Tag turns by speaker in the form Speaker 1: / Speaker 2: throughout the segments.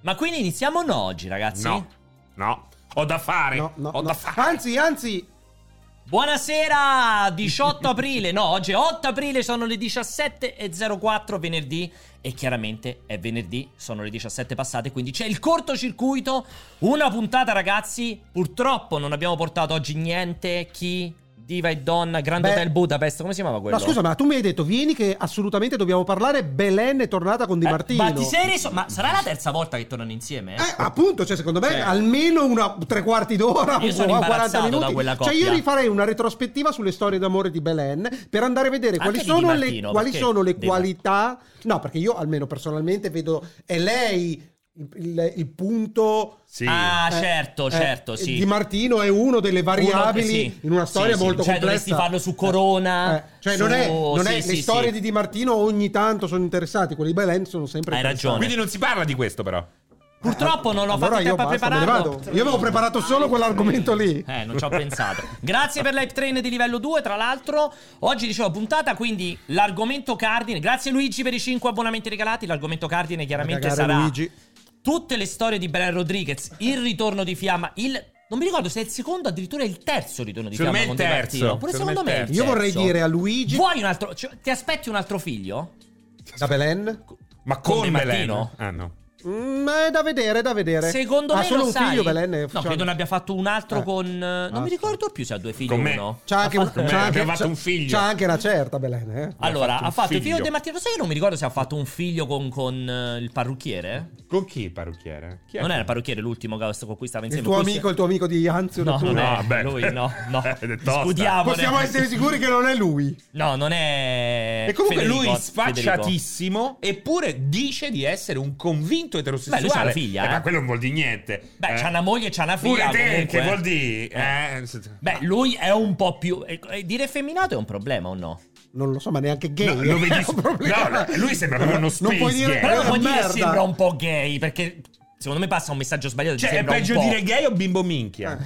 Speaker 1: Ma quindi iniziamo no oggi, ragazzi?
Speaker 2: No, no, ho da fare.
Speaker 3: No, no,
Speaker 2: ho
Speaker 3: no.
Speaker 2: da fare.
Speaker 3: Anzi, anzi,
Speaker 1: Buonasera, 18 aprile, no, oggi è 8 aprile, sono le 17.04 venerdì e chiaramente è venerdì, sono le 17 passate, quindi c'è il cortocircuito, una puntata ragazzi, purtroppo non abbiamo portato oggi niente, chi? Diva e Donna, Grand
Speaker 3: Beh-
Speaker 1: Hotel Budapest, come si chiamava quello?
Speaker 3: ma scusa, ma tu mi hai detto vieni che assolutamente dobbiamo parlare. Belen è tornata con Di
Speaker 1: Eh,
Speaker 3: Martino.
Speaker 1: ma ti sei reso- ma sarà la terza volta che tornano insieme?
Speaker 3: Eh, appunto, cioè, secondo me
Speaker 1: Cioè.
Speaker 3: almeno una tre quarti d'ora,
Speaker 1: Io sono
Speaker 3: o
Speaker 1: imbarazzato
Speaker 3: 40
Speaker 1: da
Speaker 3: minuti.
Speaker 1: quella
Speaker 3: Cioè, io
Speaker 1: coppia.
Speaker 3: rifarei una retrospettiva sulle storie d'amore di Belen per andare a vedere
Speaker 1: Anche
Speaker 3: quali
Speaker 1: di
Speaker 3: sono,
Speaker 1: Di Martino,
Speaker 3: le, quali
Speaker 1: perché
Speaker 3: sono le
Speaker 1: deve-
Speaker 3: qualità. No, perché io almeno personalmente vedo è lei il, il- il punto.
Speaker 2: Sì.
Speaker 1: Ah,
Speaker 3: eh,
Speaker 1: certo,
Speaker 3: eh,
Speaker 1: certo, sì.
Speaker 3: Di Martino è uno delle variabili
Speaker 1: Uno- sì.
Speaker 3: in una storia
Speaker 1: Sì, sì.
Speaker 3: molto
Speaker 1: Cioè,
Speaker 3: complessa.
Speaker 1: dovresti farlo su Corona,
Speaker 3: Eh, cioè,
Speaker 1: su-
Speaker 3: non è, non
Speaker 1: sì,
Speaker 3: è-
Speaker 1: sì,
Speaker 3: le
Speaker 1: sì.
Speaker 3: storie di Di Martino ogni tanto sono interessanti, quelli di Belen sono sempre
Speaker 1: Hai
Speaker 3: interessanti.
Speaker 1: ragione.
Speaker 2: Quindi non si parla di questo, però.
Speaker 1: Purtroppo non l'ho fatto in
Speaker 3: io
Speaker 1: tempo a
Speaker 3: basta, me ne
Speaker 1: prepararlo.
Speaker 3: vado. Io avevo preparato solo quell'argomento lì.
Speaker 1: Eh, non ci ho pensato. Grazie per l'hype train di livello 2, tra l'altro. Oggi dicevo puntata, quindi l'argomento cardine. Grazie Luigi per i 5 abbonamenti regalati. L'argomento cardine chiaramente
Speaker 3: cagare,
Speaker 1: sarà
Speaker 3: Luigi.
Speaker 1: tutte le storie di Belen Rodriguez, il ritorno di Fiamma, il non mi ricordo se è il secondo, addirittura il terzo ritorno di
Speaker 2: Secondo
Speaker 1: Fiamma
Speaker 2: me
Speaker 1: con
Speaker 2: il
Speaker 1: Di
Speaker 2: terzo.
Speaker 1: Martino. Pure
Speaker 2: Secondo
Speaker 1: secondo
Speaker 2: me
Speaker 1: me. il
Speaker 2: il terzo.
Speaker 3: Io vorrei
Speaker 1: terzo.
Speaker 3: dire a Luigi
Speaker 1: Vuoi un altro cioè, ti aspetti un altro figlio?
Speaker 3: da Belen.
Speaker 2: Ma
Speaker 1: Con
Speaker 2: con,
Speaker 1: Di
Speaker 2: Belen.
Speaker 1: Martino?
Speaker 2: Ah, no.
Speaker 3: Mm, è da vedere, è da vedere.
Speaker 1: Secondo
Speaker 3: ha
Speaker 1: me
Speaker 3: solo
Speaker 1: lo
Speaker 3: un
Speaker 1: sai.
Speaker 3: figlio Belen. eh, cioè, è
Speaker 1: No,
Speaker 3: ufficiale.
Speaker 1: credo ne abbia fatto un altro
Speaker 3: Eh.
Speaker 1: con eh, non
Speaker 3: Ah.
Speaker 1: mi ricordo più se ha due figli
Speaker 2: Con
Speaker 1: o
Speaker 2: me.
Speaker 1: no.
Speaker 3: C'ha anche,
Speaker 1: Ha fatto- Ah,
Speaker 2: Beh,
Speaker 3: c'ha anche-
Speaker 2: abbiamo fatto
Speaker 3: c'ha-
Speaker 2: un figlio.
Speaker 3: C'ha anche una certa Belen. Eh.
Speaker 1: Allora,
Speaker 2: fatto
Speaker 1: ha
Speaker 2: un
Speaker 1: fatto il figlio
Speaker 2: figlio.
Speaker 1: di Martino. Sai che non mi ricordo se ha fatto un figlio con, con, eh, il parrucchiere?
Speaker 2: Con chi il parrucchiere? Chi è?
Speaker 1: Non era il parrucchiere l'ultimo che- con cui stava
Speaker 3: Il
Speaker 1: insieme.
Speaker 3: tuo
Speaker 1: Questo-
Speaker 3: amico, il tuo amico di Anzio.
Speaker 1: No,
Speaker 3: tu.
Speaker 1: non
Speaker 2: No,
Speaker 1: è
Speaker 2: Ah, beh.
Speaker 1: lui, no, no.
Speaker 2: Ed è tosta.
Speaker 1: Discutiamone.
Speaker 3: Possiamo essere sicuri che non è lui.
Speaker 1: No, non è
Speaker 2: E comunque
Speaker 1: Federico,
Speaker 2: lui
Speaker 1: Federico.
Speaker 2: sfacciatissimo, eppure dice di essere un convinto
Speaker 1: Beh, lui c'ha
Speaker 2: eterosessuale.
Speaker 1: la figlia,
Speaker 2: Eh,
Speaker 1: eh.
Speaker 2: ma quello non vuol dire niente.
Speaker 1: Beh,
Speaker 2: Eh.
Speaker 1: c'ha una moglie e c'ha una figlia
Speaker 2: Pure te,
Speaker 1: comunque.
Speaker 2: che vuol dire?
Speaker 1: Eh.
Speaker 2: Eh, se-
Speaker 1: Beh, lui è un po' più eh, eh, dire femminato è un problema o no?
Speaker 3: Non lo so, ma neanche gay.
Speaker 2: No, lo vedi-
Speaker 3: È un problema.
Speaker 2: no, lui sembra proprio uno
Speaker 3: Non puoi
Speaker 2: space
Speaker 3: dire
Speaker 2: gay.
Speaker 1: Però
Speaker 3: è
Speaker 1: non puoi
Speaker 3: una
Speaker 1: dire
Speaker 3: merda.
Speaker 1: sembra un po' gay perché secondo me passa un messaggio sbagliato
Speaker 2: Cioè, è
Speaker 1: sembra un
Speaker 2: peggio
Speaker 1: po'.
Speaker 2: dire gay o bimbo minchia?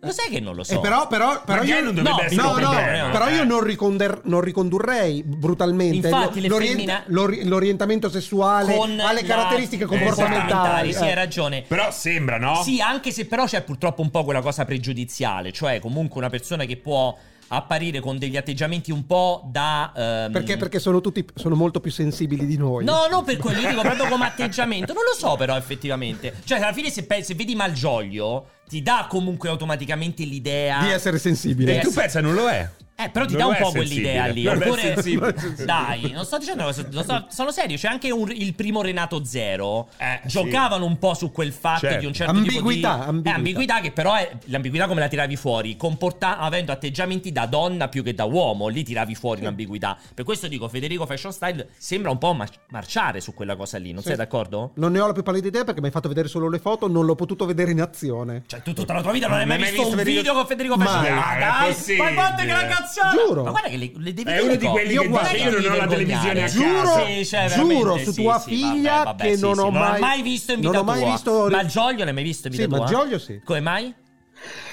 Speaker 1: Lo sai che non lo so.
Speaker 3: E Eh, però, però, Eh, però
Speaker 2: Ma
Speaker 3: io
Speaker 2: gay non dovrebbe
Speaker 1: no,
Speaker 2: essere
Speaker 3: No,
Speaker 2: un
Speaker 3: no,
Speaker 2: problema.
Speaker 3: però io
Speaker 2: Eh.
Speaker 3: non, riconder- non ricondurrei brutalmente
Speaker 1: Infatti, le
Speaker 3: l'orient-
Speaker 1: femmina-
Speaker 3: l'ori- l'orientamento sessuale
Speaker 1: con
Speaker 3: alle
Speaker 1: la- eh,
Speaker 3: caratteristiche comportamentali. eh,
Speaker 1: comportamentali, Sì, hai ragione.
Speaker 2: Però sembra,
Speaker 3: Oh.
Speaker 2: no?
Speaker 1: Sì, anche se però c'è purtroppo un po' quella cosa pregiudiziale, cioè comunque una persona che può apparire con degli atteggiamenti un po' da... ehm,
Speaker 3: Perché, perché sono tutti sono molto più sensibili di noi.
Speaker 1: No, non per quello, io dico proprio come atteggiamento. Non lo so, però, effettivamente. Cioè, alla fine, se, pe- se vedi Malgioglio, ti dà comunque automaticamente l'idea.
Speaker 3: Di essere sensibili.
Speaker 2: E tu pensa non lo è.
Speaker 1: Eh, però ti
Speaker 2: Non
Speaker 1: dà un
Speaker 2: è
Speaker 1: po'
Speaker 2: sensibile.
Speaker 1: quell'idea lì.
Speaker 2: Non è
Speaker 1: Oppure,
Speaker 2: sensibile.
Speaker 1: dai, non sto dicendo una cosa. non sto- sono serio. C'è anche un- il primo Renato Zero.
Speaker 2: Eh, sì.
Speaker 1: giocavano un po' su quel fatto
Speaker 2: Certo.
Speaker 1: di un certo
Speaker 3: Ambiguità,
Speaker 1: tipo di
Speaker 3: ambiguità.
Speaker 1: Eh, ambiguità. Che però è l'ambiguità come la tiravi fuori? Comporta- avendo atteggiamenti da donna più che da uomo. Lì tiravi fuori l'ambiguità. Per questo dico, Federico Fashion Style sembra un po' mar- marciare su quella cosa lì. Non sei d'accordo?
Speaker 3: Non ne ho la più pallida idea perché mi hai fatto vedere solo le foto, non l'ho potuto vedere in azione.
Speaker 1: Cioè, tu tutta la tua vita non hai mai visto, un
Speaker 2: Federico-
Speaker 1: video con Federico
Speaker 3: Mai.
Speaker 1: Fashion
Speaker 2: Non è
Speaker 1: Ah, dai,
Speaker 2: possibile.
Speaker 1: ma guarda che ragazziana!
Speaker 3: Giuro.
Speaker 1: Ma guarda che le, le devi
Speaker 2: È
Speaker 1: dire
Speaker 2: uno di
Speaker 1: cose.
Speaker 2: quelli
Speaker 3: Io
Speaker 2: che
Speaker 3: guarda,
Speaker 2: dice io non ho la
Speaker 1: vergognare.
Speaker 2: televisione a
Speaker 3: Giuro,
Speaker 2: casa.
Speaker 1: Sì, cioè,
Speaker 3: giuro
Speaker 1: veramente,
Speaker 3: su
Speaker 1: sì,
Speaker 3: tua
Speaker 1: sì,
Speaker 3: figlia
Speaker 1: vabbè, vabbè,
Speaker 3: che
Speaker 1: sì,
Speaker 3: non
Speaker 1: sì,
Speaker 3: ho mai,
Speaker 1: visto in
Speaker 3: non
Speaker 1: vita
Speaker 3: ho mai
Speaker 1: tua.
Speaker 3: visto
Speaker 1: Malgioglio l'hai mai visto in vita
Speaker 3: Sì,
Speaker 1: tua?
Speaker 3: Malgioglio sì.
Speaker 1: Come mai?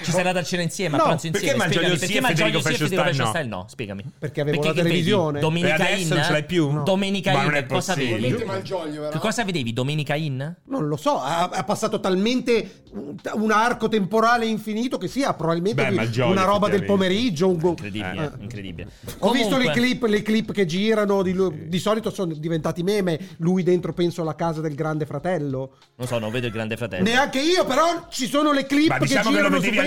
Speaker 1: Ci sei andato al cena insieme,
Speaker 3: No,
Speaker 1: a pranzo insieme.
Speaker 2: perché Malgioglio
Speaker 1: Spiegami,
Speaker 2: sì e
Speaker 1: perché
Speaker 2: Federico
Speaker 1: Malgioglio sì e
Speaker 2: Fashion
Speaker 1: Federico
Speaker 2: Style
Speaker 1: Fashion no, spiegami.
Speaker 3: Perché avevo
Speaker 1: che
Speaker 3: la
Speaker 1: vedi?
Speaker 3: televisione.
Speaker 1: Domenica
Speaker 2: E adesso
Speaker 1: in?
Speaker 2: non ce l'hai più? No.
Speaker 1: Domenica
Speaker 2: Ma
Speaker 1: in,
Speaker 2: non è
Speaker 1: cosa
Speaker 2: possibile.
Speaker 1: vedi?
Speaker 2: Io-
Speaker 4: Malgioglio,
Speaker 1: Che
Speaker 4: vero?
Speaker 1: cosa vedevi domenica in?
Speaker 3: Non lo so, ha, ha passato talmente un, un arco temporale infinito che sia probabilmente
Speaker 2: Beh,
Speaker 3: di-
Speaker 2: Malgioglio,
Speaker 3: una roba del
Speaker 2: effettivamente.
Speaker 3: pomeriggio. un-
Speaker 1: Incredibile,
Speaker 3: Eh.
Speaker 1: incredibile.
Speaker 3: Ho visto le
Speaker 1: Comunque-
Speaker 3: clip, le clip che girano, di, lui- di solito sono diventati meme. Lui dentro, penso, alla casa del grande fratello.
Speaker 1: Non so, non vedo il Grande Fratello.
Speaker 3: Neanche io, però ci sono le clip
Speaker 2: Eh, Ma
Speaker 3: che
Speaker 2: diciamo che lo
Speaker 3: girano
Speaker 2: vedevi
Speaker 3: su
Speaker 2: al
Speaker 3: Facebook.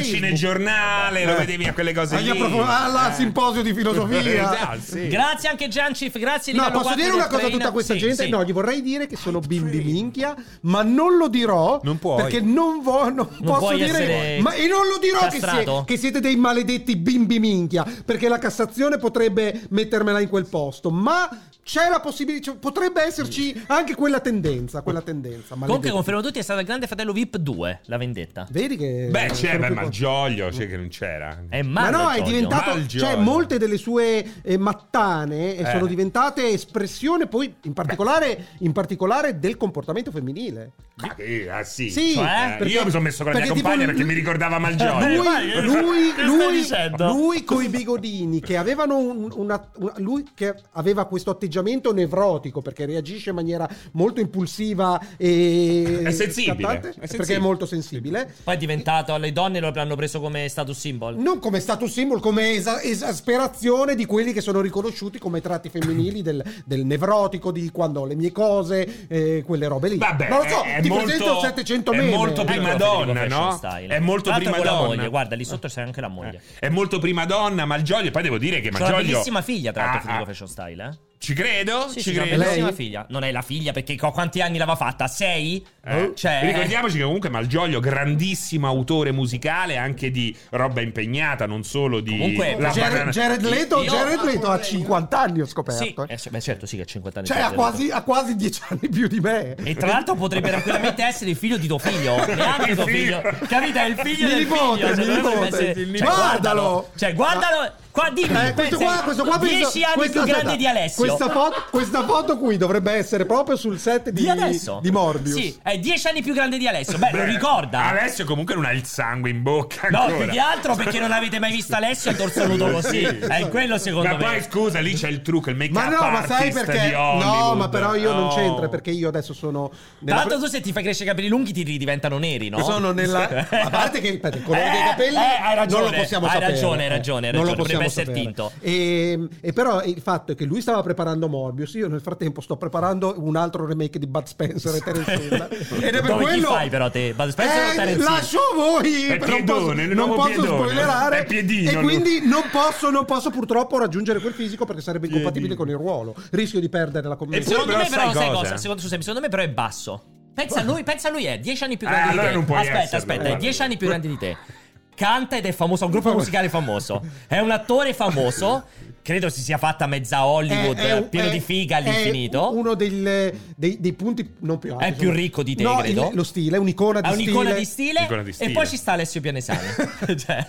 Speaker 2: cinegiornale, lo
Speaker 3: Eh.
Speaker 2: vedevi a quelle cose
Speaker 3: Agli
Speaker 2: lì.
Speaker 3: approf- alla
Speaker 2: Eh.
Speaker 3: simposio di filosofia.
Speaker 2: Eh, sì.
Speaker 1: Grazie anche Giancif, grazie
Speaker 3: No,
Speaker 1: livello
Speaker 3: posso
Speaker 1: 4
Speaker 3: dire
Speaker 1: del
Speaker 3: una cosa a
Speaker 1: train.
Speaker 3: tutta questa
Speaker 1: Sì,
Speaker 3: gente?
Speaker 1: sì.
Speaker 3: No, gli vorrei dire che sono bimbi minchia, ma non lo dirò
Speaker 2: Non puoi.
Speaker 3: perché non, vo- non posso
Speaker 1: puoi
Speaker 3: dire
Speaker 1: essere
Speaker 3: ma, e non lo dirò che,
Speaker 1: castrato?
Speaker 3: sie- che siete dei maledetti bimbi minchia, perché la Cassazione potrebbe mettermela in quel posto, ma c'è la possibilità, cioè, potrebbe esserci anche quella tendenza, quella tendenza.
Speaker 1: Comunque
Speaker 3: maledetti.
Speaker 1: confermo tutti, è stato il Grande Fratello VIP 2, la vendetta.
Speaker 3: Vedi che
Speaker 2: Beh, c'è,
Speaker 3: sono
Speaker 2: beh,
Speaker 3: più-
Speaker 2: Malgioglio, c'è che non c'era.
Speaker 1: È
Speaker 3: Ma
Speaker 1: male.
Speaker 3: no, è
Speaker 1: Giorgio.
Speaker 3: diventato.
Speaker 2: Malgioglio.
Speaker 3: Cioè, molte delle sue eh, mattane eh,
Speaker 2: Eh.
Speaker 3: sono diventate espressione, poi, in particolare, in particolare del comportamento femminile.
Speaker 2: Ah, eh, ah, sì.
Speaker 3: Sì,
Speaker 1: Cioè?
Speaker 3: perché-
Speaker 2: Io mi sono messo con la mia
Speaker 3: perché
Speaker 2: compagna
Speaker 3: tipo
Speaker 2: perché mi ricordava Malgioglio.
Speaker 3: Lui,
Speaker 1: Eh,
Speaker 3: lui,
Speaker 1: che stai
Speaker 3: lui,
Speaker 1: dicendo?
Speaker 3: lui coi bigodini che avevano un- una, una- lui che aveva questo atteggiamento atteggiamento nevrotico perché reagisce in maniera molto impulsiva e
Speaker 2: È sensibile,
Speaker 3: scattante,
Speaker 2: è sensibile.
Speaker 3: perché è molto sensibile.
Speaker 1: Poi è diventato, le donne lo hanno preso come status symbol.
Speaker 3: Non come status symbol, come esa- esasperazione di quelli che sono riconosciuti come tratti femminili del, del nevrotico, di quando ho le mie cose, eh, quelle robe lì.
Speaker 2: Vabbè,
Speaker 3: non lo so,
Speaker 2: è, è
Speaker 3: ti
Speaker 2: molto,
Speaker 3: presento 700
Speaker 2: è
Speaker 3: meme. Eh,
Speaker 2: molto
Speaker 1: Ecco
Speaker 2: prima
Speaker 1: la
Speaker 2: donna,
Speaker 1: Federico
Speaker 2: no?
Speaker 1: Fashion Style.
Speaker 2: È molto
Speaker 1: Tra l'altro
Speaker 2: prima
Speaker 1: con la
Speaker 2: donna.
Speaker 1: moglie, guarda, lì sotto c'è anche la moglie.
Speaker 2: Eh, È molto prima donna, Malgioglio. Poi devo dire che
Speaker 1: C'è una
Speaker 2: Malgioglio.
Speaker 1: bellissima figlia, tra l'altro,
Speaker 2: Ah,
Speaker 1: Federico
Speaker 2: ah,
Speaker 1: Fashion Style, eh?
Speaker 2: Ci credo,
Speaker 1: Sì,
Speaker 2: ci
Speaker 1: sì, una
Speaker 2: credo.
Speaker 1: bellissima
Speaker 3: Lei?
Speaker 1: figlia. Non è la figlia perché co- quanti anni l'aveva fatta? Sei?
Speaker 2: Eh,
Speaker 1: Cioè,
Speaker 2: Ricordiamoci che comunque Malgioglio, grandissimo autore musicale, anche di roba impegnata, non solo di
Speaker 1: Comunque,
Speaker 2: la
Speaker 3: Jared,
Speaker 2: banana-
Speaker 3: Jared Leto,
Speaker 1: Io-
Speaker 3: Jared Leto ha 50 anni, ho
Speaker 1: Sì,
Speaker 3: scoperto. eh.
Speaker 1: eh, cioè, beh, certo, sì, che ha 50 anni.
Speaker 3: Cioè,
Speaker 1: fa,
Speaker 3: ha
Speaker 1: Federico.
Speaker 3: quasi, ha quasi 10 anni più di me.
Speaker 1: E tra l'altro potrebbe tranquillamente essere il figlio di tuo figlio, neanche tuo figlio. Capita? È il figlio
Speaker 3: Il
Speaker 1: del
Speaker 3: nipote,
Speaker 1: figlio.
Speaker 3: il
Speaker 1: dovrebbe
Speaker 3: nipote, il nipote. Guardalo!
Speaker 1: Cioè, guardalo. Qua dimmi,
Speaker 3: Eh, questo qua, questo qua
Speaker 1: 10
Speaker 3: penso-
Speaker 1: anni
Speaker 3: questa-
Speaker 1: più grande
Speaker 3: aspetta,
Speaker 1: di Alessio.
Speaker 3: Questa foto, questa foto qui dovrebbe essere proprio sul set di,
Speaker 1: di adesso.
Speaker 3: di Morbius.
Speaker 1: Sì, è 10 anni più grande di Alessio. Beh, lo
Speaker 2: Beh,
Speaker 1: ricorda.
Speaker 2: Alessio comunque non ha il sangue in bocca
Speaker 1: No,
Speaker 2: ancora.
Speaker 1: più che altro perché non avete mai visto Alessio al dorso nudo così. È quello secondo
Speaker 2: Ma
Speaker 1: me.
Speaker 2: poi scusa, lì c'è il trucco, il make-up
Speaker 3: Ma no, ma sai
Speaker 2: artist
Speaker 3: perché?
Speaker 2: di
Speaker 3: No,
Speaker 2: Hollywood.
Speaker 3: ma però io non
Speaker 2: No.
Speaker 3: c'entra perché io adesso sono.
Speaker 1: Tra
Speaker 3: Nella...
Speaker 1: l'altro tu se ti fai crescere i capelli lunghi ti diventano neri, no?
Speaker 3: Sono nella. A parte che ripeto, il colore dei capelli
Speaker 1: Eh, eh, hai ragione,
Speaker 3: non lo possiamo
Speaker 1: hai
Speaker 3: sapere.
Speaker 1: ragione, hai
Speaker 3: eh.
Speaker 1: ragione,
Speaker 3: Non lo
Speaker 1: hai ragione,
Speaker 3: possiamo
Speaker 1: dovrebbe essere
Speaker 3: sapere.
Speaker 1: tinto.
Speaker 3: E, e però il fatto è che lui stava preparando Morbius. Io nel frattempo sto preparando un altro remake di Bud Spencer e Terence Hill. Ed è per
Speaker 1: Dove
Speaker 3: quello.
Speaker 1: ti fai però te? Bud Spencer o
Speaker 3: Eh,
Speaker 1: Terence Hill?
Speaker 3: Lascio a voi. non
Speaker 2: È
Speaker 3: posso,
Speaker 2: piedone, il
Speaker 3: non
Speaker 2: nuovo
Speaker 3: posso
Speaker 2: piedone.
Speaker 3: spoilerare.
Speaker 2: È piedino,
Speaker 3: e
Speaker 2: lui.
Speaker 3: quindi non posso, non posso purtroppo raggiungere quel fisico perché sarebbe incompatibile con il ruolo. Rischio di perdere la
Speaker 2: E
Speaker 3: commessa.
Speaker 1: Secondo me
Speaker 2: Però
Speaker 1: però
Speaker 2: sai
Speaker 1: sai
Speaker 2: cosa? Oh.
Speaker 1: cosa? Secondo, scusami, secondo me però è basso. Pensa a lui, pensa a lui è 10 anni più
Speaker 2: Eh,
Speaker 1: grande di
Speaker 2: allora
Speaker 1: te.
Speaker 2: non puoi
Speaker 1: aspetta,
Speaker 2: esserlo, eh,
Speaker 1: aspetta, è
Speaker 2: guarda.
Speaker 1: 10 anni più grande di te. Canta ed è famoso, ha un gruppo musicale famoso. È un attore famoso. Credo si sia fatta mezza Hollywood,
Speaker 2: Eh,
Speaker 3: È- è un-
Speaker 1: pieno
Speaker 3: è-
Speaker 1: di figa
Speaker 3: è
Speaker 1: all'infinito.
Speaker 3: Uno del- dei, dei punti non più alti,
Speaker 1: È
Speaker 3: secondo
Speaker 1: più
Speaker 3: me.
Speaker 1: ricco di te,
Speaker 3: No,
Speaker 1: credo.
Speaker 3: il- lo stile, è un'icona di
Speaker 1: ha
Speaker 3: stile.
Speaker 1: un'icona di stile,
Speaker 2: Icona di
Speaker 1: E
Speaker 2: stile.
Speaker 1: poi ci sta Alessio Pianesani. cioè,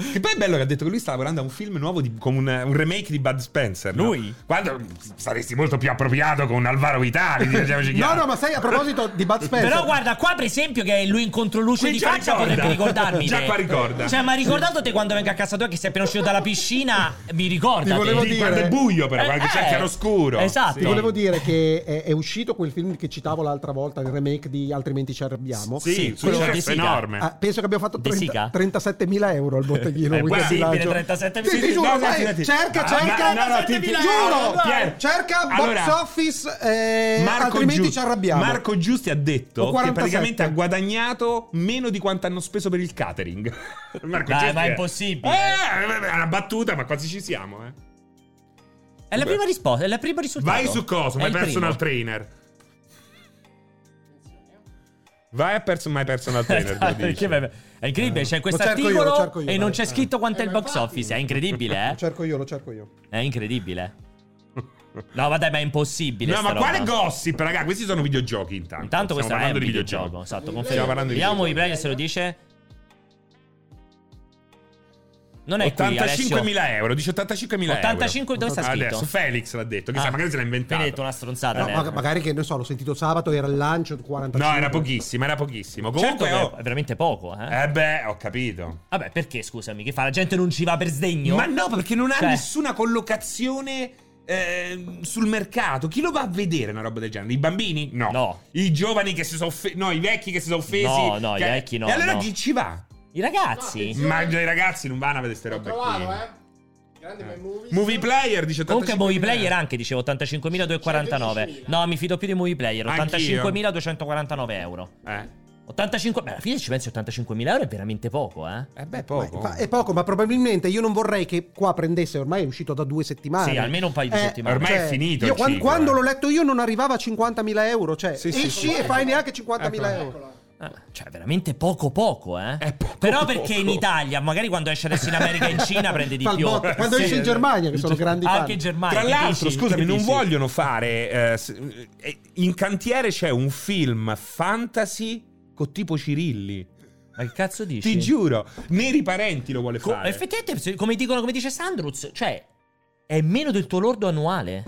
Speaker 2: Che poi è bello che ha detto che lui sta lavorando a un film nuovo di- con un, un remake di Bud Spencer. no?
Speaker 1: Lui?
Speaker 2: Quando saresti molto più appropriato con Alvaro Vitali, diciamoci
Speaker 3: No,
Speaker 2: chiaro.
Speaker 3: no, ma sai, a proposito di Bud Spencer.
Speaker 1: Però guarda, qua per esempio che è lui in controluce
Speaker 2: Qui
Speaker 1: di
Speaker 2: già
Speaker 1: faccia
Speaker 2: ricorda.
Speaker 1: potrebbe ricordarmi.
Speaker 2: Già
Speaker 1: te.
Speaker 2: qua ricorda.
Speaker 1: Cioè, ma ricordando te quando vengo a casa tua che sei appena uscito dalla piscina, mi ricorda.
Speaker 3: Ti volevo
Speaker 2: Sì,
Speaker 3: dire-
Speaker 2: quando è buio però,
Speaker 1: Eh,
Speaker 2: quando c'è
Speaker 1: eh.
Speaker 2: chiaroscuro.
Speaker 1: Esatto.
Speaker 3: Ti
Speaker 2: Sì.
Speaker 3: volevo dire che è, è uscito quel film che citavo l'altra volta, il remake di Altrimenti ci arrabbiamo.
Speaker 2: Sì,
Speaker 1: Sì, quello di
Speaker 2: successo
Speaker 1: Sica.
Speaker 2: enorme.
Speaker 3: Ah, penso che abbiamo fatto
Speaker 1: Di
Speaker 3: 30
Speaker 1: Sica?
Speaker 3: 37.000 euro al botteghino.
Speaker 2: Eh,
Speaker 3: weekend
Speaker 2: possibile,
Speaker 3: di lancio.
Speaker 1: 37.000.
Speaker 3: Sì, ti giuro,
Speaker 2: No, no,
Speaker 3: vai,
Speaker 2: fidati.
Speaker 3: cerca,
Speaker 2: Ah,
Speaker 3: cerca.
Speaker 2: ma- no, no, ti- ti-
Speaker 3: giuro,
Speaker 2: Pier, Pier,
Speaker 3: cerca box
Speaker 2: allora,
Speaker 3: office, eh,
Speaker 2: Marco
Speaker 3: altrimenti
Speaker 2: Giu-
Speaker 3: ci arrabbiamo.
Speaker 2: Marco Giusti ha detto
Speaker 3: Ho
Speaker 2: che
Speaker 3: 47.
Speaker 2: praticamente ha guadagnato meno di quanto hanno speso per il catering. Marco
Speaker 1: Dai,
Speaker 2: Giusti
Speaker 1: ma è impossibile.
Speaker 2: Eh, è una battuta, ma quasi ci siamo. eh.
Speaker 1: È la prima risposta, è la prima risultato.
Speaker 2: Vai su Cosmo,
Speaker 1: È
Speaker 2: my
Speaker 1: il primo.
Speaker 2: personal trainer. Vai a perso my personal trainer.
Speaker 1: Esatto,
Speaker 2: lo dici. Eh.
Speaker 1: perché vabbè, è incredibile, c'è questo
Speaker 3: cerco io, lo cerco io,
Speaker 1: articolo e
Speaker 3: dai.
Speaker 1: non c'è scritto quanto
Speaker 4: Eh,
Speaker 1: è il
Speaker 4: ma
Speaker 1: box
Speaker 4: infatti.
Speaker 1: office, è incredibile,
Speaker 3: Lo
Speaker 1: eh?
Speaker 3: cerco io, lo cerco io.
Speaker 1: È incredibile. No, vabbè, ma è impossibile.
Speaker 2: No,
Speaker 1: sta
Speaker 2: ma quale
Speaker 1: roba.
Speaker 2: gossip, raga? Questi sono videogiochi intanto.
Speaker 1: Intanto questo
Speaker 2: Stiamo
Speaker 1: è un
Speaker 2: parlando di
Speaker 1: videogioco,
Speaker 2: videogiochi.
Speaker 1: esatto,
Speaker 2: Stiamo
Speaker 1: confermo.
Speaker 2: parlando di
Speaker 1: Vediamo i
Speaker 2: videogiochi.
Speaker 1: player se lo dice. Non è qui, Alessio.
Speaker 2: 85.000 euro, dice 85.000 euro.
Speaker 1: 85, dove sta scritto?
Speaker 2: Adesso Felix l'ha detto, chissà,
Speaker 1: Ah,
Speaker 2: magari se l'ha inventato.
Speaker 1: mi hai detto una stronzata.
Speaker 3: No,
Speaker 1: Nero.
Speaker 3: ma- magari che, non so, l'ho sentito sabato, era il lancio 45.
Speaker 2: No, era pochissimo, era pochissimo.
Speaker 1: Certo
Speaker 2: Comunque,
Speaker 1: che
Speaker 2: oh,
Speaker 1: è veramente poco, eh.
Speaker 2: eh beh, ho capito.
Speaker 1: Vabbè, perché scusami, che fa? La gente non ci va per sdegno?
Speaker 2: Ma no, perché non ha
Speaker 1: Cioè-
Speaker 2: nessuna collocazione eh, sul mercato. Chi lo va a vedere una roba del genere? I bambini? No.
Speaker 1: No.
Speaker 2: I giovani che si sono offesi? No, i vecchi che si sono offesi?
Speaker 1: No, no,
Speaker 2: Che-
Speaker 1: i vecchi no,
Speaker 2: E allora
Speaker 1: no.
Speaker 2: chi ci va?
Speaker 1: I ragazzi.
Speaker 4: No,
Speaker 2: Ma i ragazzi non vanno a vedere queste
Speaker 4: Lo
Speaker 2: robe
Speaker 4: trovavo,
Speaker 2: qui.
Speaker 4: eh. Grande My Movies.
Speaker 2: Movie player dice
Speaker 1: Comunque
Speaker 2: 85.000.
Speaker 1: Movie Player anche dicevo 85.249.
Speaker 4: 110.000.
Speaker 1: No, mi fido più di Movie Player,
Speaker 2: Anch'io.
Speaker 1: 85.249 euro.
Speaker 2: Eh.
Speaker 1: 85, beh, alla fine ci pensi 85.000 euro è veramente poco, eh.
Speaker 2: Eh beh,
Speaker 3: Ma-
Speaker 2: poco.
Speaker 3: fa- è poco, ma probabilmente io non vorrei che qua prendesse, ormai è uscito da due settimane. Eh, cioè,
Speaker 1: Sì, almeno un paio di settimane.
Speaker 2: Ormai è finito
Speaker 3: io
Speaker 2: il
Speaker 3: quan-
Speaker 2: ciclo,
Speaker 3: quando
Speaker 2: eh.
Speaker 3: l'ho letto io non arrivava a 50.000 euro, cioè
Speaker 2: Sì, sì, Ecco.
Speaker 3: esci
Speaker 2: sì.
Speaker 3: e fai neanche 50.000
Speaker 2: Eccola.
Speaker 3: euro.
Speaker 4: Eccola.
Speaker 1: Ah, Cioè, veramente poco poco, eh.
Speaker 2: È poco,
Speaker 1: Però perché
Speaker 2: poco.
Speaker 1: in Italia, magari quando esce adesso in America e in Cina prende di
Speaker 3: Fa il
Speaker 1: più.
Speaker 3: botto. Quando
Speaker 1: Sì.
Speaker 3: esce in Germania, che sono grandi
Speaker 1: Anche
Speaker 3: fan.
Speaker 1: in Germania.
Speaker 2: Tra
Speaker 1: che
Speaker 2: l'altro,
Speaker 1: dici?
Speaker 2: scusami,
Speaker 1: Che
Speaker 2: non
Speaker 1: dici?
Speaker 2: vogliono fare. eh, s- eh, in cantiere c'è un film fantasy con tipo Cirilli.
Speaker 1: Ma che cazzo dici?
Speaker 2: Ti giuro, Neri Parenti lo vuole
Speaker 1: Co-
Speaker 2: fare.
Speaker 1: effettivamente, se- come, dicono, come dice Sandruz, cioè, è meno del tuo lordo annuale.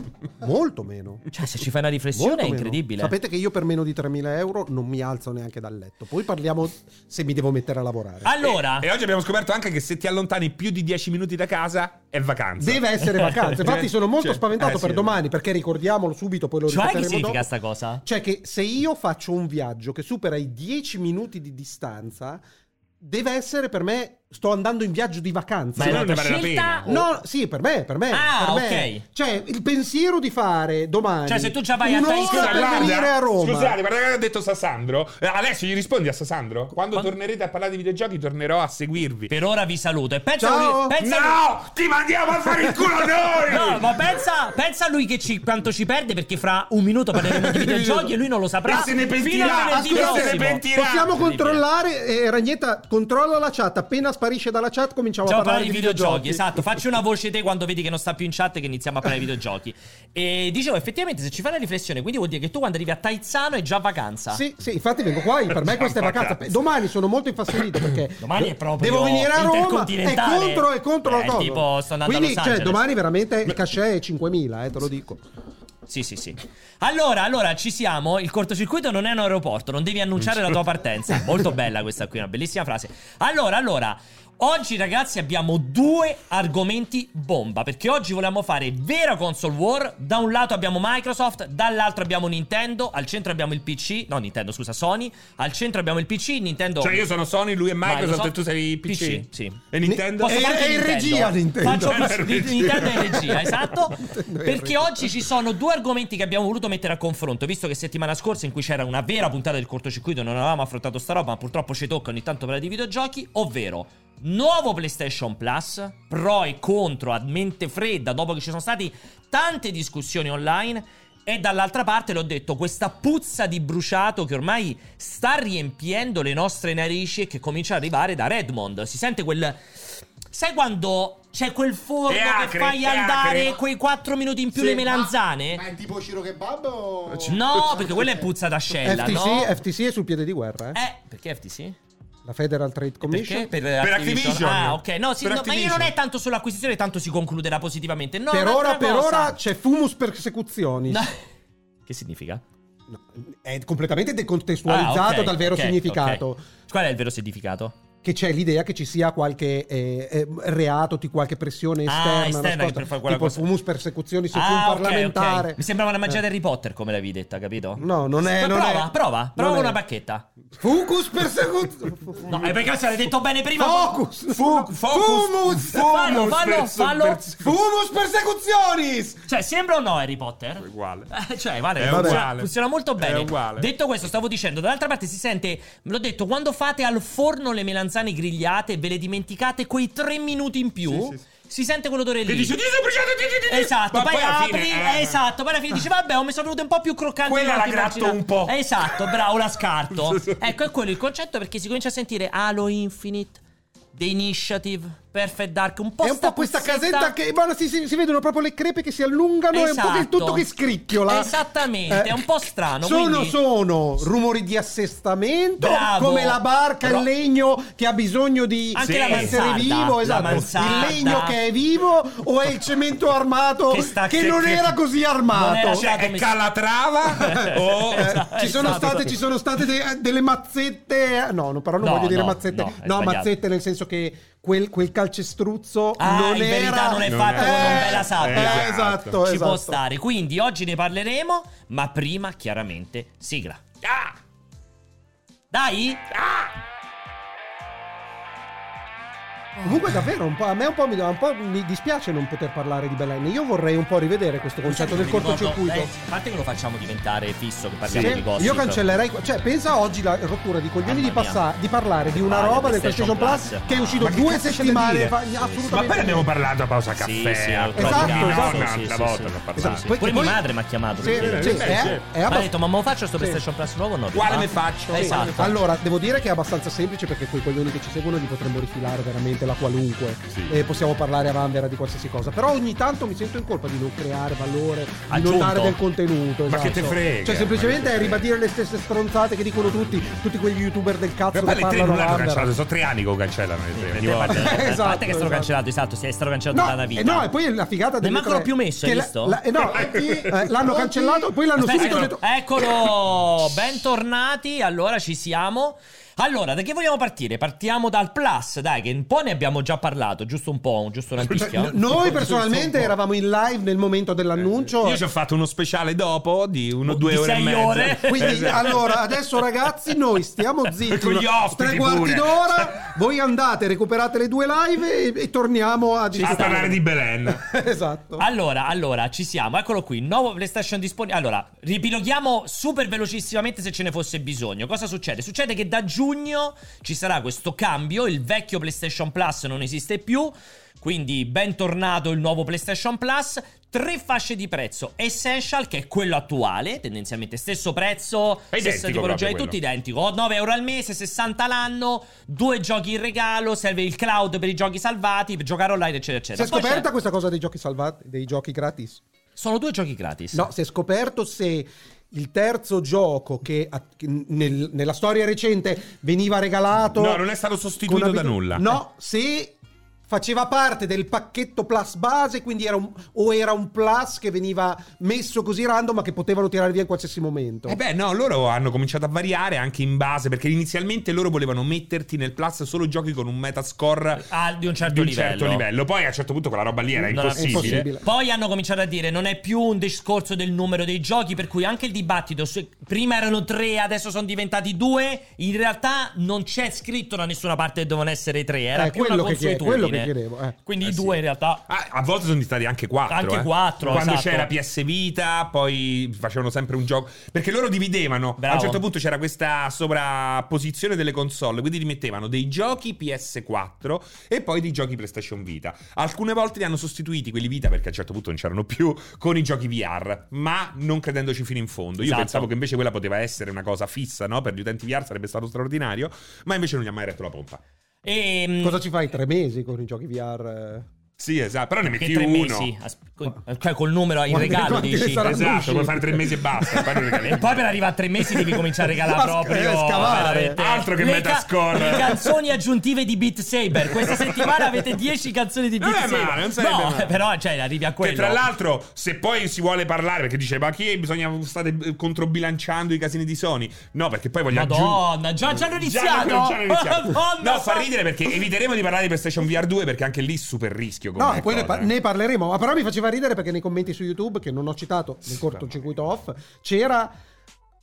Speaker 3: Molto meno.
Speaker 1: Cioè, se ci fai una riflessione
Speaker 3: Molto
Speaker 1: Ecco. è
Speaker 3: meno.
Speaker 1: incredibile.
Speaker 3: Sapete che io per meno di 3.000 euro non mi alzo neanche dal letto. Poi parliamo se mi devo mettere a lavorare.
Speaker 1: Allora,
Speaker 2: E, e oggi abbiamo scoperto anche che se ti allontani più di 10 minuti da casa è vacanza.
Speaker 3: Deve essere vacanza. Infatti sono molto
Speaker 2: Cioè,
Speaker 3: spaventato
Speaker 2: eh, sì,
Speaker 3: per
Speaker 2: è
Speaker 3: domani perché ricordiamolo subito, poi lo
Speaker 1: cioè che
Speaker 3: ripeteremo
Speaker 1: significa
Speaker 3: dopo.
Speaker 1: sta cosa?
Speaker 3: Cioè che se io faccio un viaggio che supera i 10 minuti di distanza, deve essere per me sto andando in viaggio di vacanza.
Speaker 1: Ma
Speaker 2: Se
Speaker 1: è
Speaker 2: no
Speaker 1: una
Speaker 2: non ne vale la
Speaker 1: scelta?
Speaker 2: pena.
Speaker 1: o-
Speaker 3: No, sì, per me, per me.
Speaker 1: Ah,
Speaker 3: per me.
Speaker 1: ok.
Speaker 3: Cioè, il pensiero di fare domani
Speaker 1: Cioè, se tu già vai a
Speaker 3: un'ora
Speaker 1: Taiwan-
Speaker 3: per
Speaker 2: Guarda,
Speaker 3: venire a Roma.
Speaker 2: Scusate, guardate cosa ha detto Sassandro. Eh, Alessio, gli rispondi a Sassandro. Quando
Speaker 1: Quando-
Speaker 2: tornerete a parlare di videogiochi, tornerò a seguirvi.
Speaker 1: Per ora vi saluto. E pensa
Speaker 3: Ciao.
Speaker 1: a lui, pensa a lui-
Speaker 2: No, ti mandiamo a fare il culo noi.
Speaker 1: No, ma pensa, pensa a lui che ci, quanto ci perde perché fra un minuto parleremo di videogiochi e lui non lo saprà.
Speaker 2: E se ne
Speaker 1: fino a
Speaker 2: pentirà.
Speaker 1: venerdì
Speaker 3: Ah, scusate,
Speaker 1: prossimo.
Speaker 2: se ne pentirà.
Speaker 3: Possiamo
Speaker 2: Incredibile.
Speaker 3: controllare, eh, Ragnetta, controlla la chat. Appena sparisce dalla chat, cominciamo
Speaker 1: Ciao,
Speaker 3: a parlare
Speaker 1: parli
Speaker 3: di
Speaker 1: di videogiochi, esatto. Facci una voce te quando vedi che non sta più in chat e che iniziamo a parlare di videogiochi. E dicevo, effettivamente, se ci fai una riflessione, quindi vuol dire che tu quando arrivi a Taizano è già vacanza.
Speaker 3: Sì, sì, infatti vengo qua, per me questa è vacanza.
Speaker 2: Vacanza.
Speaker 3: Domani sono molto infastidito perché
Speaker 1: Domani è proprio
Speaker 3: devo venire a Roma e
Speaker 1: intercontinentale.
Speaker 3: contro e contro
Speaker 1: Eh,
Speaker 3: la cosa.
Speaker 1: tipo, sto andando a
Speaker 3: Quindi
Speaker 1: Los
Speaker 3: cioè,
Speaker 1: Angeles.
Speaker 3: domani veramente il cachet è 5.000, eh, te lo dico.
Speaker 1: Sì, sì, sì. Allora, allora, ci siamo. Il cortocircuito non è un aeroporto, non devi annunciare la tua partenza. Molto bella questa qui, una bellissima frase. Allora, allora. Oggi ragazzi abbiamo due argomenti bomba perché oggi volevamo fare vera console war, da un lato abbiamo Microsoft, dall'altro abbiamo Nintendo, al centro abbiamo il PC, no Nintendo scusa Sony, al centro abbiamo il PC, Nintendo...
Speaker 2: Cioè, io sono Sony, lui è Microsoft,
Speaker 1: Microsoft.
Speaker 2: e tu sei PC.
Speaker 1: PC, sì.
Speaker 2: E Nintendo?
Speaker 1: Posso
Speaker 3: E-
Speaker 1: fare anche
Speaker 3: e in regia Nintendo.
Speaker 1: Faccio
Speaker 2: Nintendo in regia.
Speaker 1: Nintendo in regia, esatto.
Speaker 3: Nintendo in
Speaker 1: Perché
Speaker 3: regia.
Speaker 1: oggi ci sono due argomenti che abbiamo voluto mettere a confronto, visto che settimana scorsa in cui c'era una vera puntata del cortocircuito non avevamo affrontato sta roba, ma purtroppo ci tocca ogni tanto parlare di videogiochi, ovvero nuovo PlayStation Plus, pro e contro a mente fredda dopo che ci sono state tante discussioni online. E dall'altra parte l'ho detto, questa puzza di bruciato che ormai sta riempiendo le nostre narici e che comincia ad arrivare da Redmond. Si sente quel... Sai quando c'è quel forno
Speaker 2: E
Speaker 1: che
Speaker 2: acre,
Speaker 1: fai
Speaker 2: e
Speaker 1: andare
Speaker 2: acre.
Speaker 1: quei 4 minuti in più
Speaker 4: Sì,
Speaker 1: le
Speaker 4: ma-
Speaker 1: melanzane?
Speaker 4: Ma è tipo Ciro Kebab o...
Speaker 1: No, perché quella è puzza d'ascella,
Speaker 3: FTC,
Speaker 1: no?
Speaker 3: FTC è sul piede di guerra, eh.
Speaker 1: Eh, perché FTC?
Speaker 3: La Federal Trade
Speaker 1: Perché?
Speaker 3: Commission.
Speaker 1: Per,
Speaker 2: Activision.
Speaker 1: Ah, ok. No, sì,
Speaker 2: Per
Speaker 1: no, ma io
Speaker 2: Activision.
Speaker 1: non è tanto sull'acquisizione, tanto si concluderà positivamente. No,
Speaker 3: Per
Speaker 1: un'altra
Speaker 3: ora, Cioè, per
Speaker 1: cosa.
Speaker 3: ora c'è fumus persecutionis.
Speaker 1: No. Che significa?
Speaker 3: No, è completamente decontestualizzato
Speaker 1: Ah, ok,
Speaker 3: dal vero
Speaker 1: ok,
Speaker 3: significato.
Speaker 1: ok. Qual è il vero significato?
Speaker 3: Che c'è l'idea che ci sia qualche eh, eh, reato, di qualche pressione
Speaker 1: Ah,
Speaker 3: esterna, una
Speaker 1: esterna,
Speaker 3: scorta,
Speaker 1: per fare quella
Speaker 3: tipo
Speaker 1: cosa.
Speaker 3: fumus persecutionis su
Speaker 1: Ah,
Speaker 3: un
Speaker 1: ok, ok.
Speaker 3: parlamentare. Eh.
Speaker 1: Mi sembrava la magia di Harry Potter come l'avevi detta, capito?
Speaker 3: No, non è.
Speaker 1: Ma
Speaker 3: non
Speaker 1: prova,
Speaker 3: è-
Speaker 1: prova, prova
Speaker 3: non è.
Speaker 1: una bacchetta.
Speaker 3: Fucus persecutionis.
Speaker 1: No, è perché se l'hai detto bene prima.
Speaker 3: Focus.
Speaker 2: Fu-
Speaker 3: Fumus.
Speaker 2: focus.
Speaker 1: Fallo,
Speaker 2: Fumus
Speaker 1: fallo,
Speaker 2: per-
Speaker 1: fallo.
Speaker 2: per-
Speaker 3: Fumus persecutionis.
Speaker 1: Cioè, sembra o no Harry Potter?
Speaker 2: Uguale.
Speaker 1: Eh, Cioè, vale,
Speaker 2: È
Speaker 1: funziona-
Speaker 2: uguale.
Speaker 1: funziona molto
Speaker 2: È
Speaker 1: bene.
Speaker 2: uguale.
Speaker 1: Detto questo, stavo dicendo, dall'altra parte si sente, l'ho detto, quando fate al forno le melanzane grigliate, ve le dimenticate quei tre minuti in più,
Speaker 2: Sì, sì,
Speaker 1: si sente quell'odore lì.
Speaker 2: E dice, ti sei bruciato, ti, ti, ti, ti".
Speaker 1: Esatto,
Speaker 2: Ma
Speaker 1: poi,
Speaker 2: alla
Speaker 1: apri,
Speaker 2: fine, eh.
Speaker 1: esatto, poi alla fine dici vabbè, oh, mi sono venuto un po' più croccante.
Speaker 2: Quella
Speaker 1: di quanto
Speaker 2: la gratto
Speaker 1: immaginavo".
Speaker 2: un po'.
Speaker 1: Esatto, bravo, la scarto. ecco, è quello il concetto perché si comincia a sentire Halo Infinite, The Initiative, Perfect Dark, un po'
Speaker 3: È un
Speaker 1: sta
Speaker 3: po' questa
Speaker 1: puzzetta.
Speaker 3: casetta che. Guarda, si, si- si vedono proprio le crepe che si allungano e un po' che il
Speaker 1: Esatto.
Speaker 3: tutto che scricchiola. Eh,
Speaker 1: Esattamente, è un po' strano,
Speaker 3: Sono,
Speaker 1: quindi-
Speaker 3: sono rumori di assestamento.
Speaker 1: Bravo.
Speaker 3: Come la barca
Speaker 1: Bro-
Speaker 3: in legno che ha bisogno di
Speaker 1: Anche
Speaker 2: Sì. la
Speaker 3: essere
Speaker 1: mansarda,
Speaker 3: vivo.
Speaker 1: la
Speaker 3: Esatto. Il
Speaker 1: mansarda.
Speaker 3: legno che è vivo o è il cemento armato che,
Speaker 1: Che sta-
Speaker 3: non
Speaker 1: che-
Speaker 3: era
Speaker 1: che-
Speaker 3: così
Speaker 1: non era-
Speaker 3: armato?
Speaker 2: Cioè, è Calatrava o...
Speaker 3: Eh,
Speaker 1: Esatto,
Speaker 3: ci, sono
Speaker 1: esatto.
Speaker 3: state, ci sono state de- delle mazzette. No, no, però non
Speaker 1: No,
Speaker 3: voglio dire
Speaker 1: no,
Speaker 3: mazzette.
Speaker 1: no,
Speaker 3: No,
Speaker 1: hai sbagliato.
Speaker 3: mazzette nel senso che quel, quel calcestruzzo
Speaker 1: Ah,
Speaker 3: non
Speaker 1: in
Speaker 3: era.
Speaker 1: verità non è
Speaker 2: Non
Speaker 1: fatto con
Speaker 2: era.
Speaker 1: un bella sabbia.
Speaker 3: Eh, esatto,
Speaker 1: Ci
Speaker 3: esatto.
Speaker 1: può stare. Quindi oggi ne parleremo, ma prima chiaramente sigla.
Speaker 2: Ah!
Speaker 1: Dai!
Speaker 3: Comunque, davvero, un po', a me un po', mi, un po' mi dispiace non poter parlare di Belen. Io vorrei un po' rivedere questo concetto del
Speaker 1: Mi ricordo- eh,
Speaker 3: cortocircuito.
Speaker 1: a parte che lo facciamo diventare fisso che
Speaker 3: Sì,
Speaker 1: parliamo di gossip.
Speaker 3: io cancellerei. Cioè, pensa oggi la rottura di coglioni di,
Speaker 1: Mamma mia.
Speaker 3: passa- di parlare di una
Speaker 1: Vale,
Speaker 3: roba del
Speaker 1: PlayStation
Speaker 3: PlayStation Plus,
Speaker 1: Plus.
Speaker 3: che è uscito
Speaker 2: Ma che
Speaker 3: due
Speaker 2: cazzo c'è da
Speaker 3: settimane
Speaker 2: dire?
Speaker 3: fa.
Speaker 1: Sì, sì.
Speaker 2: Ma
Speaker 3: Assolutamente.
Speaker 2: poi ne abbiamo parlato a pausa
Speaker 1: Sì,
Speaker 2: caffè.
Speaker 1: sì,
Speaker 2: a
Speaker 1: ho
Speaker 2: pausa
Speaker 1: trovato
Speaker 3: esatto,
Speaker 2: di
Speaker 1: cazzo,
Speaker 3: esatto.
Speaker 2: nonna,
Speaker 1: sì,
Speaker 2: la
Speaker 1: sì,
Speaker 2: volta
Speaker 1: sì.
Speaker 2: ne ho parlato.
Speaker 1: Esatto.
Speaker 3: Sì.
Speaker 1: Poi,
Speaker 3: Poi-
Speaker 1: mia
Speaker 3: poi-
Speaker 1: madre mi ha chiamato.
Speaker 3: Sì,
Speaker 1: per dire.
Speaker 3: sì,
Speaker 2: Eh, beh,
Speaker 3: è-
Speaker 2: sì.
Speaker 3: è
Speaker 1: Mi ha
Speaker 3: abbast-
Speaker 1: detto, ma mo faccio sto PlayStation Plus nuovo o no?
Speaker 2: Quale
Speaker 1: papà?"
Speaker 2: ne faccio?
Speaker 1: Esatto.
Speaker 3: Allora, devo dire che è abbastanza semplice perché quei coglioni che ci seguono li potremmo rifilare veramente balla qualunque
Speaker 2: Sì.
Speaker 3: e possiamo parlare a vanvera di qualsiasi cosa. Però ogni tanto mi sento in colpa di non creare valore, di
Speaker 1: Aggiunto.
Speaker 3: non dare del contenuto.
Speaker 2: Ma
Speaker 3: esatto.
Speaker 2: che te frega,
Speaker 3: Cioè,
Speaker 2: ma
Speaker 3: semplicemente
Speaker 2: che
Speaker 3: è
Speaker 2: te frega.
Speaker 3: ribadire le stesse stronzate che dicono tutti, tutti quegli youtuber del cazzo che
Speaker 2: Ma poi le tre non
Speaker 3: parlano a
Speaker 2: l'hanno
Speaker 3: vanvera.
Speaker 2: cancellato, sono tre anni che lo cancellano le tre. ogni
Speaker 1: A
Speaker 2: volta.
Speaker 1: parte- a parte
Speaker 3: Esatto,
Speaker 1: che è stato
Speaker 3: esatto.
Speaker 1: cancellato, esatto, sei stato cancellato
Speaker 3: No,
Speaker 1: dalla vita.
Speaker 3: eh, no, e poi la figata
Speaker 1: Ne
Speaker 3: delle
Speaker 1: mancano
Speaker 3: tre-
Speaker 1: più messo, hai
Speaker 3: che la-
Speaker 1: visto?
Speaker 3: la- eh, no, eh, l'hanno cancellato, poi l'hanno
Speaker 1: Aspetta,
Speaker 3: subito detto.
Speaker 1: eccolo. Eccolo, bentornati. Allora ci siamo. Allora, da che vogliamo partire? Partiamo dal Plus, dai, che un po' ne abbiamo già parlato, giusto un po', giusto una
Speaker 3: Cioè,
Speaker 1: picchia.
Speaker 3: no- noi personalmente eravamo in live nel momento dell'annuncio.
Speaker 2: Io ci ho fatto uno speciale dopo di uno,
Speaker 1: Di
Speaker 2: due ore
Speaker 1: sei
Speaker 2: e mezza.
Speaker 1: ore.
Speaker 3: Quindi
Speaker 2: Esatto.
Speaker 3: allora adesso ragazzi noi stiamo zitti
Speaker 2: Con gli
Speaker 3: una-
Speaker 2: ospiti
Speaker 3: tre quarti
Speaker 2: pure.
Speaker 3: d'ora, voi andate, recuperate le due live e, e torniamo a
Speaker 2: a parlare di Ah, Belen.
Speaker 3: Esatto.
Speaker 1: Allora, allora, ci siamo, eccolo qui, nuovo PlayStation disponibile. Allora, ripiloghiamo super velocissimamente se ce ne fosse bisogno. Cosa succede? Succede che da giugno ci sarà questo cambio, il vecchio PlayStation Plus non esiste più, quindi bentornato il nuovo PlayStation Plus. Tre fasce di prezzo, Essential che è quello attuale, tendenzialmente stesso prezzo,
Speaker 2: È
Speaker 1: stessa
Speaker 2: identico
Speaker 1: tipologia di
Speaker 2: proprio
Speaker 1: tutti, identico, Ho 9 euro al mese, 60 l'anno, due giochi in regalo, serve il cloud per i giochi salvati, per giocare online, eccetera,
Speaker 3: si
Speaker 1: eccetera.
Speaker 3: è
Speaker 1: Poi c'è-
Speaker 3: scoperta questa cosa dei giochi salvati, dei giochi gratis?
Speaker 1: sono due giochi gratis.
Speaker 3: No, si è scoperto se il terzo gioco che, a- che nel- nella storia recente veniva regalato
Speaker 2: No, non è stato sostituito
Speaker 3: con
Speaker 2: da
Speaker 3: abitu-
Speaker 2: nulla.
Speaker 3: No, se faceva parte del pacchetto plus base, quindi era un, o era un plus che veniva messo così random ma che potevano tirare via in qualsiasi momento.
Speaker 2: Eh beh, no, loro hanno cominciato a variare anche in base, perché inizialmente loro volevano metterti nel plus solo giochi con un metascore
Speaker 1: Ah, di un certo
Speaker 2: di un
Speaker 1: livello.
Speaker 2: certo livello. Poi a un certo punto quella roba lì era
Speaker 1: Non era-
Speaker 2: impossibile.
Speaker 3: impossibile.
Speaker 1: Poi hanno cominciato a dire non è più un discorso del numero dei giochi, per cui anche il dibattito se prima erano tre, adesso sono diventati due, in realtà non c'è scritto da nessuna parte che devono essere tre, era
Speaker 3: Eh,
Speaker 1: più
Speaker 3: quello
Speaker 1: una
Speaker 3: che chiede-
Speaker 1: consuetudine.
Speaker 3: quello che chiedevo, eh.
Speaker 1: Quindi
Speaker 2: Eh,
Speaker 1: i
Speaker 2: sì.
Speaker 1: due in realtà
Speaker 2: Ah, a volte sono diventati anche quattro.
Speaker 1: Anche
Speaker 2: eh.
Speaker 1: quattro,
Speaker 2: Quando
Speaker 1: esatto.
Speaker 2: c'era PS Vita, poi facevano sempre un gioco. Perché loro dividevano.
Speaker 1: Bravo.
Speaker 2: A un certo punto c'era questa sovrapposizione delle console. Quindi li mettevano dei giochi PS4 e poi dei giochi PlayStation Vita. Alcune volte li hanno sostituiti quelli Vita perché a un certo punto non c'erano più con i giochi VR. Ma non credendoci fino in fondo. Io
Speaker 1: Esatto.
Speaker 2: pensavo che invece quella poteva essere una cosa fissa, no? Per gli utenti VR sarebbe stato straordinario. Ma invece non gli ha mai retto la pompa.
Speaker 1: Ehm,
Speaker 2: mm.
Speaker 3: Cosa ci fai tre mesi con i giochi VR?
Speaker 2: Sì, esatto. Però ne
Speaker 1: che
Speaker 2: metti
Speaker 1: tre
Speaker 2: uno.
Speaker 1: mesi, As- co- cioè col numero in
Speaker 3: Quanti-
Speaker 1: regalo
Speaker 3: quanti ne
Speaker 1: dici.
Speaker 3: saranno
Speaker 2: Esatto,
Speaker 3: usciti?
Speaker 2: puoi fare tre mesi e basta. poi non regali.
Speaker 1: E poi per arrivare a tre mesi devi cominciare a regalare
Speaker 3: A
Speaker 1: proprio
Speaker 3: sc- eh, scavare.
Speaker 1: veramente.
Speaker 2: Altro che
Speaker 1: Le
Speaker 2: Metascore.
Speaker 1: ca- le canzoni aggiuntive di Beat Saber. Questa settimana avete 10 canzoni di
Speaker 2: Non
Speaker 1: Beat
Speaker 2: è
Speaker 1: Saber.
Speaker 2: male, non sarebbe
Speaker 1: no,
Speaker 2: male.
Speaker 1: però cioè arrivi a quello.
Speaker 2: Che tra l'altro, se poi si vuole parlare, perché dice, ma che bisogna state eh, controbilanciando i casini di Sony? No, perché poi voglio aggiungere.
Speaker 1: Madonna, già, già hanno
Speaker 2: Già,
Speaker 1: iniziato.
Speaker 2: no, già hanno iniziato.
Speaker 1: Madonna,
Speaker 2: no, fa ridere perché eviteremo di parlare di PlayStation VR 2 perché anche lì super rischio. come
Speaker 3: No, e poi ne,
Speaker 2: cosa,
Speaker 3: par-
Speaker 2: eh.
Speaker 3: ne parleremo. Ma però mi faceva ridere perché nei commenti su YouTube, che non ho citato nel cortocircuito off, c'era.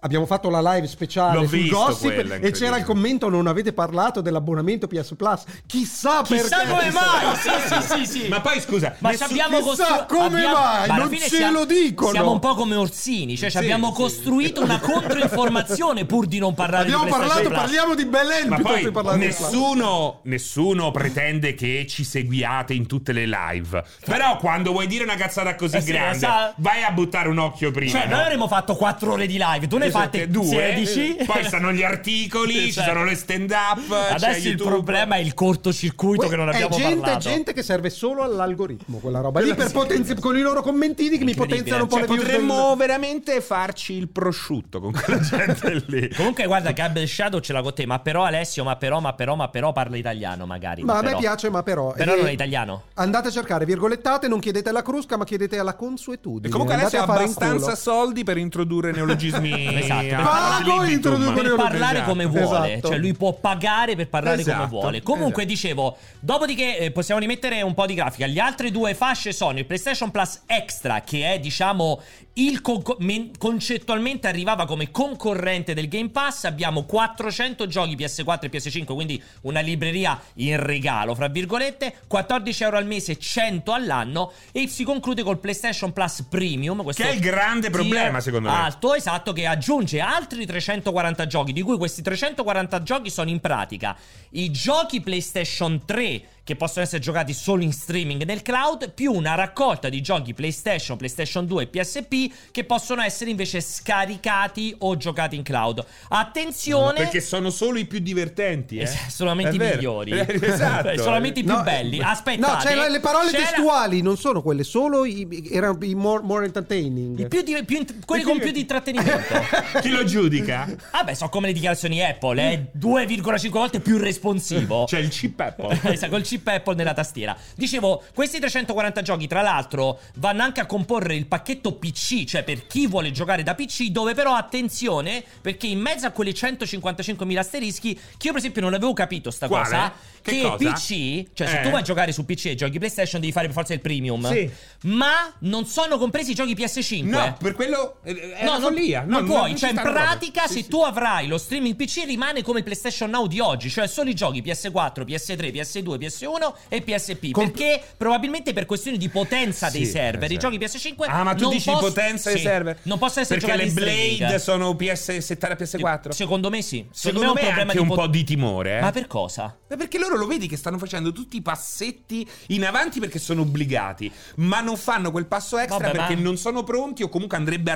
Speaker 3: Abbiamo fatto la live speciale
Speaker 2: L'ho
Speaker 3: sul
Speaker 2: visto
Speaker 3: gossip
Speaker 2: quella,
Speaker 3: e c'era
Speaker 2: incredibile.
Speaker 3: il commento: Non avete parlato dell'abbonamento PS Plus. Chissà,
Speaker 1: Chissà
Speaker 3: perché.
Speaker 1: come mai. Sì, sì, sì, sì.
Speaker 2: Ma poi scusa,
Speaker 1: Ma
Speaker 2: nessun-
Speaker 1: ci abbiamo
Speaker 3: chissà
Speaker 1: costru-
Speaker 3: come mai,
Speaker 1: abbiamo- ma alla
Speaker 3: non
Speaker 1: fine
Speaker 3: ce
Speaker 1: siamo-
Speaker 3: lo dicono.
Speaker 1: Siamo un po' come Orsini, cioè ci
Speaker 3: Sì,
Speaker 1: abbiamo
Speaker 3: sì.
Speaker 1: costruito una controinformazione pur di non parlare
Speaker 3: Abbiamo
Speaker 1: di PlayStation
Speaker 3: parlato,
Speaker 1: Plus.
Speaker 3: parliamo di Belen
Speaker 2: Ma
Speaker 3: piuttosto
Speaker 2: poi
Speaker 3: che parlare di Plus.
Speaker 2: nessuno, nessuno pretende che ci seguiate in tutte le live. Però quando vuoi dire una cazzata così
Speaker 1: Eh sì,
Speaker 2: grande,
Speaker 1: sa-
Speaker 2: vai a buttare un occhio prima.
Speaker 1: Cioè,
Speaker 2: no?
Speaker 1: noi avremmo fatto 4 ore di live, tu ne hai fatte
Speaker 2: Esatto,
Speaker 1: eh,
Speaker 2: due,
Speaker 1: 16.
Speaker 2: poi stanno gli articoli, ci
Speaker 1: Esatto.
Speaker 2: sono le stand up. c'è
Speaker 1: Adesso il
Speaker 2: YouTube.
Speaker 1: problema è il cortocircuito che non abbiamo
Speaker 3: è Eh, gente,
Speaker 1: parlato.
Speaker 3: gente che serve solo all'algoritmo, quella roba lì, per potenzi- con i loro commentini che mi
Speaker 1: Incredibile.
Speaker 3: potenziano un po'
Speaker 2: Cioè,
Speaker 3: le views
Speaker 2: potremmo
Speaker 3: del-
Speaker 2: veramente farci il prosciutto con quella gente lì.
Speaker 1: Comunque, guarda, Gabriel Shadow ce l'ha con te. Ma però, Alessio, ma però, ma però, ma però parla italiano, magari.
Speaker 3: Ma a me
Speaker 1: però.
Speaker 3: piace, ma però.
Speaker 1: Però
Speaker 3: eh,
Speaker 1: non è italiano.
Speaker 3: Andate a cercare virgolettate, non chiedete alla crusca, ma chiedete alla
Speaker 2: E
Speaker 3: consuetudine.
Speaker 2: comunque
Speaker 3: andate
Speaker 2: adesso ha
Speaker 3: a fare in
Speaker 2: abbastanza
Speaker 3: culo.
Speaker 2: soldi per introdurre neologismi.
Speaker 1: Esatto, per
Speaker 2: a-
Speaker 1: parlare-
Speaker 2: ad libitum.
Speaker 3: introduco
Speaker 1: Per
Speaker 3: Quello che
Speaker 1: parlare
Speaker 2: esatto.
Speaker 1: come vuole,
Speaker 3: Esatto.
Speaker 1: cioè lui può pagare per parlare come
Speaker 3: Esatto,
Speaker 1: vuole. Comunque,
Speaker 3: esatto.
Speaker 1: dicevo, dopodiché eh, possiamo rimettere un po' di grafica. Le altre due fasce sono il PlayStation Plus Extra, che è diciamo il conco- men- concettualmente arrivava come concorrente del Game Pass. Abbiamo 400 giochi PS4 e PS5, quindi una libreria in regalo, fra virgolette, 14 euro al mese, 100 all'anno. E si conclude col PlayStation Plus Premium. questo
Speaker 2: Che è il grande
Speaker 1: tier
Speaker 2: problema, secondo me.
Speaker 1: alto alto, esatto, che aggiunge altri 340 giochi, di cui questi 340 giochi sono in pratica i giochi PlayStation 3 che possono essere giocati solo in streaming nel cloud, più una raccolta di giochi PlayStation, PlayStation 2 e PSP giochi che possono essere invece scaricati o giocati in cloud. Attenzione.
Speaker 2: Perché sono solo i più divertenti, eh?
Speaker 1: Es- solamente
Speaker 2: È
Speaker 1: i
Speaker 2: vero.
Speaker 1: migliori.
Speaker 2: Eh, esatto.
Speaker 1: Eh, solamente i più belli. Aspettate.
Speaker 3: No, c'è la- le parole
Speaker 1: C'è la-
Speaker 3: testuali, non sono quelle, solo i, erano i more, more entertaining.
Speaker 1: i più di- più int- quelli con più di intrattenimento.
Speaker 2: Chi lo giudica?
Speaker 1: Ah beh, so come le dichiarazioni Apple, eh, è 2,5 volte più responsivo.
Speaker 2: C'è il chip Apple.
Speaker 1: Esatto, col chip Apple nella tastiera. Dicevo, questi 340 giochi, tra l'altro, vanno anche a comporre il pacchetto PC, cioè per chi vuole giocare da PC, dove però attenzione, perché in mezzo a quelli 155.000 asterischi, che io per esempio non avevo capito sta
Speaker 2: Quale?
Speaker 1: cosa,
Speaker 2: Che
Speaker 1: che
Speaker 2: cosa?
Speaker 1: PC, cioè se
Speaker 2: Eh.
Speaker 1: tu vai a giocare su PC e giochi PlayStation devi fare per forza il premium,
Speaker 2: Sì.
Speaker 1: ma non sono compresi i giochi PS5.
Speaker 2: No, per quello eh, è
Speaker 1: No,
Speaker 2: una
Speaker 1: non,
Speaker 2: follia. No,
Speaker 1: non puoi.
Speaker 2: ci
Speaker 1: cioè, in
Speaker 2: stanno
Speaker 1: pratica,
Speaker 2: proprio.
Speaker 1: se
Speaker 2: Sì, sì.
Speaker 1: tu avrai lo streaming PC, rimane come il PlayStation Now di oggi, cioè solo i giochi PS4, PS3, PS2, PS1 e PSP.
Speaker 3: Com-
Speaker 1: perché probabilmente per questioni di potenza dei
Speaker 2: Sì,
Speaker 1: server, i
Speaker 2: esatto.
Speaker 1: giochi PS5
Speaker 2: Ah, ma tu
Speaker 1: non
Speaker 2: dici
Speaker 1: pos-
Speaker 2: potenza dei
Speaker 1: sì,
Speaker 2: server?
Speaker 1: Non possono essere
Speaker 2: Perché le
Speaker 1: giocati in streaming.
Speaker 2: Blade sono PS7 e PS4.
Speaker 1: Secondo me sì.
Speaker 2: Secondo me
Speaker 1: è un
Speaker 2: è
Speaker 1: problema
Speaker 2: anche un
Speaker 1: pot-
Speaker 2: po' di timore. eh.
Speaker 1: Ma per cosa?
Speaker 2: Ma perché loro lo vedi che stanno facendo tutti i passetti in avanti perché sono obbligati, ma non fanno quel passo extra
Speaker 1: Vabbè, ma-
Speaker 2: perché non sono pronti o comunque andrebbe a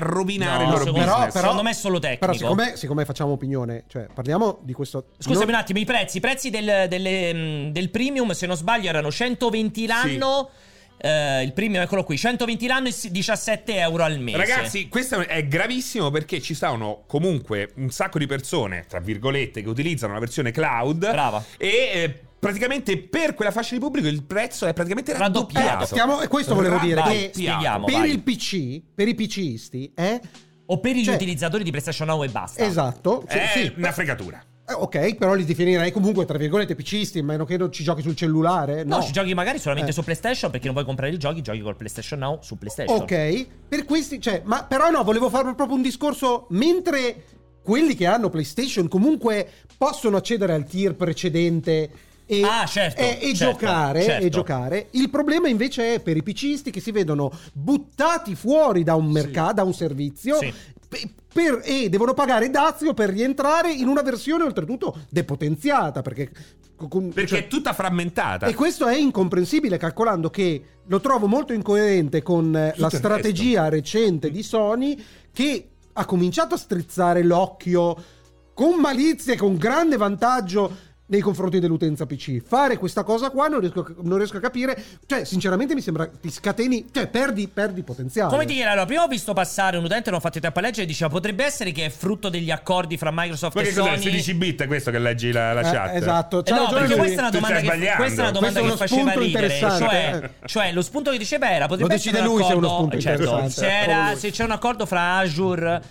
Speaker 1: No,
Speaker 2: rovinare il loro
Speaker 1: secondo-
Speaker 2: business.
Speaker 1: però- secondo me è solo tecnico.
Speaker 3: Però siccome, siccome facciamo opinione, cioè parliamo di questo...
Speaker 1: Scusami
Speaker 3: non-
Speaker 1: un attimo, i prezzi. I prezzi del, delle, mh, del premium, se non sbaglio, erano 120 l'anno. eh, il premium, eccolo qui, 120 l'anno e si- 17 euro al mese.
Speaker 2: Ragazzi, questo è gravissimo perché ci stanno comunque un sacco di persone, tra virgolette, che utilizzano la versione cloud.
Speaker 1: Brava.
Speaker 2: E eh, praticamente per quella fascia di pubblico il prezzo è praticamente
Speaker 1: Raddoppiato.
Speaker 2: raddoppiato.
Speaker 3: Eh, stiamo- e questo volevo dire,
Speaker 1: che-
Speaker 2: Raddoppiato.
Speaker 3: Per
Speaker 1: vai.
Speaker 3: il PC, per i eh? PCisti, è...
Speaker 1: O per gli
Speaker 3: Cioè-
Speaker 1: utilizzatori di PlayStation Now e basta.
Speaker 3: Esatto. sì,
Speaker 1: Eh,
Speaker 2: È
Speaker 3: sì.
Speaker 2: una fregatura.
Speaker 3: Eh, ok, però li definirei comunque, tra virgolette, PCisti, a meno che non ci giochi sul cellulare.
Speaker 1: No,
Speaker 3: No,
Speaker 1: ci giochi magari solamente
Speaker 3: Eh.
Speaker 1: su PlayStation perché non vuoi comprare i giochi, giochi col PlayStation Now su PlayStation.
Speaker 3: Ok, per questi, cioè, ma però no, volevo fare proprio un discorso mentre quelli che hanno PlayStation comunque possono accedere al tier precedente e,
Speaker 1: Ah, certo,
Speaker 3: e- e
Speaker 1: certo,
Speaker 3: giocare,
Speaker 1: certo.
Speaker 3: e giocare. Il problema invece è per i PCisti che si vedono buttati fuori da un mercato, da un servizio.
Speaker 1: Sì.
Speaker 3: pe- per- e devono pagare dazio per rientrare in una versione oltretutto depotenziata perché, con-
Speaker 2: Perché
Speaker 3: cioè-
Speaker 2: è tutta frammentata.
Speaker 3: e questo è incomprensibile, calcolando che lo trovo molto incoerente con eh, la
Speaker 2: il
Speaker 3: strategia recente di Sony, che ha cominciato a strizzare l'occhio con malizia e con grande vantaggio nei confronti dell'utenza PC. Fare questa cosa qua non riesco, a- non riesco a capire. Cioè, sinceramente, mi sembra ti scateni, cioè, perdi, perdi potenziale. Eh,
Speaker 1: Come dire, allora, prima ho visto passare un utente, non ho fatto il tempo a leggere, e diceva potrebbe essere che è frutto degli accordi fra Microsoft
Speaker 2: Ma
Speaker 1: e
Speaker 2: che cos'è?
Speaker 1: Sony.
Speaker 2: 16 bit è questo che leggi la, la
Speaker 3: Eh,
Speaker 2: chat?
Speaker 3: Esatto,
Speaker 1: Eh
Speaker 3: C'ha
Speaker 1: no,
Speaker 3: ragione
Speaker 1: perché
Speaker 3: lui.
Speaker 1: questa è una
Speaker 2: Tu stai
Speaker 1: domanda, che,
Speaker 2: sbagliando.
Speaker 1: questa è una
Speaker 3: Questo
Speaker 1: domanda
Speaker 3: è
Speaker 1: che
Speaker 3: uno
Speaker 1: faceva
Speaker 3: spunto
Speaker 1: ridere. Cioè,
Speaker 3: interessante.
Speaker 1: cioè, lo spunto che diceva era: potrebbe
Speaker 3: Lo
Speaker 1: essere
Speaker 3: decide
Speaker 1: un
Speaker 3: lui se è uno
Speaker 1: accordo-
Speaker 3: spunto
Speaker 1: certo,
Speaker 3: interessante,
Speaker 1: se era-
Speaker 3: solo lui.
Speaker 1: se c'è un accordo fra Azure.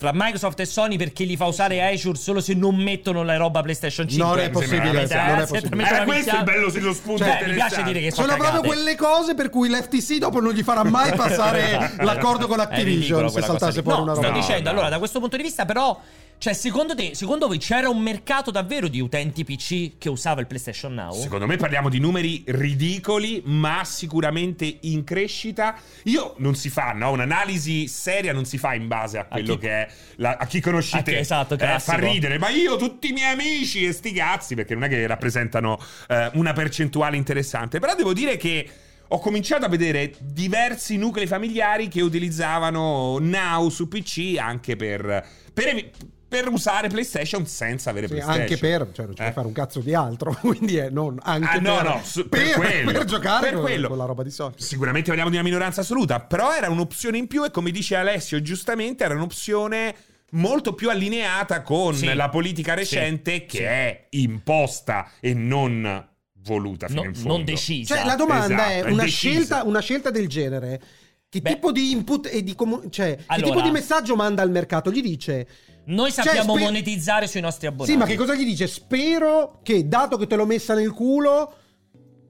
Speaker 1: Fra Microsoft e Sony perché li fa usare Azure solo se non mettono la roba PlayStation 5.
Speaker 3: Non è
Speaker 2: Cioè,
Speaker 1: Mi
Speaker 3: possibile,
Speaker 1: sembra una
Speaker 3: sì,
Speaker 1: miseria,
Speaker 3: non è
Speaker 1: eh,
Speaker 3: possibile.
Speaker 1: certamente
Speaker 2: Era
Speaker 1: una
Speaker 2: questo il
Speaker 1: miseria.
Speaker 2: bello dello spunto
Speaker 1: Cioè, mi piace
Speaker 2: interessante.
Speaker 1: dire che sono
Speaker 3: Sono proprio
Speaker 1: cagate.
Speaker 3: quelle cose per cui l'FTC dopo non gli farà mai passare l'accordo con
Speaker 1: Eh, È
Speaker 3: Activision
Speaker 1: ridicolo
Speaker 3: se
Speaker 1: quella
Speaker 3: saltasse
Speaker 1: cosa
Speaker 3: fuori
Speaker 1: lì.
Speaker 3: una
Speaker 1: no,
Speaker 3: roba.
Speaker 1: Sto
Speaker 2: No,
Speaker 1: dicendo,
Speaker 2: no.
Speaker 1: allora, da questo punto di vista, però. Cioè, secondo te, secondo voi c'era un mercato davvero di utenti PC che usava il PlayStation Now?
Speaker 2: Secondo me parliamo di numeri ridicoli, ma sicuramente in crescita. Io non si fa, no? Un'analisi seria non si fa in base a quello
Speaker 1: chi-
Speaker 2: che è. la- a chi conosci
Speaker 1: A chi-
Speaker 2: te.
Speaker 1: esatto,
Speaker 2: eh,
Speaker 1: classico.
Speaker 2: fa ridere, ma io tutti i miei amici e sti cazzi, perché non è che rappresentano eh, una percentuale interessante. Però devo dire che. Ho cominciato a vedere diversi nuclei familiari che utilizzavano Now su PC anche per, per- per usare PlayStation senza avere
Speaker 3: Sì,
Speaker 2: PlayStation.
Speaker 3: anche per, cioè non c'è da
Speaker 2: Eh.
Speaker 3: fare un cazzo di altro, quindi è non anche
Speaker 2: Ah, no,
Speaker 3: per,
Speaker 2: no, su- per quello,
Speaker 3: per giocare
Speaker 2: per
Speaker 3: con,
Speaker 2: quello.
Speaker 3: con la roba di Sony.
Speaker 2: Sicuramente parliamo di una minoranza assoluta, però era un'opzione in più e come dice Alessio giustamente era un'opzione molto più allineata con
Speaker 1: Sì.
Speaker 2: la politica recente
Speaker 1: Sì.
Speaker 2: che
Speaker 1: Sì.
Speaker 2: è imposta e non voluta fino
Speaker 1: No-
Speaker 2: in fondo.
Speaker 1: non decisa.
Speaker 3: Cioè la domanda
Speaker 2: Esatto,
Speaker 3: è
Speaker 2: è
Speaker 3: una
Speaker 2: decisa.
Speaker 3: scelta, una scelta del genere. Che
Speaker 1: Beh.
Speaker 3: tipo di input e di comu- cioè, che
Speaker 1: Allora.
Speaker 3: tipo di messaggio manda al mercato? Gli dice
Speaker 1: Noi sappiamo
Speaker 3: cioè, spe-
Speaker 1: monetizzare sui nostri abbonati.
Speaker 3: Sì, ma che cosa gli dice? Spero che dato che te l'ho messa nel culo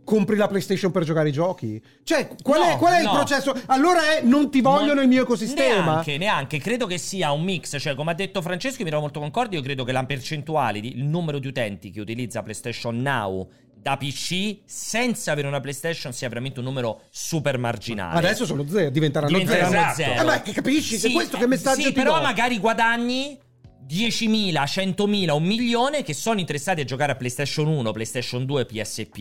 Speaker 3: compri la PlayStation per giocare ai giochi. Cioè, qual
Speaker 1: No,
Speaker 3: è, qual è il
Speaker 1: no.
Speaker 3: processo? Allora è non ti voglio nel mio ecosistema.
Speaker 1: Neanche, neanche. Credo che sia un mix. Cioè, come ha detto Francesco, io mi trovo molto concordi. Io credo che la percentuale, di- il numero di utenti che utilizza PlayStation Now da PC senza avere una PlayStation sia veramente un numero super marginale.
Speaker 3: Adesso sono zero, diventeranno
Speaker 1: Diventa
Speaker 3: zero.
Speaker 2: Esatto.
Speaker 1: zero.
Speaker 3: Eh, ma che capisci? Che questo che
Speaker 1: eh,
Speaker 3: messaggio
Speaker 1: sì,
Speaker 3: ti
Speaker 1: però
Speaker 3: do?
Speaker 1: magari guadagni 10.000, 100.000, un milione che sono interessati a giocare a PlayStation 1, PlayStation 2, PSP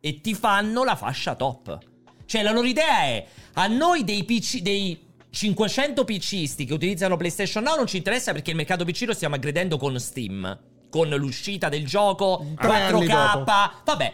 Speaker 1: e ti fanno la fascia top. Cioè la loro idea è a noi dei PC dei 500 PCisti che utilizzano PlayStation Now non ci interessa perché il mercato PC lo stiamo aggredendo con Steam, con l'uscita del gioco
Speaker 3: Tre anni
Speaker 1: 4K.
Speaker 3: dopo.
Speaker 1: Vabbè,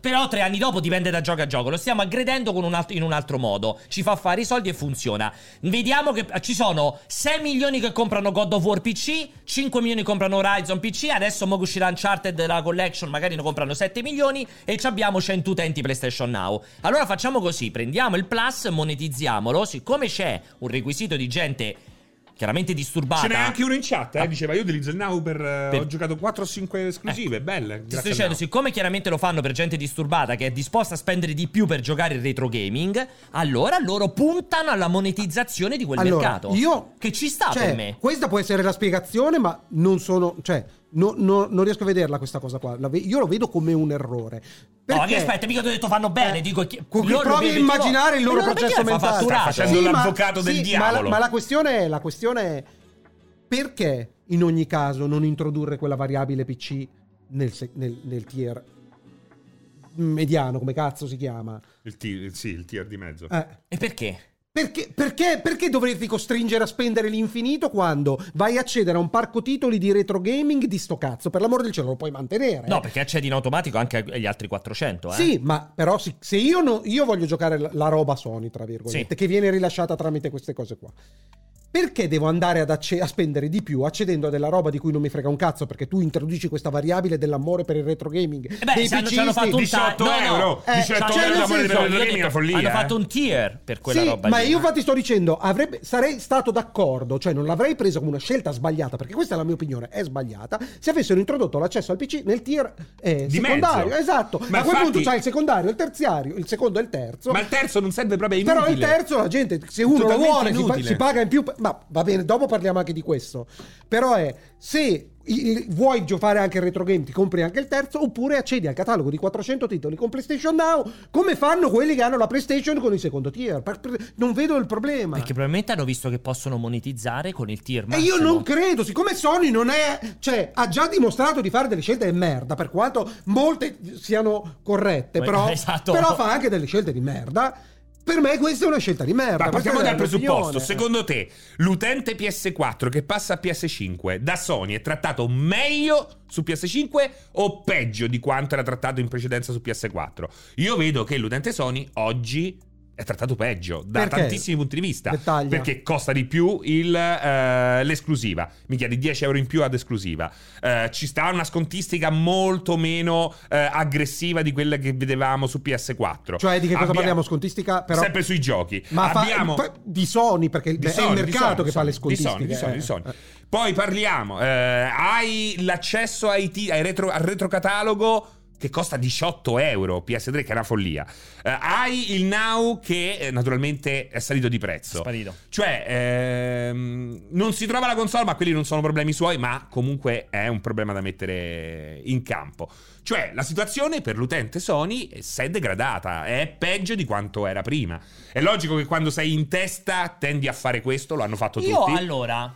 Speaker 1: però tre anni dopo dipende da gioco a gioco. Lo stiamo aggredendo con un alt- in un altro modo. Ci fa fare i soldi e funziona. Vediamo che ci sono 6 milioni che comprano God of War PC, 5 milioni comprano Horizon PC. Adesso mo che uscirà Uncharted la collection, magari ne comprano 7 milioni. E ci abbiamo 100 utenti PlayStation Now. Allora facciamo così: prendiamo il plus, monetizziamolo. Siccome c'è un requisito di gente chiaramente disturbata.
Speaker 2: Ce n'è anche uno in chat, eh,
Speaker 1: Ah.
Speaker 2: diceva io utilizzo il Now per... eh,
Speaker 1: Per- Ecco.
Speaker 2: Ho giocato 4 o 5 esclusive,
Speaker 1: Ti
Speaker 2: belle.
Speaker 1: sto
Speaker 2: grazie al
Speaker 1: dicendo,
Speaker 2: Now.
Speaker 1: siccome chiaramente lo fanno per gente disturbata che è disposta a spendere di più per giocare il retro gaming, allora loro puntano alla monetizzazione di quel mercato.
Speaker 3: Io,
Speaker 1: che ci sta
Speaker 3: cioè,
Speaker 1: per me.
Speaker 3: Questa può essere la spiegazione, ma non sono. Cioè, no- no- non riesco a vederla questa cosa qua. La ve- io lo vedo come un errore.
Speaker 1: No,
Speaker 3: Perché
Speaker 1: che aspetta, mica ti ho detto fanno bene.
Speaker 3: Eh,
Speaker 1: dico che
Speaker 3: co-
Speaker 1: loro
Speaker 3: provi a
Speaker 1: vedono-
Speaker 3: immaginare il loro
Speaker 1: Allora,
Speaker 3: processo
Speaker 1: perché fa
Speaker 3: mentale.
Speaker 1: fatturato?
Speaker 2: Sta facendo- l'avvocato del
Speaker 3: Ma
Speaker 2: diavolo.
Speaker 3: la, ma la questione è: la questione è perché in ogni caso non introdurre quella variabile PC nel, se- nel- nel tier mediano, come cazzo si chiama?
Speaker 2: Il tier, sì, il tier di mezzo.
Speaker 3: Eh.
Speaker 1: E perché?
Speaker 3: Perché, perché, perché dovresti costringere a spendere l'infinito quando vai a accedere a un parco titoli di retro gaming di sto cazzo? Per l'amor del cielo, lo puoi mantenere.
Speaker 1: No, perché accedi in automatico anche agli altri 400, eh.
Speaker 3: Eh. Sì, ma però sì, se io, no- io voglio giocare la, la roba Sony, tra virgolette,
Speaker 1: Sì.
Speaker 3: che viene rilasciata tramite queste cose qua, perché devo andare ad acce- a spendere di più accedendo a della roba di cui non mi frega un cazzo? Perché tu introduci questa variabile dell'amore per il retro gaming.
Speaker 1: E Eh beh,
Speaker 3: dei
Speaker 1: se hanno, ci hanno
Speaker 3: PCisti.
Speaker 1: fatto un
Speaker 2: 18
Speaker 1: ta- no, no.
Speaker 2: euro,
Speaker 3: Eh,
Speaker 2: 18
Speaker 3: cioè,
Speaker 2: euro
Speaker 3: nel
Speaker 2: la moneta
Speaker 3: senso,
Speaker 2: per
Speaker 1: Io
Speaker 2: la
Speaker 1: ho
Speaker 2: gaming,
Speaker 1: detto,
Speaker 2: una follia.
Speaker 1: hanno
Speaker 2: eh.
Speaker 1: fatto un tier per quella
Speaker 3: sì,
Speaker 1: roba
Speaker 3: ma
Speaker 1: lì,
Speaker 3: io
Speaker 1: eh.
Speaker 3: infatti sto dicendo, avrebbe- sarei stato d'accordo, cioè non l'avrei presa come una scelta sbagliata, perché questa è la mia opinione, è sbagliata, se avessero introdotto l'accesso al PC nel tier eh,
Speaker 2: Di
Speaker 3: secondario,
Speaker 2: mezzo.
Speaker 3: esatto,
Speaker 2: Ma
Speaker 3: a quel
Speaker 2: infatti-
Speaker 3: punto c'hai il secondario, il terziario, il secondo e il terzo,
Speaker 2: Ma il terzo non serve proprio è inutile.
Speaker 3: però il terzo la gente, se uno
Speaker 2: Totalmente
Speaker 3: lo vuole, si, pa-
Speaker 2: inutile.
Speaker 3: si paga in più, ma va bene, dopo parliamo anche di questo, però è se... il- vuoi giocare anche il retro game, ti compri anche il terzo, oppure accedi al catalogo di 400 titoli con PlayStation Now, come fanno quelli che hanno la PlayStation con il secondo tier. Per- per- Non vedo il problema.
Speaker 1: Perché probabilmente hanno visto che possono monetizzare con il tier
Speaker 3: E
Speaker 1: massimo.
Speaker 3: io non credo, siccome Sony non è, cioè, ha già dimostrato di fare delle scelte di merda, per quanto molte siano corrette,
Speaker 1: Beh,
Speaker 3: però,
Speaker 1: esatto.
Speaker 3: però fa anche delle scelte di merda. Per me questa è una scelta di merda.
Speaker 2: Ma partiamo
Speaker 3: questa
Speaker 2: dal
Speaker 3: Certo, è la mia
Speaker 2: presupposto,
Speaker 3: opinione.
Speaker 2: secondo te l'utente PS4 che passa a PS5 da Sony è trattato meglio su PS5 o peggio di quanto era trattato in precedenza su PS4? Io vedo che l'utente Sony oggi è trattato peggio da
Speaker 3: Perché?
Speaker 2: tantissimi punti di vista
Speaker 3: Dettaglia.
Speaker 2: perché costa di più il, eh, l'esclusiva, mi chiedi 10 euro in più ad esclusiva, Eh, ci sta una scontistica molto meno eh, aggressiva di quella che vedevamo su PS4.
Speaker 3: Cioè, di che cosa
Speaker 2: Abbia-
Speaker 3: parliamo? Scontistica, però.
Speaker 2: Sempre sui giochi.
Speaker 3: Ma fa-
Speaker 2: Abbiamo...
Speaker 3: fa- di Sony, perché il-
Speaker 2: Di
Speaker 3: è
Speaker 2: Sony,
Speaker 3: il
Speaker 2: di
Speaker 3: mercato
Speaker 2: Sony,
Speaker 3: che fa le
Speaker 2: Sony, di
Speaker 3: scontistiche.
Speaker 2: Sony, di Sony, di Sony.
Speaker 3: eh.
Speaker 2: Poi parliamo, eh, hai l'accesso ai ti- ai retro- al retrocatalogo che costa 18 euro PS3, che è una follia. Eh, hai il Now che eh, naturalmente è salito di prezzo.
Speaker 1: Sparito.
Speaker 2: Cioè, ehm, non si trova la console, ma quelli non sono problemi suoi, ma comunque è un problema da mettere in campo. Cioè, la situazione per l'utente Sony si è degradata, è peggio di quanto era prima. È logico che quando sei in testa tendi a fare questo, lo hanno fatto
Speaker 1: Io
Speaker 2: tutti.
Speaker 1: allora.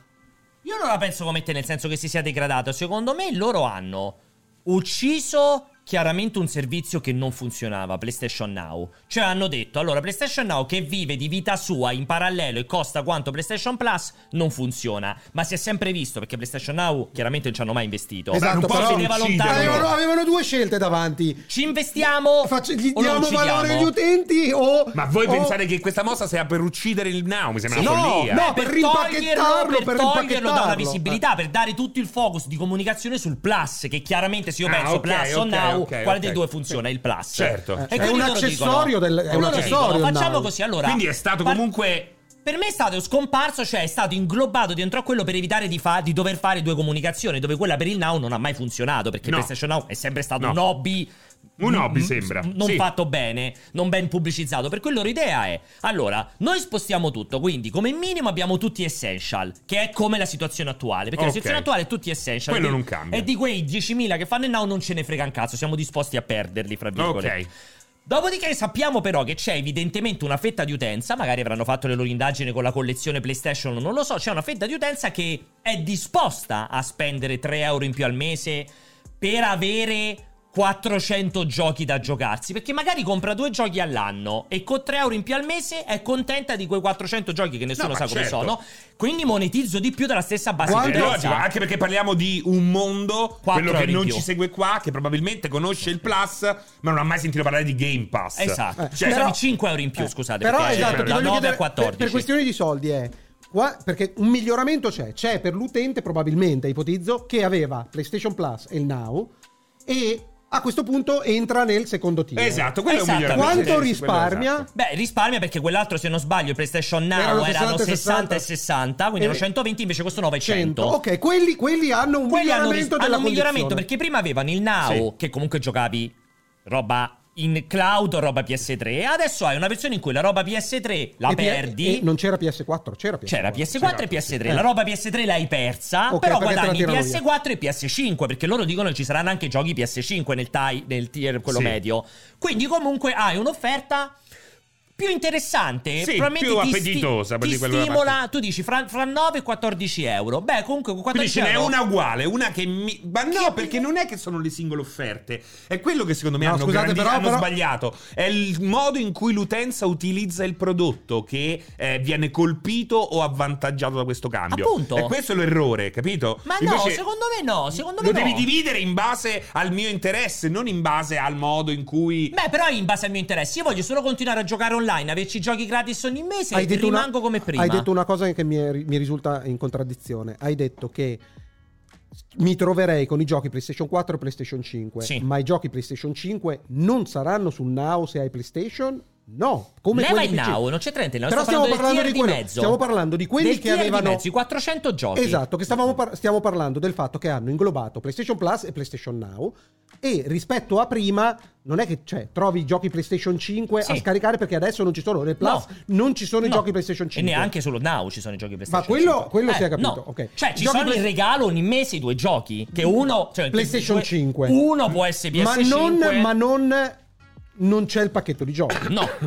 Speaker 1: Io non la penso come te, nel senso che si sia degradato. Secondo me loro hanno ucciso chiaramente un servizio che non funzionava, PlayStation Now. Cioè hanno detto, allora PlayStation Now che vive di vita sua in parallelo e costa quanto PlayStation Plus non funziona. Ma si è sempre visto perché PlayStation Now chiaramente non ci hanno mai investito.
Speaker 3: Esatto,
Speaker 1: un po'
Speaker 3: però
Speaker 1: si vedeva
Speaker 2: uccidono.
Speaker 1: lontano.
Speaker 3: Avevano, eh, avevano due scelte davanti.
Speaker 1: Ci investiamo
Speaker 3: Facci- gli
Speaker 1: o non
Speaker 3: diamo
Speaker 1: ci
Speaker 3: valore agli
Speaker 1: diamo?
Speaker 3: utenti o.
Speaker 2: Ma voi
Speaker 3: o-
Speaker 2: pensate che questa mossa sia per uccidere il Now? Mi sembra una
Speaker 1: Oh. Sì.
Speaker 2: follia.
Speaker 3: no,
Speaker 1: Eh,
Speaker 3: per rimpacchettarlo,
Speaker 1: per,
Speaker 3: per
Speaker 1: toglierlo da una
Speaker 3: rimpacchettarlo.
Speaker 1: visibilità, per dare tutto il focus di comunicazione sul plus, che chiaramente se io
Speaker 2: Ah,
Speaker 1: penso
Speaker 2: ok,
Speaker 1: plus o
Speaker 2: ok,
Speaker 1: now,
Speaker 2: ok,
Speaker 1: quale
Speaker 2: ok.
Speaker 1: dei due funziona? Il plus.
Speaker 2: Certo.
Speaker 1: E
Speaker 2: È
Speaker 1: quindi
Speaker 3: un
Speaker 1: loro
Speaker 3: accessorio
Speaker 1: dicono-
Speaker 3: del- è un
Speaker 1: loro
Speaker 3: accessorio
Speaker 1: dicono,
Speaker 3: il
Speaker 1: Facciamo
Speaker 3: now.
Speaker 1: così, allora.
Speaker 2: Quindi è stato
Speaker 1: par-
Speaker 2: comunque
Speaker 1: Per me è stato scomparso, cioè è stato inglobato dentro a quello per evitare di, fa- di dover fare due comunicazioni, dove quella per il now non ha mai funzionato, perché
Speaker 2: No.
Speaker 1: PlayStation Now è sempre stato
Speaker 2: No.
Speaker 1: un hobby.
Speaker 2: Un
Speaker 1: mm,
Speaker 2: hobby,
Speaker 1: mm,
Speaker 2: sembra.
Speaker 1: Non
Speaker 2: Sì.
Speaker 1: fatto bene, non ben pubblicizzato. Per cui loro idea è: allora, noi spostiamo tutto. Quindi, come minimo, abbiamo tutti essential, che è come la situazione attuale. Perché
Speaker 2: Ok.
Speaker 1: la situazione attuale è tutti essential.
Speaker 2: Quello
Speaker 1: E-
Speaker 2: non cambia.
Speaker 1: E di quei 10.000 che fanno il now non ce ne frega un cazzo. Siamo disposti a perderli, fra virgolette.
Speaker 2: Ok.
Speaker 1: Dopodiché sappiamo però che c'è evidentemente una fetta di utenza, magari avranno fatto le loro indagini con la collezione PlayStation, non lo so, c'è una fetta di utenza che è disposta a spendere 3 euro in più al mese per avere 400 giochi da giocarsi perché magari compra due giochi all'anno e con 3 euro in più al mese è contenta di quei 400 giochi che nessuno
Speaker 2: No, ma
Speaker 1: sa come
Speaker 2: certo.
Speaker 1: sono quindi monetizzo di più della stessa base
Speaker 3: Quanto-
Speaker 1: di
Speaker 2: Eh,
Speaker 1: prezzo.
Speaker 2: logico, anche perché parliamo di un mondo,
Speaker 1: Quattro
Speaker 2: quello che
Speaker 1: ore in
Speaker 2: non
Speaker 1: più.
Speaker 2: ci segue qua, che probabilmente conosce il Plus, ma non ha mai sentito parlare di Game Pass.
Speaker 1: esatto
Speaker 3: Eh,
Speaker 1: cioè
Speaker 3: però- eh,
Speaker 1: sono 5 euro in più scusate
Speaker 3: Però
Speaker 1: perché
Speaker 3: esatto, ti
Speaker 1: da
Speaker 3: voglio
Speaker 1: 9
Speaker 3: chiedere,
Speaker 1: a 14
Speaker 3: Per, per questioni di soldi è. qua- perché un miglioramento c'è, c'è per l'utente probabilmente, ipotizzo, che aveva PlayStation Plus e il Now e a questo punto entra nel secondo tier.
Speaker 2: Esatto, quello è un
Speaker 1: Esatto.
Speaker 2: miglioramento.
Speaker 3: Quanto
Speaker 2: Sì, sì, quello è
Speaker 3: risparmia?
Speaker 2: esatto.
Speaker 1: Beh, risparmia perché quell'altro, se non sbaglio, il PlayStation Now erano,
Speaker 3: Erano
Speaker 1: 60,
Speaker 3: 60
Speaker 1: e 60, quindi
Speaker 3: Eh,
Speaker 1: erano 120, invece questo 9 è
Speaker 3: 100.
Speaker 1: 100.
Speaker 3: Ok, quelli, quelli hanno un
Speaker 1: Quelli hanno, ris-
Speaker 3: miglioramento
Speaker 1: hanno
Speaker 3: della
Speaker 1: un miglioramento
Speaker 3: condizione.
Speaker 1: perché prima avevano il Now,
Speaker 2: Sì.
Speaker 1: che comunque giocavi roba in cloud o roba PS3, e adesso hai una versione in cui la roba PS3 la
Speaker 3: E P-
Speaker 1: perdi.
Speaker 3: e non c'era PS4, c'era PS4.
Speaker 1: C'era
Speaker 2: esatto,
Speaker 1: PS4 e PS3, la
Speaker 3: Eh.
Speaker 1: roba PS3 l'hai persa,
Speaker 3: Ok,
Speaker 1: però
Speaker 3: perché te la
Speaker 1: guadagni
Speaker 3: tirano
Speaker 1: PS4 e PS5, perché loro dicono che ci saranno anche giochi PS5 nel, tie- nel tier quello
Speaker 2: Sì.
Speaker 1: medio. Quindi comunque hai un'offerta più interessante,
Speaker 2: Sì,
Speaker 1: probabilmente
Speaker 2: più
Speaker 1: ti sti-
Speaker 2: appetitosa per
Speaker 1: ti
Speaker 2: di quella
Speaker 1: stimola,
Speaker 2: parte.
Speaker 1: tu dici fra, fra 9 e 14 euro. Beh, comunque con
Speaker 2: Quindi
Speaker 1: 14
Speaker 2: ce n'è
Speaker 1: euro
Speaker 2: una uguale, una che mi. Ma no, perché non è che sono le singole offerte. È quello che secondo me
Speaker 3: No,
Speaker 2: hanno,
Speaker 3: scusate,
Speaker 2: grandi-
Speaker 3: però-
Speaker 2: hanno
Speaker 3: però-
Speaker 2: sbagliato. È il modo in cui l'utenza utilizza il prodotto che eh, viene colpito o avvantaggiato da questo cambio.
Speaker 1: Appunto.
Speaker 2: E questo è l'errore, capito?
Speaker 1: Ma no,
Speaker 2: Invece-
Speaker 1: secondo me no, secondo me
Speaker 2: Lo
Speaker 1: no.
Speaker 2: devi dividere in base al mio interesse, non in base al modo in cui.
Speaker 1: Beh, però in base al mio interesse, io voglio solo continuare a giocare online, averci giochi gratis ogni mese e
Speaker 3: detto una-
Speaker 1: rimango come prima.
Speaker 3: Hai detto una cosa che mi, è- mi risulta in contraddizione. Hai detto che mi troverei con i giochi PlayStation 4 e PlayStation 5,
Speaker 1: Sì.
Speaker 3: ma i giochi PlayStation 5 non saranno sul Now se hai PlayStation? No, come
Speaker 1: Leva
Speaker 3: quelli
Speaker 1: il
Speaker 3: PC.
Speaker 1: now, non c'è niente,
Speaker 3: Però stiamo parlando di, quello-
Speaker 1: di mezzo.
Speaker 3: stiamo parlando di quelli
Speaker 1: Del
Speaker 3: che
Speaker 1: tier di
Speaker 3: avevano
Speaker 1: mezzo, i 400 giochi.
Speaker 3: Esatto, che stavamo par- stiamo parlando del fatto che hanno inglobato PlayStation Plus e PlayStation Now e rispetto a prima non è che cioè, trovi i giochi PlayStation 5 a
Speaker 1: Sì.
Speaker 3: scaricare perché adesso non ci sono nel Plus,
Speaker 1: No.
Speaker 3: non ci sono i
Speaker 1: No.
Speaker 3: giochi PlayStation 5.
Speaker 1: E neanche solo Now ci sono i giochi PlayStation
Speaker 3: Ma quello-
Speaker 1: 5.
Speaker 3: quello si è
Speaker 1: Eh,
Speaker 3: capito,
Speaker 1: no.
Speaker 3: ok.
Speaker 1: Cioè,
Speaker 3: Giochi
Speaker 1: ci sono in
Speaker 3: Play- Mm.
Speaker 1: regalo ogni mese i due giochi. Che uno. Cioè,
Speaker 3: PlayStation
Speaker 1: due-
Speaker 3: 5.
Speaker 1: Uno può essere PS5.
Speaker 3: ma non, ma non, non c'è il pacchetto di giochi.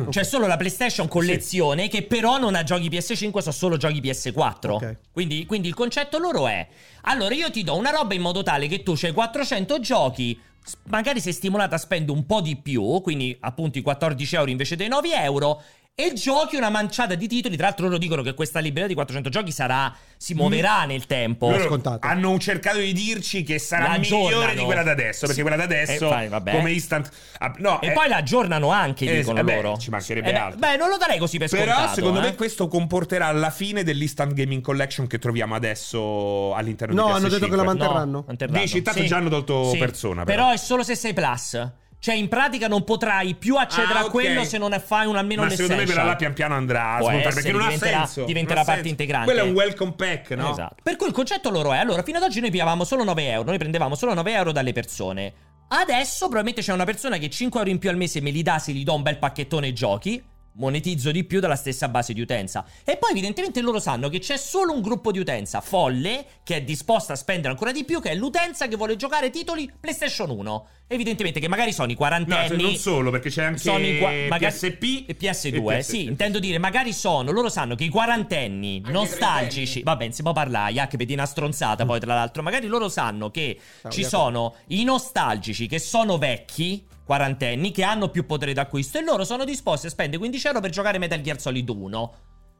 Speaker 1: No, c'è solo la PlayStation collezione che però non ha giochi PS5, sono solo giochi PS4.
Speaker 3: Ok.
Speaker 1: Quindi, quindi il concetto loro è: allora io ti do una roba in modo tale che tu c'hai 400 giochi. s- Magari sei stimolata a spendere un po' di più, quindi appunto i 14 euro invece dei 9 euro. E giochi una manciata di titoli. Tra l'altro, loro dicono che questa libreria di 400 giochi sarà. si muoverà nel tempo.
Speaker 2: Mm. Loro
Speaker 3: scontato.
Speaker 2: hanno cercato di dirci che sarà
Speaker 1: La
Speaker 2: migliore
Speaker 1: aggiornano.
Speaker 2: di quella da adesso. Perché
Speaker 1: Sì.
Speaker 2: quella da adesso,
Speaker 1: Eh, fai, vabbè.
Speaker 2: come instant. ah, no,
Speaker 1: E
Speaker 2: eh,
Speaker 1: poi la aggiornano anche,
Speaker 2: eh,
Speaker 1: dicono
Speaker 2: eh beh,
Speaker 1: loro.
Speaker 2: ci mancherebbe
Speaker 1: Eh beh,
Speaker 2: altro.
Speaker 1: Beh, non lo darei così per
Speaker 2: Però
Speaker 1: scontato.
Speaker 2: secondo
Speaker 1: eh.
Speaker 2: me questo comporterà la fine dell'instant gaming collection che troviamo adesso all'interno
Speaker 3: No,
Speaker 2: di PS5.
Speaker 3: hanno detto che la man- manterranno.
Speaker 1: No, manterranno.
Speaker 2: Dici, tanto già hanno tolto persona, però.
Speaker 1: Però. è solo se sei plus. Cioè, in pratica non potrai più accedere
Speaker 2: Ah,
Speaker 1: a
Speaker 2: ok.
Speaker 1: quello se non fai un almeno
Speaker 2: Ma
Speaker 1: l'essential.
Speaker 2: secondo me quella là pian piano andrà a
Speaker 1: Può
Speaker 2: smontare
Speaker 1: essere,
Speaker 2: perché non ha
Speaker 1: diventerà-
Speaker 2: senso.
Speaker 1: diventerà
Speaker 2: non ha
Speaker 1: parte
Speaker 2: senso.
Speaker 1: integrante.
Speaker 2: Quello è un welcome pack, no?
Speaker 1: Esatto. Per cui il concetto loro è: allora, fino ad oggi noi piavamo solo 9 euro, noi prendevamo solo 9 euro dalle persone. Adesso probabilmente c'è una persona che 5 euro in più al mese me li dà se gli do un bel pacchettone giochi. Monetizzo di più dalla stessa base di utenza. E poi, evidentemente, loro sanno che c'è solo un gruppo di utenza folle che è disposta a spendere ancora di più, che è l'utenza che vuole giocare titoli PlayStation 1. Evidentemente, che magari sono i
Speaker 2: No, cioè,
Speaker 1: quarantenni.
Speaker 2: non solo, perché c'è anche
Speaker 1: Sono i qua- magari-
Speaker 2: PSP
Speaker 1: e PS2,
Speaker 2: e
Speaker 1: sì, intendo dire, magari sono, loro sanno che i quarantenni
Speaker 4: Anche i
Speaker 1: nostalgici, vabbè, si può parlare, Jac, per di una stronzata poi tra l'altro, magari loro sanno che
Speaker 3: Ciao,
Speaker 1: ci
Speaker 3: Jacopo.
Speaker 1: sono i nostalgici che sono vecchi, quarantenni, che hanno più potere d'acquisto e loro sono disposti a spendere 15 euro per giocare Metal Gear Solid 1.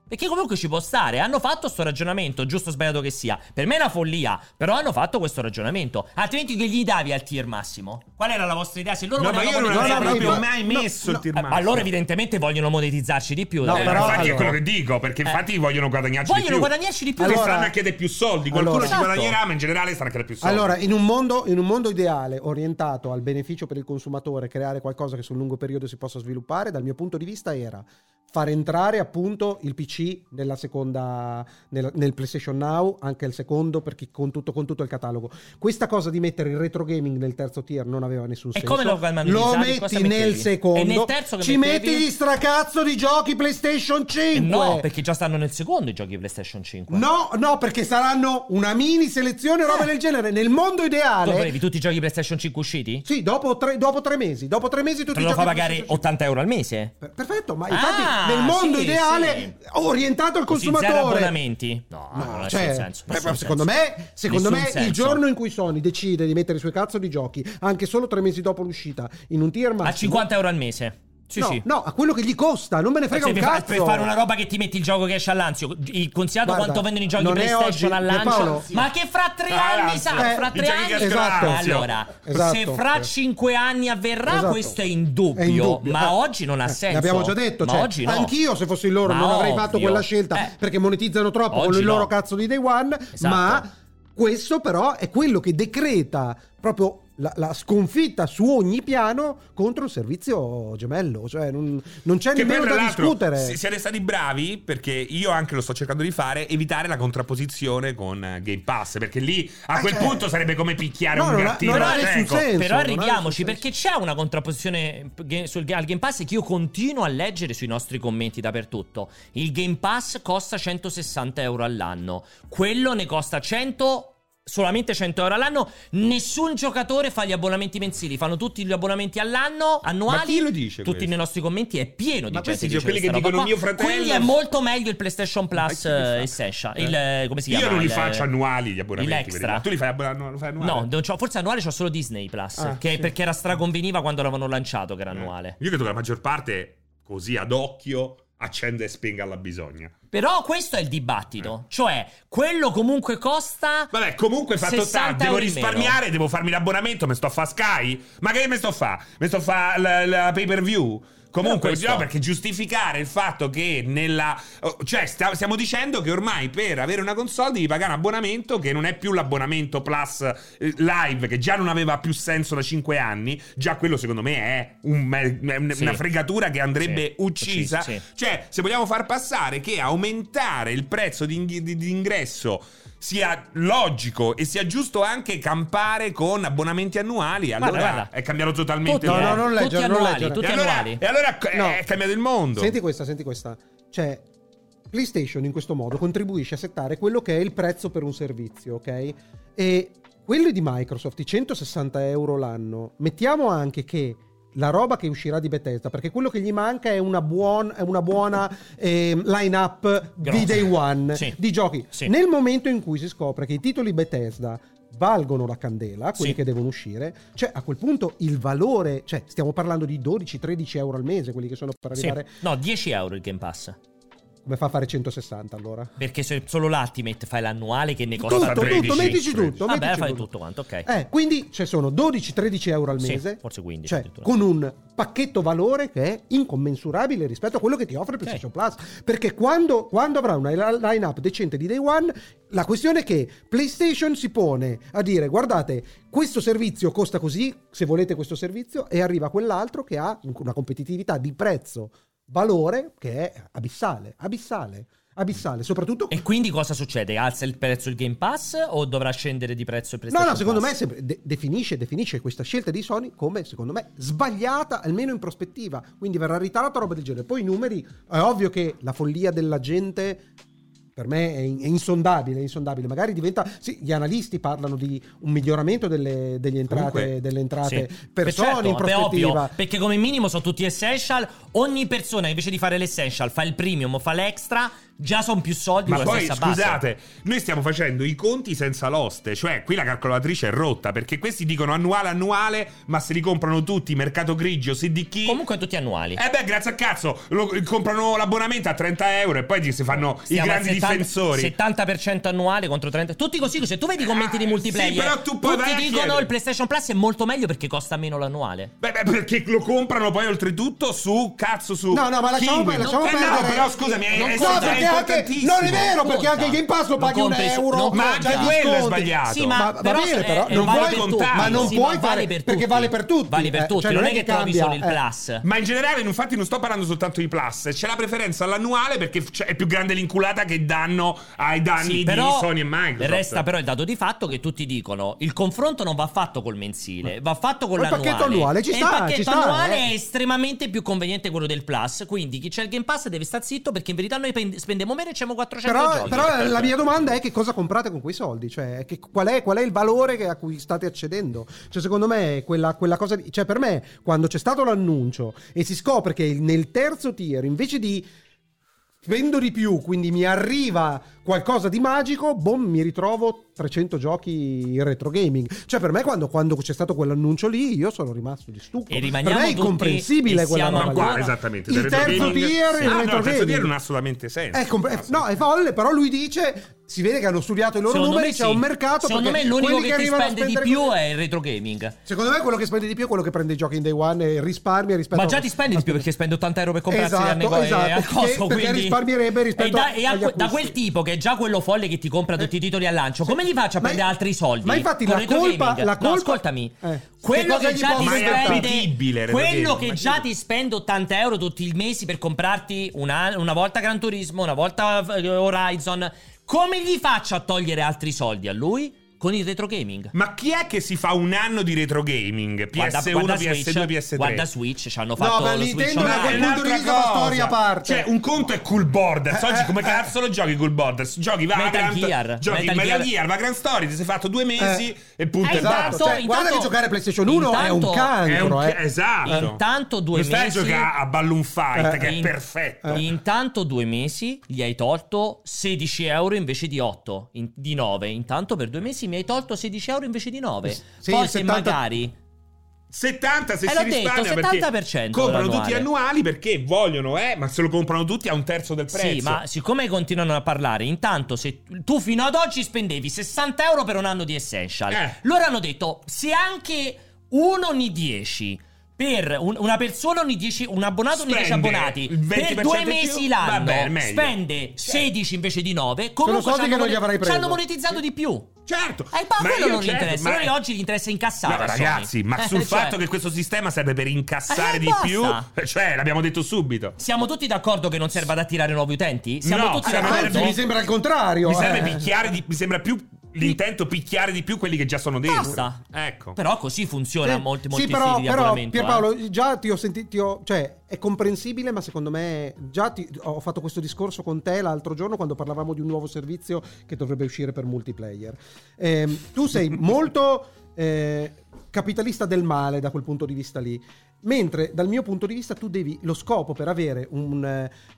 Speaker 1: Perché comunque ci può stare, hanno fatto sto ragionamento, giusto o sbagliato che sia. Per me è una follia, però hanno fatto questo ragionamento. Altrimenti che gli davi al tier massimo? Qual era la vostra idea? Se loro
Speaker 2: No, ma
Speaker 1: volevano
Speaker 2: io non
Speaker 1: monetizzare-
Speaker 2: l'avrei
Speaker 3: no,
Speaker 2: proprio
Speaker 3: no,
Speaker 2: mai
Speaker 3: no,
Speaker 2: messo il
Speaker 3: no,
Speaker 2: tier
Speaker 1: eh,
Speaker 2: master.
Speaker 1: allora, evidentemente, vogliono monetizzarci di più.
Speaker 3: No,
Speaker 1: dai.
Speaker 2: Eh,
Speaker 3: però-
Speaker 2: infatti è
Speaker 3: allora- Eh.
Speaker 2: quello che dico, perché infatti vogliono guadagnarci di
Speaker 1: vogliono
Speaker 2: più.
Speaker 1: guadagnarci di più.
Speaker 2: Allora,
Speaker 3: Allora-
Speaker 2: stanno a chiedere più soldi, qualcuno
Speaker 3: Allora-
Speaker 2: ci guadagnerà, ma in generale stanno a chiedere più soldi.
Speaker 3: Allora, in un, mondo, in un mondo ideale orientato al beneficio per il consumatore, creare qualcosa che sul lungo periodo si possa sviluppare, dal mio punto di vista era far entrare appunto il PC nella seconda, nel, nel PlayStation Now, anche il secondo, perché con tutto, con tutto il catalogo. Questa cosa di mettere il retro gaming nel terzo tier non aveva nessun
Speaker 1: E
Speaker 3: senso.
Speaker 1: come lo
Speaker 3: lo,
Speaker 1: calmanizzavi? Cosa
Speaker 3: metti
Speaker 1: mettevi?
Speaker 3: nel secondo,
Speaker 1: E nel terzo che
Speaker 3: ci
Speaker 1: mettevi?
Speaker 3: metti gli stracazzo di giochi PlayStation 5.
Speaker 1: Eh, No, perché già stanno nel secondo i giochi PlayStation 5.
Speaker 3: No, no, perché saranno una mini selezione, roba
Speaker 1: Eh.
Speaker 3: del genere. Nel mondo
Speaker 1: Tu
Speaker 3: ideale,
Speaker 1: volevi tutti i giochi PlayStation 5 usciti?
Speaker 3: Sì, dopo tre, dopo tre mesi. Dopo tre mesi
Speaker 1: Te
Speaker 3: tutti i
Speaker 1: lo
Speaker 3: giochi
Speaker 1: fa pagare 80 euro al mese?
Speaker 3: Per- Perfetto, ma
Speaker 1: Ah,
Speaker 3: infatti
Speaker 1: Ah,
Speaker 3: nel mondo
Speaker 1: sì,
Speaker 3: ideale orientato al
Speaker 1: Così,
Speaker 3: consumatore.
Speaker 1: zero abbonamenti? No,
Speaker 3: No,
Speaker 1: non ha
Speaker 3: cioè,
Speaker 1: nessun senso.
Speaker 3: beh,
Speaker 1: nessun
Speaker 3: secondo
Speaker 1: senso.
Speaker 3: me, secondo
Speaker 1: Nessun
Speaker 3: me il
Speaker 1: senso.
Speaker 3: giorno in cui Sony decide di mettere i suoi cazzo di giochi, anche solo tre mesi dopo l'uscita, in un tier massimo,
Speaker 1: A 50 euro al mese. Sì,
Speaker 3: no,
Speaker 1: sì.
Speaker 3: no, a quello che gli costa, non me ne frega
Speaker 1: Se
Speaker 3: un
Speaker 1: per, fa-
Speaker 3: cazzo.
Speaker 1: per fare una roba che ti metti il gioco che esce all'anzio, il consigliato
Speaker 3: Guarda,
Speaker 1: quanto vendono i giochi
Speaker 3: non è
Speaker 1: PlayStation
Speaker 3: oggi,
Speaker 1: al
Speaker 3: Pierpaolo.
Speaker 1: lancio, ma che fra tre
Speaker 2: Ah,
Speaker 1: anni sa,
Speaker 3: eh,
Speaker 1: fra
Speaker 2: i
Speaker 1: tre
Speaker 2: giochi
Speaker 1: anni
Speaker 2: che escono
Speaker 3: Esatto.
Speaker 2: all'anzio.
Speaker 1: allora,
Speaker 3: Esatto.
Speaker 1: se fra cinque anni avverrà,
Speaker 3: Esatto.
Speaker 1: questo è in dubbio,
Speaker 3: È in dubbio.
Speaker 1: ma
Speaker 3: Eh,
Speaker 1: oggi non ha
Speaker 3: eh,
Speaker 1: senso.
Speaker 3: L'abbiamo già detto,
Speaker 1: Ma
Speaker 3: cioè,
Speaker 1: oggi no.
Speaker 3: anch'io se fossi loro
Speaker 1: Ma
Speaker 3: non avrei fatto
Speaker 1: ovvio.
Speaker 3: quella scelta
Speaker 1: Eh.
Speaker 3: perché monetizzano troppo con
Speaker 1: Oggi
Speaker 3: il loro
Speaker 1: no.
Speaker 3: cazzo di day one,
Speaker 1: Esatto.
Speaker 3: ma questo però è quello che decreta proprio la, la sconfitta su ogni piano contro il servizio gemello, cioè non, non c'è
Speaker 2: Che poi,
Speaker 3: nemmeno
Speaker 2: tra
Speaker 3: da
Speaker 2: l'altro,
Speaker 3: discutere.
Speaker 2: si- siete stati bravi perché io anche lo sto cercando di fare, evitare la contrapposizione con eh, Game Pass. Perché lì a
Speaker 3: Eh,
Speaker 2: quel
Speaker 3: cioè-
Speaker 2: punto sarebbe come picchiare
Speaker 3: No,
Speaker 2: un
Speaker 3: non ha-
Speaker 2: gattino. Ecco.
Speaker 3: non ha
Speaker 2: al
Speaker 3: nessun
Speaker 2: cieco.
Speaker 3: senso.
Speaker 1: Però
Speaker 3: non ha
Speaker 1: arriviamoci
Speaker 3: nessun
Speaker 1: perché c'è una contrapposizione eh, sul, al Game Pass che io continuo a leggere sui nostri commenti dappertutto. Il Game Pass costa 160 euro all'anno, quello ne costa 100. Solamente 100 euro all'anno, nessun giocatore fa gli abbonamenti mensili, fanno tutti gli abbonamenti all'anno, annuali.
Speaker 2: chi lo dice
Speaker 1: Tutti
Speaker 2: questo?
Speaker 1: nei nostri commenti è pieno di
Speaker 2: Ma
Speaker 1: gente
Speaker 2: questi
Speaker 1: dice
Speaker 2: quelli che
Speaker 1: questa roba
Speaker 2: dicono
Speaker 1: qua.
Speaker 2: mio fratello-
Speaker 1: Quindi è molto meglio il PlayStation
Speaker 2: Ma
Speaker 1: Plus
Speaker 2: chi li fa?
Speaker 1: eh, Essential.
Speaker 2: Eh.
Speaker 1: Il, eh, come si
Speaker 2: Io
Speaker 1: chiama?
Speaker 2: non li
Speaker 1: Il-
Speaker 2: faccio annuali gli abbonamenti.
Speaker 1: il extra.
Speaker 2: per esempio. Tu li fai abbon- lo fai annuali?
Speaker 1: No, non c'ho- forse annuale c'ho solo Disney Plus.
Speaker 3: Ah,
Speaker 1: che
Speaker 3: sì.
Speaker 1: perché era straconveniva quando l'avevano lanciato, che era annuale.
Speaker 2: Eh. Io credo che la maggior parte, così ad occhio, accenda e spenga alla bisogna.
Speaker 1: Però questo è il
Speaker 3: Eh.
Speaker 1: dibattito. Cioè, quello comunque costa.
Speaker 2: Vabbè, comunque fatto
Speaker 1: 60
Speaker 2: tanto, devo
Speaker 1: euro in
Speaker 2: risparmiare, devo farmi l'abbonamento, me sto a fa Sky? Ma che me sto a fa? Me sto a fa la, la pay per view? Comunque,
Speaker 1: Però questo-
Speaker 2: no, perché giustificare il fatto che nella... oh, Cioè, sta- stiamo dicendo che ormai per avere una console devi pagare un abbonamento che non è più l'abbonamento Plus eh, Live, che già non aveva più senso da 5 anni. Già quello, secondo me, è un me- me-
Speaker 1: Sì.
Speaker 2: una fregatura che andrebbe
Speaker 1: Sì,
Speaker 2: uccisa.
Speaker 1: uccisa, sì.
Speaker 2: Cioè, se vogliamo far passare che aumentare il prezzo di, ing- di- di ingresso sia logico e sia giusto anche campare con abbonamenti annuali, allora
Speaker 1: guarda.
Speaker 2: è cambiato totalmente.
Speaker 1: Tutti,
Speaker 3: No,
Speaker 2: il
Speaker 1: eh,
Speaker 3: no,
Speaker 2: mondo.
Speaker 3: non leggere,
Speaker 1: tutti
Speaker 3: non
Speaker 1: annuali,
Speaker 3: leggere.
Speaker 1: tutti
Speaker 2: e allora,
Speaker 1: annuali.
Speaker 2: e allora c-
Speaker 3: No.
Speaker 2: è cambiato il mondo.
Speaker 3: Senti questa, senti questa. Cioè, PlayStation in questo modo contribuisce a settare quello che è il prezzo per un servizio, ok? E quelli di Microsoft, i 160 euro l'anno, mettiamo anche che la roba che uscirà di Bethesda, perché quello che gli manca è una, buon- è una buona ehm, line-up di
Speaker 1: Grossa.
Speaker 3: Day One,
Speaker 1: Sì.
Speaker 3: di giochi.
Speaker 1: Sì.
Speaker 3: Nel momento in cui si scopre che i titoli Bethesda valgono la candela, quelli
Speaker 1: Sì.
Speaker 3: che devono uscire, cioè a quel punto il valore, cioè stiamo parlando di 12-13 euro al mese, quelli che sono per
Speaker 1: Sì.
Speaker 3: arrivare
Speaker 1: No, 10 euro il Game Pass.
Speaker 3: come fa a fare 160 allora?
Speaker 1: Perché se solo l'Ultimate fai l'annuale che ne
Speaker 3: Tutto,
Speaker 1: costa
Speaker 3: tutto,
Speaker 1: 13.
Speaker 3: mettici
Speaker 2: 13.
Speaker 3: tutto.
Speaker 1: Vabbè,
Speaker 3: mettici
Speaker 1: fai tutto quanto, ok.
Speaker 3: Eh, quindi ci sono 12-13 euro al
Speaker 1: Sì,
Speaker 3: mese.
Speaker 1: forse 15
Speaker 3: Cioè,
Speaker 1: addirittura.
Speaker 3: con un pacchetto valore che è incommensurabile rispetto a quello che ti offre PlayStation Plus. Perché quando, quando avrà una la- line-up decente di day one, la questione è che PlayStation si pone a dire guardate, questo servizio costa così, se volete questo servizio, e arriva quell'altro che ha una competitività di prezzo, valore, che è abissale, abissale, abissale. Soprattutto
Speaker 1: E quindi cosa succede? Alza il prezzo il Game Pass o dovrà scendere di prezzo il prezzo?
Speaker 3: No, no, secondo me sempre- de- definisce, definisce questa scelta di Sony come, secondo me, sbagliata, almeno in prospettiva. Quindi verrà ritardato roba del genere. Poi i numeri, è ovvio che la follia della gente per me è, in- è insondabile, è insondabile. Magari diventa... Sì, gli analisti parlano di un miglioramento delle, degli entrate,
Speaker 2: Comunque,
Speaker 3: delle entrate
Speaker 1: Sì.
Speaker 3: per
Speaker 1: Beh,
Speaker 3: Sony
Speaker 1: certo,
Speaker 3: in
Speaker 1: beh,
Speaker 3: prospettiva.
Speaker 1: ovvio, perché come minimo sono tutti essential. Ogni persona invece di fare l'essential fa il premium, fa l'extra, già sono più soldi
Speaker 2: Ma
Speaker 1: con la
Speaker 2: poi
Speaker 1: stessa base.
Speaker 2: scusate, noi stiamo facendo i conti senza l'oste, cioè qui la calcolatrice è rotta perché questi dicono annuale annuale, ma se li comprano tutti, mercato grigio, se di chi...
Speaker 1: Comunque tutti annuali.
Speaker 2: Eh beh, grazie a cazzo, lo- eh, comprano l'abbonamento a 30 euro e poi gli si fanno
Speaker 1: Siamo
Speaker 2: i
Speaker 1: al
Speaker 2: grandi
Speaker 1: 70
Speaker 2: difensori.
Speaker 1: 70% annuale contro 30%. Tutti così, se tu vedi i commenti di
Speaker 2: Ah,
Speaker 1: multiplayer,
Speaker 2: sì, però tu poi vai a
Speaker 1: tutti dicono
Speaker 2: chiedere.
Speaker 1: il PlayStation Plus è molto meglio perché costa meno l'annuale.
Speaker 2: Beh, beh, perché lo comprano poi oltretutto su cazzo su.
Speaker 3: No, no, ma lasciamo,
Speaker 2: Kiwi.
Speaker 3: per- lasciamo
Speaker 2: eh
Speaker 3: perdere.
Speaker 2: No, però scusami, è,
Speaker 1: Non
Speaker 2: è,
Speaker 1: conta.
Speaker 2: è
Speaker 3: No, perché anche,
Speaker 2: importantissimo.
Speaker 3: non è vero,
Speaker 1: Non
Speaker 3: perché
Speaker 1: conta.
Speaker 3: anche il Game Pass lo
Speaker 1: Non
Speaker 3: paghi un
Speaker 1: conta i-
Speaker 3: euro.
Speaker 1: non
Speaker 2: Ma
Speaker 1: conta.
Speaker 2: anche
Speaker 3: c'hai gli
Speaker 2: quello è
Speaker 3: sconti.
Speaker 2: sbagliato.
Speaker 1: Sì, ma,
Speaker 3: Ma- va
Speaker 1: però
Speaker 3: bene,
Speaker 1: eh,
Speaker 3: però,
Speaker 1: eh,
Speaker 3: non
Speaker 1: vale
Speaker 3: puoi
Speaker 1: per
Speaker 2: contare.
Speaker 1: tutti.
Speaker 2: Ma non
Speaker 1: Sì,
Speaker 3: puoi
Speaker 1: ma vale
Speaker 3: fare-
Speaker 1: per
Speaker 3: perché
Speaker 1: tutti.
Speaker 3: vale per tutti.
Speaker 1: Vale per
Speaker 3: Eh,
Speaker 1: tutti,
Speaker 3: cioè,
Speaker 1: non è che trovi
Speaker 3: cambia,
Speaker 1: solo il
Speaker 3: eh.
Speaker 1: Plus.
Speaker 2: Ma in generale, infatti, non sto parlando soltanto di plus. C'è la preferenza all'annuale perché c'è- è più grande l'inculata che danno ai danni
Speaker 1: Sì, però
Speaker 2: di Sony e Microsoft.
Speaker 1: Resta però il dato di fatto che tutti dicono il confronto non va fatto col mensile, va fatto con
Speaker 3: Col
Speaker 1: l'annuale.
Speaker 3: pacchetto annuale, ci
Speaker 1: E
Speaker 3: sta,
Speaker 1: Il pacchetto
Speaker 3: ci sta,
Speaker 1: annuale
Speaker 3: eh.
Speaker 1: è estremamente più conveniente quello del Plus, quindi chi c'è il Game Pass deve stare zitto perché in verità noi pen- spendiamo meno e c'è 400
Speaker 3: Però,
Speaker 1: giochi.
Speaker 3: però la mia domanda è che cosa comprate con quei soldi? Cioè, che- qual, è, qual è il valore che- a cui state accedendo? Cioè, secondo me, quella, quella cosa. di- cioè, per me, quando c'è stato l'annuncio e si scopre che nel terzo tier invece di spendo di più, quindi mi arriva qualcosa di magico, boom, mi ritrovo 300 giochi in retro gaming. Cioè, per me, quando, quando c'è stato quell'annuncio lì, io sono rimasto di stucco.
Speaker 1: E
Speaker 3: per
Speaker 1: rimaniamo
Speaker 3: me è
Speaker 1: tutti-
Speaker 3: incomprensibile
Speaker 1: e
Speaker 3: quella
Speaker 1: siamo
Speaker 3: roba. lì.
Speaker 1: ancora-
Speaker 2: qua, esattamente.
Speaker 3: Il
Speaker 2: del retro
Speaker 3: terzo
Speaker 2: gaming-
Speaker 3: tier, il
Speaker 2: Ah, no,
Speaker 3: retro
Speaker 2: il terzo tier
Speaker 3: gaming.
Speaker 2: non ha assolutamente senso.
Speaker 3: È compre- eh, no, è folle, però lui dice: si vede che hanno studiato i loro
Speaker 1: Secondo
Speaker 3: numeri,
Speaker 1: me
Speaker 3: c'è
Speaker 1: sì.
Speaker 3: un mercato.
Speaker 1: Secondo me
Speaker 3: perché
Speaker 1: l'unico
Speaker 3: quelli
Speaker 1: che, ti
Speaker 3: arrivano a
Speaker 1: spende di
Speaker 3: spendere-
Speaker 1: più è il retro gaming.
Speaker 3: Secondo me quello che spende di più è quello che prende i giochi in day one e risparmia rispetto
Speaker 1: Ma già ti spendi di più perché spendi 80 euro per comprarsi
Speaker 3: Esatto,
Speaker 1: la Nego- eh,
Speaker 3: esatto,
Speaker 1: al
Speaker 3: perché-
Speaker 1: Costco,
Speaker 3: perché
Speaker 1: quindi-
Speaker 3: risparmierebbe rispetto
Speaker 1: e da, e a
Speaker 3: agli
Speaker 1: que-
Speaker 3: acquisti.
Speaker 1: da
Speaker 3: Eh,
Speaker 1: quel tipo che è già quello folle che ti compra tutti i titoli al lancio, come gli faccio a
Speaker 3: Ma-
Speaker 1: prendere altri soldi?
Speaker 3: ma infatti
Speaker 1: Con
Speaker 3: la
Speaker 1: retro
Speaker 3: colpa-
Speaker 1: gaming?
Speaker 3: la colpa-
Speaker 1: No, ascoltami.
Speaker 3: Eh. Che
Speaker 1: Quello
Speaker 3: cosa
Speaker 1: che
Speaker 3: gli
Speaker 1: già
Speaker 3: posso
Speaker 1: ti
Speaker 2: aspettare? Ma è appetibile,
Speaker 1: spende
Speaker 2: retro
Speaker 1: quello
Speaker 2: gaming,
Speaker 1: che
Speaker 2: ma
Speaker 1: già
Speaker 2: sì.
Speaker 1: ti spende 80 euro tutti il mesi per comprarti una, una volta Gran Turismo, una volta eh, Horizon, come gli faccio a togliere altri soldi a lui? Con il retro gaming.
Speaker 2: Ma chi è che si fa un anno di retro gaming? PS1, PS2, PS3?
Speaker 1: guarda Switch, ci hanno
Speaker 3: No,
Speaker 1: fatto
Speaker 3: ma
Speaker 1: lo Switch
Speaker 3: Nintendo
Speaker 2: Ma
Speaker 3: da
Speaker 2: è
Speaker 3: quel punto
Speaker 1: online.
Speaker 2: Cioè, un'altra
Speaker 3: di vista è una
Speaker 2: cosa.
Speaker 3: storia a parte.
Speaker 2: Cioè, un conto è Cool Borders.
Speaker 3: Eh,
Speaker 2: Oggi
Speaker 3: eh,
Speaker 2: come
Speaker 3: eh.
Speaker 2: cazzo lo giochi Cool Borders? Giochi
Speaker 1: Metal
Speaker 2: Vagrant,
Speaker 1: Gear.
Speaker 2: giochi
Speaker 1: Metal
Speaker 2: Metal,
Speaker 1: Gear.
Speaker 2: Gear, Vagrant Story, ti sei fatto due mesi
Speaker 3: Eh.
Speaker 2: e punto
Speaker 1: Eh,
Speaker 2: e
Speaker 1: esatto,
Speaker 2: basta.
Speaker 3: Cioè,
Speaker 1: Intanto-
Speaker 3: guarda che giocare a PlayStation 1 è un
Speaker 1: intanto-
Speaker 2: È un
Speaker 3: cancro,
Speaker 2: ca-
Speaker 3: eh.
Speaker 2: Esatto.
Speaker 1: Intanto due
Speaker 2: non stai
Speaker 1: mesi-
Speaker 2: a giocare a Balloon Fight,
Speaker 3: Eh,
Speaker 2: che
Speaker 1: in-
Speaker 2: è perfetto.
Speaker 1: Intanto due mesi gli hai tolto 16 euro invece di 8, in- di 9. Intanto per due mesi mi hai tolto 16 euro invece di 9.
Speaker 3: Sì,
Speaker 1: Poi
Speaker 3: il
Speaker 1: se
Speaker 3: 70
Speaker 1: magari...
Speaker 2: 70 se
Speaker 1: Eh, l'ho
Speaker 2: si
Speaker 1: detto,
Speaker 2: risparmia perché
Speaker 1: 70%
Speaker 2: comprano
Speaker 1: dell'annuale.
Speaker 2: tutti annuali perché vogliono, eh, ma se lo comprano tutti a un terzo del prezzo.
Speaker 1: Sì, ma siccome continuano a parlare, intanto se tu fino ad oggi spendevi 60 euro per un anno di Essential,
Speaker 2: Eh.
Speaker 1: loro hanno detto se anche uno ogni 10 per un- una persona ogni 10, un abbonato ogni 10
Speaker 2: Spende
Speaker 1: abbonati,
Speaker 2: il
Speaker 1: per
Speaker 2: 20%
Speaker 1: due
Speaker 2: in più,
Speaker 1: mesi l'anno
Speaker 2: vabbè, meglio.
Speaker 1: spende 16 invece di 9,
Speaker 3: soldi
Speaker 1: comunque ci hanno
Speaker 3: che non gli
Speaker 1: monet-
Speaker 3: avrei
Speaker 1: ci hanno
Speaker 3: preso.
Speaker 1: monetizzato di più.
Speaker 2: Certo.
Speaker 1: Eh, ma a quello
Speaker 2: io,
Speaker 1: non gli
Speaker 2: certo,
Speaker 1: interessa,
Speaker 2: ma-
Speaker 1: a noi oggi gli interessa incassare.
Speaker 2: No,
Speaker 1: a Sony.
Speaker 2: ragazzi, ma sul
Speaker 1: Cioè,
Speaker 2: fatto che questo sistema serve per incassare
Speaker 1: Eh,
Speaker 2: di
Speaker 1: basta.
Speaker 2: più, cioè, l'abbiamo detto subito.
Speaker 1: Siamo tutti d'accordo che non serve ad attirare nuovi utenti? Siamo
Speaker 2: No,
Speaker 1: tutti
Speaker 2: siamo
Speaker 1: d'accordo?
Speaker 3: Anzi, mi sembra il contrario.
Speaker 2: Mi serve
Speaker 3: eh.
Speaker 2: picchiare di- mi sembra più l'intento picchiare di più quelli che già sono dentro.
Speaker 1: Basta.
Speaker 2: Ecco.
Speaker 1: Però così funziona
Speaker 3: Sì,
Speaker 1: molti molti
Speaker 3: sì, però,
Speaker 1: siti di
Speaker 3: però
Speaker 1: abbonamento.
Speaker 3: Pierpaolo,
Speaker 1: eh.
Speaker 3: già ti ho sentito, ti ho- cioè è comprensibile, ma secondo me già ti- ho fatto questo discorso con te l'altro giorno quando parlavamo di un nuovo servizio che dovrebbe uscire per multiplayer. Ehm, tu sei molto eh, capitalista del male da quel punto di vista lì. Mentre dal mio punto di vista tu devi lo scopo per avere un,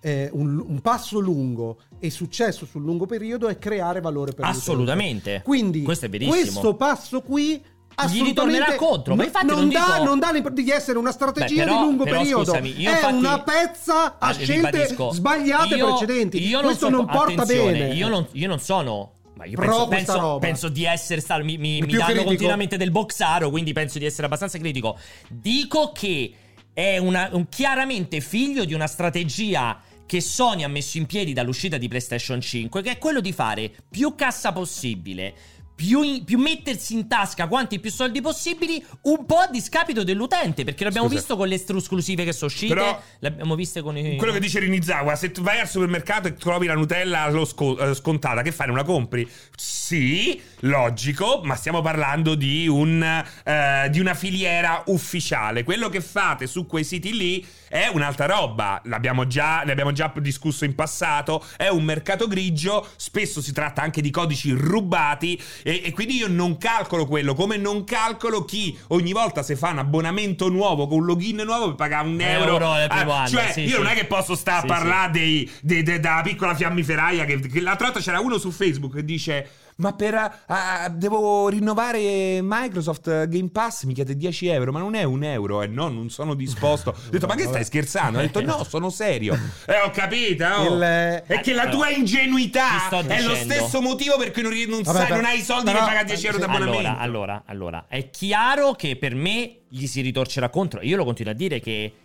Speaker 3: eh, un- un passo lungo e successo sul lungo periodo è creare valore per l'utente.
Speaker 1: Assolutamente.
Speaker 3: Quindi
Speaker 1: Eh, Questo è verissimo.
Speaker 3: questo passo qui assolutamente
Speaker 1: ritornerà contro, ma
Speaker 3: no-
Speaker 1: infatti
Speaker 3: non,
Speaker 1: non
Speaker 3: dà,
Speaker 1: dico-
Speaker 3: non dà l'imp- di essere una strategia
Speaker 1: Beh, però-
Speaker 3: di lungo
Speaker 1: però,
Speaker 3: periodo.
Speaker 1: scusami, io
Speaker 3: è
Speaker 1: infatti-
Speaker 3: una pezza a
Speaker 1: Ah,
Speaker 3: scelte
Speaker 1: ribadisco,
Speaker 3: sbagliate
Speaker 1: io-
Speaker 3: precedenti.
Speaker 1: io
Speaker 3: Questo
Speaker 1: so-
Speaker 3: non porta
Speaker 1: attenzione,
Speaker 3: bene.
Speaker 1: Io non, io non sono. Ma io
Speaker 3: Pro
Speaker 1: penso,
Speaker 3: questa
Speaker 1: penso-
Speaker 3: roba.
Speaker 1: penso di essere. star- mi mi-
Speaker 3: Il
Speaker 1: mi
Speaker 3: più
Speaker 1: danno
Speaker 3: critico.
Speaker 1: continuamente del boxaro, quindi penso di essere abbastanza critico. Dico che è una- un- chiaramente figlio di una strategia che Sony ha messo in piedi dall'uscita di PlayStation 5, che è quello di fare più cassa possibile. Più, in- più mettersi in tasca quanti più soldi possibili, un po' a discapito dell'utente, perché l'abbiamo
Speaker 2: Scusa.
Speaker 1: visto con le estru- esclusive che sono uscite,
Speaker 2: Però-
Speaker 1: l'abbiamo viste con i.
Speaker 2: Quello che dice Rinizawa, se tu vai al supermercato e trovi la Nutella allo sco- eh, scontata, che fai? Non la compri? Sì, logico, ma stiamo parlando di, un, eh, di una filiera ufficiale. Quello che fate su quei siti lì è un'altra roba. L'abbiamo già, ne abbiamo già discusso in passato. È un mercato grigio, spesso si tratta anche di codici rubati. E, e quindi io non calcolo quello, come non calcolo chi ogni volta se fa un abbonamento nuovo con un login nuovo paga un euro.
Speaker 1: euro al primo
Speaker 2: Ah,
Speaker 1: anno,
Speaker 2: cioè,
Speaker 1: sì,
Speaker 2: io
Speaker 1: sì.
Speaker 2: non è che posso stare
Speaker 1: Sì,
Speaker 2: a parlare dei, dei- de- della piccola fiammiferaia. Che, che l'altra volta c'era uno su Facebook che dice. Ma per ah, devo rinnovare Microsoft Game Pass mi chiede 10 euro, ma non è un euro, e no, non sono disposto. Ho detto, ma che stai scherzando? Ho detto, no, sono serio. E ho capito. oh.
Speaker 3: Il-
Speaker 2: È che la
Speaker 1: Allora,
Speaker 2: tua
Speaker 1: ti
Speaker 2: ingenuità
Speaker 1: sto
Speaker 2: è lo
Speaker 1: dicendo.
Speaker 2: stesso motivo per cui non, ri- non
Speaker 3: Vabbè,
Speaker 2: sai-
Speaker 3: però-
Speaker 2: non hai i soldi
Speaker 3: però-
Speaker 2: che paga 10 euro d'abbonamento.
Speaker 1: Allora, allora, allora, è chiaro che per me gli si ritorcerà contro. Io lo continuo a dire che.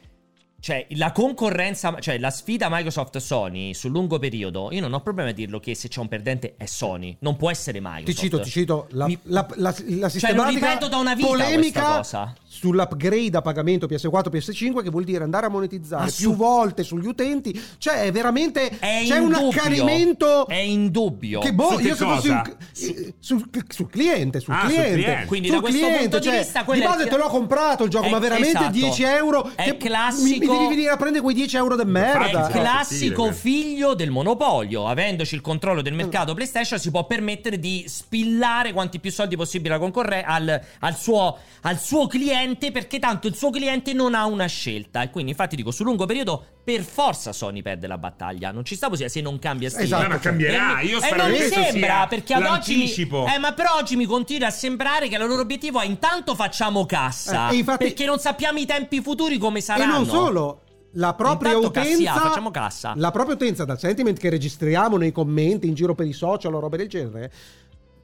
Speaker 1: Cioè, la concorrenza, cioè la sfida Microsoft-Sony sul lungo periodo, io non ho problemi a dirlo che se c'è un perdente è Sony, non può essere Microsoft.
Speaker 3: Ti cito, ti cito la,
Speaker 1: Mi-
Speaker 3: la, la, la
Speaker 1: Cioè, lo
Speaker 3: sistematica
Speaker 1: ripeto da una vita
Speaker 3: polemica
Speaker 1: questa cosa.
Speaker 3: sull'upgrade a pagamento PS4 PS5 che vuol dire andare a monetizzare
Speaker 1: Ma su-
Speaker 3: più volte sugli utenti cioè è veramente
Speaker 1: È
Speaker 3: c'è
Speaker 1: in
Speaker 3: un
Speaker 1: dubbio.
Speaker 3: accanimento
Speaker 1: È in dubbio.
Speaker 3: che boh
Speaker 2: Su che
Speaker 3: io se fossi
Speaker 2: cosa?
Speaker 3: un- eh, sul, sul cliente sul
Speaker 2: Ah, sul
Speaker 3: cliente,
Speaker 2: cliente.
Speaker 1: Quindi
Speaker 3: sul
Speaker 1: da questo
Speaker 3: cliente,
Speaker 1: punto di
Speaker 3: cioè,
Speaker 1: vista
Speaker 3: di
Speaker 1: quello è
Speaker 3: base
Speaker 1: il-
Speaker 3: te l'ho comprato il gioco
Speaker 1: È-
Speaker 3: ma veramente
Speaker 1: esatto.
Speaker 3: 10 euro
Speaker 1: È
Speaker 3: che mi- mi,
Speaker 1: classico-
Speaker 3: devi venire a prendere quei 10 euro del merda
Speaker 1: È
Speaker 2: Infatti,
Speaker 1: il classico
Speaker 2: sottile,
Speaker 1: figlio del monopolio. Avendoci il controllo del mercato PlayStation, si può permettere di spillare quanti più soldi possibile alla concorre- al, al suo, al suo cliente, perché tanto il suo cliente non ha una scelta. E quindi, infatti, dico, sul lungo periodo, per forza Sony perde la battaglia. Non ci sta così se non cambia stile.
Speaker 3: Esatto.
Speaker 2: No, ma cambierà.
Speaker 1: E mi-
Speaker 2: Io
Speaker 1: e
Speaker 2: spero
Speaker 1: non
Speaker 2: che
Speaker 1: mi
Speaker 2: questo
Speaker 1: sembra
Speaker 2: sia
Speaker 1: perché ad oggi mi-
Speaker 2: l'anticipo.
Speaker 1: eh, ma per oggi mi continua a sembrare che il loro obiettivo è intanto facciamo cassa
Speaker 3: Eh, e infatti-
Speaker 1: perché non sappiamo i tempi futuri come saranno
Speaker 3: E non solo. La propria
Speaker 1: Intanto
Speaker 3: utenza,
Speaker 1: cassia, facciamo cassa.
Speaker 3: la propria utenza dal sentiment che registriamo nei commenti, in giro per i social o robe del genere,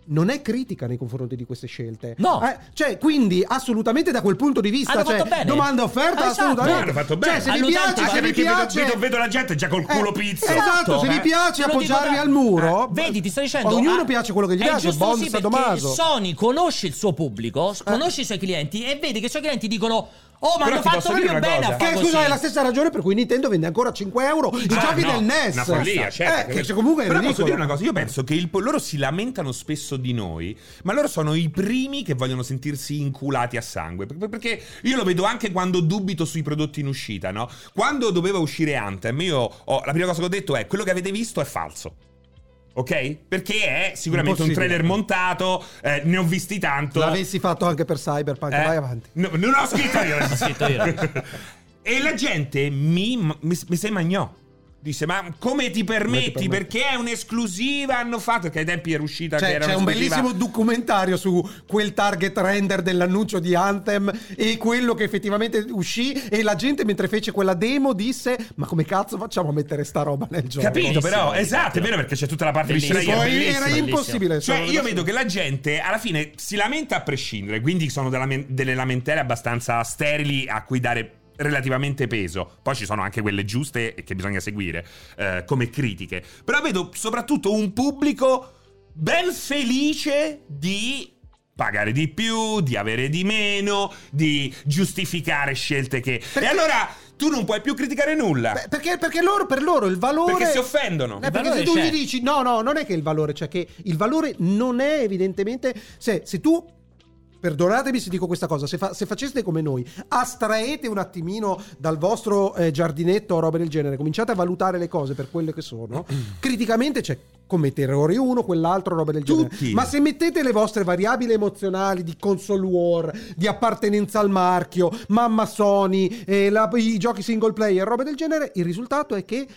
Speaker 3: non è critica nei confronti di queste scelte.
Speaker 1: No.
Speaker 3: Eh, cioè, quindi, assolutamente da quel punto di vista,
Speaker 1: Hanno
Speaker 3: cioè,
Speaker 1: fatto bene.
Speaker 3: domanda e offerta,
Speaker 1: Esatto.
Speaker 3: assolutamente.
Speaker 2: Hanno fatto
Speaker 3: Cioè,
Speaker 2: bene.
Speaker 3: se vi
Speaker 1: All'utente
Speaker 3: piace,
Speaker 1: va-
Speaker 3: se
Speaker 2: Anche
Speaker 3: vi
Speaker 2: perché
Speaker 3: piace.
Speaker 2: vedo, vedo, vedo la gente già col culo
Speaker 3: Eh,
Speaker 2: pizzo.
Speaker 3: Esatto, se
Speaker 2: Eh.
Speaker 3: vi piace
Speaker 1: Te lo dico
Speaker 3: appoggiarvi
Speaker 1: da-
Speaker 3: al muro.
Speaker 1: Eh, vedi, ti sto dicendo.
Speaker 3: Ognuno
Speaker 1: ah,
Speaker 3: piace quello che gli
Speaker 1: è
Speaker 3: piace.
Speaker 1: giusto
Speaker 3: Bon
Speaker 1: così
Speaker 3: San
Speaker 1: perché
Speaker 3: Tommaso. Eh.
Speaker 1: Sony conosce il suo pubblico, s- conosce i suoi clienti e vede che i suoi clienti dicono: Oh, ma
Speaker 2: Però
Speaker 1: hanno
Speaker 2: ti
Speaker 1: fatto
Speaker 2: posso dire
Speaker 1: proprio
Speaker 2: una
Speaker 1: bene
Speaker 2: cosa.
Speaker 1: a fare
Speaker 3: Che
Speaker 1: così.
Speaker 3: scusa, è la stessa ragione per cui Nintendo vende ancora 5 euro i
Speaker 2: Ah,
Speaker 3: giochi
Speaker 2: no,
Speaker 3: del NES.
Speaker 2: Una follia, certo.
Speaker 3: Eh, che se comunque è
Speaker 2: Però
Speaker 3: ridicolo.
Speaker 2: posso dire una cosa, io penso che il- loro si lamentano spesso di noi, ma loro sono i primi che vogliono sentirsi inculati a sangue. Per- Perché io lo vedo anche quando dubito sui prodotti in uscita, no? Quando doveva uscire Anthem, io ho- la prima cosa che ho detto è quello che avete visto è falso. Ok? Perché è sicuramente un
Speaker 3: Impossibile.
Speaker 2: trailer montato, eh, ne ho visti tanto.
Speaker 3: L'avessi fatto anche per Cyberpunk,
Speaker 2: Eh,
Speaker 3: vai avanti.
Speaker 2: no, non l'ho scritto io.
Speaker 1: L'ho scritto io.
Speaker 2: e la gente mi, mi, mi si magnò. Dice, ma come ti
Speaker 3: permetti?
Speaker 2: permetti? Perché è un'esclusiva? Hanno fatto perché ai tempi era uscita. che
Speaker 3: C'è,
Speaker 2: era
Speaker 3: c'è un
Speaker 2: un'esclusiva.
Speaker 3: bellissimo documentario su quel target render dell'annuncio di Anthem e quello che effettivamente uscì e la gente mentre fece quella demo disse ma come cazzo facciamo a mettere sta roba nel gioco?
Speaker 2: Capito, però,
Speaker 1: Bellissimo,
Speaker 2: esatto, è vero perché c'è tutta la parte di
Speaker 1: Bellissimo.
Speaker 2: Schreier.
Speaker 3: Poi
Speaker 2: bellissima.
Speaker 3: era
Speaker 1: bellissimo.
Speaker 3: impossibile.
Speaker 2: Cioè,
Speaker 3: solo-
Speaker 2: io vedo che la gente alla fine si lamenta a prescindere, quindi sono della men- delle lamentele abbastanza sterili a cui dare relativamente peso. Poi ci sono anche quelle giuste e che bisogna seguire eh, come critiche. Però vedo soprattutto un pubblico ben felice di pagare di più, di avere di meno, di giustificare scelte che... E allora tu non puoi più criticare nulla.
Speaker 3: Beh, perché, perché loro, per loro il valore...
Speaker 2: Perché si offendono.
Speaker 3: Eh,
Speaker 1: Il
Speaker 3: perché
Speaker 1: valore
Speaker 3: se tu
Speaker 1: c'è.
Speaker 3: gli dici no, no, non è che il valore c'è, che il valore non è evidentemente... Se, se tu... Perdonatemi se dico questa cosa, se, fa- se faceste come noi, astraete un attimino dal vostro eh, giardinetto o robe del genere, cominciate a valutare le cose per quelle che sono, criticamente c'è commette errori uno, quell'altro, robe del
Speaker 2: Tutti.
Speaker 3: genere. Ma se mettete le vostre variabili emozionali di console war, di appartenenza al marchio, mamma Sony, eh, la- i giochi single player, robe del genere, il risultato è che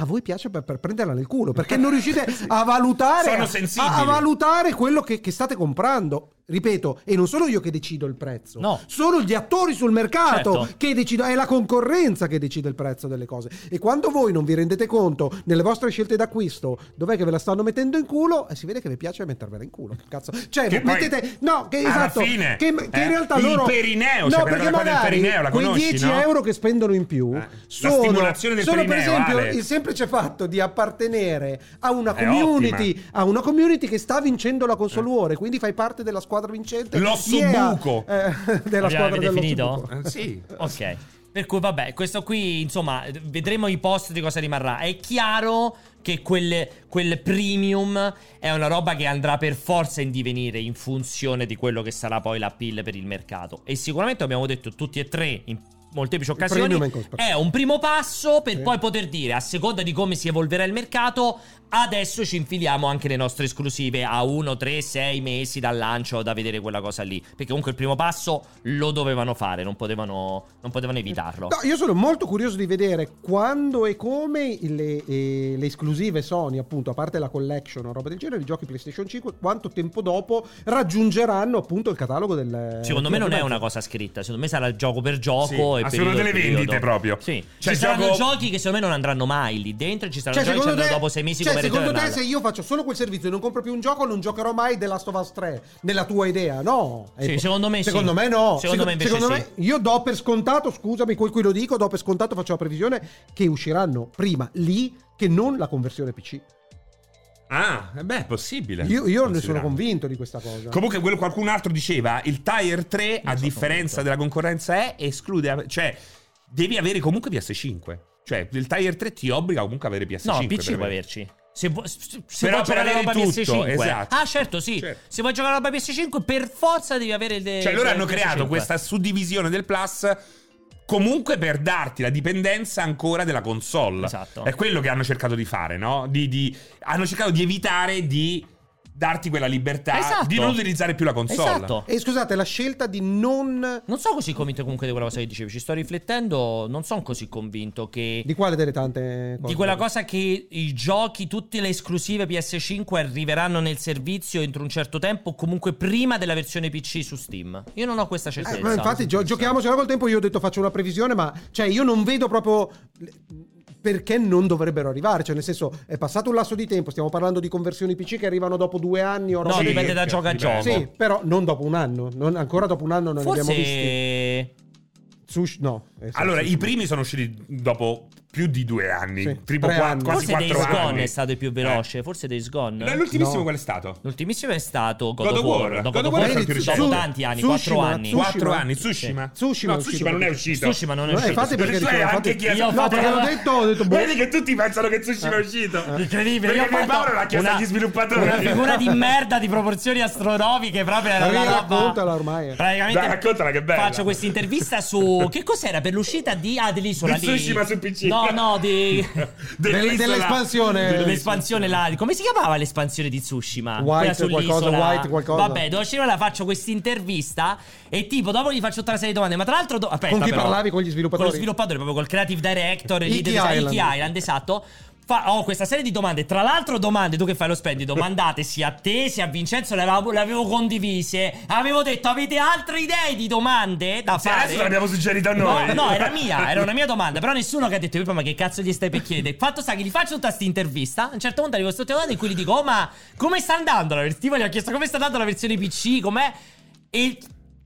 Speaker 3: a voi piace per, per prenderla nel culo perché non riuscite a valutare
Speaker 2: Sono
Speaker 3: a-
Speaker 2: sensibili.
Speaker 3: a, valutare quello che, che state comprando ripeto e non sono io che decido il prezzo
Speaker 1: No.
Speaker 3: sono gli attori sul mercato
Speaker 1: Certo.
Speaker 3: che decidono è la concorrenza che decide il prezzo delle cose e quando voi non vi rendete conto nelle vostre scelte d'acquisto dov'è che ve la stanno mettendo in culo eh, si vede che vi piace mettervela in culo che cazzo cioè
Speaker 2: Che
Speaker 3: voi
Speaker 2: poi,
Speaker 3: mettete no che
Speaker 2: alla
Speaker 3: esatto
Speaker 2: fine,
Speaker 3: che, che
Speaker 2: eh,
Speaker 3: in realtà
Speaker 2: il
Speaker 3: loro
Speaker 2: perineo,
Speaker 3: no
Speaker 2: cioè,
Speaker 3: perché
Speaker 2: quella roba del
Speaker 3: magari
Speaker 2: perineo, la conosci,
Speaker 3: quei 10
Speaker 2: no?
Speaker 3: euro che spendono in più
Speaker 2: Eh, la
Speaker 3: sono,
Speaker 2: stimolazione del
Speaker 3: sono per
Speaker 2: perineo,
Speaker 3: esempio
Speaker 2: Ale.
Speaker 3: il semplice fatto di appartenere a una
Speaker 2: È
Speaker 3: community a una community che sta vincendo la console war e quindi fai parte della squadra vincente
Speaker 2: L'osso
Speaker 3: yeah,
Speaker 2: buco.
Speaker 3: eh, della
Speaker 1: Abbiamo-
Speaker 3: squadra
Speaker 1: avete
Speaker 3: dell'osso
Speaker 1: finito?
Speaker 3: buco.
Speaker 2: Eh, sì.
Speaker 1: Ok. Per cui vabbè, questo qui, insomma, vedremo i post di cosa rimarrà. È chiaro che quel, quel premium è una roba che andrà per forza in divenire in funzione di quello che sarà poi la pill per il mercato. E sicuramente abbiamo detto tutti e tre in molteplici occasioni
Speaker 3: premium è in costa.
Speaker 1: è un primo passo per
Speaker 3: Sì.
Speaker 1: poi poter dire a seconda di come si evolverà il mercato adesso ci infiliamo anche le nostre esclusive a 1, 3, 6 mesi dal lancio da vedere quella cosa lì perché comunque il primo passo lo dovevano fare non potevano, non potevano evitarlo
Speaker 3: No, io sono molto curioso di vedere quando e come le, eh, le esclusive Sony, appunto, a parte la collection o roba del genere, i giochi PlayStation 5, quanto tempo dopo raggiungeranno appunto il catalogo del...
Speaker 1: Secondo me non è una cosa scritta, secondo me sarà gioco per gioco
Speaker 2: Sì,
Speaker 1: e
Speaker 2: a
Speaker 1: periodo
Speaker 2: seconda delle
Speaker 1: per periodo.
Speaker 2: vendite proprio.
Speaker 1: Sì.
Speaker 2: Cioè,
Speaker 1: ci saranno
Speaker 2: gioco-
Speaker 1: giochi che secondo me non andranno mai lì dentro, e ci saranno
Speaker 3: Cioè,
Speaker 1: giochi che
Speaker 3: secondo
Speaker 1: andranno
Speaker 3: te,
Speaker 1: dopo sei mesi
Speaker 3: cioè,
Speaker 1: come
Speaker 3: secondo te
Speaker 1: Returnal.
Speaker 3: se io faccio solo quel servizio e non compro più un gioco, non giocherò mai The Last of Us 3, nella tua idea, no? Ecco.
Speaker 1: Sì, secondo me sì.
Speaker 3: Secondo me no.
Speaker 1: Secondo me invece
Speaker 3: secondo
Speaker 1: sì.
Speaker 3: me- io do per scontato, scusami quel cui lo dico, do per scontato, faccio la previsione che usciranno prima lì che non la conversione PC.
Speaker 2: Ah, eh beh, è possibile.
Speaker 3: Io, io ne sono
Speaker 2: Considerando.
Speaker 3: convinto di questa cosa.
Speaker 2: Esatto. Comunque, quello qualcun altro diceva: il Tire 3, a differenza della concorrenza, è esclude. Cioè, devi avere comunque PS5. Cioè, il Tire 3 ti obbliga comunque a avere PS5.
Speaker 1: No,
Speaker 2: per
Speaker 1: PC puoi
Speaker 2: avere-
Speaker 1: averci. Se, vu- se vuoi
Speaker 2: Però per
Speaker 1: giocare
Speaker 2: avere
Speaker 1: roba
Speaker 2: tutto,
Speaker 1: PS5,
Speaker 2: esatto.
Speaker 1: ah, certo, sì.
Speaker 2: Certo.
Speaker 1: Se vuoi giocare roba PS5, per forza devi avere. De-
Speaker 2: Cioè, loro
Speaker 1: de-
Speaker 2: hanno
Speaker 1: PS5.
Speaker 2: creato questa suddivisione del Plus. Comunque per darti la dipendenza ancora della console.
Speaker 1: Esatto.
Speaker 2: È quello che hanno cercato di fare, no? Di- di- hanno cercato di evitare di darti quella libertà
Speaker 1: Esatto.
Speaker 2: di non utilizzare più la console.
Speaker 1: Esatto.
Speaker 3: E scusate, la scelta di non...
Speaker 1: Non sono così convinto comunque di quella cosa che dicevi. Ci sto riflettendo. Non sono così convinto che.
Speaker 3: Di quale delle tante cose?
Speaker 1: Di quella cosa che i giochi, tutte le esclusive PS5 arriveranno nel servizio entro un certo tempo, comunque prima della versione PC su Steam. Io non ho questa certezza.
Speaker 3: Eh, ma infatti gio- giochiamocela col tempo, io ho detto faccio una previsione, ma cioè io non vedo proprio perché non dovrebbero arrivare, cioè nel senso è passato un lasso di tempo, stiamo parlando di conversioni PC che arrivano dopo due anni o
Speaker 1: No,
Speaker 3: roba del
Speaker 1: dipende
Speaker 3: genere.
Speaker 1: da gioco a
Speaker 2: dipende.
Speaker 1: gioco.
Speaker 3: Sì, però non dopo un anno, non- ancora dopo un anno non ne abbiamo visti.
Speaker 1: Forse.
Speaker 3: Sushi, no. eh, sì,
Speaker 2: Allora,
Speaker 3: sì,
Speaker 2: i
Speaker 3: sì.
Speaker 2: primi sono usciti dopo più di due anni,
Speaker 3: Sì,
Speaker 2: tipo
Speaker 3: tre
Speaker 2: qua-
Speaker 3: anni.
Speaker 2: quasi
Speaker 1: Forse Days
Speaker 2: quattro anni. Eh.
Speaker 1: Gone è stato il più veloce. Forse Days Gone.
Speaker 2: No, l'ultimissimo
Speaker 3: No.
Speaker 2: qual è stato?
Speaker 1: L'ultimissimo è stato God,
Speaker 2: God
Speaker 1: of
Speaker 2: of
Speaker 1: War.
Speaker 2: War.
Speaker 1: No,
Speaker 2: God of War è stato il più
Speaker 1: dopo
Speaker 2: recente.
Speaker 1: tanti anni,
Speaker 3: Tsushima,
Speaker 1: 4 anni.
Speaker 3: Tsushima.
Speaker 2: Quattro anni, Tsushima.
Speaker 3: Tsushima
Speaker 2: no,
Speaker 3: è
Speaker 2: Tsushima non è uscito.
Speaker 1: Tsushima non
Speaker 3: No,
Speaker 1: è
Speaker 3: eh,
Speaker 1: uscito.
Speaker 3: infatti perché
Speaker 2: Tu
Speaker 3: dico,
Speaker 2: hai Cioè, anche
Speaker 3: infatti-
Speaker 2: chiesto.
Speaker 1: Io ho
Speaker 3: No,
Speaker 1: fatto-
Speaker 3: perché l'ho detto, ho detto boh. Eh.
Speaker 2: Vedi che tutti pensano che Tsushima è uscito.
Speaker 1: Eh. Incredibile, io ho
Speaker 2: Perché poi
Speaker 1: fatto
Speaker 2: Paolo l'ha chiesto
Speaker 1: una-
Speaker 2: agli sviluppatori.
Speaker 1: Una figura di merda di proporzioni astronomiche. Proprio era una
Speaker 3: Dai,
Speaker 1: roba-
Speaker 3: raccontala ormai. eh.
Speaker 1: Praticamente.
Speaker 2: Dai, raccontala, che bella.
Speaker 1: Faccio questa intervista su. Che cos'era per l'uscita di. Ah, dell'isola
Speaker 2: Di
Speaker 1: lì.
Speaker 2: Tsushima su PC.
Speaker 1: No, no, di.
Speaker 3: Delle-
Speaker 2: Dell'isola.
Speaker 3: dell'espansione.
Speaker 1: Dell'espansione là. Come si chiamava l'espansione di Tsushima?
Speaker 3: White
Speaker 1: Quella
Speaker 3: qualcosa,
Speaker 1: sull'isola.
Speaker 3: White qualcosa.
Speaker 1: Vabbè, devo scegliere, la faccio questa intervista. E tipo, dopo gli faccio tutta una serie di domande. Ma tra l'altro. do- Aspetta,
Speaker 3: Con chi
Speaker 1: però.
Speaker 3: parlavi? Con gli sviluppatori?
Speaker 1: Con lo sviluppatore, proprio col creative director. il
Speaker 3: Iki
Speaker 1: leader di-
Speaker 3: Island.
Speaker 1: Iki Island, esatto. Fa, ho questa serie di domande. Tra l'altro, domande, tu che fai lo splendido, mandate sia a te sia a Vincenzo. Le avevo, le avevo condivise. Avevo detto: avete altre idee di domande da
Speaker 2: Se
Speaker 1: fare?
Speaker 2: adesso l'abbiamo suggerito a
Speaker 1: No,
Speaker 2: noi.
Speaker 1: no, era mia, era una mia domanda. Però nessuno che ha detto, "Pippa, ma che cazzo gli stai per chiedere? Fatto sta che gli faccio tutta questa intervista. A un certo punto arrivo a questa domanda in cui gli dico, oh, ma come sta andando la versione? Tipo, gli ho chiesto come sta andando la versione PC, com'è? E il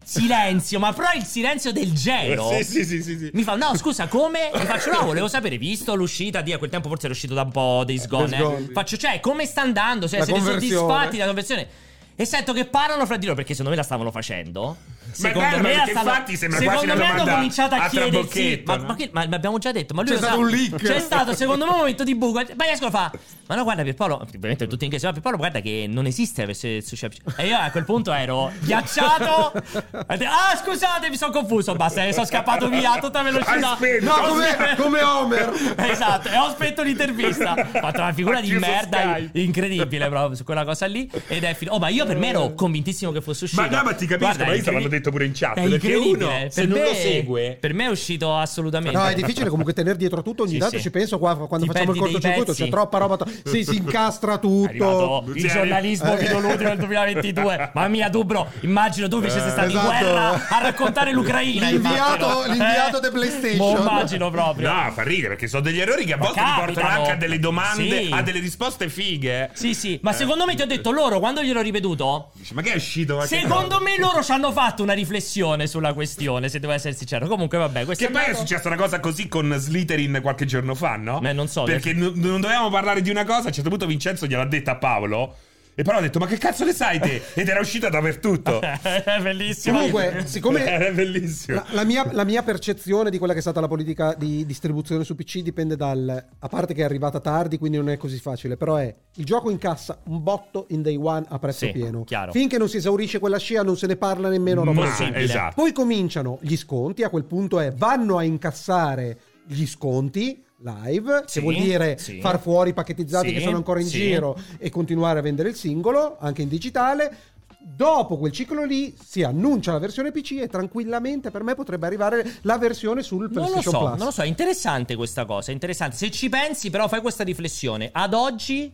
Speaker 1: silenzio, ma però il silenzio del gelo.
Speaker 2: Eh Sì, sì, sì, sì, sì.
Speaker 1: Mi fa, no, scusa, come? E faccio, no, volevo sapere, visto l'uscita di a quel tempo, forse era uscito da un po' dei sgone.
Speaker 3: Days Gone, sì.
Speaker 1: Faccio, cioè, come sta andando? Cioè,
Speaker 3: La
Speaker 1: siete
Speaker 3: conversione.
Speaker 1: soddisfatti della conversione? E sento che parlano fra di loro perché secondo me la stavano facendo.
Speaker 2: bello, perché infatti sembra quasi
Speaker 1: secondo
Speaker 2: una
Speaker 1: me hanno
Speaker 2: domanda
Speaker 1: cominciato a,
Speaker 2: a
Speaker 1: chiedersi.
Speaker 2: trabocchetto,
Speaker 1: Ma,
Speaker 2: no?
Speaker 1: ma che- ma l'abbiamo già detto. Ma lui
Speaker 3: C'è
Speaker 1: lo
Speaker 3: stato
Speaker 1: sa-
Speaker 3: un leak.
Speaker 1: C'è stato, secondo me, un momento di buco. Poi escono e fa. Ma no, guarda, Pierpaolo. Ovviamente tutti in inglese. Ma Pierpaolo, guarda che non esiste la versione del sushi. E io a quel punto ero ghiacciato. Ho detto, ah, scusate, mi sono confuso. Basta, ne sono scappato via a tutta velocità.
Speaker 2: Hai spento.
Speaker 3: No, come, come Homer.
Speaker 1: Esatto, e ho aspetto l'intervista. Ho fatto una figura
Speaker 2: Ha
Speaker 1: di
Speaker 2: chiuso
Speaker 1: merda
Speaker 2: Skype.
Speaker 1: incredibile proprio su quella cosa lì. Ed è finito. Oh, ma io per me ero convintissimo che fosse uscito.
Speaker 2: Ma no, ma ti capisco,
Speaker 1: Guarda,
Speaker 2: ma
Speaker 1: è
Speaker 2: io te l'hanno
Speaker 1: incredi-
Speaker 2: detto pure in chat,
Speaker 1: È
Speaker 2: perché
Speaker 1: incredibile.
Speaker 2: uno,
Speaker 1: per
Speaker 2: se non
Speaker 1: me-
Speaker 2: lo segue-
Speaker 1: Per me è uscito assolutamente.
Speaker 3: No, è difficile comunque tenere dietro tutto. Ogni
Speaker 1: Sì,
Speaker 3: tanto
Speaker 1: sì.
Speaker 3: ci penso qua quando
Speaker 1: Ti
Speaker 3: facciamo il
Speaker 1: perdi dei
Speaker 3: cortocircuito,
Speaker 1: pezzi.
Speaker 3: c'è troppa roba. to- sì, si incastra
Speaker 1: È arrivato
Speaker 3: tutto.
Speaker 1: il
Speaker 3: Eh.
Speaker 1: giornalismo videoludico del 2022. Mamma mia, tu, bro, immagino tu invece sei stato
Speaker 3: Esatto.
Speaker 1: in guerra a raccontare l'Ucraina.
Speaker 3: L'inviato-
Speaker 1: immagino.
Speaker 3: l'inviato
Speaker 1: Eh?
Speaker 3: de PlayStation.
Speaker 1: Mo immagino proprio.
Speaker 2: No, fa ridere perché sono degli errori che a volte
Speaker 1: capitano.
Speaker 2: ti portano anche a delle domande,
Speaker 1: Sì.
Speaker 2: a delle risposte fighe.
Speaker 1: Sì, sì,
Speaker 2: Eh.
Speaker 1: ma secondo me ti ho detto loro quando gliel'ho ripetuto.
Speaker 2: Dici, ma che è uscito? Ma che
Speaker 1: Secondo me loro ci hanno fatto una riflessione sulla questione, se devo essere sincero. Comunque, vabbè, questo
Speaker 2: Che
Speaker 1: è
Speaker 2: poi è
Speaker 1: andato-
Speaker 2: successa una cosa così con Slytherin qualche giorno fa, no?
Speaker 1: Eh, non so,
Speaker 2: Perché n- non dovevamo parlare di una cosa, a un certo punto Vincenzo gliel'ha detta a Paolo. E Paolo ha detto, ma che cazzo ne sai te? Ed era uscita dappertutto.
Speaker 1: è bellissimo.
Speaker 3: Comunque, siccome
Speaker 2: era bellissimo.
Speaker 3: La, la mia, la mia percezione di quella che è stata la politica di distribuzione su PC dipende dal. A parte che è arrivata tardi, quindi non è così facile. Però è il gioco incassa un botto in day one a prezzo
Speaker 1: Sì,
Speaker 3: pieno.
Speaker 1: chiaro.
Speaker 3: Finché non si esaurisce quella scia, non se ne parla nemmeno.
Speaker 2: Ma,
Speaker 3: roba del genere.
Speaker 1: possibile.
Speaker 2: esatto.
Speaker 3: Poi cominciano gli sconti. A quel punto è vanno a incassare gli sconti live, che
Speaker 1: Sì,
Speaker 3: vuol dire
Speaker 1: sì.
Speaker 3: far fuori i pacchettizzati
Speaker 1: Sì,
Speaker 3: che sono ancora in
Speaker 1: sì.
Speaker 3: giro e continuare a vendere il singolo anche in digitale. Dopo quel ciclo lì si annuncia la versione PC e tranquillamente per me potrebbe arrivare la versione sul
Speaker 1: Non lo
Speaker 3: PlayStation
Speaker 1: so,
Speaker 3: Plus.
Speaker 1: non lo so, è interessante questa cosa, è interessante. Se ci pensi, però, fai questa riflessione. Ad oggi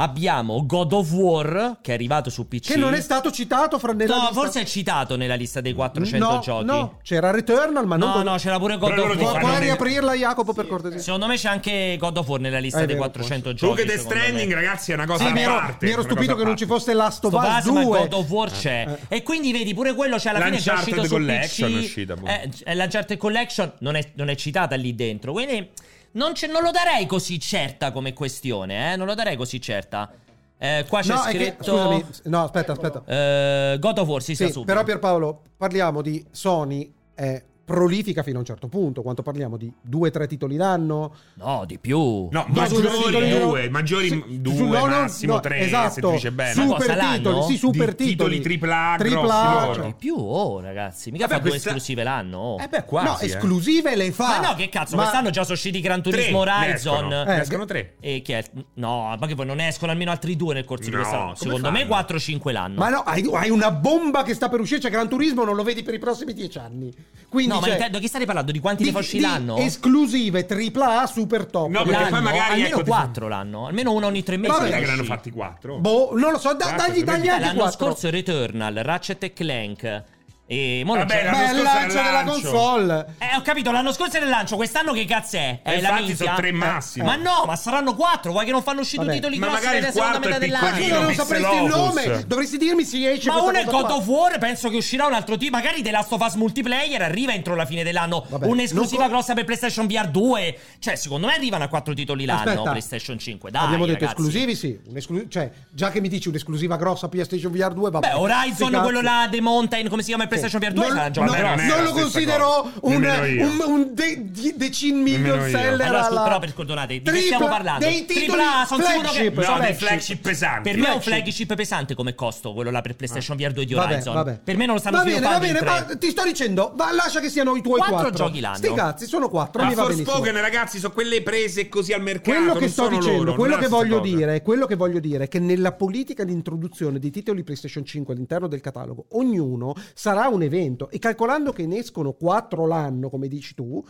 Speaker 1: abbiamo God of War, che è arrivato su PC.
Speaker 3: Che non è stato citato fra nella
Speaker 1: No,
Speaker 3: lista.
Speaker 1: forse è citato nella lista dei 400
Speaker 3: no,
Speaker 1: giochi.
Speaker 3: No, c'era Returnal, ma non
Speaker 1: no, no, c'era pure God
Speaker 2: Però
Speaker 1: of
Speaker 2: loro ti
Speaker 3: Pu-
Speaker 1: War.
Speaker 3: Puoi
Speaker 2: fanno-
Speaker 3: riaprirla Jacopo per cortesia?
Speaker 1: Secondo me c'è anche God of War nella lista
Speaker 3: È
Speaker 1: dei
Speaker 3: vero,
Speaker 1: 400 giochi.
Speaker 2: Comunque Death
Speaker 1: secondo me.
Speaker 2: Stranding, ragazzi, è una cosa
Speaker 3: Sì,
Speaker 2: a
Speaker 3: mi ero,
Speaker 2: parte.
Speaker 3: mi ero
Speaker 2: una
Speaker 3: stupito
Speaker 2: cosa
Speaker 3: che
Speaker 2: a
Speaker 3: non ci
Speaker 2: parte.
Speaker 3: fosse Last of
Speaker 1: Sto
Speaker 3: Us Eh,
Speaker 1: base, ma
Speaker 3: 2.
Speaker 1: God of War c'è. E quindi vedi pure quello c'è alla fine già
Speaker 2: L'Uncharted
Speaker 1: uscito su
Speaker 2: Collection è
Speaker 1: PC.
Speaker 2: uscita, boh.
Speaker 1: eh, c- eh, L'Uncharted Collection non è, non è citata lì dentro. Quindi non, ce- non lo darei così certa come questione, eh? Non lo darei così certa. Eh, qua c'è
Speaker 3: no, è che-
Speaker 1: scritto...
Speaker 3: scusami, no, aspetta, aspetta.
Speaker 1: eh, God of War si sa
Speaker 3: Sì,
Speaker 1: subito.
Speaker 3: però Pierpaolo, parliamo di Sony è prolifica fino a un certo punto, quanto parliamo di due o tre titoli l'anno.
Speaker 1: No, di più.
Speaker 2: No,
Speaker 1: ma
Speaker 2: maggiori
Speaker 1: sul-
Speaker 2: titoli
Speaker 1: eh.
Speaker 2: due, maggiori due, massimo tre, se
Speaker 3: esatto.
Speaker 2: tu dice bene.
Speaker 1: Ma
Speaker 3: Super
Speaker 1: cosa, l'anno?
Speaker 3: titoli, sì, super
Speaker 2: Di titoli AAA grossi
Speaker 3: AAA,
Speaker 2: loro.
Speaker 1: Di
Speaker 3: cioè-
Speaker 1: più, oh, ragazzi. Mica
Speaker 2: Vabbè,
Speaker 1: fa due
Speaker 2: questa-
Speaker 1: esclusive l'anno. oh.
Speaker 2: Eh beh, quasi.
Speaker 3: no,
Speaker 2: eh.
Speaker 3: esclusive le fa.
Speaker 1: Ma no, che cazzo,
Speaker 3: Ma-
Speaker 1: quest'anno già sono usciti Gran
Speaker 2: Tre,
Speaker 1: Turismo
Speaker 2: ne
Speaker 1: Horizon.
Speaker 2: escono.
Speaker 3: Eh,
Speaker 2: Ne escono tre.
Speaker 1: E che è- No, ma che poi non escono almeno altri due nel corso di
Speaker 2: No,
Speaker 1: quest'anno.
Speaker 2: come
Speaker 1: Secondo
Speaker 2: fanno?
Speaker 1: me 4-5 l'anno.
Speaker 3: Ma no, hai, hai una bomba che sta per uscire, c'è Gran Turismo, non lo vedi per i prossimi dieci anni. Quindi,
Speaker 1: no, ma
Speaker 3: cioè,
Speaker 1: intendo, chi stai parlando? Di quanti
Speaker 3: di-
Speaker 1: ne fa uscire
Speaker 3: di
Speaker 1: l'anno?
Speaker 3: Esclusive AAA super top.
Speaker 2: No, perché
Speaker 1: L'anno?
Speaker 2: poi magari,
Speaker 1: almeno
Speaker 2: ecco, ti-
Speaker 1: 4 l'anno, almeno una ogni 3 mesi.
Speaker 3: Vabbè,
Speaker 2: Sai che
Speaker 1: deve
Speaker 2: ne hanno
Speaker 1: uscire.
Speaker 2: fatti quattro?
Speaker 3: Boh, non lo so, da-
Speaker 2: Guarda,
Speaker 3: dagli
Speaker 2: perché
Speaker 3: dagli anche
Speaker 1: L'anno
Speaker 3: quattro.
Speaker 1: scorso Returnal, Ratchet e Clank. E mo non
Speaker 2: Vabbè,
Speaker 1: c'è-
Speaker 2: l'anno
Speaker 3: Beh, è il
Speaker 2: scorso
Speaker 3: lancio
Speaker 2: era il
Speaker 3: della
Speaker 2: lancio.
Speaker 3: console.
Speaker 1: Eh, ho capito, l'anno scorso era il lancio, quest'anno che cazzo è?
Speaker 2: Eh,
Speaker 1: È la
Speaker 2: infatti
Speaker 1: minchia.
Speaker 2: sono tre massimi.
Speaker 1: Ma no, ma saranno quattro, vuoi che non fanno uscire
Speaker 3: Vabbè.
Speaker 1: titoli
Speaker 2: Ma
Speaker 1: grossi
Speaker 2: magari il
Speaker 1: nella seconda
Speaker 2: quarto è
Speaker 1: metà dell'anno?
Speaker 2: piccolino,
Speaker 3: Io non
Speaker 2: Mixed
Speaker 3: sapresti il
Speaker 2: Locus.
Speaker 3: nome, dovresti dirmi se esce
Speaker 1: Ma
Speaker 3: questa
Speaker 1: uno è
Speaker 3: cosa
Speaker 1: God
Speaker 3: qua.
Speaker 1: of War, penso che uscirà un altro tipo, magari The Last of Us Multiplayer arriva entro la fine dell'anno,
Speaker 3: Vabbè,
Speaker 1: un'esclusiva
Speaker 3: non co-
Speaker 1: grossa per PlayStation VR 2, cioè secondo me arrivano a quattro titoli l'anno
Speaker 3: Aspetta.
Speaker 1: PlayStation 5, dai
Speaker 3: Abbiamo detto
Speaker 1: ragazzi.
Speaker 3: esclusivi, sì. un'esclu- cioè, già che mi dici un'esclusiva grossa PlayStation VR 2, vabbè.
Speaker 1: Beh,
Speaker 3: Sti
Speaker 1: Horizon,
Speaker 3: cazzi.
Speaker 1: quello là, The Mountain, come si chiama il PlayStation VR 2?
Speaker 3: non,
Speaker 1: sarà un gioco
Speaker 3: non-
Speaker 1: grosso.
Speaker 2: non era
Speaker 3: non
Speaker 2: la
Speaker 3: lo
Speaker 2: stessa
Speaker 3: considero
Speaker 2: cosa.
Speaker 3: un,
Speaker 2: Nemmeno io.
Speaker 3: un, un de- di- decin
Speaker 2: Nemmeno
Speaker 3: million
Speaker 2: io.
Speaker 3: seller
Speaker 1: Allora, scusa,
Speaker 3: alla-
Speaker 1: però per- perdonate, di che stiamo
Speaker 3: Tripla-
Speaker 1: parlando?
Speaker 3: Dei titoli
Speaker 1: Tripla A, sono sicuro che-
Speaker 3: flagship,
Speaker 2: No,
Speaker 3: flagship.
Speaker 2: di flagship pesanti. Ah.
Speaker 1: Per me è un
Speaker 3: Flagship.
Speaker 1: flagship pesante come costo quello là per PlayStation VR 2 di
Speaker 3: Vabbè,
Speaker 1: Horizon.
Speaker 3: vabbè.
Speaker 1: Per me non lo stanno
Speaker 3: Va bene, va
Speaker 1: sviluppando
Speaker 3: bene,
Speaker 1: in tre.
Speaker 3: ma ti sto dicendo, va, lascia che siano i tuoi
Speaker 1: Quattro
Speaker 3: quattro.
Speaker 1: giochi l'anno.
Speaker 3: Sti cazzi, sono quattro,
Speaker 2: Ma
Speaker 3: mi va benissimo.
Speaker 2: Forspoken, ragazzi, sono quelle prese così al mercato.
Speaker 3: Quello che
Speaker 2: non
Speaker 3: sto
Speaker 2: sono
Speaker 3: dicendo,
Speaker 2: loro,
Speaker 3: quello
Speaker 2: non è
Speaker 3: che
Speaker 2: la stessa
Speaker 3: voglio
Speaker 2: cosa.
Speaker 3: dire, quello che voglio dire è che nella politica di introduzione di titoli PlayStation 5 all'interno del catalogo, ognuno sarà un evento e calcolando che ne escono 4 l'anno, come dici tu,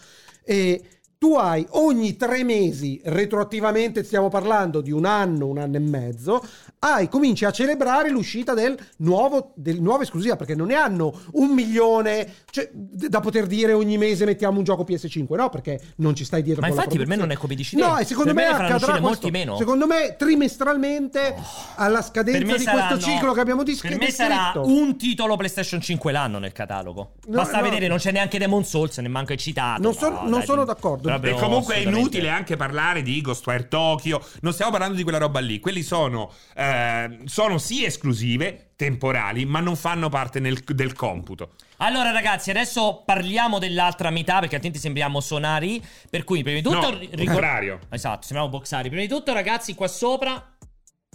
Speaker 3: eh, tu hai ogni tre mesi, retroattivamente stiamo parlando di un anno, un anno e mezzo, hai, cominci a celebrare l'uscita del nuovo, del nuovo esclusiva, perché non ne hanno un milione cioè, d- da poter dire ogni mese mettiamo un gioco PS5, no? Perché non ci stai dietro.
Speaker 1: Ma
Speaker 3: con la
Speaker 1: infatti per me non è come dici te.
Speaker 3: No, e secondo
Speaker 1: Per
Speaker 3: me,
Speaker 1: me ne faranno
Speaker 3: accadrà
Speaker 1: uscire
Speaker 3: questo-
Speaker 1: molti meno. Oh.
Speaker 3: Secondo me trimestralmente alla scadenza
Speaker 1: Per me
Speaker 3: di
Speaker 1: saranno-
Speaker 3: questo ciclo che abbiamo dis-
Speaker 1: Per me
Speaker 3: descritto.
Speaker 1: sarà un titolo PlayStation 5 l'anno nel catalogo.
Speaker 3: No,
Speaker 1: Basta
Speaker 3: no.
Speaker 1: vedere, non c'è neanche Demon Souls, ne manco è citato.
Speaker 3: Non sono-
Speaker 1: No,
Speaker 3: non sono d'accordo.
Speaker 1: proprio
Speaker 2: E comunque è
Speaker 1: assolutamente.
Speaker 2: inutile eh. anche parlare di Ghostwire Tokyo. Non stiamo parlando di quella roba lì. Quelli sono, eh, sono sì esclusive, temporali, ma non fanno parte nel- del computo.
Speaker 1: Allora ragazzi, adesso parliamo dell'altra metà perché altrimenti sembriamo sonari, per cui prima di tutto
Speaker 2: No,
Speaker 1: ri-
Speaker 2: contrario.
Speaker 1: Esatto, sembriamo boxari. Prima di tutto ragazzi, qua sopra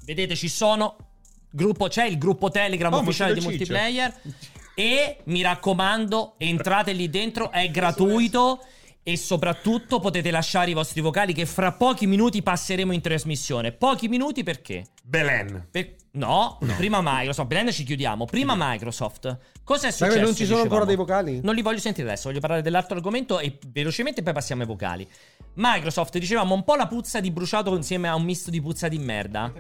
Speaker 1: vedete ci sono gruppo c'è il gruppo Telegram
Speaker 2: Oh,
Speaker 1: ufficiale
Speaker 2: ma
Speaker 1: di
Speaker 2: c'è il ciccio.
Speaker 1: multiplayer e mi raccomando, entrate lì dentro, è gratuito. E soprattutto potete lasciare i vostri vocali che fra pochi minuti passeremo in trasmissione. Pochi minuti perché?
Speaker 2: Belen.
Speaker 1: Per- No, prima Microsoft. Belen ci chiudiamo. Prima Microsoft. Cosa è
Speaker 3: Sai
Speaker 1: successo?
Speaker 3: che non ci sono ancora
Speaker 1: dicevamo?
Speaker 3: dei vocali?
Speaker 1: Non li voglio sentire adesso, voglio parlare dell'altro argomento e velocemente poi passiamo ai vocali. Microsoft, dicevamo un po' la puzza di bruciato insieme a un misto di puzza di merda.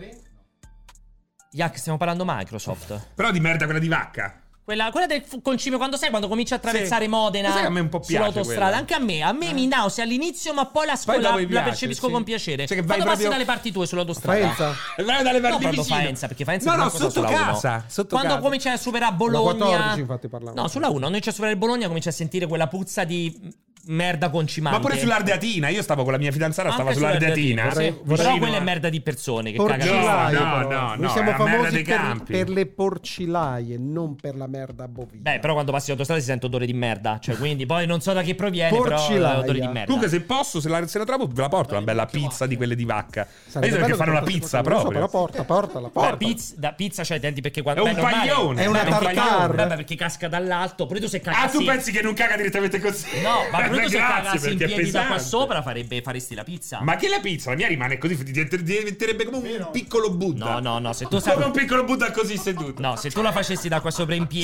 Speaker 1: Yak, stiamo parlando Microsoft.
Speaker 2: Però di merda quella di vacca.
Speaker 1: Quella, quella del fu- concime quando sai quando comincia a attraversare
Speaker 2: Sì.
Speaker 1: Modena
Speaker 2: Sai che a me un po' piace
Speaker 1: sull'autostrada.
Speaker 2: quella. Eh.
Speaker 1: Anche a me, a me mi nausea all'inizio, ma poi la,
Speaker 2: Poi
Speaker 1: la-
Speaker 2: dopo mi
Speaker 1: la
Speaker 2: piace,
Speaker 1: percepisco
Speaker 2: sì.
Speaker 1: con piacere.
Speaker 2: Cioè che vai
Speaker 1: quando passi
Speaker 2: proprio-
Speaker 1: dalle parti tue sull'autostrada.
Speaker 3: Faenza.
Speaker 2: Vai dalle parti
Speaker 1: No, proprio
Speaker 2: vicine.
Speaker 1: Faenza, perché Faenza
Speaker 2: No,
Speaker 1: è
Speaker 2: no,
Speaker 1: una cosa
Speaker 2: sotto
Speaker 1: sola uno.
Speaker 2: casa. Sotto
Speaker 1: Quando
Speaker 2: casa.
Speaker 1: comincia a superare Bologna.
Speaker 3: Alla 14 infatti parlavamo.
Speaker 1: No, sulla 1, noi ci a superare Bologna comincia a sentire quella puzza di merda concimante.
Speaker 2: Ma pure sull'Ardeatina. Io stavo con la mia fidanzata,
Speaker 1: Anche
Speaker 2: stava sull'Ardeatina.
Speaker 1: sull'Ardeatina, sì.
Speaker 2: Vicino
Speaker 1: Però quella
Speaker 2: a-
Speaker 1: è merda di persone che
Speaker 2: Torgia-
Speaker 1: cagano.
Speaker 2: No,
Speaker 3: Porcilaie,
Speaker 2: no,
Speaker 3: però.
Speaker 2: no,
Speaker 3: Noi
Speaker 2: no,
Speaker 3: siamo
Speaker 2: è la merda
Speaker 3: famosi
Speaker 2: dei
Speaker 3: per,
Speaker 2: campi.
Speaker 3: per le porcilaie, non per la merda bovina.
Speaker 1: Beh, però quando passi l'autostrada si sente odore di merda. Cioè, quindi poi non so da che proviene, però
Speaker 3: Porcilaia.
Speaker 1: è odore di merda.
Speaker 2: Comunque, se posso, se la, se la trovo, ve la porto una bella pizza di quelle di vacca.
Speaker 3: Sarebbe
Speaker 2: Io so che
Speaker 3: bello
Speaker 2: fanno
Speaker 3: che
Speaker 2: la
Speaker 3: fosse
Speaker 2: pizza
Speaker 3: qualcosa,
Speaker 2: proprio.
Speaker 3: Però porta, porta, la
Speaker 1: Da
Speaker 3: porta.
Speaker 1: pizza, da pizza c'hai i denti perché quando
Speaker 2: È un
Speaker 1: beh, normale.
Speaker 2: paglione.
Speaker 3: È una
Speaker 1: Beh, un
Speaker 3: tartar.
Speaker 1: paglione. Beh, perché casca dall'alto. Pure tu se cacassi
Speaker 2: Ah, tu pensi che non caga direttamente così?
Speaker 1: No, ma pure tu se cagassi in
Speaker 2: perché è
Speaker 1: piedi da qua
Speaker 2: pesante.
Speaker 1: sopra farebbe, faresti la pizza.
Speaker 2: Ma che la pizza? La mia rimane così, diventerebbe diventerebbe come un piccolo Buddha.
Speaker 1: No, no, no, se tu sai-
Speaker 2: Come un piccolo Buddha così seduto.
Speaker 1: No, se tu la facessi da qua sopra in piedi.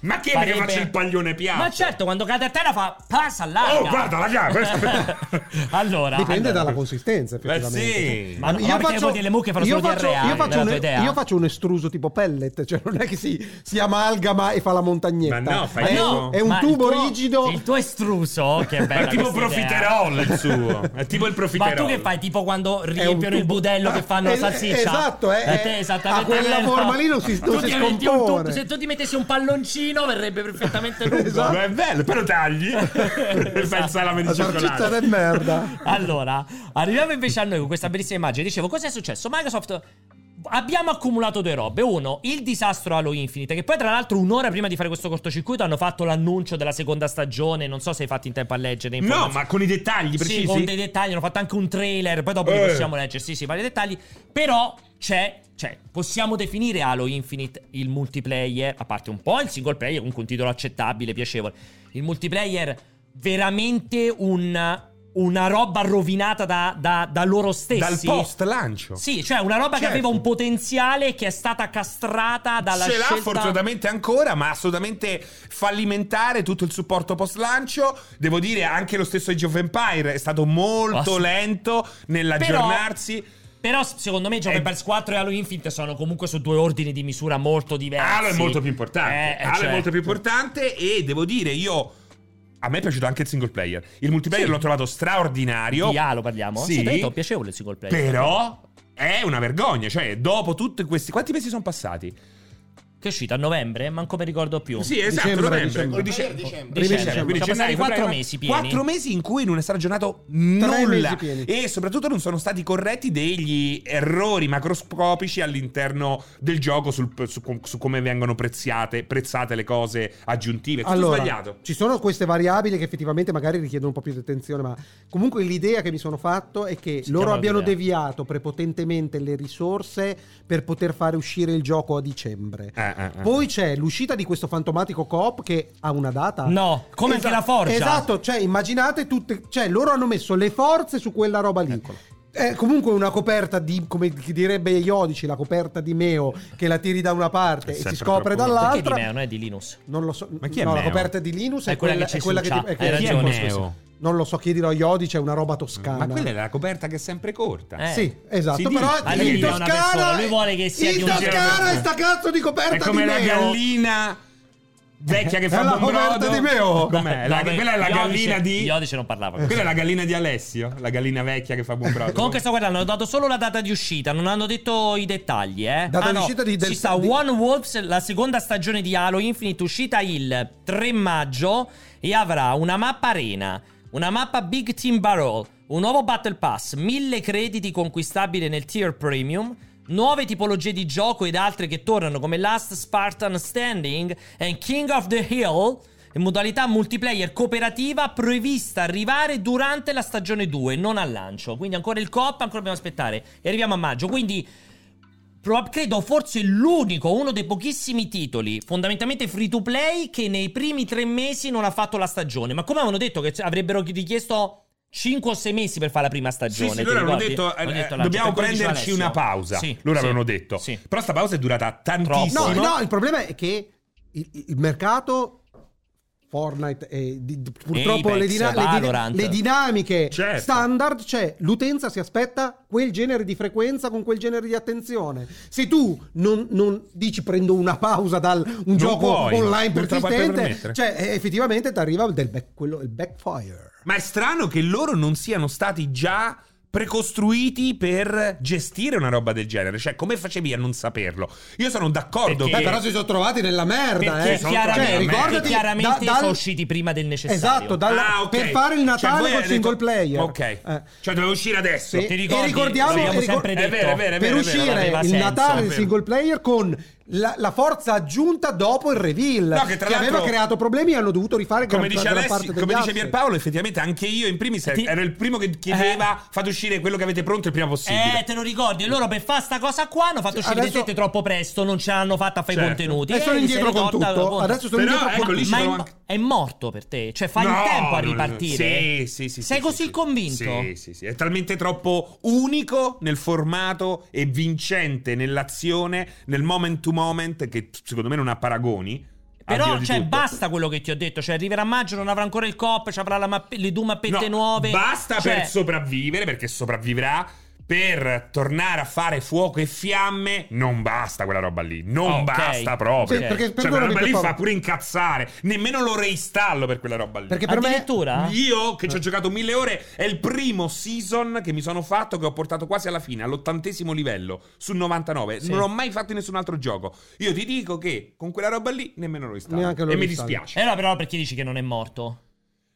Speaker 2: Ma che perché faccio il paglione piatto?
Speaker 1: Ma certo, quando cade a terra fa. Passa all'aria.
Speaker 2: Oh, guarda la chiave!
Speaker 1: allora.
Speaker 3: Dipende
Speaker 1: allora,
Speaker 3: dalla consistenza,
Speaker 2: Beh,
Speaker 3: effettivamente.
Speaker 2: sì.
Speaker 1: Ma Ah, no, ma perché vuol dire le mucche fanno
Speaker 3: io
Speaker 1: solo
Speaker 3: faccio,
Speaker 1: diarrea, eh,
Speaker 3: io, faccio
Speaker 1: nella
Speaker 3: un,
Speaker 1: tua idea?
Speaker 3: io faccio un estruso tipo pellet, cioè non è che si, si amalgama e fa la montagnetta.
Speaker 2: Ma no, fai
Speaker 3: è,
Speaker 2: no,
Speaker 3: è un
Speaker 1: ma il
Speaker 3: tubo
Speaker 1: tuo-
Speaker 3: rigido.
Speaker 1: Il tuo estruso, che
Speaker 2: È
Speaker 1: bello.
Speaker 2: tipo profiterol il suo. È tipo il
Speaker 1: Ma
Speaker 2: profiterol.
Speaker 1: tu che fai? Tipo quando
Speaker 3: È un
Speaker 1: riempiono il
Speaker 3: tubo.
Speaker 1: budello che fanno la
Speaker 3: Eh,
Speaker 1: salsiccia?
Speaker 3: esatto, eh,
Speaker 1: Da te
Speaker 3: eh,
Speaker 1: esattamente
Speaker 3: a quella
Speaker 1: quella.
Speaker 3: forma lì non si- non
Speaker 1: Tu
Speaker 3: si
Speaker 1: ti metti un tubo-
Speaker 3: scompone.
Speaker 1: Se tu ti mettessi un palloncino, verrebbe perfettamente lungo.
Speaker 3: Esatto.
Speaker 2: Ma è bello, però tagli. Per fare il salame
Speaker 3: la
Speaker 2: di
Speaker 1: Esatto.
Speaker 3: salsiccia
Speaker 2: cioccolato.
Speaker 3: del merda.
Speaker 1: Allora, arriviamo invece a noi con questa bellissima immagine. Dicevo, cosa è successo? Microsoft Abbiamo accumulato due robe. Uno, il disastro Halo Infinite, che poi tra l'altro un'ora prima di fare questo cortocircuito hanno fatto l'annuncio della seconda stagione, non so se hai fatto in tempo a leggere.
Speaker 2: No,
Speaker 1: informazioni.
Speaker 2: ma con i dettagli
Speaker 1: Sì,
Speaker 2: precisi.
Speaker 1: con dei dettagli, hanno fatto anche un trailer, poi dopo li
Speaker 2: Eh.
Speaker 1: possiamo leggere, sì, sì, vari dettagli, però c'è, cioè, possiamo definire Halo Infinite il multiplayer, a parte un po' il single player, comunque un titolo accettabile, piacevole, il multiplayer veramente un- una roba rovinata da, da- da loro stessi.
Speaker 2: Dal post lancio.
Speaker 1: Sì, cioè una roba che
Speaker 2: Certo.
Speaker 1: aveva un potenziale che è stata castrata dalla
Speaker 2: Ce l'ha
Speaker 1: scelta...
Speaker 2: fortunatamente ancora, ma assolutamente fallimentare tutto il supporto post lancio. Devo dire, anche lo stesso Age of Empire è stato molto
Speaker 1: Ass-
Speaker 2: lento nell'aggiornarsi.
Speaker 1: Però s- secondo me Gioca
Speaker 2: Eh,
Speaker 1: Empires 4 e Halo Infinite sono comunque su due ordini di misura molto diversi.
Speaker 2: Halo è molto più importante.
Speaker 1: Eh, eh,
Speaker 2: Halo
Speaker 1: certo.
Speaker 2: è molto più importante e devo dire io a me è piaciuto anche il single player. Il multiplayer l'ho trovato straordinario.
Speaker 1: Di Halo parliamo?
Speaker 2: Sì.
Speaker 1: tra l'altro è piacevole il single player.
Speaker 2: Però è una vergogna, cioè dopo tutti questi quanti mesi sono passati?
Speaker 1: Che è uscita a novembre? Manco mi ricordo più.
Speaker 2: Sì, esatto,
Speaker 3: Dicembre,
Speaker 2: novembre.
Speaker 3: dicembre.
Speaker 2: O dice-
Speaker 4: Dicembre.
Speaker 1: Dicembre,
Speaker 2: dicembre,
Speaker 1: quindi
Speaker 2: quindi
Speaker 1: sono passati
Speaker 2: gennaio,
Speaker 1: quattro
Speaker 2: febbraio,
Speaker 1: mesi pieni.
Speaker 2: quattro mesi in cui non è stato aggiornato nulla
Speaker 3: mesi pieni.
Speaker 2: e soprattutto non sono stati corretti degli errori macroscopici all'interno del gioco sul- su, su come vengono preziate, prezzate le cose aggiuntive. È tutto sbagliato.
Speaker 3: Ci sono queste variabili che effettivamente magari richiedono un po' più di attenzione, ma comunque l'idea che mi sono fatto è che
Speaker 1: Si
Speaker 3: loro
Speaker 1: chiama
Speaker 3: abbiano
Speaker 1: l'idea.
Speaker 3: deviato prepotentemente le risorse per poter fare uscire il gioco a dicembre.
Speaker 2: Eh, eh, eh.
Speaker 1: Ah.
Speaker 3: Poi c'è l'uscita di questo fantomatico coop che ha una data.
Speaker 1: No, come anche
Speaker 3: Esatto,
Speaker 1: la Forza.
Speaker 3: Esatto, cioè immaginate tutte, cioè loro hanno messo le forze su quella roba lì. È comunque una coperta di, come chi direbbe Iodici, la coperta di Meo che la tiri da una
Speaker 2: È
Speaker 3: parte e si
Speaker 2: sempre
Speaker 3: scopre
Speaker 2: troppo-
Speaker 3: dall'altra.
Speaker 1: Perché di me, non è di Linus.
Speaker 3: Non lo so.
Speaker 2: Ma chi è
Speaker 3: no, la
Speaker 2: Meo?
Speaker 3: coperta di Linus
Speaker 1: È quella che c'è
Speaker 3: è quella
Speaker 1: su
Speaker 3: che
Speaker 1: chat.
Speaker 3: è
Speaker 1: Hai
Speaker 3: quella-
Speaker 2: Chi è
Speaker 1: ragione.
Speaker 2: Neo?
Speaker 3: Non lo so, chiedilo a Iodi, c'è una roba toscana.
Speaker 2: Ma quella è la coperta che è sempre corta.
Speaker 1: Eh.
Speaker 3: Sì, esatto,
Speaker 2: Si
Speaker 3: però
Speaker 2: dice.
Speaker 3: in
Speaker 2: Alivia
Speaker 1: una
Speaker 3: Toscana
Speaker 1: persona, lui vuole che sia di
Speaker 3: in
Speaker 1: un
Speaker 3: Toscana
Speaker 1: genere.
Speaker 3: è sta cazzo di coperta
Speaker 2: È come
Speaker 3: di
Speaker 2: la
Speaker 3: Meo.
Speaker 2: gallina vecchia che fa
Speaker 3: È la
Speaker 2: buon brodo.
Speaker 3: coperta di oh. Meo.
Speaker 2: Com'è? La- quella è la gallina di
Speaker 1: Iodice non parlava. così.
Speaker 2: Quella è la gallina di Alessio, la gallina vecchia che fa buon brodo.
Speaker 1: Comunque sto guardando, hanno dato solo la data di uscita, non hanno detto i dettagli, eh.
Speaker 3: Data
Speaker 1: Ah,
Speaker 3: di
Speaker 1: no,
Speaker 3: uscita di- del-
Speaker 1: ci sta
Speaker 3: di-
Speaker 1: One Wolves, la seconda stagione di Halo Infinite, uscita il 3 maggio e avrà una mappa arena, una mappa Big Team Barrel, un nuovo Battle Pass, 1000 crediti conquistabili nel tier premium. Nuove tipologie di gioco ed altre che tornano come Last Spartan Standing e King of the Hill in modalità multiplayer cooperativa prevista arrivare durante la stagione 2, non al lancio. Quindi ancora il COP, ancora dobbiamo aspettare. E arriviamo a maggio. Quindi Prob- credo forse l'unico, uno dei pochissimi titoli fondamentalmente free to play che nei primi tre mesi non ha fatto la stagione. Ma come avevano detto che c- avrebbero richiesto 5 o 6 mesi per fare la prima
Speaker 2: Sì,
Speaker 1: stagione?
Speaker 2: sì,
Speaker 1: ti
Speaker 2: loro avevano
Speaker 1: ricordi?
Speaker 2: detto, eh,
Speaker 1: Hanno
Speaker 2: eh,
Speaker 1: detto,
Speaker 2: dobbiamo
Speaker 1: per quello diceva
Speaker 2: prenderci
Speaker 1: Alessio.
Speaker 2: una pausa.
Speaker 1: Sì,
Speaker 2: loro
Speaker 1: sì,
Speaker 2: avevano detto.
Speaker 1: sì.
Speaker 2: Però sta pausa è durata tantissimo.
Speaker 3: No, no, il problema è che il, il mercato Fortnite e di- di- purtroppo
Speaker 1: Apex,
Speaker 3: le, dina- le dina-
Speaker 1: Valorant.
Speaker 3: le dinamiche
Speaker 2: Certo.
Speaker 3: standard, cioè l'utenza si aspetta quel genere di frequenza con quel genere di attenzione. Se tu non, non dici prendo una pausa dal un gioco
Speaker 2: puoi,
Speaker 3: online
Speaker 2: non te la puoi
Speaker 3: persistente,
Speaker 2: permettere.
Speaker 3: cioè eh, effettivamente ti arriva del back- quello- il backfire.
Speaker 2: Ma è strano che loro non siano stati già precostruiti per gestire una roba del genere. Cioè, come facevi a non saperlo? Io sono d'accordo.
Speaker 1: Perché-
Speaker 2: che-
Speaker 3: Beh, però si sono trovati nella merda,
Speaker 1: Perché
Speaker 3: eh.
Speaker 2: sono cioè,
Speaker 1: chiaramente,
Speaker 2: trovati nella merda.
Speaker 1: perché chiaramente
Speaker 3: da- dal-
Speaker 1: sono usciti prima del necessario.
Speaker 3: Esatto, dalla-
Speaker 2: Ah, ok.
Speaker 3: per fare il
Speaker 2: Cioè,
Speaker 3: Natale
Speaker 2: voi
Speaker 3: col
Speaker 2: avete
Speaker 3: single
Speaker 2: detto-
Speaker 3: player.
Speaker 2: Ok.
Speaker 3: Eh.
Speaker 2: Cioè, doveva uscire adesso.
Speaker 3: Sì.
Speaker 1: Ti
Speaker 3: E
Speaker 1: ricordi?
Speaker 3: ricordiamo-
Speaker 1: L'abbiamo
Speaker 3: e ricor-
Speaker 1: sempre
Speaker 2: È
Speaker 1: detto.
Speaker 2: vero, è vero, è
Speaker 3: per
Speaker 2: vero,
Speaker 1: non
Speaker 3: uscire
Speaker 1: aveva
Speaker 3: il
Speaker 1: senso,
Speaker 3: Natale
Speaker 2: è
Speaker 3: del
Speaker 2: vero.
Speaker 3: single player con la, la forza aggiunta dopo il reveal
Speaker 2: No,
Speaker 3: che,
Speaker 2: che tra
Speaker 3: aveva
Speaker 2: l'altro-
Speaker 3: creato problemi e hanno dovuto rifare
Speaker 2: Come
Speaker 3: gran-
Speaker 2: dice,
Speaker 3: gran
Speaker 2: Alessi-
Speaker 3: parte degli
Speaker 2: come dice
Speaker 3: asset.
Speaker 2: Pierpaolo, effettivamente anche io in primis
Speaker 1: Ti-
Speaker 2: ero il primo che chiedeva fate uscire quello che avete pronto il prima possibile.
Speaker 1: Eh, te lo ricordi? E loro per fare sta cosa qua hanno fatto uscire
Speaker 3: Adesso-
Speaker 1: le tette troppo presto, non ce l'hanno fatta fare i
Speaker 2: Certo.
Speaker 1: contenuti.
Speaker 3: E sono
Speaker 1: Eh,
Speaker 3: indietro
Speaker 1: se
Speaker 3: con
Speaker 1: ritorta,
Speaker 3: tutto.
Speaker 1: appunto.
Speaker 3: Adesso sono
Speaker 2: Però,
Speaker 3: indietro con
Speaker 2: ecco, lì ci
Speaker 1: Ma è,
Speaker 2: sono anche-
Speaker 1: è morto per te? Cioè, fai
Speaker 2: No,
Speaker 1: in tempo a
Speaker 2: no, no.
Speaker 1: ripartire?
Speaker 2: Sì, sì, sì.
Speaker 1: Sei
Speaker 2: sì,
Speaker 1: così
Speaker 2: sì.
Speaker 1: convinto?
Speaker 2: Sì, sì, sì. È talmente troppo unico nel formato e vincente nell'azione, nel moment to moment, che secondo me non ha paragoni. al di là
Speaker 1: Però,
Speaker 2: di
Speaker 1: cioè,
Speaker 2: tutto.
Speaker 1: basta quello che ti ho detto. Cioè, arriverà a maggio, non avrà ancora il COP, ci avrà la mappe- le due mappette
Speaker 2: No,
Speaker 1: nuove.
Speaker 2: Basta
Speaker 1: Cioè,
Speaker 2: per sopravvivere, perché sopravviverà. Per tornare a fare fuoco e fiamme, non basta quella roba lì. Non
Speaker 1: Ok.
Speaker 2: basta proprio.
Speaker 1: Sì,
Speaker 3: perché-
Speaker 2: cioè, quella
Speaker 3: perdonami,
Speaker 2: roba lì
Speaker 3: Pierpaolo.
Speaker 2: fa pure incazzare. Nemmeno lo reinstallo per quella roba lì.
Speaker 3: Perché per me
Speaker 1: Addirittura?
Speaker 2: Io che ci ho giocato mille ore è il primo season che mi sono fatto che ho portato quasi alla fine, all'ottantesimo livello, su 99.
Speaker 1: Sì.
Speaker 2: Non l'ho mai fatto in nessun altro gioco. Io ti dico che con quella roba lì nemmeno lo installo.
Speaker 3: Neanche lo
Speaker 2: e mi
Speaker 3: installo.
Speaker 1: Eh,
Speaker 2: dispiace.
Speaker 1: E allora, però, perché dici che non è morto?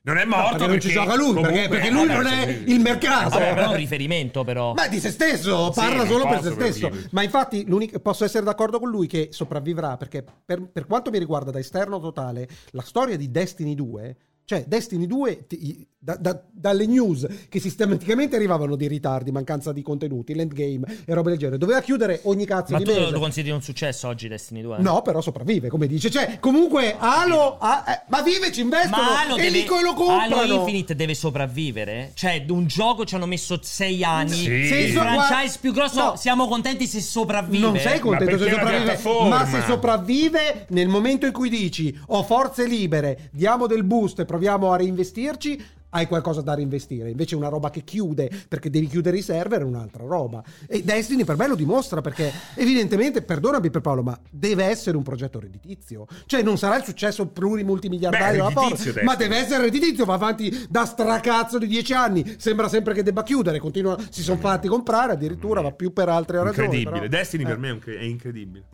Speaker 2: Non è
Speaker 3: No,
Speaker 2: morto
Speaker 3: perché non ci gioca lui, perché,
Speaker 2: comunque-
Speaker 3: perché lui non
Speaker 2: ragazzi,
Speaker 3: è
Speaker 2: sì.
Speaker 3: il mercato.
Speaker 1: Vabbè, però è un riferimento però.
Speaker 3: Ma di se stesso,
Speaker 2: Sì,
Speaker 3: parla
Speaker 2: non
Speaker 3: solo per
Speaker 2: posso
Speaker 3: se
Speaker 2: per
Speaker 3: stesso.
Speaker 2: dire.
Speaker 3: Ma infatti l'unico- posso essere d'accordo con lui che sopravvivrà perché per, per quanto mi riguarda da esterno totale, la storia di Destiny 2, cioè Destiny 2 ti- da- da- dalle news che sistematicamente arrivavano di ritardi, mancanza di contenuti, l'endgame e roba del genere, doveva chiudere ogni cazzo
Speaker 1: Ma
Speaker 3: di
Speaker 1: tu
Speaker 3: mese.
Speaker 1: lo, lo consideri un successo oggi Destiny 2?
Speaker 3: No, però sopravvive, come dice. Cioè, comunque Halo ha- eh, ma vive ci investono
Speaker 1: Ma Halo
Speaker 3: e
Speaker 1: deve-
Speaker 3: dico e lo comprano.
Speaker 1: Halo Infinite deve sopravvivere? Cioè, d- un gioco ci hanno messo sei anni.
Speaker 2: Sì.
Speaker 1: Il
Speaker 2: so-
Speaker 1: franchise più grosso,
Speaker 3: No.
Speaker 1: siamo contenti se sopravvive.
Speaker 3: Non sei contento
Speaker 2: perché
Speaker 3: se
Speaker 2: è una
Speaker 3: sopravvive,
Speaker 2: piattaforma.
Speaker 3: ma se sopravvive nel momento in cui dici ho forze libere, diamo del boost e proviamo a reinvestirci, hai qualcosa da reinvestire. Invece una roba che chiude perché devi chiudere i server è un'altra roba. E Destiny per me lo dimostra perché evidentemente, perdonami per Paolo, ma deve essere un progetto redditizio. Cioè non sarà il successo
Speaker 2: Beh,
Speaker 3: plurimultimiliardario della
Speaker 2: redditizio
Speaker 3: Forza, ma
Speaker 2: Destiny.
Speaker 3: deve essere redditizio, va avanti da stracazzo di dieci anni, sembra sempre che debba chiudere, continua, si sono fatti comprare, addirittura va più per altre ragioni. però-
Speaker 2: Incredibile. Destiny
Speaker 3: eh.
Speaker 2: per me è, un cre- è incredibile.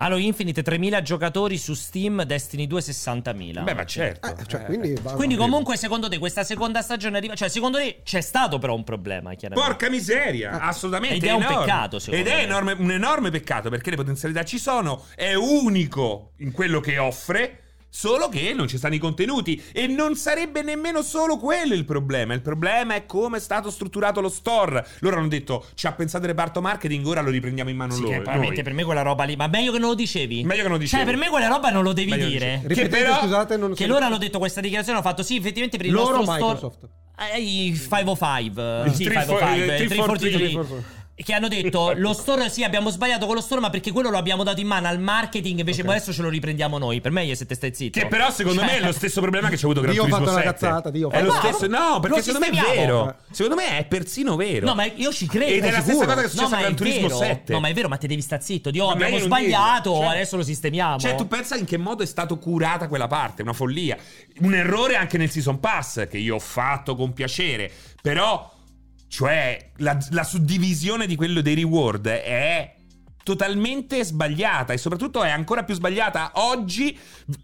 Speaker 1: Halo Infinite 3000 giocatori su Steam, Destiny 2 60.000.
Speaker 2: Beh, ma certo.
Speaker 3: Eh, cioè,
Speaker 2: Eh,
Speaker 3: quindi, va-
Speaker 1: Quindi comunque secondo te questa seconda stagione arriva, cioè secondo te c'è stato però un problema chiaramente.
Speaker 2: Porca
Speaker 3: Ah.
Speaker 2: miseria, assolutamente.
Speaker 1: Ed è un
Speaker 2: enorme.
Speaker 1: peccato, secondo
Speaker 2: Ed è
Speaker 1: me.
Speaker 2: enorme- un enorme peccato perché le potenzialità ci sono, è unico in quello che offre. Solo che non ci stanno i contenuti e non sarebbe nemmeno solo quello il problema. Il problema è come è stato strutturato lo store. Loro hanno detto ci ha pensato il reparto marketing, ora lo riprendiamo in mano
Speaker 1: Sì,
Speaker 2: loro.
Speaker 1: che veramente
Speaker 2: noi."
Speaker 1: per me quella roba lì, ma meglio che non lo dicevi.
Speaker 2: Meglio che non lo dicevi.
Speaker 1: Cioè, per me quella roba non lo devi
Speaker 2: Meglio che non
Speaker 1: dire.
Speaker 2: dicevi.
Speaker 3: Ripetete,
Speaker 2: Che però-
Speaker 3: scusate, Eh, non
Speaker 1: Che
Speaker 3: so-
Speaker 1: loro hanno detto questa dichiarazione, hanno fatto sì, effettivamente per il
Speaker 3: Loro
Speaker 1: nostro
Speaker 3: Microsoft.
Speaker 1: store eh, i 505,
Speaker 2: Il
Speaker 1: sì,
Speaker 2: 3 for-
Speaker 1: 505,
Speaker 2: il
Speaker 1: eh,
Speaker 2: 343.
Speaker 1: 343. Che hanno detto lo store, sì, abbiamo sbagliato con lo store, ma perché quello lo abbiamo dato in mano al marketing, invece adesso ce lo riprendiamo noi. Per me gli siete stai zitto. Cioè,
Speaker 2: Che però secondo me è lo stesso problema che c'è avuto Gran
Speaker 3: Dio ha
Speaker 2: Turismo
Speaker 3: fatto una
Speaker 2: 7.
Speaker 3: cazzata, Dio ha
Speaker 2: È lo
Speaker 1: fatto-
Speaker 2: stesso, no, perché
Speaker 1: Lo
Speaker 2: secondo me è
Speaker 1: sistemiamo.
Speaker 2: vero. Secondo me è persino vero.
Speaker 1: No, ma io ci credo.
Speaker 2: Ed è la stessa
Speaker 1: sicuro.
Speaker 2: cosa che è successa
Speaker 1: ma
Speaker 2: a Gran Turismo
Speaker 1: vero.
Speaker 2: 7.
Speaker 1: No, ma è vero, ma te devi sta zitto. Dio,
Speaker 2: Ma
Speaker 1: abbiamo
Speaker 2: meglio non dirlo.
Speaker 1: sbagliato,
Speaker 2: Cioè-
Speaker 1: adesso lo sistemiamo.
Speaker 2: Cioè, tu pensa in che modo è stato curata quella parte, una follia. Un errore anche nel season pass, che io ho fatto con piacere. Però, cioè, la, la suddivisione di quello dei reward è totalmente sbagliata e soprattutto è ancora più sbagliata oggi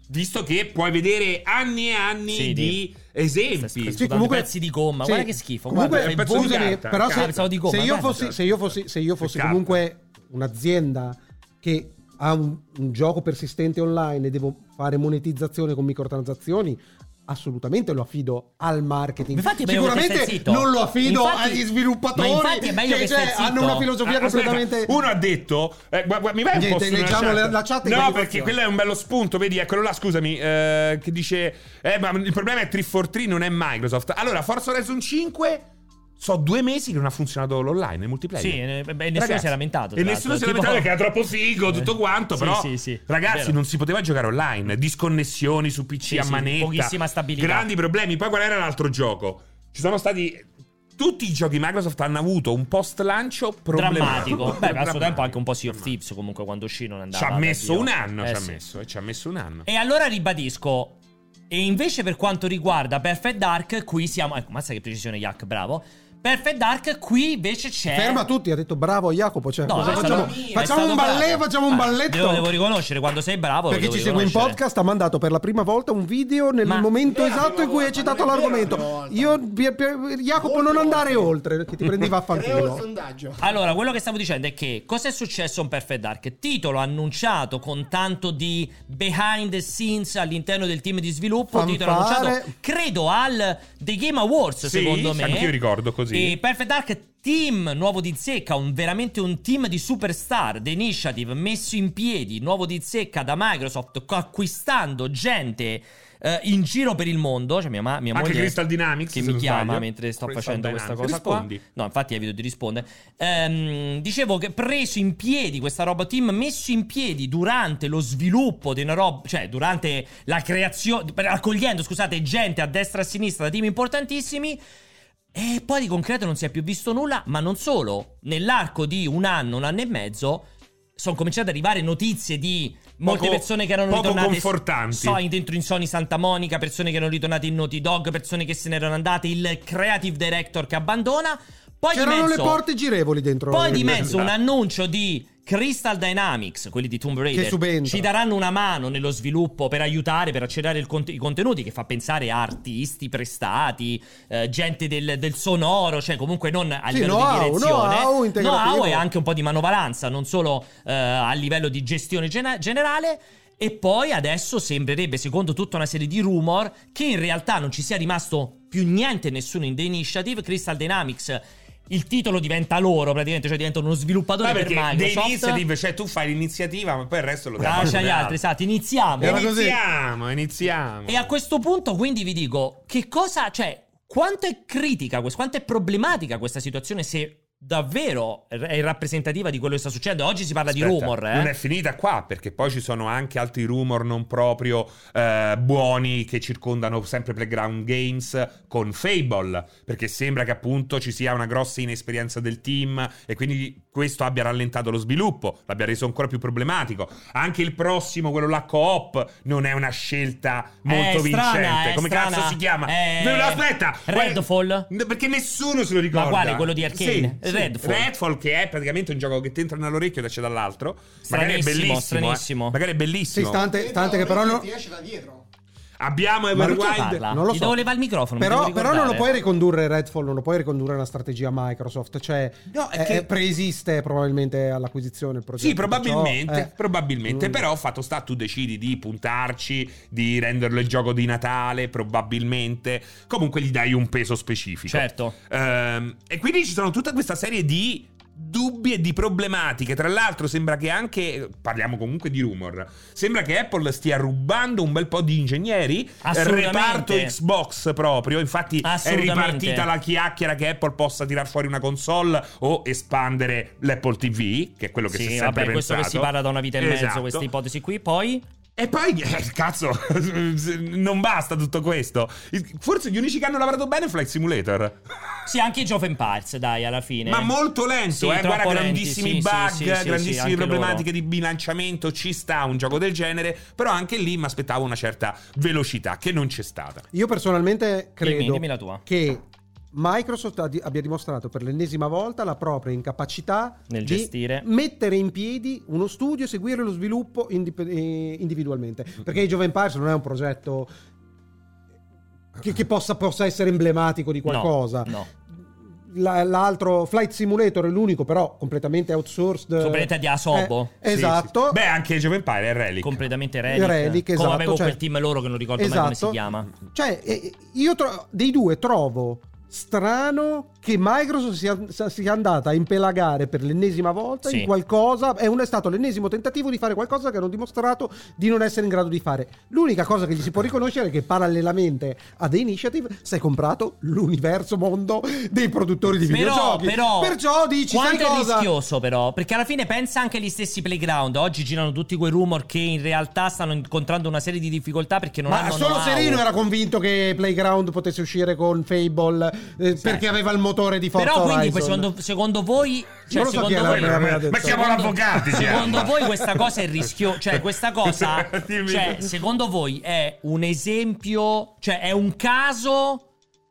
Speaker 2: visto che puoi vedere anni e anni
Speaker 1: Sì,
Speaker 2: di,
Speaker 1: di-
Speaker 2: esempi
Speaker 1: Sì, comunque- pezzi di gomma, guarda che schifo,
Speaker 3: Comunque,
Speaker 1: guarda,
Speaker 2: fai
Speaker 3: scusami,
Speaker 2: buoni carta,
Speaker 3: però
Speaker 2: carta.
Speaker 3: se,
Speaker 1: Pensavo di gomma,
Speaker 3: se io
Speaker 1: guarda.
Speaker 3: fossi, se io fossi, se io fossi
Speaker 2: Carta.
Speaker 3: comunque un'azienda che ha un, un gioco persistente online e devo fare monetizzazione con microtransazioni, assolutamente lo affido al marketing.
Speaker 1: Infatti è meglio che stai
Speaker 3: Sicuramente
Speaker 1: zitto.
Speaker 3: non lo affido
Speaker 1: Infatti-
Speaker 3: agli
Speaker 1: ma
Speaker 3: sviluppatori
Speaker 1: infatti è meglio che stai
Speaker 3: cioè,
Speaker 1: zitto.
Speaker 3: hanno una filosofia
Speaker 2: Ah, aspetta,
Speaker 3: completamente...
Speaker 2: Uno ha detto. eh, gua- gua- mi vai un
Speaker 3: Niente,
Speaker 2: po' su una
Speaker 3: leggiamo la- la chat e
Speaker 2: No,
Speaker 3: poi
Speaker 2: perché
Speaker 3: continuiamo.
Speaker 2: quello è un bello spunto. Vedi, eccolo là, scusami. eh, che dice. Eh, ma il problema è 343, non è Microsoft. Allora, Forza Horizon 5. So due mesi che non ha funzionato l'online, il multiplayer.
Speaker 1: Sì, eh, beh, nessuno
Speaker 2: Ragazzi,
Speaker 1: si è lamentato,
Speaker 2: E
Speaker 1: tra
Speaker 2: nessuno si è
Speaker 1: l'altro, tipo-
Speaker 2: lamentato
Speaker 1: Eh,
Speaker 2: perché era troppo figo, tutto quanto.
Speaker 1: Sì,
Speaker 2: però,
Speaker 1: sì, sì,
Speaker 2: ragazzi,
Speaker 1: vero.
Speaker 2: non si poteva giocare online. Disconnessioni su PC
Speaker 1: Sì,
Speaker 2: a
Speaker 1: sì,
Speaker 2: manetta.
Speaker 1: pochissima stabilità.
Speaker 2: Grandi problemi. Poi qual era l'altro gioco? Ci sono stati. Tutti i giochi Microsoft hanno avuto un post lancio
Speaker 1: Drammatico. Beh, a suo
Speaker 2: Drammatico.
Speaker 1: tempo anche un po' Sea of
Speaker 2: Drammatico.
Speaker 1: Thieves comunque quando uscì non andava.
Speaker 2: Ci ha
Speaker 1: dai,
Speaker 2: messo
Speaker 1: Dio.
Speaker 2: un anno,
Speaker 1: Eh,
Speaker 2: ci ha
Speaker 1: sì.
Speaker 2: messo, eh, ci ha messo un anno.
Speaker 1: E allora ribadisco. E invece per quanto riguarda Perfect Dark, qui siamo... Ecco, mazza che precisione, Yak, bravo. Perfect Dark, qui invece c'è...
Speaker 3: Ferma tutti, ha detto bravo Jacopo, cioè, cosa
Speaker 1: Eh? è
Speaker 3: facciamo?
Speaker 1: stato- è
Speaker 3: facciamo
Speaker 1: stato
Speaker 3: un ballet,
Speaker 1: bravo.
Speaker 3: facciamo un
Speaker 1: Ah,
Speaker 3: balletto.
Speaker 1: Devo, devo riconoscere, quando sei bravo... lo
Speaker 3: Perché
Speaker 1: devo
Speaker 3: ci segue in
Speaker 1: riconoscere.
Speaker 3: podcast ha mandato per la prima volta un video nel
Speaker 1: Ma-
Speaker 4: Eh,
Speaker 3: momento
Speaker 4: la
Speaker 3: esatto
Speaker 4: prima
Speaker 3: in cui hai
Speaker 4: volta,
Speaker 3: citato
Speaker 4: non è vero
Speaker 3: l'argomento.
Speaker 4: la prima volta.
Speaker 3: Io, Pier- Pier- Jacopo, non
Speaker 4: Molte
Speaker 3: andare
Speaker 4: volte.
Speaker 3: oltre, che ti prendi
Speaker 4: Creo il
Speaker 3: vaffanculo.
Speaker 4: sondaggio.
Speaker 1: Allora, quello che stavo dicendo è che cosa è successo in Perfect Dark? Titolo annunciato con tanto di behind the scenes all'interno del team di sviluppo. Titolo
Speaker 3: Fanfare.
Speaker 1: annunciato, credo, al The Game Awards,
Speaker 2: Sì,
Speaker 1: secondo me.
Speaker 2: anch'io ricordo così.
Speaker 1: E Perfect Dark team nuovo di zecca, un, veramente un team di superstar, The Initiative, messo in piedi, nuovo di zecca da Microsoft, co- acquistando gente eh, in giro per il mondo. Cioè mia, ma- mia
Speaker 2: Anche
Speaker 1: moglie-
Speaker 2: Crystal Dynamics,
Speaker 1: che
Speaker 2: se
Speaker 1: mi
Speaker 2: non
Speaker 1: chiama
Speaker 2: sbaglio.
Speaker 1: mentre sto
Speaker 2: Crystal
Speaker 1: facendo questa cosa
Speaker 2: Dynamics. Rispondi.
Speaker 1: qua. No, infatti evito di rispondere. Ehm, dicevo che preso in piedi questa roba team, messo in piedi durante lo sviluppo di una roba, cioè durante la creazione, per- accogliendo, scusate, gente a destra e a sinistra da team importantissimi. E poi di concreto non si è più visto nulla, ma non solo. Nell'arco di un anno, un anno e mezzo, sono cominciate ad arrivare notizie di molte
Speaker 2: Poco-
Speaker 1: persone che erano
Speaker 2: poco
Speaker 1: ritornate
Speaker 2: confortanti.
Speaker 1: so, in- dentro in Sony Santa Monica, persone che erano ritornate in Naughty Dog, persone che se n'erano andate, il creative director che abbandona. Poi di
Speaker 3: C'erano le
Speaker 1: mezzo-
Speaker 3: porte girevoli dentro.
Speaker 1: Poi di
Speaker 3: il-
Speaker 1: mezzo un annuncio di Crystal Dynamics, quelli di Tomb Raider,
Speaker 3: Che subentra.
Speaker 1: ci daranno una mano nello sviluppo per aiutare, per accelerare il cont- i contenuti, che fa pensare a artisti prestati, eh, gente del, del sonoro, cioè comunque non a
Speaker 3: Sì,
Speaker 1: livello di
Speaker 3: know-how,
Speaker 1: direzione.
Speaker 3: know-how integrativo.
Speaker 1: e anche un po' di manovalanza, non solo eh, a livello di gestione gena- generale. E poi adesso sembrerebbe, secondo tutta una serie di rumor, che in realtà non ci sia rimasto più niente, nessuno in The Initiative. Crystal Dynamics, il titolo diventa loro praticamente, cioè diventa uno sviluppatore
Speaker 2: Ma
Speaker 1: per
Speaker 2: perché The
Speaker 1: Microsoft.
Speaker 2: Initiative, cioè tu fai l'iniziativa, ma poi il resto lo dai.
Speaker 1: Lascia agli altri, esatto, iniziamo.
Speaker 3: Era così.
Speaker 2: Iniziamo, iniziamo.
Speaker 1: E a questo punto quindi vi dico, che cosa, cioè, quanto è critica, quest- quanto è problematica questa situazione se davvero è rappresentativa di quello che sta succedendo? Oggi si parla di
Speaker 2: Aspetta,
Speaker 1: rumor, eh?
Speaker 2: Non è finita qua, perché poi ci sono anche altri rumor non proprio eh, buoni che circondano sempre Playground Games con Fable, perché sembra che appunto ci sia una grossa inesperienza del team e quindi questo abbia rallentato lo sviluppo, l'abbia reso ancora più problematico. Anche il prossimo, quello là coop, non è una scelta molto
Speaker 1: Eh, strana,
Speaker 2: vincente.
Speaker 1: eh,
Speaker 2: Come
Speaker 1: strana.
Speaker 2: cazzo si chiama?
Speaker 1: Eh,
Speaker 2: No, no, aspetta!
Speaker 1: Redfall?
Speaker 2: Guarda- Perché nessuno se lo ricorda.
Speaker 1: quale? Quello di Arcane? Redfall.
Speaker 2: Redfall, che è praticamente un gioco che ti entra nell'orecchio ed esce dall'altro. Magari è
Speaker 1: Stranissimo,
Speaker 2: bellissimo. eh.
Speaker 1: stranissimo.
Speaker 2: Magari è
Speaker 3: Sì,
Speaker 2: bellissimo.
Speaker 3: stante, stante che però
Speaker 4: non
Speaker 3: non,
Speaker 4: ti esce da dietro.
Speaker 2: Abbiamo
Speaker 1: Ma perché
Speaker 2: Everwild.
Speaker 1: parla?
Speaker 3: non lo
Speaker 1: Gli
Speaker 3: so.
Speaker 1: devo levare il microfono. mi
Speaker 3: Però,
Speaker 1: devo
Speaker 3: però non lo
Speaker 1: ricordare.
Speaker 3: puoi ricondurre Redfall, non lo puoi ricondurre a una strategia Microsoft, cioè
Speaker 2: No, è
Speaker 3: eh,
Speaker 2: che-
Speaker 3: preesiste probabilmente all'acquisizione il progetto.
Speaker 2: Sì, probabilmente,
Speaker 3: perciò, eh,
Speaker 2: probabilmente,
Speaker 3: mm.
Speaker 2: però fatto sta tu decidi di puntarci, di renderlo il gioco di Natale, probabilmente, comunque gli dai un peso specifico.
Speaker 1: Certo.
Speaker 2: Ehm, e quindi ci sono tutta questa serie di dubbi e di problematiche. Tra l'altro sembra che anche, parliamo comunque di rumor, sembra che Apple stia rubando un bel po' di ingegneri, eh,
Speaker 1: Assolutamente.
Speaker 2: reparto Xbox proprio, infatti è
Speaker 1: Assolutamente.
Speaker 2: ripartita la chiacchiera che Apple possa tirar fuori una console o espandere l'Apple TV, che è quello che si è
Speaker 1: Sì,
Speaker 2: sempre
Speaker 1: vabbè, questo che
Speaker 2: pensato.
Speaker 1: si parla da una vita e mezzo,
Speaker 2: Esatto.
Speaker 1: questa ipotesi qui. Poi,
Speaker 2: E poi, eh, cazzo, non basta tutto questo. Forse gli unici che hanno lavorato bene è Flight Simulator.
Speaker 1: sì, anche i Jove Parts, dai, alla fine.
Speaker 2: Ma molto lento,
Speaker 1: Sì,
Speaker 2: eh, guarda,
Speaker 1: troppo lenti,
Speaker 2: grandissimi
Speaker 1: sì,
Speaker 2: bug,
Speaker 1: sì, sì, sì, sì,
Speaker 2: grandissime
Speaker 1: anche
Speaker 2: problematiche
Speaker 1: loro.
Speaker 2: di bilanciamento, ci sta un gioco del genere, però anche lì mi aspettavo una certa velocità, che non c'è stata.
Speaker 3: Io personalmente credo
Speaker 1: Dimmi, dimmi la tua.
Speaker 3: che Microsoft ha di- abbia dimostrato per l'ennesima volta la propria incapacità
Speaker 1: Nel
Speaker 3: di
Speaker 1: gestire.
Speaker 3: mettere in piedi uno studio e seguire lo sviluppo indip- eh, individualmente. Perché Age of Empires non è un progetto che, che possa, possa essere emblematico di qualcosa.
Speaker 1: No.
Speaker 3: La- l'altro Flight Simulator è l'unico, però completamente outsourced.
Speaker 1: Completamente di Asobo.
Speaker 3: Eh,
Speaker 2: Sì,
Speaker 3: esatto.
Speaker 2: sì. Beh, anche Age of Empire è Relic.
Speaker 1: Completamente Relic.
Speaker 3: Relic,
Speaker 1: Come
Speaker 3: esatto,
Speaker 1: avevo
Speaker 3: cioè-
Speaker 1: quel team loro che non ricordo mai come si
Speaker 3: Esatto.
Speaker 1: chiama.
Speaker 3: Cioè, eh, io tro- dei due trovo strano che Microsoft sia, sia andata a impelagare per l'ennesima volta
Speaker 1: Sì.
Speaker 3: in qualcosa. È, un- è stato l'ennesimo tentativo di fare qualcosa che hanno dimostrato di non essere in grado di fare. L'unica cosa che gli si può riconoscere è che parallelamente a The Initiative si è comprato l'universo mondo dei produttori di
Speaker 1: Però,
Speaker 3: videogiochi.
Speaker 1: però,
Speaker 3: Perciò dici, sai
Speaker 1: quanto è
Speaker 3: cosa?
Speaker 1: rischioso però? Perché alla fine pensa anche agli stessi playground. Oggi girano tutti quei rumor che in realtà stanno incontrando una serie di difficoltà perché non
Speaker 3: Ma
Speaker 1: hanno
Speaker 3: solo
Speaker 1: know-how.
Speaker 3: Serino era convinto che Playground potesse uscire con Fable eh, perché aveva il motore di Forza
Speaker 1: Però quindi
Speaker 3: Horizon.
Speaker 1: secondo, secondo voi cioè,
Speaker 3: Non lo so chi
Speaker 1: secondo
Speaker 3: è la-
Speaker 1: voi
Speaker 3: la-
Speaker 2: Ma
Speaker 3: detto.
Speaker 2: chiamo
Speaker 1: Secondo-
Speaker 2: l'avvocato.
Speaker 1: Secondo voi questa cosa è rischiosa? Cioè, questa cosa.
Speaker 2: Dimmi.
Speaker 1: cioè, secondo voi è un esempio? Cioè, è un caso?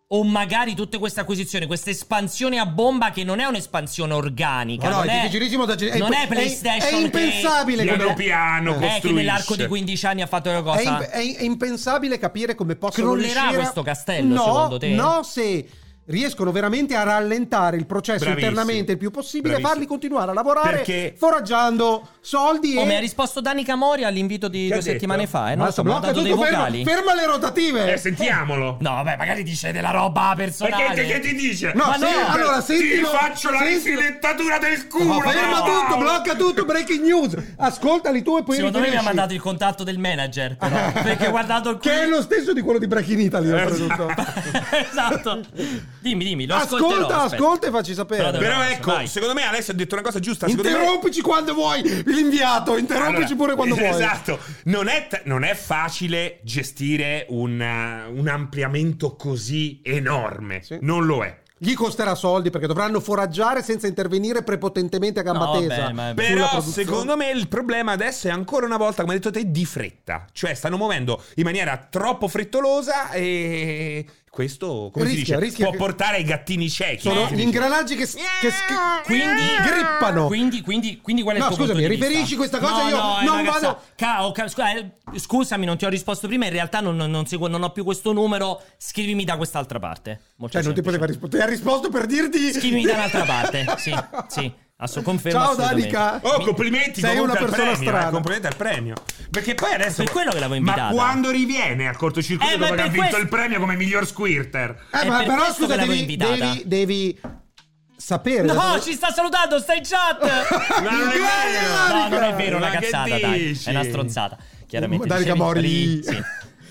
Speaker 1: O magari tutte queste acquisizioni, questa espansione a bomba che non è un'espansione organica.
Speaker 3: Ma no,
Speaker 1: non
Speaker 3: è
Speaker 1: è,
Speaker 3: difficilissimo da gestire.
Speaker 1: non è
Speaker 3: imp-
Speaker 1: PlayStation.
Speaker 3: È impensabile
Speaker 2: Piano
Speaker 3: come-
Speaker 2: piano
Speaker 1: Che, eh,
Speaker 2: costruisce.
Speaker 1: che nell'arco di 15 anni ha fatto una
Speaker 3: È,
Speaker 1: cosa.
Speaker 3: imp- è- è impensabile capire come possono
Speaker 1: Crollerà
Speaker 3: riuscire a-
Speaker 1: questo castello,
Speaker 3: no,
Speaker 1: secondo te?
Speaker 3: No, se riescono veramente a rallentare il processo
Speaker 2: Bravissimo.
Speaker 3: internamente il più possibile e
Speaker 2: Bravissimo.
Speaker 3: farli continuare a lavorare
Speaker 2: Perché-
Speaker 3: foraggiando soldi
Speaker 1: Come ha
Speaker 3: e
Speaker 1: risposto Dani Camori all'invito di
Speaker 2: Che
Speaker 1: due
Speaker 2: ha detto?
Speaker 1: settimane fa? Eh? Non lo
Speaker 3: Basta,
Speaker 1: so, mi ha
Speaker 3: blocca
Speaker 1: dato dei
Speaker 3: tutto, ferma,
Speaker 1: vocali.
Speaker 3: ferma le rotative.
Speaker 2: Eh, sentiamolo.
Speaker 1: No, vabbè, magari dice della roba personale.
Speaker 2: Perché che, che ti dice?
Speaker 3: No,
Speaker 1: Ma
Speaker 3: se-
Speaker 1: no, eh,
Speaker 3: allora
Speaker 2: ti
Speaker 3: sentilo,
Speaker 2: faccio la
Speaker 3: sentilo.
Speaker 2: rifilettatura del culo.
Speaker 3: Oh, ferma
Speaker 2: però!
Speaker 3: tutto, blocca tutto, breaking news. Ascoltali tu e poi
Speaker 1: Secondo me mi ha
Speaker 3: riferisci.
Speaker 1: mandato il contatto del manager, però, perché ho guardato il
Speaker 3: Che è lo stesso di quello di Breaking Italy, oltretutto.
Speaker 1: esatto. Dimmi, dimmi, lo ascolterò.
Speaker 3: Ascolta,
Speaker 1: aspetta.
Speaker 3: ascolta e facci
Speaker 1: Però
Speaker 3: sapere.
Speaker 1: deve-
Speaker 2: Però
Speaker 1: Vai.
Speaker 2: ecco, secondo me Alessio ha detto una cosa giusta. secondo me-
Speaker 3: Interrompici quando vuoi, l'inviato, interrompici
Speaker 2: Allora,
Speaker 3: pure quando vuoi.
Speaker 2: Esatto. Non è, t- non è facile gestire un, eh, un ampliamento così enorme.
Speaker 3: Sì.
Speaker 2: Non lo è.
Speaker 3: Gli costerà soldi perché dovranno foraggiare senza intervenire prepotentemente a gamba
Speaker 1: No, vabbè,
Speaker 3: tesa.
Speaker 1: ma-
Speaker 3: sulla
Speaker 2: Però
Speaker 3: produzione.
Speaker 2: secondo me il problema adesso è ancora una volta, come hai detto te, di fretta. Cioè stanno muovendo in maniera troppo frettolosa e questo come si
Speaker 3: Rischia,
Speaker 2: dice,
Speaker 3: rischia
Speaker 2: può
Speaker 3: che-
Speaker 2: portare ai gattini ciechi.
Speaker 3: Sono
Speaker 2: come si
Speaker 3: gli
Speaker 2: dice.
Speaker 3: ingranaggi che, s- che s-
Speaker 1: Quindi
Speaker 3: grippano.
Speaker 1: Quindi, quindi, quindi qual è il
Speaker 3: No,
Speaker 1: tuo
Speaker 3: scusami,
Speaker 1: punto di vista?
Speaker 3: riferisci questa cosa,
Speaker 1: No,
Speaker 3: io
Speaker 1: no, è
Speaker 3: non
Speaker 1: una
Speaker 3: vado-
Speaker 1: cazza- Ca- oh, ca- scusa, eh, scusami, non ti ho risposto prima. In realtà non, non seguo- non ho più questo numero. Scrivimi da quest'altra parte. Molto
Speaker 3: Cioè, non ti
Speaker 1: semplice.
Speaker 3: poteva rispondere. Ti ha risposto per dirti. Eh,
Speaker 1: Scrivimi da un'altra parte. Sì, sì. Asso, confermo
Speaker 3: Ciao,
Speaker 1: assolutamente.
Speaker 3: Danica.
Speaker 2: Oh, complimenti,
Speaker 3: Sei
Speaker 2: comunque,
Speaker 3: una
Speaker 2: al
Speaker 3: persona
Speaker 2: premio,
Speaker 3: strana.
Speaker 2: eh, complimenti al premio. Perché poi adesso
Speaker 1: Per quello che l'avevo
Speaker 2: Ma
Speaker 1: invitata.
Speaker 2: quando riviene al cortocircuito
Speaker 1: Eh, ma
Speaker 2: dopo che ha
Speaker 1: per
Speaker 2: vinto
Speaker 1: questo-
Speaker 2: il premio come miglior squirter?
Speaker 3: Eh,
Speaker 1: È
Speaker 3: ma
Speaker 1: per
Speaker 3: però
Speaker 1: questo
Speaker 3: scusa,
Speaker 1: che l'avevo
Speaker 3: devi,
Speaker 1: invitata.
Speaker 3: devi, devi sapere. da
Speaker 1: No,
Speaker 3: dove-
Speaker 1: ci sta salutando, sta in chat.
Speaker 2: Ma non è vero.
Speaker 1: No, non è vero,
Speaker 2: Ma
Speaker 1: una
Speaker 2: che
Speaker 1: cazzata, dai.
Speaker 2: dici?
Speaker 1: È una stronzata. Chiaramente.
Speaker 3: Danica
Speaker 1: Dicevi-
Speaker 3: Mori.
Speaker 1: Sì.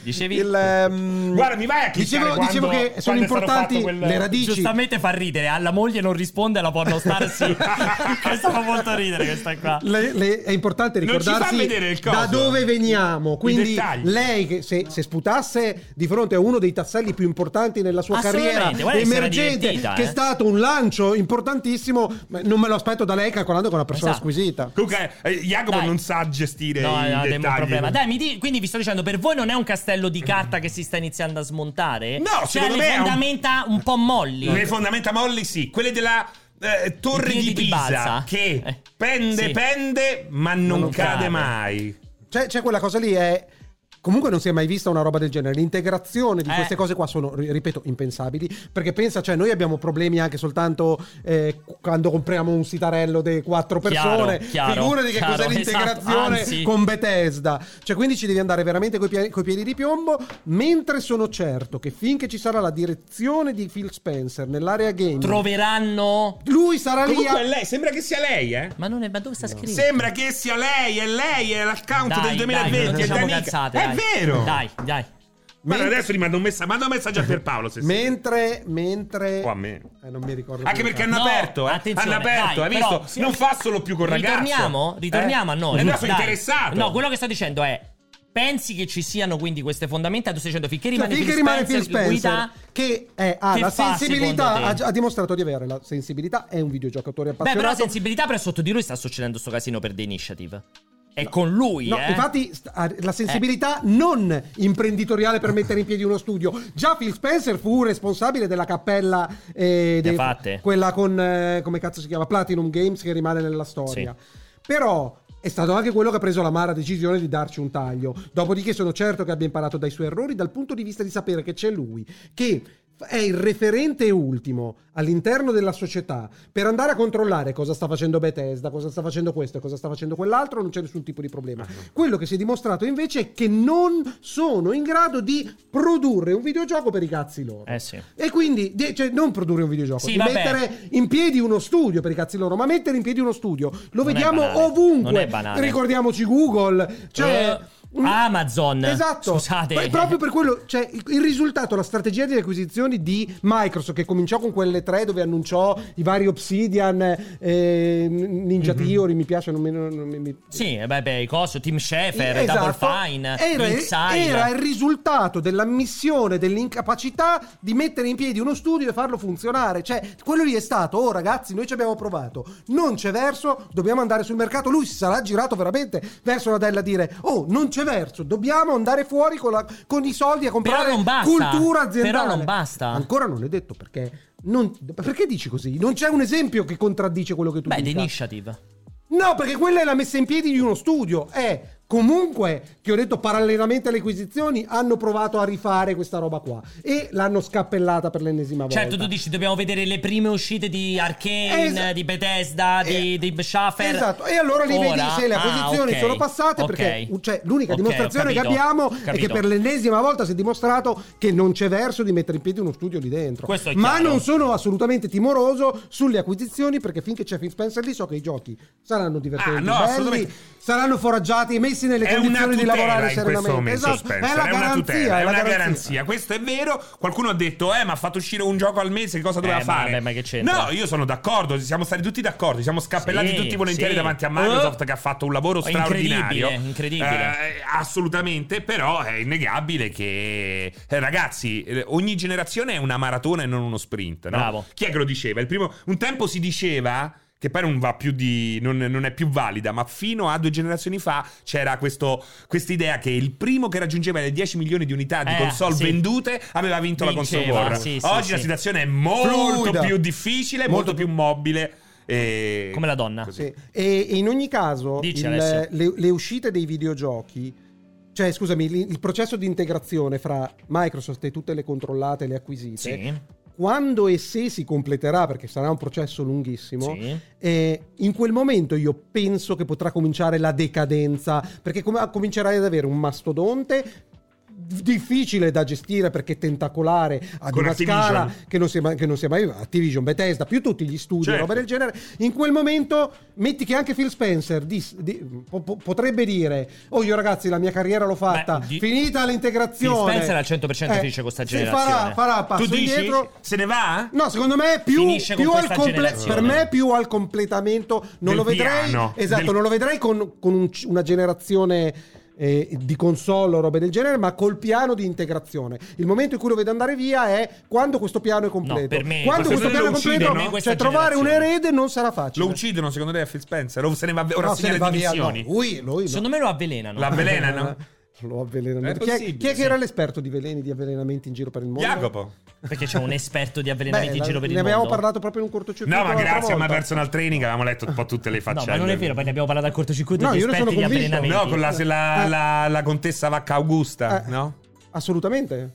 Speaker 1: Dicevi.
Speaker 3: Il,
Speaker 2: eh,
Speaker 3: ehm,
Speaker 2: Guarda, mi vai a cliccare
Speaker 3: dicevo,
Speaker 2: quando-
Speaker 3: dicevo che sono
Speaker 2: quando è stato
Speaker 3: importanti
Speaker 2: fatto quel-
Speaker 3: le radici.
Speaker 1: Giustamente fa ridere, alla moglie non risponde, alla pornostar sì. questa fa molto ridere questa qua.
Speaker 3: Le- le- è importante
Speaker 2: Non ci fa
Speaker 3: ricordarsi
Speaker 2: vedere il coso.
Speaker 3: da dove veniamo. Quindi
Speaker 2: dettagli.
Speaker 3: lei che se, se sputasse di fronte a uno dei tasselli più importanti nella sua
Speaker 1: Assolutamente,
Speaker 3: carriera
Speaker 1: guarda che si era
Speaker 3: emergente,
Speaker 1: divertita,
Speaker 3: che
Speaker 1: eh.
Speaker 3: è stato un lancio importantissimo, ma non me lo aspetto da lei calcolando che è una persona
Speaker 1: Esatto.
Speaker 3: squisita.
Speaker 2: Comunque, eh, Jacopo
Speaker 1: Dai.
Speaker 2: non sa gestire
Speaker 1: No,
Speaker 2: i
Speaker 1: no, abbiamo un
Speaker 2: dettagli.
Speaker 1: problema. Dai, mi di- quindi vi sto dicendo, per voi non è un castello di carta che si sta iniziando a smontare?
Speaker 2: No,
Speaker 1: cioè,
Speaker 2: secondo
Speaker 1: le
Speaker 2: me è un-
Speaker 1: fondamenta un... po' molli.
Speaker 2: Le fondamenta molli, sì. Quelle della eh, Torre
Speaker 1: I piedi
Speaker 2: di
Speaker 1: di
Speaker 2: Pisa
Speaker 1: balsa.
Speaker 2: che
Speaker 1: Eh.
Speaker 2: pende,
Speaker 1: Sì.
Speaker 2: pende, ma non,
Speaker 1: non
Speaker 2: cade,
Speaker 1: cade.
Speaker 2: mai.
Speaker 3: C'è, c'è quella cosa lì, è. Comunque non si è mai vista una roba del genere. L'integrazione di
Speaker 1: Eh.
Speaker 3: queste cose qua sono, ri- ripeto, impensabili. Perché pensa, cioè, noi abbiamo problemi anche soltanto eh, quando compriamo un sitarello di quattro
Speaker 1: Chiaro,
Speaker 3: persone.
Speaker 1: chiaro,
Speaker 3: Figurati che
Speaker 1: chiaro,
Speaker 3: cos'è
Speaker 1: esatto,
Speaker 3: l'integrazione
Speaker 1: anzi.
Speaker 3: con Bethesda. Cioè, quindi ci devi andare veramente coi piedi, coi piedi di piombo. Mentre sono certo che finché ci sarà la direzione di Phil Spencer nell'area game,
Speaker 1: Troveranno...
Speaker 3: lui sarà lì.
Speaker 2: Comunque
Speaker 3: a-
Speaker 2: è lei, sembra che sia lei, eh.
Speaker 1: Ma, non è... Ma dove sta scritto?
Speaker 2: Sembra che sia lei, è lei, è l'account
Speaker 1: Dai,
Speaker 2: del
Speaker 1: dai,
Speaker 2: 2020.
Speaker 1: non
Speaker 2: è
Speaker 1: diciamo
Speaker 2: Danica.
Speaker 1: cazzate,
Speaker 2: è
Speaker 1: dai.
Speaker 2: vero.
Speaker 1: Dai, dai.
Speaker 2: Ma adesso gli mando un messaggio. Mando un messaggio a Pierpaolo. Se
Speaker 3: Mentre, mentre.
Speaker 2: O a me.
Speaker 3: Eh, non mi ricordo.
Speaker 2: Anche
Speaker 3: più.
Speaker 2: perché hanno
Speaker 1: No,
Speaker 2: aperto, eh.
Speaker 1: attenzione,
Speaker 2: hanno aperto,
Speaker 1: dai,
Speaker 2: hai visto?
Speaker 1: però, sì.
Speaker 2: non fa solo più col ragazzo.
Speaker 1: Ritorniamo, ritorniamo
Speaker 2: Eh?
Speaker 1: a noi.
Speaker 2: E allora sono
Speaker 1: Dai.
Speaker 2: interessato.
Speaker 1: No, quello che sto dicendo è. Pensi che ci siano quindi queste fondamenta? Tu stai dicendo finché
Speaker 3: Cioè,
Speaker 1: rimane,
Speaker 3: finché
Speaker 1: Phil
Speaker 3: rimane Phil
Speaker 1: Spencer,
Speaker 3: Spencer,
Speaker 1: guida,
Speaker 3: che, è- ha
Speaker 1: che
Speaker 3: la
Speaker 1: fa,
Speaker 3: sensibilità,
Speaker 1: secondo
Speaker 3: ha,
Speaker 1: te?
Speaker 3: ha dimostrato di avere la sensibilità, è un videogiocatore
Speaker 1: Beh,
Speaker 3: appassionato.
Speaker 1: però la sensibilità, però sotto di lui sta succedendo sto casino per The Initiative. È con lui,
Speaker 3: No,
Speaker 1: eh.
Speaker 3: infatti st- ha la sensibilità non imprenditoriale per mettere in piedi uno studio. Già Phil Spencer fu responsabile della cappella eh,
Speaker 1: Ne ha
Speaker 3: dei-
Speaker 1: fatte.
Speaker 3: quella con eh, come cazzo si chiama Platinum Games che rimane nella storia. Però è stato anche quello che ha preso la mara decisione di darci un taglio. Dopodiché sono certo che abbia imparato dai suoi errori dal punto di vista di sapere che c'è lui che è il referente ultimo all'interno della società per andare a controllare cosa sta facendo Bethesda, cosa sta facendo questo e cosa sta facendo quell'altro, non c'è nessun tipo di problema. Quello che si è dimostrato invece è che non sono in grado di produrre un videogioco per i cazzi loro.
Speaker 1: Eh sì.
Speaker 3: E quindi, di- cioè, non produrre un videogioco,
Speaker 1: Sì,
Speaker 3: di
Speaker 1: vabbè.
Speaker 3: mettere in piedi uno studio per i cazzi loro, ma mettere in piedi uno studio lo
Speaker 1: Non è
Speaker 3: vediamo
Speaker 1: banale, non è
Speaker 3: ovunque.
Speaker 1: banale.
Speaker 3: Ricordiamoci Google, cioè.
Speaker 1: Eh, Amazon.
Speaker 3: Esatto.
Speaker 1: Scusate.
Speaker 3: Ma è proprio per quello, cioè, il il risultato, la strategia di acquisizioni di Microsoft che cominciò con quelle tre dove annunciò i vari Obsidian, eh, Ninja
Speaker 1: Mhm.
Speaker 3: Theory, mi piace, non mi, non mi- mi-
Speaker 1: Sì, eh, beh, beh, i coso, Team Schafer, Double
Speaker 3: Esatto.
Speaker 1: Fine,
Speaker 3: era,
Speaker 1: Inside.
Speaker 3: era il risultato dell'ammissione dell'incapacità di mettere in piedi uno studio e farlo funzionare. Cioè, quello lì è stato, oh ragazzi, noi ci abbiamo provato, non c'è verso, dobbiamo andare sul mercato. Lui si sarà girato veramente verso la della a dire, oh, non c'è verso, dobbiamo andare fuori con, la- con i soldi a comprare
Speaker 1: non basta,
Speaker 3: cultura aziendale.
Speaker 1: però non basta.
Speaker 3: Ancora non è detto perché... non- perché dici così? Non c'è un esempio che contraddice quello che tu
Speaker 1: Beh, The
Speaker 3: dica.
Speaker 1: Initiative.
Speaker 3: No, perché quella è la messa in piedi di uno studio. Eh, comunque, che ho detto parallelamente alle acquisizioni, hanno provato a rifare questa roba qua. E l'hanno scappellata per l'ennesima volta.
Speaker 1: Certo, tu dici dobbiamo vedere le prime uscite di Arkane,
Speaker 3: Esa-
Speaker 1: di Bethesda, di,
Speaker 3: Eh,
Speaker 1: di Schaffer.
Speaker 3: Esatto, e allora lì vedi
Speaker 1: Ora-
Speaker 3: se le
Speaker 1: Ah,
Speaker 3: acquisizioni
Speaker 1: ok,
Speaker 3: sono passate
Speaker 1: ok.
Speaker 3: perché u- cioè, l'unica
Speaker 1: Ok, ho
Speaker 3: dimostrazione che
Speaker 1: capito,
Speaker 3: abbiamo
Speaker 1: ho
Speaker 3: è che
Speaker 1: capito.
Speaker 3: per l'ennesima volta si è dimostrato che non c'è verso di mettere in piedi uno studio lì dentro.
Speaker 1: Questo è
Speaker 3: Ma
Speaker 1: chiaro.
Speaker 3: non sono assolutamente timoroso sulle acquisizioni perché finché c'è Phil Spencer lì so che i giochi saranno divertenti,
Speaker 2: Ah, no, assolutamente.
Speaker 3: belli, saranno foraggiati e messi nelle
Speaker 2: È una
Speaker 3: condizioni di
Speaker 2: tutela
Speaker 3: lavorare
Speaker 2: in questo
Speaker 3: serenamente.
Speaker 2: momento,
Speaker 3: Esatto,
Speaker 2: Spencer,
Speaker 3: è la
Speaker 2: una
Speaker 3: garanzia,
Speaker 2: tutela, è
Speaker 3: la
Speaker 2: una garanzia. Questo è vero. Qualcuno ha detto, eh, ma ha fatto uscire un gioco al mese, che cosa doveva
Speaker 1: Eh, ma
Speaker 2: fare?
Speaker 1: vabbè, ma che c'entra?
Speaker 2: No, io sono d'accordo, siamo stati tutti d'accordo, ci siamo scappellati
Speaker 1: Sì,
Speaker 2: tutti volentieri
Speaker 1: sì.
Speaker 2: davanti a Microsoft
Speaker 1: Eh.
Speaker 2: che ha fatto un lavoro
Speaker 1: Incredibile,
Speaker 2: straordinario.
Speaker 1: incredibile.
Speaker 2: Eh, assolutamente, però è innegabile che eh, ragazzi, eh, ogni generazione è una maratona e non uno sprint, no?
Speaker 1: Bravo.
Speaker 2: Chi è che lo diceva? Il primo un tempo si diceva che poi non va più di. non, non è più valida, ma fino a due generazioni fa c'era questo- questa idea che il primo che raggiungeva le 10 milioni di unità di
Speaker 1: Eh,
Speaker 2: console
Speaker 1: sì.
Speaker 2: vendute aveva vinto la console
Speaker 1: Vinceva,
Speaker 2: war.
Speaker 1: sì, sì,
Speaker 2: Oggi
Speaker 1: sì.
Speaker 2: la situazione è molto
Speaker 5: Fluida.
Speaker 2: più difficile, molto,
Speaker 5: Molto
Speaker 2: più mobile. e-
Speaker 1: Come la donna.
Speaker 2: Così.
Speaker 3: Sì. E in ogni caso
Speaker 1: Dici,
Speaker 3: il-
Speaker 1: Alessio.
Speaker 3: le, le uscite dei videogiochi, cioè scusami, il, il processo di integrazione fra Microsoft e tutte le controllate e le acquisite,
Speaker 1: Sì,
Speaker 3: quando e se si completerà, perché sarà un processo lunghissimo,
Speaker 1: sì.
Speaker 3: eh, in quel momento io penso che potrà cominciare la decadenza, perché com- comincerai ad avere un mastodonte difficile da gestire perché tentacolare ad
Speaker 2: Con
Speaker 3: una
Speaker 2: Activision.
Speaker 3: scala che non, si è mai, che non si è mai Activision, Bethesda, più tutti gli studi,
Speaker 2: Certo.
Speaker 3: roba del genere. In quel momento metti che anche Phil Spencer dis- di- po- po- potrebbe dire "Oh io ragazzi, la mia carriera l'ho fatta,
Speaker 1: Beh, di-
Speaker 3: finita l'integrazione". Eh,
Speaker 1: Phil Spencer al 100% finisce con sta
Speaker 3: sì,
Speaker 1: generazione.
Speaker 3: farà, farà passo
Speaker 2: Tu dici?
Speaker 3: indietro.
Speaker 2: Se ne va?
Speaker 3: No, secondo me è più,
Speaker 1: Finisce con
Speaker 3: più al
Speaker 1: questa
Speaker 3: comple-
Speaker 1: generazione.
Speaker 3: per me è più al completamento. Non
Speaker 2: Del
Speaker 3: lo vedrei.
Speaker 2: piano,
Speaker 3: esatto,
Speaker 2: del-
Speaker 3: non lo vedrei con, con un- una generazione. eh, di console o robe del genere, ma col piano di integrazione. Il momento in cui lo vedo andare via è quando questo piano è completo.
Speaker 1: No, per me-
Speaker 3: quando questo
Speaker 2: Questo
Speaker 3: piano è
Speaker 2: lo uccide,
Speaker 3: completo,
Speaker 2: no?
Speaker 3: cioè
Speaker 1: Questa
Speaker 3: trovare un
Speaker 1: generazione.
Speaker 3: erede non sarà facile.
Speaker 2: Lo uccidono secondo te a Phil Spencer? O se ne va a
Speaker 3: Cioè, No, se ne
Speaker 2: rassegnare
Speaker 3: va
Speaker 2: le
Speaker 3: via, no.
Speaker 2: dimissioni?
Speaker 3: Lui, lui no. Eh,
Speaker 1: Secondo me lo avvelenano.
Speaker 2: La avvelenano?
Speaker 3: Lo avvelenano.
Speaker 2: È
Speaker 3: Chi è,
Speaker 2: possibile,
Speaker 3: chi è che
Speaker 2: sì.
Speaker 3: era l'esperto di veleni, di avvelenamenti in giro per il mondo?
Speaker 2: Jacopo.
Speaker 1: Perché c'è un esperto di
Speaker 3: Beh,
Speaker 1: avvelenamenti in
Speaker 3: la-
Speaker 1: giro per il
Speaker 3: ne
Speaker 1: mondo.
Speaker 3: abbiamo parlato proprio in un cortocircuito.
Speaker 2: No, ma
Speaker 3: l'altra
Speaker 2: grazie, ma
Speaker 3: volta.
Speaker 2: personal training avevamo letto un po' tutte le
Speaker 1: No,
Speaker 2: faccende.
Speaker 1: ma non è vero, poi ne abbiamo parlato al cortocircuito
Speaker 3: No,
Speaker 1: di
Speaker 3: io ne sono
Speaker 1: esperti di
Speaker 3: convinto.
Speaker 1: avvelenamenti.
Speaker 2: No, con la, se la,
Speaker 3: Eh.
Speaker 2: la- la contessa Vacca Augusta,
Speaker 3: Eh.
Speaker 2: no?
Speaker 3: Assolutamente.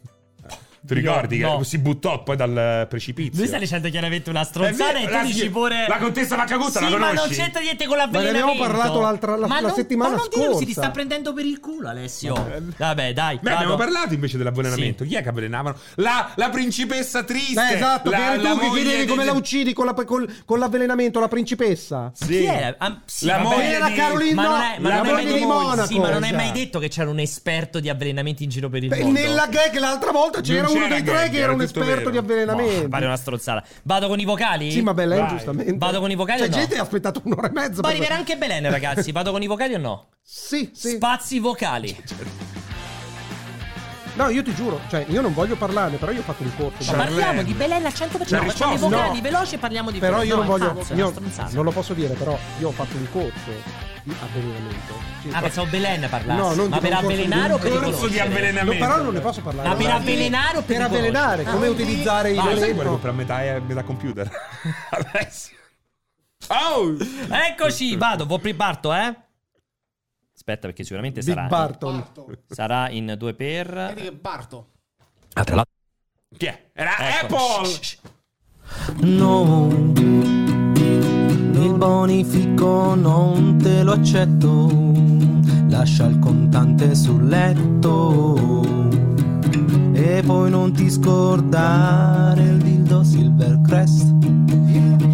Speaker 2: Ti ricordi
Speaker 1: no.
Speaker 2: che si buttò poi dal eh, precipizio?
Speaker 1: Lui sta dicendo chiaramente una stronzata
Speaker 2: È
Speaker 1: e
Speaker 2: vero,
Speaker 1: tu
Speaker 2: Eh, la-
Speaker 1: dici pure...
Speaker 2: la contessa Vaccagusta
Speaker 1: sì,
Speaker 2: la
Speaker 1: ma non
Speaker 2: conosci?
Speaker 1: c'entra niente con
Speaker 3: ne abbiamo
Speaker 1: l'avvelenamento.
Speaker 3: parlato l'altra- la-
Speaker 1: Ma
Speaker 3: la
Speaker 1: non-
Speaker 3: settimana
Speaker 1: ma non dirlo,
Speaker 3: scorsa.
Speaker 1: si ti sta prendendo per il culo, Alessio. Vabbè, dai,
Speaker 2: Beh,
Speaker 1: vado.
Speaker 2: abbiamo parlato invece dell'avvelenamento. Chi è che avvelenavano? La, la principessa triste.
Speaker 3: Beh, esatto,
Speaker 2: la,
Speaker 3: che eri
Speaker 2: la
Speaker 3: tu che
Speaker 2: moglie
Speaker 3: chiedevi
Speaker 2: di-
Speaker 3: come la uccidi con, la- col- con l'avvelenamento, la principessa.
Speaker 1: Ma Chi era? Ah, sì,
Speaker 2: La
Speaker 1: vabbè.
Speaker 2: moglie
Speaker 3: Era
Speaker 2: di-
Speaker 3: Caroline
Speaker 1: Ma non è,
Speaker 3: Dott,
Speaker 1: ma
Speaker 2: la
Speaker 1: non è mai
Speaker 2: moglie
Speaker 1: detto-
Speaker 2: di Monaco,
Speaker 1: sì, ma non è
Speaker 3: esatto.
Speaker 1: mai detto che c'era un esperto di avvelenamenti in giro per il
Speaker 3: Beh,
Speaker 1: mondo.
Speaker 3: nella gag l'altra volta c'era
Speaker 2: Non
Speaker 3: uno
Speaker 2: c'era
Speaker 3: dei tre
Speaker 2: gag,
Speaker 3: che
Speaker 2: era
Speaker 3: era un
Speaker 2: tutto
Speaker 3: esperto
Speaker 2: vero.
Speaker 3: di avvelenamenti.
Speaker 1: Boh, pare una stronzata. Vado con i vocali?
Speaker 3: Sì, ma bella, eh,
Speaker 2: Vai.
Speaker 3: giustamente.
Speaker 1: Vado con i vocali
Speaker 3: Cioè,
Speaker 1: o no?
Speaker 3: gente ha aspettato un'ora e mezza.
Speaker 1: Ma
Speaker 3: per-
Speaker 1: arriverà anche Belen, ragazzi. Vado con i vocali o no?
Speaker 3: Sì, sì.
Speaker 1: Spazi vocali.
Speaker 3: no, io ti giuro, cioè, io non voglio parlarne, però io ho fatto un corso.
Speaker 1: Ma
Speaker 2: Charlene.
Speaker 1: parliamo di Belen al 100%.
Speaker 2: La
Speaker 1: Facciamo i
Speaker 2: risposta.
Speaker 1: vocali
Speaker 3: No.
Speaker 1: veloci e parliamo di
Speaker 3: Però
Speaker 1: quello.
Speaker 3: io non
Speaker 1: No, è
Speaker 3: voglio.
Speaker 1: pazzo, è una
Speaker 3: io
Speaker 1: stronzata.
Speaker 3: non lo posso dire, però io ho fatto un corso di avvelenamento. Sì,
Speaker 1: Ah, pensavo Belen parlassi.
Speaker 3: No, non di-
Speaker 1: ma per
Speaker 3: non so-
Speaker 1: avvelenare o per
Speaker 2: Un corso di
Speaker 1: riconoscere?
Speaker 3: No,
Speaker 2: avvelenamento.
Speaker 3: però non ne posso parlare.
Speaker 1: Ma per
Speaker 3: Guarda.
Speaker 1: avvelenare o per
Speaker 3: Per avvelenare,
Speaker 1: riconoscere?
Speaker 3: come
Speaker 4: Ah,
Speaker 3: utilizzare il
Speaker 1: vai.
Speaker 2: Ma sai quello
Speaker 3: veleno?
Speaker 2: che per metà, è- metà computer? Alessio. Oh!
Speaker 1: Eccoci, vado, vo- parto, eh. Aspetta, perché sicuramente sarà.
Speaker 3: Big Barton.
Speaker 4: Barto.
Speaker 1: Eh. Sarà in 2 per.
Speaker 4: Vedi che Barto.
Speaker 2: Chi è? Era
Speaker 1: Ecco.
Speaker 2: Apple!
Speaker 1: Shh, shh, shh.
Speaker 6: No, il bonifico non te lo accetto. Lascia il contante sul letto. E poi non ti scordare il dildo Silvercrest.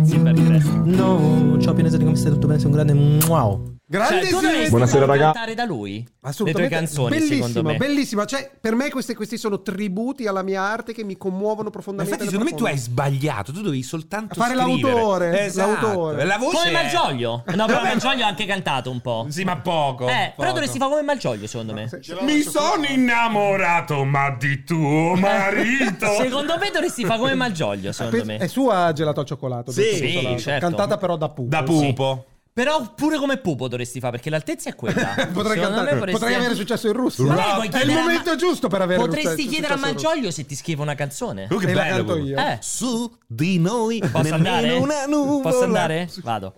Speaker 1: Silvercrest.
Speaker 6: No, ciao Pianesani, come stai? Tutto bene? Sei un grande wow.
Speaker 3: Grande
Speaker 1: Cioè, tu dovresti
Speaker 3: silenzio.
Speaker 1: Buonasera, ragazzi. cantare da lui? Le tue canzoni,
Speaker 3: bellissima,
Speaker 1: secondo me.
Speaker 3: bellissima. Cioè, per me queste- questi sono tributi alla mia arte che mi commuovono
Speaker 2: Ma
Speaker 3: profondamente.
Speaker 2: infatti, secondo me tu hai
Speaker 3: profondo.
Speaker 2: sbagliato. Tu dovevi soltanto
Speaker 3: Fare
Speaker 2: scrivere.
Speaker 3: l'autore,
Speaker 2: Esatto.
Speaker 3: l'autore.
Speaker 2: La voce
Speaker 1: Come
Speaker 2: è-
Speaker 1: Malgioglio. No, però
Speaker 2: Vabbè,
Speaker 1: Malgioglio ha anche cantato un po'.
Speaker 2: Sì, ma poco.
Speaker 1: Eh, però
Speaker 2: poco.
Speaker 1: dovresti fare come Malgioglio, secondo me.
Speaker 3: Se- se-
Speaker 2: Mi sono innamorato, ma di tuo marito.
Speaker 1: Secondo me dovresti fare come Malgioglio, secondo
Speaker 3: È
Speaker 1: me.
Speaker 3: sua gelato al cioccolato.
Speaker 2: Sì,
Speaker 3: detto questo,
Speaker 1: sì,
Speaker 3: l'altro.
Speaker 1: certo.
Speaker 3: Cantata però da Pupo.
Speaker 2: Da pupo.
Speaker 1: Però pure come Pupo dovresti fare, perché l'altezza è quella.
Speaker 3: Potrei,
Speaker 1: Secondo
Speaker 3: cantare-
Speaker 1: me vorresti-
Speaker 3: potrei avere successo in Russia.
Speaker 1: Magari puoi
Speaker 3: è il
Speaker 1: chiedere a Ma-
Speaker 3: momento giusto per avere
Speaker 1: Potresti
Speaker 3: successo-
Speaker 1: chiedere a
Speaker 3: successo in
Speaker 1: Malgioglio se ti scrive una canzone.
Speaker 2: Oh, che
Speaker 3: Russia. E la
Speaker 2: bello
Speaker 3: canto
Speaker 2: quello.
Speaker 3: io.
Speaker 1: Eh,
Speaker 5: Su di noi
Speaker 1: posso andare?
Speaker 5: nemmeno una nuvola.
Speaker 1: Posso andare? Vado.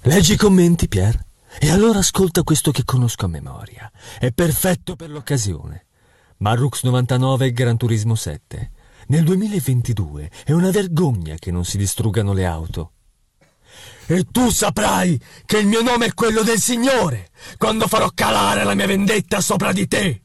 Speaker 6: Leggi i commenti, Pier, e allora ascolta questo che conosco a memoria. È perfetto per l'occasione. Marrux 99 e Gran Turismo 7. Nel 2022 è una vergogna che non si distruggano le auto. E tu saprai che il mio nome è quello del Signore quando farò calare la mia vendetta sopra di te.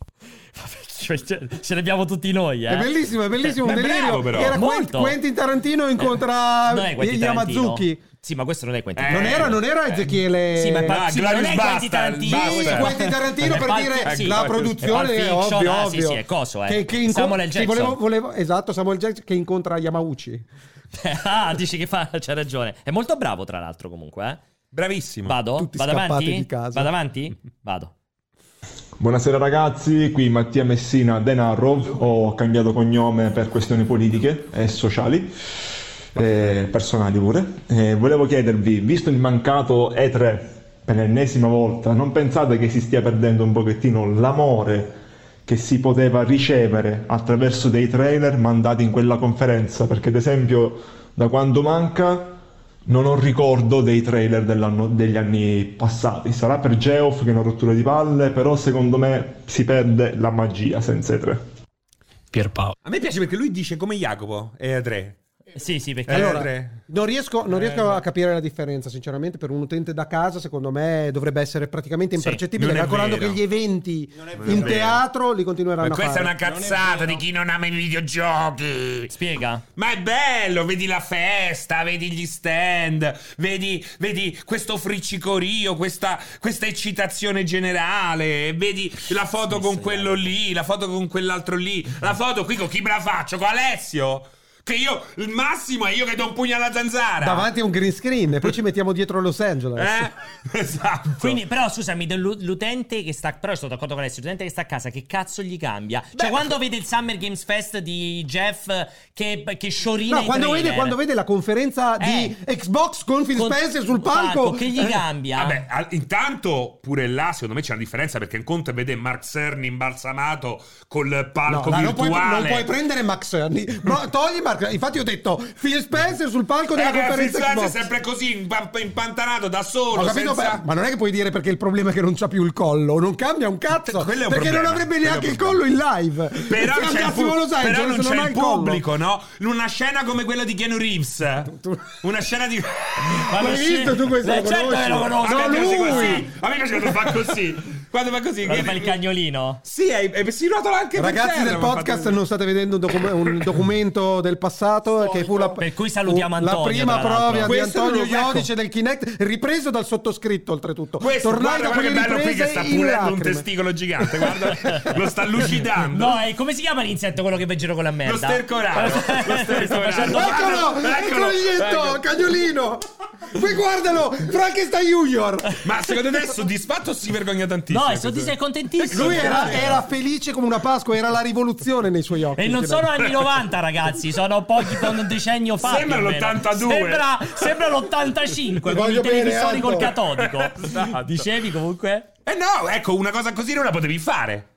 Speaker 1: Cioè, ce ce ne abbiamo tutti noi, eh.
Speaker 3: È bellissimo, è bellissimo.
Speaker 2: Beh,
Speaker 3: un
Speaker 2: bravo,
Speaker 3: delirio.
Speaker 2: però.
Speaker 3: Era Quent-
Speaker 1: Molto.
Speaker 3: Quentin Tarantino incontra
Speaker 1: Eh, Non è Quentin Tarantino.
Speaker 3: Yamazuki.
Speaker 1: Sì, ma questo non è Quentin
Speaker 2: Eh,
Speaker 3: Non
Speaker 1: Tarantino.
Speaker 3: era, non era Ezechiele.
Speaker 1: Sì, ma è pa-
Speaker 2: Ah,
Speaker 1: sì, ma non
Speaker 2: Glorious
Speaker 1: è Quentin
Speaker 2: Bastard,
Speaker 1: Tarantino.
Speaker 2: Bastard.
Speaker 1: questo è-
Speaker 3: Quentin Tarantino
Speaker 1: È
Speaker 3: per
Speaker 1: Pulp-
Speaker 3: dire
Speaker 1: sì,
Speaker 3: la
Speaker 2: Pulp-
Speaker 3: produzione
Speaker 1: è
Speaker 3: è
Speaker 1: Pulp Fiction,
Speaker 3: ovvio,
Speaker 1: ah, sì,
Speaker 3: ovvio.
Speaker 1: sì, è coso, eh.
Speaker 3: Che, che inco-
Speaker 1: Samuel L.
Speaker 3: che
Speaker 1: Jackson.
Speaker 3: volevo- volevo- esatto, Samuel Jackson che incontra Yamauchi.
Speaker 1: ah, dici che fa, c'ha ragione. È molto bravo, tra l'altro, comunque, eh.
Speaker 2: Bravissimo.
Speaker 1: Vado?
Speaker 3: Tutti
Speaker 1: Vado
Speaker 3: scappati
Speaker 1: avanti?
Speaker 3: di casa.
Speaker 1: Vado avanti? Vado.
Speaker 7: Buonasera ragazzi, qui Mattia Messina Denarro, ho cambiato cognome per questioni politiche e sociali. eh, personali pure. Eh, volevo chiedervi, visto il mancato E3 per l'ennesima volta, non pensate che si stia perdendo un pochettino l'amore che si poteva ricevere attraverso dei trailer mandati in quella conferenza? Perché ad esempio da quando manca non ho ricordo dei trailer dell'anno- degli anni passati. Sarà per Geoff che è una rottura di palle, però secondo me si perde la magia senza E3.
Speaker 8: Pierpaolo.
Speaker 2: A me piace perché lui dice come Jacopo, e 3.
Speaker 1: Sì, sì, perché
Speaker 2: Allora,
Speaker 3: Allora,
Speaker 2: tre.
Speaker 3: non riesco,
Speaker 1: Eh,
Speaker 3: non riesco
Speaker 1: esatto.
Speaker 3: a capire la differenza, sinceramente, per un utente da casa, secondo me dovrebbe essere praticamente
Speaker 1: Sì,
Speaker 3: impercettibile,
Speaker 2: non è
Speaker 3: calcolando
Speaker 2: vero.
Speaker 3: che gli eventi
Speaker 4: Non è
Speaker 3: in
Speaker 4: vero.
Speaker 3: teatro li
Speaker 2: Ma
Speaker 3: continueranno a
Speaker 2: questa
Speaker 3: fare.
Speaker 2: è una cazzata
Speaker 1: vero.
Speaker 2: di chi non ama i videogiochi.
Speaker 1: spiega.
Speaker 2: Ma è bello, vedi la festa, vedi gli stand, vedi, vedi questo friccicorio, questa, questa eccitazione generale, vedi la foto con quello lì, la foto con quell'altro lì, la foto qui con chi me la faccio, con Alessio, che io, il massimo è io che do un pugno alla zanzara.
Speaker 3: Davanti a un green screen e poi ci mettiamo dietro Los Angeles.
Speaker 2: Eh? Esatto.
Speaker 1: Quindi, però, scusami, dell'u- l'utente che sta. Però sono d'accordo con Alessio. L'utente che sta a casa, che cazzo gli cambia? Cioè, quando vede il Summer Games Fest di Jeff eh, che, che sciorina.
Speaker 3: No,
Speaker 1: i
Speaker 3: quando
Speaker 1: trailer,
Speaker 3: vede, quando vede la conferenza di
Speaker 1: Eh.
Speaker 3: Xbox con Phil
Speaker 1: con-
Speaker 3: Spencer sul palco,
Speaker 1: Che gli
Speaker 3: Eh.
Speaker 1: cambia?
Speaker 2: Vabbè, al- intanto pure là secondo me c'è una differenza perché il conto è vedere Mark Cerny imbalsamato col
Speaker 3: No,
Speaker 2: palco
Speaker 3: no, non, puoi,
Speaker 2: virtuale.
Speaker 3: non puoi prendere Max Erni. No, togli Max. Infatti, ho detto Phil Spencer sul palco della
Speaker 2: Eh, beh,
Speaker 3: conferenza
Speaker 2: Fritz Lanz è
Speaker 3: Xbox.
Speaker 2: sempre così, impa- impantanato da solo.
Speaker 3: Ho capito,
Speaker 2: senza-
Speaker 3: beh, ma non è che puoi dire perché il problema è che non c'ha più il collo, non cambia un cazzo.
Speaker 2: Quello è un
Speaker 3: perché
Speaker 2: problema,
Speaker 3: non avrebbe
Speaker 2: quello è un
Speaker 3: neanche il
Speaker 2: problema.
Speaker 3: collo in live.
Speaker 2: Però,
Speaker 3: Se
Speaker 2: c'è il,
Speaker 3: andassimo
Speaker 2: pu-
Speaker 3: a Los Angeles,
Speaker 2: però non
Speaker 3: non
Speaker 2: c'è
Speaker 3: ha
Speaker 2: il
Speaker 3: collo.
Speaker 2: pubblico, no? In una scena come quella di Keanu Reeves. Una scena di...
Speaker 1: Ma
Speaker 3: Ma
Speaker 1: lo
Speaker 3: l'hai
Speaker 1: sci-
Speaker 3: visto tu questo?
Speaker 1: Beh,
Speaker 3: Lo
Speaker 1: certo
Speaker 3: conosci?
Speaker 1: che lo conosco.
Speaker 2: A
Speaker 3: No,
Speaker 2: me piace
Speaker 3: Oh, lui!
Speaker 2: così. A me piace quando fa così. Quando fa così.
Speaker 1: Quando fa il cagnolino.
Speaker 2: Sì, è, è- si rotola anche per
Speaker 3: Ragazzi
Speaker 2: terra,
Speaker 3: del
Speaker 2: ma fa-
Speaker 3: podcast, non state vedendo un, docu- un documento del passato che fu la,
Speaker 1: Per cui salutiamo
Speaker 3: fu
Speaker 1: Antonio,
Speaker 3: La prima
Speaker 1: tra l'altro.
Speaker 3: prova di
Speaker 2: Questo
Speaker 3: Antonio
Speaker 2: non lo- ecco.
Speaker 3: Iodice del Kinect, ripreso dal sottoscritto, oltretutto.
Speaker 2: Questo, guarda,
Speaker 3: Tornando
Speaker 2: guarda
Speaker 3: con
Speaker 2: che
Speaker 3: le
Speaker 2: bello qui che
Speaker 3: riprese
Speaker 2: sta
Speaker 3: in
Speaker 2: pulendo un
Speaker 3: lacrime.
Speaker 2: testicolo gigante, guarda, lo sta lucidando.
Speaker 1: No, e come si chiama l'insetto quello che va in giro con la merda?
Speaker 2: Lo stercorano, lo stercorano.
Speaker 1: facendo-
Speaker 3: Eccolo!
Speaker 2: Eccolo,
Speaker 3: Eccolo
Speaker 2: eccolo.
Speaker 3: Ietto, cagnolino! Poi guardalo! Frankenstein Junior!
Speaker 2: Ma secondo te è soddisfatto o si vergogna tantissimo?
Speaker 1: No, e sono dis- contentissimo.
Speaker 3: Lui era, era felice come una Pasqua, era la rivoluzione nei suoi occhi.
Speaker 1: E non sono anni 90, ragazzi, sono pochi un decennio fa.
Speaker 2: Sembra
Speaker 1: più o meno.
Speaker 2: l'82.
Speaker 1: Sembra, sembra l'85
Speaker 3: Ti
Speaker 1: con i
Speaker 3: voglio bene,
Speaker 1: televisori col
Speaker 3: Aldo.
Speaker 1: catodico.
Speaker 2: Esatto.
Speaker 1: Dicevi comunque?
Speaker 2: Eh no, ecco, una cosa così non la potevi fare.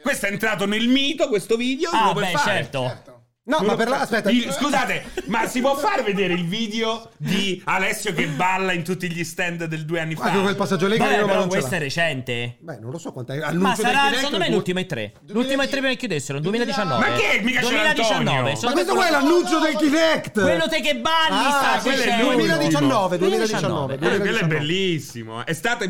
Speaker 2: Questo è entrato nel mito, questo video. non
Speaker 1: Ah,
Speaker 2: lo puoi
Speaker 1: beh,
Speaker 2: fare.
Speaker 1: certo.
Speaker 3: Eh, No, ma per la... Aspetta.
Speaker 2: Il- scusate, ma si può far vedere il video di Alessio che balla in tutti gli stand del due anni fa?
Speaker 3: Anche Ah, quel passaggio lì che
Speaker 1: Beh,
Speaker 3: io
Speaker 1: però
Speaker 3: non ce
Speaker 1: questo è
Speaker 3: l'ha.
Speaker 1: recente.
Speaker 3: Beh, non lo so quant'è.
Speaker 1: Ma
Speaker 3: Annuncio del
Speaker 1: sarà
Speaker 3: Kinect,
Speaker 1: secondo me
Speaker 3: due-
Speaker 1: l'ultima e tre. L'ultima e tre prima che chiudessero, 2019.
Speaker 2: Ma che? Mica c'era
Speaker 1: 2019.
Speaker 2: Antonio.
Speaker 1: sono
Speaker 3: Ma questo qua è l'annuncio del Kinect!
Speaker 1: Quello te che balli
Speaker 3: Ah,
Speaker 1: sta
Speaker 3: quello è
Speaker 1: dicendo.
Speaker 3: 2019,
Speaker 1: 2019.
Speaker 3: 2019.
Speaker 2: Eh, quello è bellissimo. Estate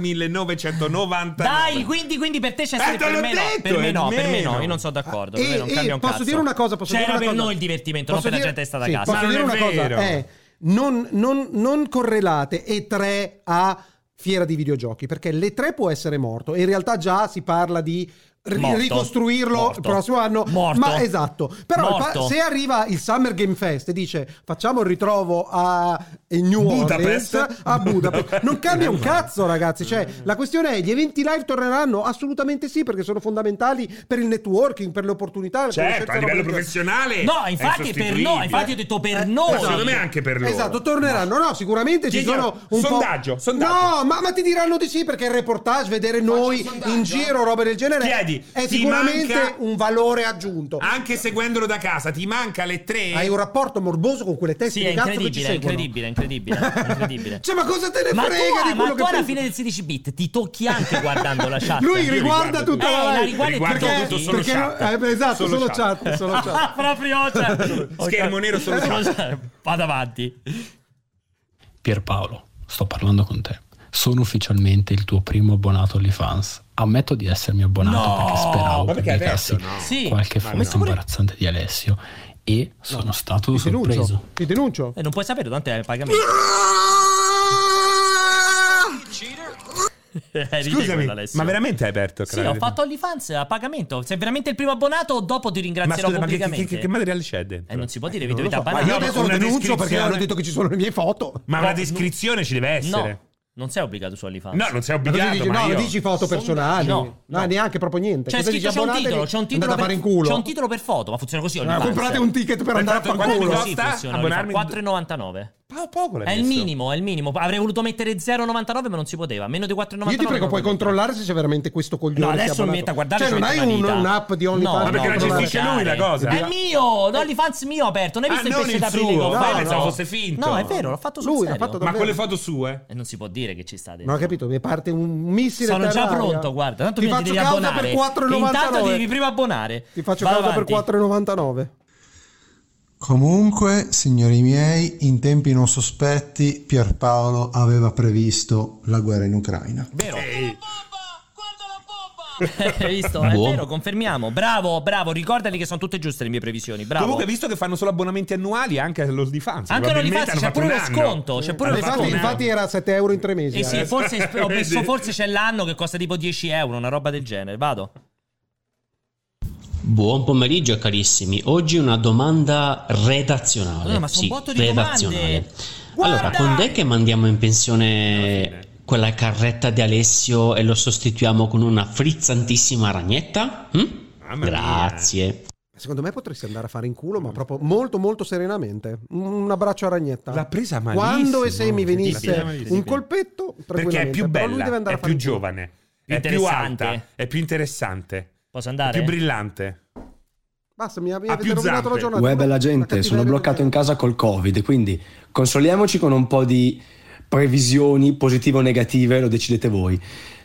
Speaker 2: 1990.
Speaker 1: Dai, quindi, quindi per te c'è
Speaker 2: Eh,
Speaker 1: sempre
Speaker 2: te
Speaker 1: per
Speaker 2: l'ho
Speaker 1: me no,
Speaker 2: detto,
Speaker 1: per me
Speaker 2: è
Speaker 1: no, per me
Speaker 2: meno.
Speaker 1: no, io non sono d'accordo, per me
Speaker 3: E,
Speaker 1: non
Speaker 3: e
Speaker 1: cambia un
Speaker 3: Eh, posso
Speaker 1: cazzo.
Speaker 3: dire una cosa? Posso
Speaker 1: C'era
Speaker 3: dire una
Speaker 1: per
Speaker 3: cosa?
Speaker 1: noi Cioè, il divertimento,
Speaker 3: Posso
Speaker 1: non per la
Speaker 3: dire-
Speaker 1: gente che sta da
Speaker 3: sì,
Speaker 1: casa.
Speaker 3: Posso
Speaker 2: Ma
Speaker 3: dire
Speaker 2: non
Speaker 3: una
Speaker 2: è vero.
Speaker 3: cosa? Eh, non, non- non correlate E3 a fiera di videogiochi, perché l'E3 può essere morto. e In realtà già si parla di ri-
Speaker 1: Morto.
Speaker 3: ricostruirlo
Speaker 1: Morto.
Speaker 3: il prossimo anno.
Speaker 1: Morto.
Speaker 3: Ma esatto. Però il pa-
Speaker 1: Morto.
Speaker 3: se arriva il Summer Game Fest e dice facciamo il ritrovo a New
Speaker 2: Budapest.
Speaker 3: Orleans, a Budapest, non cambia un cazzo ragazzi. Cioè, la questione è gli eventi live torneranno? Assolutamente sì, perché sono fondamentali per il networking, per le opportunità. per le
Speaker 2: Certo,
Speaker 3: scelte
Speaker 2: a livello
Speaker 3: lavorative.
Speaker 2: professionale.
Speaker 1: No,
Speaker 2: è
Speaker 1: infatti per
Speaker 2: insostituibile.
Speaker 1: noi, infatti ho detto
Speaker 3: Eh,
Speaker 1: per
Speaker 2: Ma
Speaker 1: noi.
Speaker 2: Secondo me anche per loro.
Speaker 3: Esatto, torneranno. No, sicuramente ci
Speaker 2: Chiediamo-
Speaker 3: sono un
Speaker 2: sondaggio,
Speaker 3: po'...
Speaker 2: sondaggio.
Speaker 3: No, ma, ma ti diranno di sì perché il reportage, vedere noi
Speaker 4: sondaggio?
Speaker 3: in giro robe del genere
Speaker 2: Chiedi,
Speaker 3: è
Speaker 2: ti
Speaker 3: sicuramente
Speaker 2: manca- Ah,
Speaker 3: un valore aggiunto.
Speaker 2: Anche seguendolo da casa, ti manca le tre.
Speaker 3: Hai un rapporto morboso con quelle teste
Speaker 1: Sì, è
Speaker 3: di cazzo che ci
Speaker 1: incredibile, è
Speaker 3: seguono.
Speaker 1: incredibile, è incredibile, è incredibile.
Speaker 3: Cioè, ma cosa te ne
Speaker 1: Ma tu,
Speaker 3: frega
Speaker 1: ah,
Speaker 3: di quello
Speaker 1: ma
Speaker 3: che
Speaker 1: tu alla
Speaker 3: pensi?
Speaker 1: fine del 16 bit ti tocchi anche guardando la chat.
Speaker 3: Lui
Speaker 2: io
Speaker 3: riguarda
Speaker 2: riguardo
Speaker 3: tutta
Speaker 1: tutto. Eh,
Speaker 3: la
Speaker 1: la
Speaker 3: live.
Speaker 1: riguarda
Speaker 2: Riguardo
Speaker 3: perché,
Speaker 2: tutto solo
Speaker 3: perché-
Speaker 2: chat.
Speaker 3: eh, esatto,
Speaker 2: Solo
Speaker 3: solo
Speaker 2: chat.
Speaker 3: chat, solo chat.
Speaker 1: Ah, proprio cioè.
Speaker 2: Schermo nero solo
Speaker 1: chat. Vado avanti.
Speaker 8: Pierpaolo, sto parlando con te. Sono ufficialmente il tuo primo abbonato OnlyFans. Ammetto di essermi abbonato
Speaker 1: No!
Speaker 8: perché speravo
Speaker 2: Ma perché
Speaker 8: pubblicassi
Speaker 2: adesso no?
Speaker 1: Sì.
Speaker 8: qualche
Speaker 1: Ma
Speaker 8: foto
Speaker 1: no.
Speaker 8: imbarazzante di Alessio e sono stato
Speaker 3: Ti
Speaker 8: sorpreso.
Speaker 3: denuncio, ti denuncio.
Speaker 1: E Eh, non puoi sapere tanto è il pagamento. Eh, ridicolo,
Speaker 2: Scusami,
Speaker 1: Alessio.
Speaker 2: ma veramente hai aperto?
Speaker 1: Sì, ho fatto OnlyFans a pagamento. Sei veramente il primo abbonato, dopo ti
Speaker 2: Ma
Speaker 1: ringrazierò
Speaker 2: scusa, ma che,
Speaker 1: pubblicamente.
Speaker 2: che- che- che materiale c'è dentro?
Speaker 1: Eh, non si può dire,
Speaker 3: Eh,
Speaker 1: vi
Speaker 3: non lo
Speaker 1: dovete
Speaker 3: so. Ma
Speaker 1: abbanare.
Speaker 2: no,
Speaker 3: io
Speaker 2: ma
Speaker 3: adesso
Speaker 2: una
Speaker 3: lo denuncio perché
Speaker 2: descrizione-
Speaker 3: hanno detto che ci sono le mie foto.
Speaker 2: Ma una descrizione ci deve essere.
Speaker 1: No. Non sei obbligato su OnlyFans. Cioè,
Speaker 2: No, non sei
Speaker 3: Ma cosa
Speaker 2: obbligato,
Speaker 3: dici?
Speaker 2: ma
Speaker 3: no,
Speaker 2: io...
Speaker 3: non dici foto personali.
Speaker 1: No,
Speaker 3: No,
Speaker 1: no.
Speaker 3: neanche proprio niente.
Speaker 1: C'è
Speaker 3: Cosa
Speaker 1: scritto,
Speaker 3: dici?
Speaker 1: c'è un
Speaker 3: Abbonatevi,
Speaker 1: titolo, c'è un titolo,
Speaker 3: andate a fare
Speaker 1: per,
Speaker 3: in culo.
Speaker 1: c'è un titilo per foto, ma funziona così.
Speaker 3: Ah,
Speaker 1: OnlyFans.
Speaker 3: comprate un ticket per andare a
Speaker 2: Perfetto,
Speaker 3: fare
Speaker 2: quanto
Speaker 3: in culo.
Speaker 2: costa?
Speaker 1: Sì, funziona,
Speaker 2: Abbonarmi-
Speaker 1: OnlyFans. 4,99.
Speaker 2: Pa- poco l'hai
Speaker 1: È il
Speaker 2: messo.
Speaker 1: minimo, è il minimo. Avrei voluto mettere 0,99 ma non si poteva. Meno di 4,99.
Speaker 3: Io ti prego,
Speaker 1: non
Speaker 3: puoi
Speaker 1: lo metto.
Speaker 3: controllare se c'è veramente questo coglione.
Speaker 1: No,
Speaker 3: che
Speaker 1: adesso
Speaker 3: ha abbonato.
Speaker 1: mi metto a guardare
Speaker 3: Cioè,
Speaker 1: ci
Speaker 3: non hai
Speaker 1: metto la
Speaker 3: un-
Speaker 1: vita.
Speaker 3: un'app di
Speaker 1: No,
Speaker 3: OnlyFans.
Speaker 2: Ma perché
Speaker 1: no,
Speaker 2: la
Speaker 1: provare.
Speaker 2: gestisce lui la cosa?
Speaker 1: È mio, l'OnlyFans mio ho aperto. Non hai
Speaker 2: Ah,
Speaker 1: visto il
Speaker 2: non
Speaker 1: pesce
Speaker 2: il
Speaker 1: d'aprile
Speaker 2: suo.
Speaker 1: che ho
Speaker 2: No,
Speaker 1: fatto?
Speaker 2: pensavo fosse finto.
Speaker 1: No, è vero, l'ho fatto sul
Speaker 3: Lui l'ha
Speaker 1: serio.
Speaker 3: fatto da-
Speaker 2: Ma con le foto sue?
Speaker 1: E non si può dire che ci sta dentro.
Speaker 3: No, ho capito, mi parte un missile.
Speaker 1: Sono già
Speaker 3: terraria.
Speaker 1: pronto, guarda. Tanto
Speaker 3: ti
Speaker 1: prima
Speaker 3: faccio
Speaker 1: devi
Speaker 3: causa
Speaker 1: abbonare.
Speaker 3: per
Speaker 1: E
Speaker 3: 4,99.
Speaker 1: Intanto ti devi prima abbonare.
Speaker 3: Ti faccio
Speaker 1: Vai
Speaker 3: causa
Speaker 1: avanti.
Speaker 3: per 4,99.
Speaker 9: Comunque, signori miei, in tempi non sospetti Pierpaolo aveva previsto la guerra in Ucraina.
Speaker 1: Vero. Hai visto? È
Speaker 8: Buono.
Speaker 1: vero, confermiamo. Bravo, bravo. Ricordali che sono tutte giuste le mie previsioni. Bravo.
Speaker 2: Comunque, visto che fanno solo abbonamenti annuali, anche allo OnlyFans.
Speaker 1: Anche non li
Speaker 2: probabilmente
Speaker 1: faccio, c'è
Speaker 2: hanno
Speaker 1: pure lo
Speaker 2: fatto un anno.
Speaker 1: sconto. C'è pure lo
Speaker 2: Hanno fatto
Speaker 3: Infatti,
Speaker 2: un
Speaker 1: sconto.
Speaker 2: anno.
Speaker 3: infatti era 7 euro in tre mesi.
Speaker 1: Eh sì,
Speaker 3: eh.
Speaker 1: forse, ho messo,
Speaker 2: Vedi?
Speaker 1: forse c'è l'anno che costa tipo 10 euro, una roba del genere. Vado.
Speaker 10: Buon pomeriggio carissimi, oggi una domanda redazionale.
Speaker 1: Allora, ma sono
Speaker 10: Sì,
Speaker 1: un botto di
Speaker 10: redazionale.
Speaker 1: domande. Guarda!
Speaker 10: Allora, quando è che mandiamo in
Speaker 2: Alla
Speaker 10: pensione
Speaker 2: fine.
Speaker 10: quella carretta di Alessio e lo sostituiamo con una frizzantissima ragnetta? Mm?
Speaker 2: Mamma mia.
Speaker 10: Grazie.
Speaker 3: Secondo me potresti andare a fare in culo, ma proprio molto, molto serenamente. Un abbraccio a Ragnetta.
Speaker 2: L'ha presa malissimo.
Speaker 3: Quando e se mi
Speaker 1: Sì, sì,
Speaker 3: venisse
Speaker 1: sì, sì.
Speaker 3: un colpetto,
Speaker 2: Perché è
Speaker 3: tranquillamente.
Speaker 2: più
Speaker 3: Però lui deve
Speaker 2: bella,
Speaker 3: andare
Speaker 2: è
Speaker 3: a fare
Speaker 2: più
Speaker 3: in culo.
Speaker 2: giovane,
Speaker 1: Più
Speaker 2: è più
Speaker 1: interessante.
Speaker 2: alta, è più interessante,
Speaker 1: Posso
Speaker 2: è
Speaker 1: andare?
Speaker 2: più brillante.
Speaker 3: Basta, mi, mi
Speaker 2: Ha
Speaker 3: avete
Speaker 2: più
Speaker 3: rovinato
Speaker 2: zampe.
Speaker 3: la giornata.
Speaker 11: Uè, bella
Speaker 3: La
Speaker 11: gente, sono
Speaker 3: cattiveria
Speaker 11: bloccato in
Speaker 3: che-
Speaker 11: casa col Covid, quindi consoliamoci con un po' di previsioni positive o negative, lo decidete voi.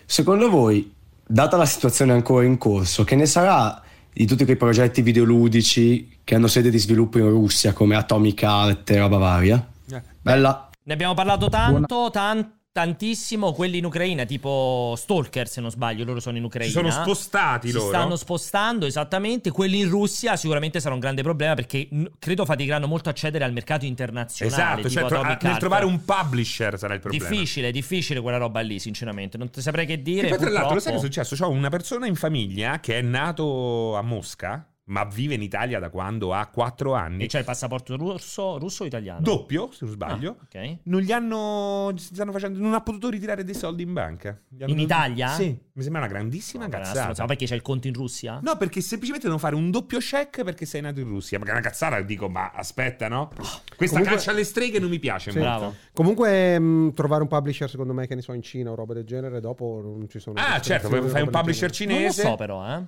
Speaker 11: Secondo voi, data la situazione ancora in corso, che ne sarà di tutti quei progetti videoludici che hanno sede di sviluppo in Russia, come Atomic Art e roba varia?
Speaker 2: Eh.
Speaker 11: Bella.
Speaker 1: Ne abbiamo parlato tanto, tan- tantissimo. Quelli in Ucraina, tipo Stalker, se non sbaglio, loro sono in Ucraina.
Speaker 2: Si sono spostati
Speaker 1: Si
Speaker 2: loro.
Speaker 1: stanno spostando esattamente. Quelli in Russia sicuramente sarà un grande problema perché mh, credo faticheranno molto accedere al mercato internazionale.
Speaker 2: Esatto,
Speaker 1: tipo
Speaker 2: cioè, tro-
Speaker 1: Atomic
Speaker 2: nel
Speaker 1: Heart.
Speaker 2: trovare un publisher sarà il problema.
Speaker 1: Difficile, difficile quella roba lì, sinceramente. Non te saprei che dire.
Speaker 2: E poi, tra l'altro, lo sai che è
Speaker 1: purtroppo.
Speaker 2: successo? C'ho una persona in famiglia che è nato a Mosca, ma vive in Italia da quando ha 4 anni.
Speaker 1: E c'è il passaporto russo, russo o italiano?
Speaker 2: Doppio, se non sbaglio.
Speaker 1: Ah, ok.
Speaker 2: Non gli hanno. si stanno facendo- non ha potuto ritirare dei soldi in banca. Gli hanno-
Speaker 1: In Italia?
Speaker 2: Sì. Mi sembra una grandissima
Speaker 1: Ma
Speaker 2: cazzata.
Speaker 1: perché c'è il conto in Russia?
Speaker 2: No, perché semplicemente devono fare un doppio check perché sei nato in Russia. Perché è una cazzata, dico, ma aspetta,
Speaker 1: Oh,
Speaker 2: no? Questa
Speaker 3: Comunque-
Speaker 2: caccia alle streghe non mi piace.
Speaker 3: Sì.
Speaker 2: molto.
Speaker 1: Bravo.
Speaker 3: Comunque, mh, trovare un publisher, secondo me, che ne so, in Cina o roba del genere, dopo non ci sono.
Speaker 2: Ah, certo,
Speaker 3: restrizioni,
Speaker 2: fai un
Speaker 3: roba del
Speaker 2: publisher
Speaker 3: genere.
Speaker 1: Non lo
Speaker 2: cinese.
Speaker 1: so però, eh.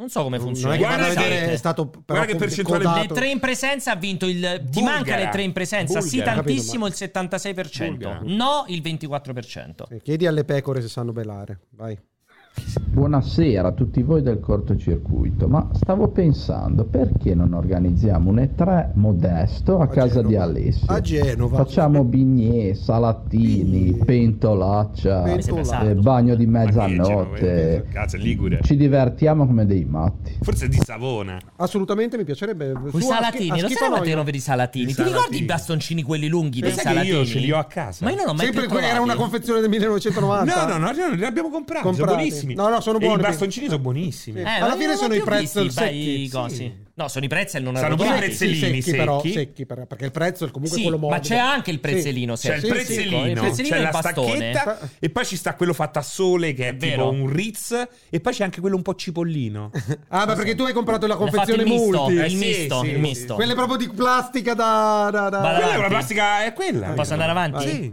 Speaker 1: Non so come
Speaker 3: Non è
Speaker 1: funziona.
Speaker 3: che
Speaker 2: Guarda
Speaker 3: vado a
Speaker 2: che-
Speaker 3: vedere, è stato però
Speaker 2: che percentuale-
Speaker 1: Le
Speaker 3: contato.
Speaker 1: tre in presenza ha vinto il. Ti
Speaker 2: Bulgara.
Speaker 1: manca le tre in presenza? sì,
Speaker 2: Bulgara.
Speaker 1: tantissimo,
Speaker 3: Capito,
Speaker 1: il 76%.
Speaker 2: Bulgara.
Speaker 1: No, il 24%.
Speaker 3: Sì, Eh, Chiedi alle pecore se sanno belare. Vai.
Speaker 12: Buonasera a tutti voi del cortocircuito, ma stavo pensando perché non organizziamo un E3 modesto a, casa
Speaker 3: Genova.
Speaker 12: di Alessio?
Speaker 3: A Genova.
Speaker 12: Facciamo bignè, salattini,
Speaker 3: Bignè.
Speaker 11: Ah,
Speaker 12: pentolaccia,
Speaker 1: Mi sembra
Speaker 3: Pentola.
Speaker 12: eh,
Speaker 1: santo.
Speaker 12: bagno di
Speaker 2: Ma che è Genova,
Speaker 12: mezzanotte.
Speaker 2: eh? Cazzo, è Ligure.
Speaker 12: Ci divertiamo come dei matti.
Speaker 2: Forse è di Savona.
Speaker 3: Assolutamente mi piacerebbe. Tu
Speaker 1: Con
Speaker 3: a
Speaker 1: i
Speaker 3: schi- a
Speaker 1: salatini, lo sai
Speaker 3: schifanoia.
Speaker 1: quante robe di salatini?
Speaker 2: I
Speaker 1: Ti
Speaker 2: salatini.
Speaker 1: ricordi i bastoncini quelli lunghi
Speaker 2: Lo
Speaker 1: dei
Speaker 2: sai che
Speaker 1: salatini?
Speaker 2: io ce li ho a casa.
Speaker 1: Ma io non ho mai
Speaker 3: Sempre
Speaker 1: più
Speaker 3: que- era
Speaker 1: trovati.
Speaker 3: una confezione del 1990.
Speaker 2: No, no, no, no, li abbiamo comprati.
Speaker 3: Ah, Comprati.
Speaker 2: Sono buonissimi.
Speaker 3: No, no, sono
Speaker 2: E
Speaker 3: buoni.
Speaker 2: I bastoncini sono buonissimi.
Speaker 3: Sì.
Speaker 1: Eh,
Speaker 3: Alla
Speaker 1: ma
Speaker 3: fine
Speaker 1: non ho
Speaker 3: sono i
Speaker 1: più
Speaker 3: pretzel
Speaker 1: visti, beh, i
Speaker 3: secchi,
Speaker 1: cosi.
Speaker 3: sì.
Speaker 1: No, sono i pretzel non
Speaker 2: Sono
Speaker 3: Sì,
Speaker 1: arrotolati.
Speaker 2: i prezzolini
Speaker 3: sì, secchi,
Speaker 2: secchi.
Speaker 3: però, secchi per- perché il prezzo è comunque
Speaker 1: Sì,
Speaker 3: quello morbido.
Speaker 1: ma c'è anche il prezzolino
Speaker 3: Sì.
Speaker 2: C'è il
Speaker 1: secco. Sì, sì,
Speaker 2: prezzolino,
Speaker 1: il prezzolino
Speaker 2: c'è
Speaker 1: e
Speaker 2: la
Speaker 1: il bastone.
Speaker 2: stacchetta e poi ci sta quello fatto a sole che è,
Speaker 1: È vero.
Speaker 2: tipo un Ritz e poi c'è anche quello un po' cipollino.
Speaker 3: Ah, ma perché tu hai comprato la
Speaker 1: Ne ha fatto
Speaker 3: confezione
Speaker 1: il misto,
Speaker 3: multi.
Speaker 2: Eh,
Speaker 1: il
Speaker 2: sì,
Speaker 1: misto,
Speaker 2: sì,
Speaker 1: il
Speaker 2: sì.
Speaker 1: misto.
Speaker 3: Quelle proprio di plastica da... da, da-
Speaker 1: Vada
Speaker 2: Quella è
Speaker 1: avanti.
Speaker 2: una plastica, è quella.
Speaker 1: Posso andare avanti?
Speaker 2: Sì.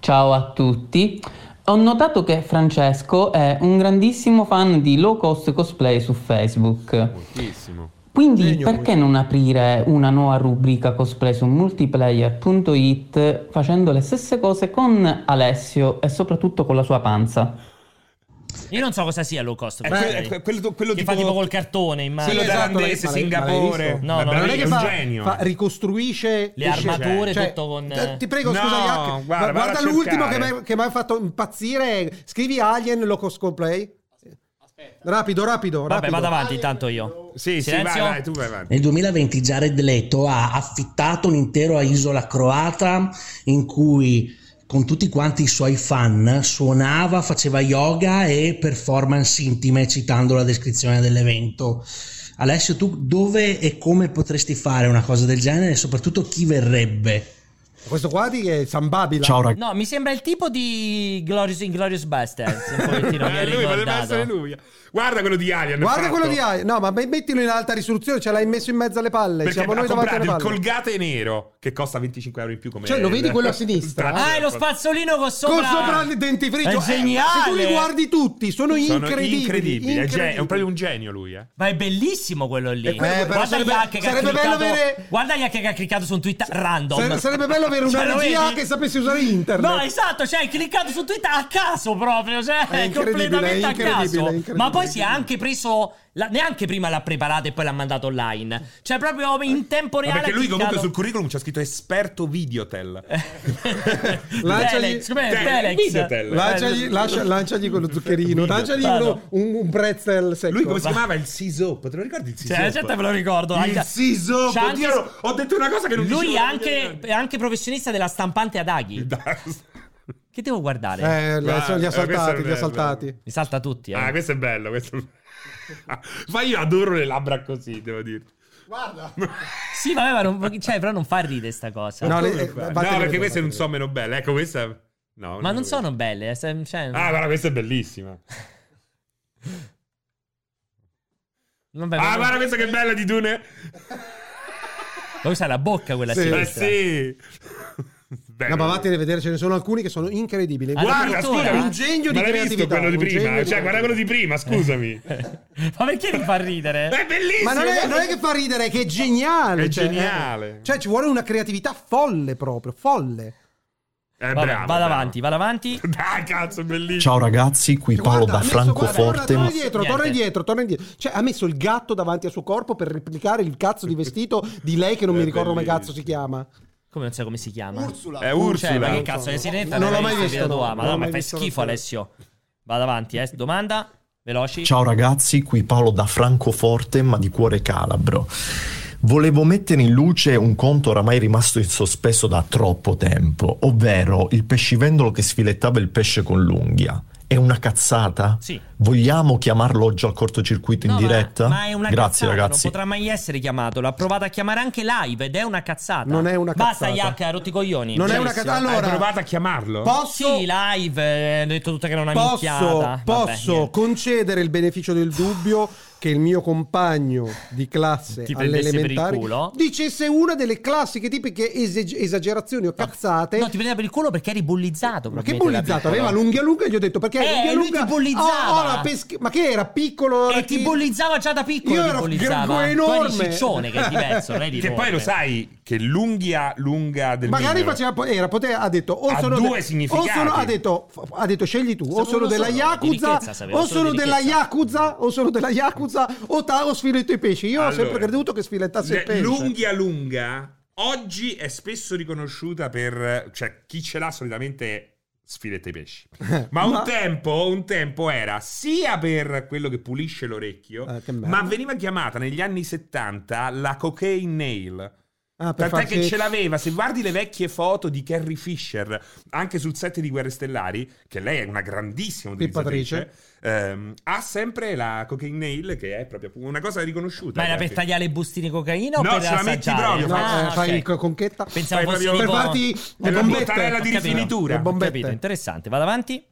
Speaker 12: Ciao a tutti. Ho notato che Francesco è un grandissimo fan di low cost cosplay su Facebook.
Speaker 2: Moltissimo.
Speaker 12: Quindi
Speaker 3: Genio,
Speaker 12: perché non aprire una nuova rubrica cosplay su multiplayer.it facendo le stesse cose con Alessio e soprattutto con la sua panza?
Speaker 1: Io non so cosa sia low cost.
Speaker 2: È
Speaker 1: magari.
Speaker 2: Eh, que- è que- quello, quello
Speaker 1: che fa tipo col cartone,
Speaker 2: quello
Speaker 1: immagino.
Speaker 3: Sì, esatto,
Speaker 2: thailandese,
Speaker 3: l'hai- ma l'hai- ma l'hai
Speaker 2: Singapore.
Speaker 3: visto?
Speaker 1: No, no,
Speaker 2: Vabbè,
Speaker 1: non
Speaker 2: non
Speaker 1: è
Speaker 2: è
Speaker 1: che
Speaker 2: un
Speaker 3: fa-
Speaker 2: genio.
Speaker 3: fa- ricostruisce
Speaker 1: Le
Speaker 3: scene. Cioè,
Speaker 1: armature, tutto con, eh.
Speaker 3: ti prego
Speaker 2: No,
Speaker 3: scusa Jack,
Speaker 2: guarda,
Speaker 3: ma-
Speaker 2: vado
Speaker 3: guarda
Speaker 2: a
Speaker 3: l'ultimo
Speaker 2: cercare.
Speaker 3: che mi ha- che mi ha fatto impazzire scrivi Alien Locos Play rapido rapido
Speaker 1: Vabbè,
Speaker 3: rapido
Speaker 1: vado avanti intanto io.
Speaker 2: Sì, sì, vai,
Speaker 1: Silenzio.
Speaker 2: vai, tu vai avanti.
Speaker 11: Nel 2020 Jared Leto ha affittato un'intera isola croata in cui con tutti quanti i suoi fan suonava, faceva yoga e performance intime citando la descrizione dell'evento. Alessio, tu dove e come potresti fare una cosa del genere e soprattutto chi verrebbe?
Speaker 3: Questo qua di che è San Babila.
Speaker 1: Ciao, ragazzi. No, mi sembra il tipo di Glorious Inglorious Bastards. Un pochettino mi ha
Speaker 2: Eh, lui potrebbe
Speaker 1: ricordato.
Speaker 2: essere lui. Guarda quello di Alien.
Speaker 3: Guarda
Speaker 2: fatto.
Speaker 3: quello di Aia. No, ma me- mettilo in alta risoluzione, ce l'hai messo in mezzo alle palle.
Speaker 2: Perché
Speaker 3: Siamo
Speaker 2: ha
Speaker 3: noi davanti
Speaker 2: comprato
Speaker 3: alle
Speaker 2: il
Speaker 3: palle.
Speaker 2: colgate nero che costa 25 euro in più. Come
Speaker 3: Cioè, lo
Speaker 2: il-
Speaker 3: vedi quello a sinistra?
Speaker 1: Ah, è lo spazzolino con sopra.
Speaker 3: Con sopra il dentifricio.
Speaker 1: È
Speaker 3: Eh,
Speaker 1: geniale.
Speaker 3: se tu li guardi tutti, sono,
Speaker 2: Sono
Speaker 3: incredibili.
Speaker 2: incredibili, è, gen- è
Speaker 3: incredibili.
Speaker 2: proprio un genio lui. Eh.
Speaker 1: Ma è bellissimo quello lì.
Speaker 3: Eh, però
Speaker 1: guarda
Speaker 3: sarebbe-
Speaker 1: gli hack che
Speaker 3: sarebbe
Speaker 1: ha
Speaker 3: bello
Speaker 1: cliccato,
Speaker 3: avere-
Speaker 1: Guarda gli hack che ha cliccato su Twitter random.
Speaker 3: Sare- sarebbe bello avere una
Speaker 1: Cioè, lo
Speaker 3: regia
Speaker 1: vedi?
Speaker 3: che sapesse usare internet.
Speaker 1: No, esatto, cioè hai cliccato su Twitter a caso proprio, cioè
Speaker 3: È incredibile,
Speaker 1: completamente
Speaker 3: è
Speaker 1: a
Speaker 3: incredibile, è
Speaker 1: caso.
Speaker 3: incredibile.
Speaker 1: Ma poi si è anche preso la- neanche prima l'ha preparato e poi l'ha mandato online. Cioè proprio in tempo
Speaker 2: Ma
Speaker 1: reale.
Speaker 2: perché
Speaker 1: ha
Speaker 2: lui comunque
Speaker 1: cliccato-
Speaker 2: sul curriculum c'ha scritto esperto videotel.
Speaker 3: Ecco, Lanciali-
Speaker 1: Telex, com'è?
Speaker 2: Tele-
Speaker 1: Telex. Cioè,
Speaker 2: Videotel.
Speaker 3: Lanciagli, lascia- lanciagli quello zuccherino, lanciagli
Speaker 1: Ah,
Speaker 3: uno- un, un pretzel secco. Eh,
Speaker 2: Lui come si chiamava? Il Sisop. Te lo ricordi il Sisop?
Speaker 1: Cioè, la
Speaker 3: certo,
Speaker 1: gente ve lo ricordo.
Speaker 2: Il
Speaker 1: Anche-
Speaker 2: Sisop.
Speaker 1: C'ha anche-
Speaker 2: Oddio, ho detto una cosa che non
Speaker 1: Lui è
Speaker 2: dicevo.
Speaker 1: anche, è anche professionista della stampante ad aghi. Che devo guardare?
Speaker 3: Eh, le- sono gli
Speaker 2: Eh, questo è
Speaker 3: assaltati, gli
Speaker 2: bello.
Speaker 3: assaltati.
Speaker 1: Mi salta tutti. Eh.
Speaker 2: Ah, questo è bello. Questo... è bello. Ma io adoro le labbra così, devo dire.
Speaker 4: Guarda.
Speaker 1: Sì, vabbè, ma non, cioè, però non fa ridere sta cosa.
Speaker 3: No, le-
Speaker 2: Come
Speaker 3: eh, vattene
Speaker 2: fa? no perché
Speaker 3: vedere,
Speaker 2: queste non
Speaker 3: vattene
Speaker 2: sono meno belle. Ecco, questa. No, non
Speaker 1: ma non
Speaker 2: devo-
Speaker 1: sono belle. eh, se- cioè-
Speaker 2: Ah, guarda, questa è bellissima.
Speaker 3: Eh,
Speaker 1: vabbè,
Speaker 2: ah,
Speaker 1: ma-
Speaker 2: guarda, questa che bella di Dune.
Speaker 1: Ma questa è la bocca quella
Speaker 3: Sì.
Speaker 2: Eh
Speaker 1: sinistra.
Speaker 2: sì.
Speaker 3: No,
Speaker 2: Bello.
Speaker 3: ma vattene a vedere, ce ne sono alcuni che sono incredibili.
Speaker 1: Allora,
Speaker 2: Guarda,
Speaker 1: addirittura?
Speaker 2: scusa,
Speaker 1: Un
Speaker 3: genio di
Speaker 2: ma l'hai visto
Speaker 3: creatività,
Speaker 2: quello di
Speaker 3: un genio
Speaker 2: prima?
Speaker 3: di
Speaker 2: Cioè, guarda quello di prima, scusami.
Speaker 1: Ma perché mi fa ridere?
Speaker 2: È
Speaker 3: Ma
Speaker 2: bellissimo.
Speaker 3: non è, non è che fa ridere, è che è geniale.
Speaker 2: È
Speaker 3: cioè,
Speaker 2: geniale.
Speaker 3: eh. Cioè, ci vuole una creatività folle proprio, folle.
Speaker 2: Eh,
Speaker 1: Vabbè, vado
Speaker 2: bravo. bravo.
Speaker 1: avanti, vado avanti.
Speaker 2: Dai, cazzo, bellissimo.
Speaker 5: Ciao ragazzi, qui Paolo
Speaker 3: Guarda,
Speaker 5: da
Speaker 3: ha messo- guarda, Torna,
Speaker 5: Francoforte. ma-
Speaker 3: torna indietro,
Speaker 1: Niente.
Speaker 3: torna indietro, torna indietro. Cioè, ha messo il gatto davanti al suo corpo per replicare il cazzo di vestito di lei che non
Speaker 2: È
Speaker 3: mi ricordo come
Speaker 2: bellissimo.
Speaker 3: cazzo si chiama.
Speaker 1: Come non so come si chiama?
Speaker 4: Ursula.
Speaker 2: È
Speaker 5: Eh.
Speaker 1: Cioè, ma che
Speaker 2: Ursula.
Speaker 1: cazzo, è sirenetta?
Speaker 3: Non l'ho
Speaker 1: l'hai
Speaker 3: mai
Speaker 1: vista
Speaker 3: visto,
Speaker 1: tua?
Speaker 3: no. Non
Speaker 1: Ma no,
Speaker 3: l'ho
Speaker 1: ma
Speaker 3: mai
Speaker 1: fai
Speaker 3: visto, non
Speaker 1: schifo,
Speaker 3: so.
Speaker 1: Alessio. Vado avanti, eh. Domanda, veloci.
Speaker 5: Ciao ragazzi, qui Paolo da Francoforte, ma di cuore calabro. Volevo mettere in luce un conto oramai rimasto in sospeso da troppo tempo, ovvero il pescivendolo che sfilettava il pesce con l'unghia. È una cazzata?
Speaker 1: Sì.
Speaker 5: Vogliamo chiamarlo oggi al cortocircuito in
Speaker 1: No, ma-
Speaker 5: diretta?
Speaker 1: Ma, è una
Speaker 5: Grazie
Speaker 1: cazzata,
Speaker 5: ragazzi.
Speaker 1: non potrà mai essere chiamato. L'ha provato a chiamare anche live ed è una cazzata.
Speaker 3: Non è una
Speaker 1: Basta,
Speaker 3: cazzata.
Speaker 1: Iac, rotti i coglioni.
Speaker 3: Non è
Speaker 1: Bravissimo.
Speaker 3: una cazzata.
Speaker 2: Hai
Speaker 3: Allora,
Speaker 2: provato a chiamarlo?
Speaker 3: posso,
Speaker 1: Sì, live, eh, hanno detto tutta che era una
Speaker 3: posso,
Speaker 1: minchiata.
Speaker 3: posso
Speaker 1: Vabbè,
Speaker 3: concedere il beneficio del dubbio che il mio compagno di classe
Speaker 1: Ti
Speaker 3: alle
Speaker 1: prendesse per il
Speaker 3: elementari
Speaker 1: culo?
Speaker 3: dicesse una delle classiche tipiche ese- esagerazioni o cazzate.
Speaker 1: niente. No, ti prendeva per il culo perché eri bullizzato.
Speaker 3: Ma che
Speaker 1: probabilmente, da
Speaker 3: bullizzato?
Speaker 1: piccolo.
Speaker 3: Aveva l'unghia lunga e gli ho detto perché hai
Speaker 1: Eh,
Speaker 3: l'unghia
Speaker 1: lui
Speaker 3: lunga.
Speaker 1: ti bullizzava.
Speaker 3: Ah, ora peschi- Ma che era piccolo?
Speaker 1: E ti bullizzava già da piccolo.
Speaker 3: Io
Speaker 1: ti
Speaker 3: ero
Speaker 1: bullizzava.
Speaker 3: gr-
Speaker 1: Tu
Speaker 3: enorme.
Speaker 1: eri ciccione, che è diverso. non eri
Speaker 2: Che poi
Speaker 1: enorme.
Speaker 2: lo sai che l'unghia lunga del
Speaker 3: Magari
Speaker 2: mignolo-
Speaker 3: faceva po- era, poteva, ha detto o
Speaker 2: Ha
Speaker 3: sono
Speaker 2: due
Speaker 3: de-
Speaker 2: significati.
Speaker 3: o sono- ha detto f- ha detto scegli tu o
Speaker 1: Sapevo
Speaker 3: sono
Speaker 1: uno
Speaker 3: della
Speaker 1: solo, di
Speaker 3: Yakuza
Speaker 1: ricchezza sapevo,
Speaker 3: o
Speaker 1: solo
Speaker 3: sono
Speaker 1: di
Speaker 3: della
Speaker 1: ricchezza.
Speaker 3: Yakuza o sono della Yakuza o, ta- o sfiletto i pesci. Io ho sempre
Speaker 2: Allora,
Speaker 3: creduto che sfilettasse il
Speaker 2: le-
Speaker 3: pesce.
Speaker 2: Cioè, L'unghia lunga oggi è spesso riconosciuta per cioè chi ce l'ha solitamente sfiletta i pesci. Ma un
Speaker 3: ma-
Speaker 2: tempo, un tempo era sia per quello che pulisce l'orecchio,
Speaker 3: Eh, che merda.
Speaker 2: ma veniva chiamata negli anni 70 la cocaine nail.
Speaker 3: Ah, per
Speaker 2: Tant'è
Speaker 3: far
Speaker 2: che
Speaker 3: sì.
Speaker 2: ce l'aveva, se guardi le vecchie foto di Carrie Fisher, anche sul set di Guerre Stellari, che lei è una grandissima utilizzatrice, ehm, ha sempre la cocaine nail che è proprio una cosa riconosciuta.
Speaker 1: Ma era per
Speaker 2: Guardi.
Speaker 1: tagliare le bustine di cocaina o
Speaker 2: No,
Speaker 1: per
Speaker 2: ce la metti
Speaker 1: assaggiare?
Speaker 2: proprio,
Speaker 3: No,
Speaker 1: Ah,
Speaker 3: eh,
Speaker 1: ok.
Speaker 3: fai co- conchetta.
Speaker 1: Pensavo
Speaker 2: Fai
Speaker 1: fosse
Speaker 2: proprio-
Speaker 1: tipo...
Speaker 3: per farti
Speaker 2: È
Speaker 3: le
Speaker 2: una
Speaker 3: bombette.
Speaker 2: bottarella di
Speaker 1: Ho capito.
Speaker 2: rifinitura.
Speaker 3: Le bombette.
Speaker 1: Capito, interessante. Vado avanti.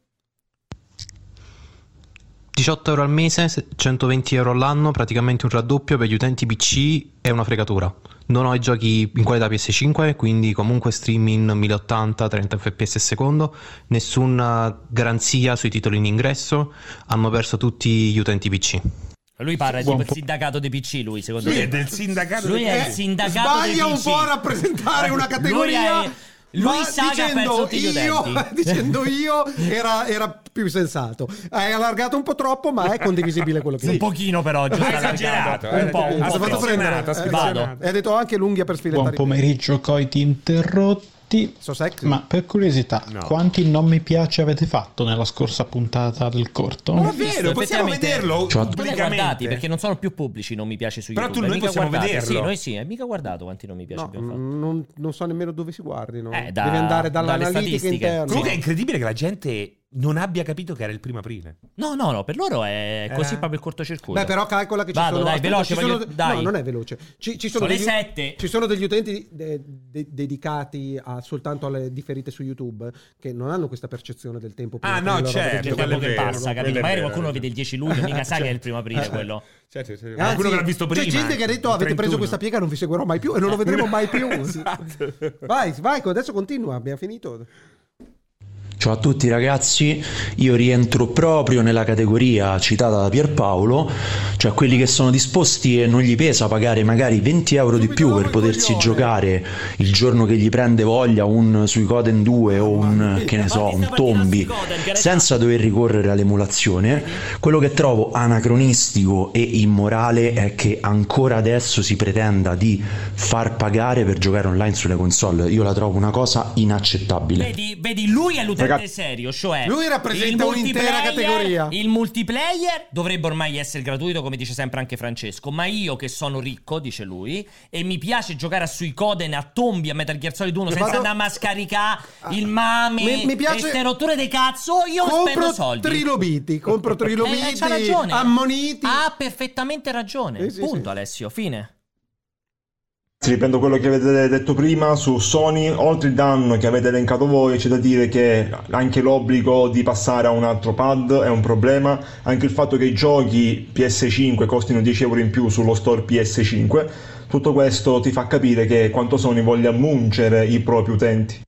Speaker 13: 18 euro al mese, se- 120 euro all'anno, praticamente un raddoppio per gli utenti PC è una fregatura. Non ho i giochi in qualità PS5, quindi comunque streaming 1080, 30 fps al secondo, nessuna garanzia sui titoli in ingresso, hanno perso tutti gli utenti PC.
Speaker 1: Lui parla tipo il sindacato dei PC, lui, secondo
Speaker 2: Lui è
Speaker 1: me.
Speaker 2: del sindacato.
Speaker 1: Lui
Speaker 2: dei
Speaker 1: è
Speaker 2: PC.
Speaker 1: il sindacato
Speaker 3: Eh, Sbaglia
Speaker 1: dei
Speaker 3: un
Speaker 1: PC.
Speaker 3: po' a rappresentare una categoria.
Speaker 1: Lui è- lui
Speaker 3: ma
Speaker 1: sa che ha
Speaker 3: dicendo
Speaker 1: perso tutti gli
Speaker 3: io,
Speaker 1: utenti.
Speaker 3: dicendo io era, era più sensato. Hai allargato un po' troppo, ma è condivisibile quello che
Speaker 1: Un
Speaker 3: dici.
Speaker 1: pochino però, giusto?
Speaker 2: Hai
Speaker 1: allargato.
Speaker 2: esagerato,
Speaker 1: Un
Speaker 2: eh,
Speaker 1: po', un
Speaker 2: eh,
Speaker 3: Ah,
Speaker 1: po'
Speaker 3: si è fatto
Speaker 1: troppo.
Speaker 2: Spezionato,
Speaker 3: prendere. eh,
Speaker 2: spezionato.
Speaker 3: vado. E ha detto anche l'unghia per
Speaker 14: Buon
Speaker 3: sfilettare.
Speaker 14: pomeriggio, coiti interrotti.
Speaker 3: So sexy.
Speaker 14: Ma per curiosità,
Speaker 2: No.
Speaker 14: quanti non mi piace avete fatto nella scorsa puntata del
Speaker 2: Ma
Speaker 14: corto?
Speaker 2: è vero,
Speaker 1: Visto,
Speaker 2: possiamo
Speaker 1: effettivamente-
Speaker 2: vederlo
Speaker 14: Cioè,
Speaker 1: Voi li guardati
Speaker 2: pubblicamente.
Speaker 1: perché non sono più pubblici, non mi piace su
Speaker 2: Però
Speaker 1: YouTube.
Speaker 2: tu- noi
Speaker 1: Mica
Speaker 2: possiamo
Speaker 1: guardate.
Speaker 2: vederlo. mm,
Speaker 1: Sì, noi sì, è mica guardato quanti non mi piace
Speaker 3: No,
Speaker 1: abbiamo fatto.
Speaker 3: non, non so nemmeno dove si guardino.
Speaker 1: Eh, da-
Speaker 3: Devi andare
Speaker 1: dalle
Speaker 3: dall'analitica
Speaker 1: statistiche.
Speaker 3: interna.
Speaker 2: Comunque è incredibile che la gente non abbia capito che era il primo aprile.
Speaker 1: No, no, no, per loro è così
Speaker 2: Eh.
Speaker 1: proprio il cortocircuito.
Speaker 3: Beh, però calcola che ci
Speaker 1: Vado,
Speaker 3: sono.
Speaker 1: dai,
Speaker 3: aspetta,
Speaker 1: veloce,
Speaker 3: ci sono-
Speaker 1: voglio- dai.
Speaker 3: No, non è veloce. Ci, ci sono,
Speaker 1: Sono le
Speaker 3: degli,
Speaker 1: sette.
Speaker 3: ci sono degli utenti de- de- dedicati a- soltanto alle differite su YouTube che non hanno questa percezione del tempo.
Speaker 2: Ah,
Speaker 3: per
Speaker 2: no,
Speaker 3: la loro
Speaker 2: certo,
Speaker 1: C'è il
Speaker 3: roba
Speaker 1: tempo
Speaker 2: quello
Speaker 3: del
Speaker 2: è
Speaker 1: che
Speaker 2: vero,
Speaker 1: passa,
Speaker 2: quello
Speaker 1: capito?
Speaker 2: è
Speaker 1: Magari
Speaker 2: vero.
Speaker 1: qualcuno vede il 10 luglio, mica sa che è il primo
Speaker 3: Eh.
Speaker 1: aprile quello.
Speaker 2: Certo, certo.
Speaker 3: Anzi,
Speaker 2: Qualcuno che l'ha visto prima.
Speaker 3: C'è gente che ha detto "Ah, avete
Speaker 2: 31.
Speaker 3: preso questa piega, non vi seguirò mai più e non lo vedremo mai più.
Speaker 2: Esatto.
Speaker 3: Vai, vai, adesso continua, abbiamo finito.
Speaker 15: Ciao a tutti ragazzi, io rientro proprio nella categoria citata da Pierpaolo, cioè quelli che sono disposti e non gli pesa pagare magari 20 euro di più per potersi giocare il giorno che gli prende voglia un sui Coden 2 o un, che ne so, un Tombi, senza dover ricorrere all'emulazione. Quello che trovo anacronistico e immorale è che ancora adesso si pretenda di far pagare per giocare online sulle console, io la trovo una cosa inaccettabile.
Speaker 1: Vedi, vedi, lui è l'utente
Speaker 15: Ragazzi-
Speaker 1: serio, cioè
Speaker 3: Lui rappresenta
Speaker 1: il
Speaker 3: un'intera
Speaker 1: multiplayer-
Speaker 3: categoria.
Speaker 1: Il multiplayer dovrebbe ormai essere gratuito, come dice sempre anche Francesco, ma io che sono ricco, dice lui, e mi piace giocare a sui coden a Tombi a Metal Gear Solid 1 senza
Speaker 3: Vado- Ah,
Speaker 1: andare a scaricare il mame
Speaker 3: Mi- mi piace-
Speaker 1: queste rotture dei cazzo, io spendo
Speaker 3: Compro
Speaker 1: soldi.
Speaker 3: trilobiti, compro
Speaker 1: Eh,
Speaker 3: trilobiti,
Speaker 1: c'ha ragione. Ah,
Speaker 3: ammoniti.
Speaker 1: Ha perfettamente ragione.
Speaker 3: Sì, sì,
Speaker 1: Punto Alessio, fine.
Speaker 7: Se riprendo quello che avete detto prima su Sony, oltre il danno che avete elencato voi, c'è da dire che anche l'obbligo di passare a un altro pad è un problema, anche il fatto che i giochi PS5 costino 10 euro in più sullo store PS5, tutto questo ti fa capire che quanto Sony voglia mungere i propri utenti.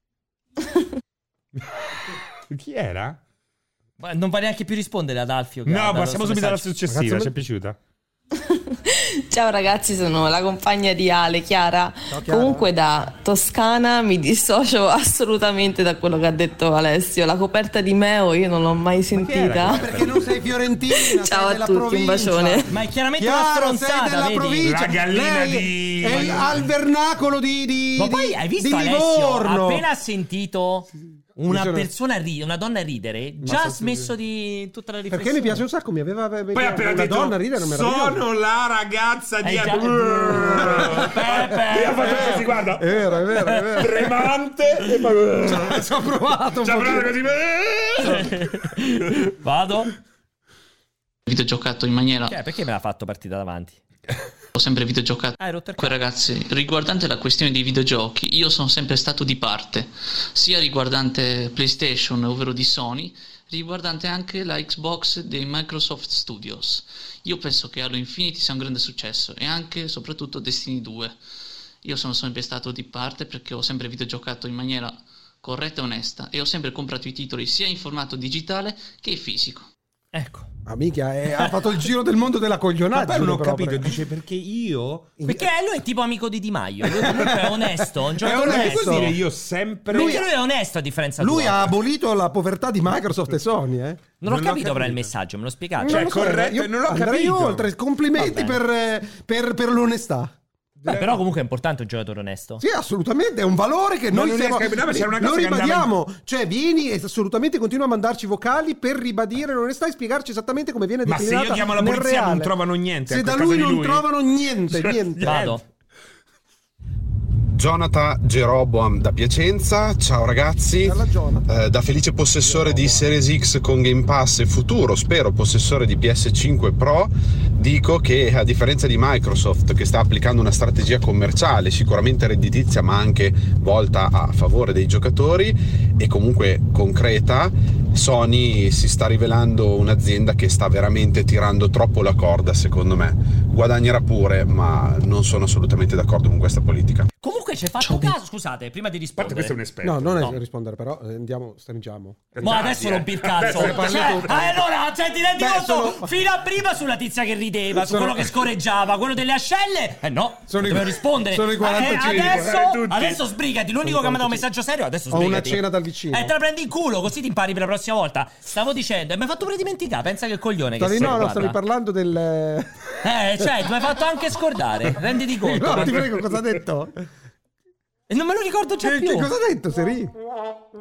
Speaker 2: Chi era?
Speaker 1: Ma Non va neanche più rispondere ad Alfio. che ha
Speaker 2: No,
Speaker 1: dato
Speaker 2: passiamo
Speaker 1: questo
Speaker 2: subito alla
Speaker 1: messaggio.
Speaker 2: successiva. Ci è piaciuta?
Speaker 16: Ciao ragazzi, sono la compagna di Ale, Chiara. Comunque da Toscana mi dissocio assolutamente da quello che ha detto Alessio. La coperta di Meo io non l'ho mai
Speaker 3: Ma
Speaker 16: sentita.
Speaker 3: perché non sei fiorentina?
Speaker 16: Ciao
Speaker 3: sei
Speaker 16: a
Speaker 3: della
Speaker 16: tutti, un
Speaker 3: provincia.
Speaker 16: bacione.
Speaker 1: Cioè, Ma è chiaramente una
Speaker 3: Chiaro,
Speaker 1: stronzata,
Speaker 3: sei della
Speaker 1: vedi?
Speaker 3: provincia.
Speaker 1: La gallina
Speaker 3: Lei
Speaker 1: di-
Speaker 3: È il- al vernacolo di, di,
Speaker 1: Ma
Speaker 3: di-
Speaker 1: poi hai visto
Speaker 3: di
Speaker 1: Alessio?
Speaker 3: Livorno.
Speaker 1: Appena ha sentito
Speaker 3: Mi
Speaker 1: una
Speaker 3: sono-
Speaker 1: persona ridere, una donna ridere, già
Speaker 3: sta
Speaker 1: ha smesso di tutta la riflessione.
Speaker 3: Perché mi piace un sacco, mi aveva Poi
Speaker 2: Poi ha appena
Speaker 3: una
Speaker 2: detto,
Speaker 3: donna a ridere, non
Speaker 2: sono la ragazza di...
Speaker 1: Eh, già-
Speaker 2: E ha fatto così, guarda.
Speaker 3: Eh, È vero, è vero, è vero.
Speaker 2: Tremante e poi...
Speaker 3: Ci ho provato un
Speaker 2: Ci ha
Speaker 3: pochino.
Speaker 2: provato così... eh,
Speaker 1: Vado.
Speaker 17: videogiocato in maniera
Speaker 1: Cioè, perché me l'ha fatto partita davanti?
Speaker 17: ho sempre videogiocato
Speaker 1: Ah, hai rotto il
Speaker 17: Comunque, ragazzi, riguardante la questione dei videogiochi, io sono sempre stato di parte, sia riguardante PlayStation, ovvero di Sony, riguardante anche la Xbox dei Microsoft Studios. Io penso che Halo Infinity sia un grande successo e anche e soprattutto Destiny 2. Io sono sempre stato di parte perché ho sempre videogiocato in maniera corretta e onesta e ho sempre comprato i titoli sia in formato digitale che fisico.
Speaker 1: Ecco.
Speaker 3: Ah, minchia, eh, ha fatto il giro del mondo della
Speaker 2: Ma
Speaker 3: coglionata.
Speaker 2: poi non ho capito, dice perché io...
Speaker 1: Perché lui è tipo amico di Di Maio. Lui comunque è onesto. Un
Speaker 2: È
Speaker 1: giocatore
Speaker 2: onesto.
Speaker 1: onesto.
Speaker 2: Vuol dire io sempre...
Speaker 1: Perché lui è onesto a differenza
Speaker 3: Lui
Speaker 1: tua.
Speaker 3: ha abolito la povertà di Microsoft e Sony, eh.
Speaker 1: Non, ho capito però il messaggio, me lo spiegate.
Speaker 3: Non
Speaker 2: Cioè,
Speaker 3: lo so,
Speaker 2: corretto,
Speaker 3: io
Speaker 2: non l'ho
Speaker 3: andrei
Speaker 2: capito.
Speaker 3: oltre, complimenti
Speaker 1: Va
Speaker 3: per, eh, per- per l'onestà.
Speaker 1: Beh, Eh, però comunque è importante un giocatore onesto.
Speaker 3: Sì, assolutamente, è un valore che
Speaker 2: Ma
Speaker 3: noi
Speaker 2: non
Speaker 3: siamo,
Speaker 2: riesco a- no, ma c'era una
Speaker 3: lo
Speaker 2: cosa che andava
Speaker 3: ribadiamo. Cioè, vieni e assolutamente continua a mandarci vocali per ribadire l'onestà e spiegarci esattamente come viene
Speaker 2: Ma se
Speaker 3: declinata
Speaker 2: io chiamo la
Speaker 3: nel
Speaker 2: polizia non
Speaker 3: reale.
Speaker 2: trovano niente,
Speaker 3: Se
Speaker 2: ecco,
Speaker 3: da
Speaker 2: a casa
Speaker 3: lui
Speaker 2: di
Speaker 3: non
Speaker 2: lui.
Speaker 3: trovano niente,
Speaker 2: Cioè,
Speaker 3: niente.
Speaker 2: Vado.
Speaker 18: Jonathan Geroboam da Piacenza, ciao ragazzi, Eh, da felice possessore di Series X con Game Pass e futuro, spero, possessore di PS5 Pro, dico che a differenza di Microsoft che sta applicando una strategia commerciale sicuramente redditizia ma anche volta a favore dei giocatori e comunque concreta, Sony si sta rivelando un'azienda che sta veramente tirando troppo la corda secondo me, guadagnerà pure ma non sono assolutamente d'accordo con questa politica.
Speaker 1: Comunque ci hai fatto caso, scusate, prima di rispondere.
Speaker 3: No, non è rispondere, però eh, andiamo, stringiamo.
Speaker 1: Ma adesso rompi il cazzo.
Speaker 3: eh. Adesso ne parli
Speaker 1: Cioè,
Speaker 3: tu.
Speaker 1: ah, allora, cioè, ti rendi
Speaker 3: Beh,
Speaker 1: conto?
Speaker 3: sono-
Speaker 1: Fino a prima sulla tizia che rideva, su
Speaker 3: Sono-
Speaker 1: quello che scoreggiava, quello delle ascelle. Eh no,
Speaker 3: Sono i-
Speaker 1: dovevo rispondere.
Speaker 3: sono i
Speaker 1: Eh,
Speaker 3: 45.
Speaker 1: Adesso,
Speaker 3: Tutti.
Speaker 1: adesso sbrigati. L'unico
Speaker 3: Sono
Speaker 1: che mi ha dato
Speaker 3: 45.
Speaker 1: un messaggio serio, adesso
Speaker 3: Ho
Speaker 1: sbrigati.
Speaker 3: una cena dal vicino.
Speaker 1: Eh, te la prendi in culo, così ti impari per la prossima volta. Stavo dicendo, e mi hai fatto pure dimenticare. Pensa che coglione
Speaker 2: Eh,
Speaker 3: Stavi-
Speaker 1: che sei.
Speaker 3: no, no,
Speaker 1: guarda.
Speaker 3: stavi parlando del... Eh,
Speaker 1: Eh, cioè, mi hai fatto anche scordare. Renditi conto.
Speaker 3: No, ti prego, cosa ha detto?
Speaker 1: E non me lo ricordo già
Speaker 3: Che,
Speaker 1: più.
Speaker 3: che cosa ha detto, Seri?